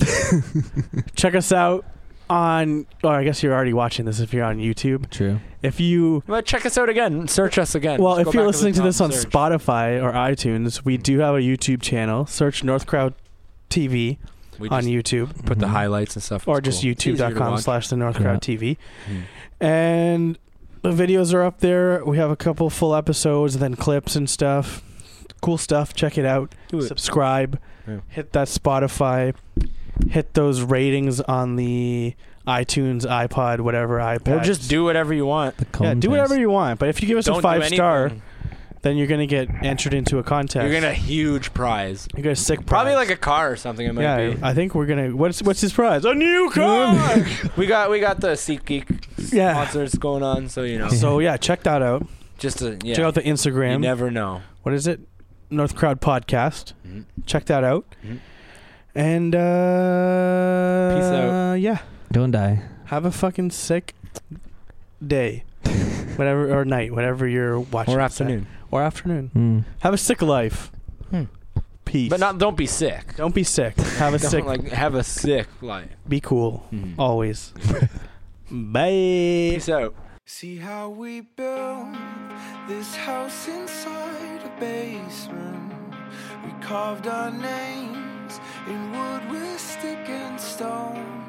[SPEAKER 1] check us out on. Or I guess you're already watching this if you're on YouTube.
[SPEAKER 2] True.
[SPEAKER 1] If you,
[SPEAKER 3] Well, check us out again. Search us again.
[SPEAKER 1] well,
[SPEAKER 3] Just go
[SPEAKER 1] if you're
[SPEAKER 3] back
[SPEAKER 1] listening
[SPEAKER 3] the
[SPEAKER 1] to this
[SPEAKER 3] top
[SPEAKER 1] on
[SPEAKER 3] search.
[SPEAKER 1] Spotify or iTunes, we do have a YouTube channel. Search North Crowd TV
[SPEAKER 3] we
[SPEAKER 1] on
[SPEAKER 3] just
[SPEAKER 1] YouTube
[SPEAKER 3] put the
[SPEAKER 2] Mhm.
[SPEAKER 3] highlights and stuff.
[SPEAKER 1] or
[SPEAKER 3] It's
[SPEAKER 1] just
[SPEAKER 3] cool. It's easier to
[SPEAKER 1] youtube.com
[SPEAKER 3] watch.
[SPEAKER 1] slash the North
[SPEAKER 2] Yeah.
[SPEAKER 1] Crowd TV.
[SPEAKER 3] Mhm.
[SPEAKER 1] and the videos are up there. We have a couple full episodes, then clips and stuff. Cool stuff. Check it out.
[SPEAKER 3] Do it.
[SPEAKER 1] Subscribe.
[SPEAKER 3] Yeah.
[SPEAKER 1] Hit that Spotify. Hit those ratings on the iTunes, iPod, whatever iPad.
[SPEAKER 3] Or just do whatever you want.
[SPEAKER 2] The
[SPEAKER 1] yeah,
[SPEAKER 2] comb
[SPEAKER 1] do
[SPEAKER 2] test.
[SPEAKER 1] whatever you want. But if you give us
[SPEAKER 3] Don't
[SPEAKER 1] a
[SPEAKER 3] do
[SPEAKER 1] five star,
[SPEAKER 3] anything.
[SPEAKER 1] then you're gonna get entered into a contest.
[SPEAKER 3] You're gonna huge prize.
[SPEAKER 1] you get a sick prize.
[SPEAKER 3] Probably like a car or something. It might
[SPEAKER 1] yeah.
[SPEAKER 3] be.
[SPEAKER 1] I think we're gonna. What's what's his prize? A new car.
[SPEAKER 3] Come on! we got we got the SeatGeek
[SPEAKER 1] Yeah.
[SPEAKER 3] sponsors going on, so you know,
[SPEAKER 1] so yeah, check that out.
[SPEAKER 3] just to, yeah,
[SPEAKER 1] Check out the
[SPEAKER 3] you
[SPEAKER 1] Instagram.
[SPEAKER 3] never know.
[SPEAKER 1] what is it? North Crowd Podcast.
[SPEAKER 3] Mhm.
[SPEAKER 1] check that out.
[SPEAKER 3] Mhm.
[SPEAKER 1] And uh
[SPEAKER 3] Peace out.
[SPEAKER 1] Yeah.
[SPEAKER 2] Don't die.
[SPEAKER 1] Have a fucking sick day. whatever or night, whatever you're watching.
[SPEAKER 3] Or
[SPEAKER 1] this at.
[SPEAKER 3] afternoon,
[SPEAKER 1] Or afternoon.
[SPEAKER 2] Mm.
[SPEAKER 1] Have a sick life.
[SPEAKER 3] Hmm.
[SPEAKER 1] Peace.
[SPEAKER 3] but not don't be sick.
[SPEAKER 1] don't be sick. Have a Mm-hmm.
[SPEAKER 3] Don't,
[SPEAKER 1] sick
[SPEAKER 3] like have a sick life.
[SPEAKER 1] be cool.
[SPEAKER 3] Mhm.
[SPEAKER 1] Always. Bye.
[SPEAKER 3] Peace out.
[SPEAKER 5] See how we built this house inside a basement. We carved our names in wood with stick and stone.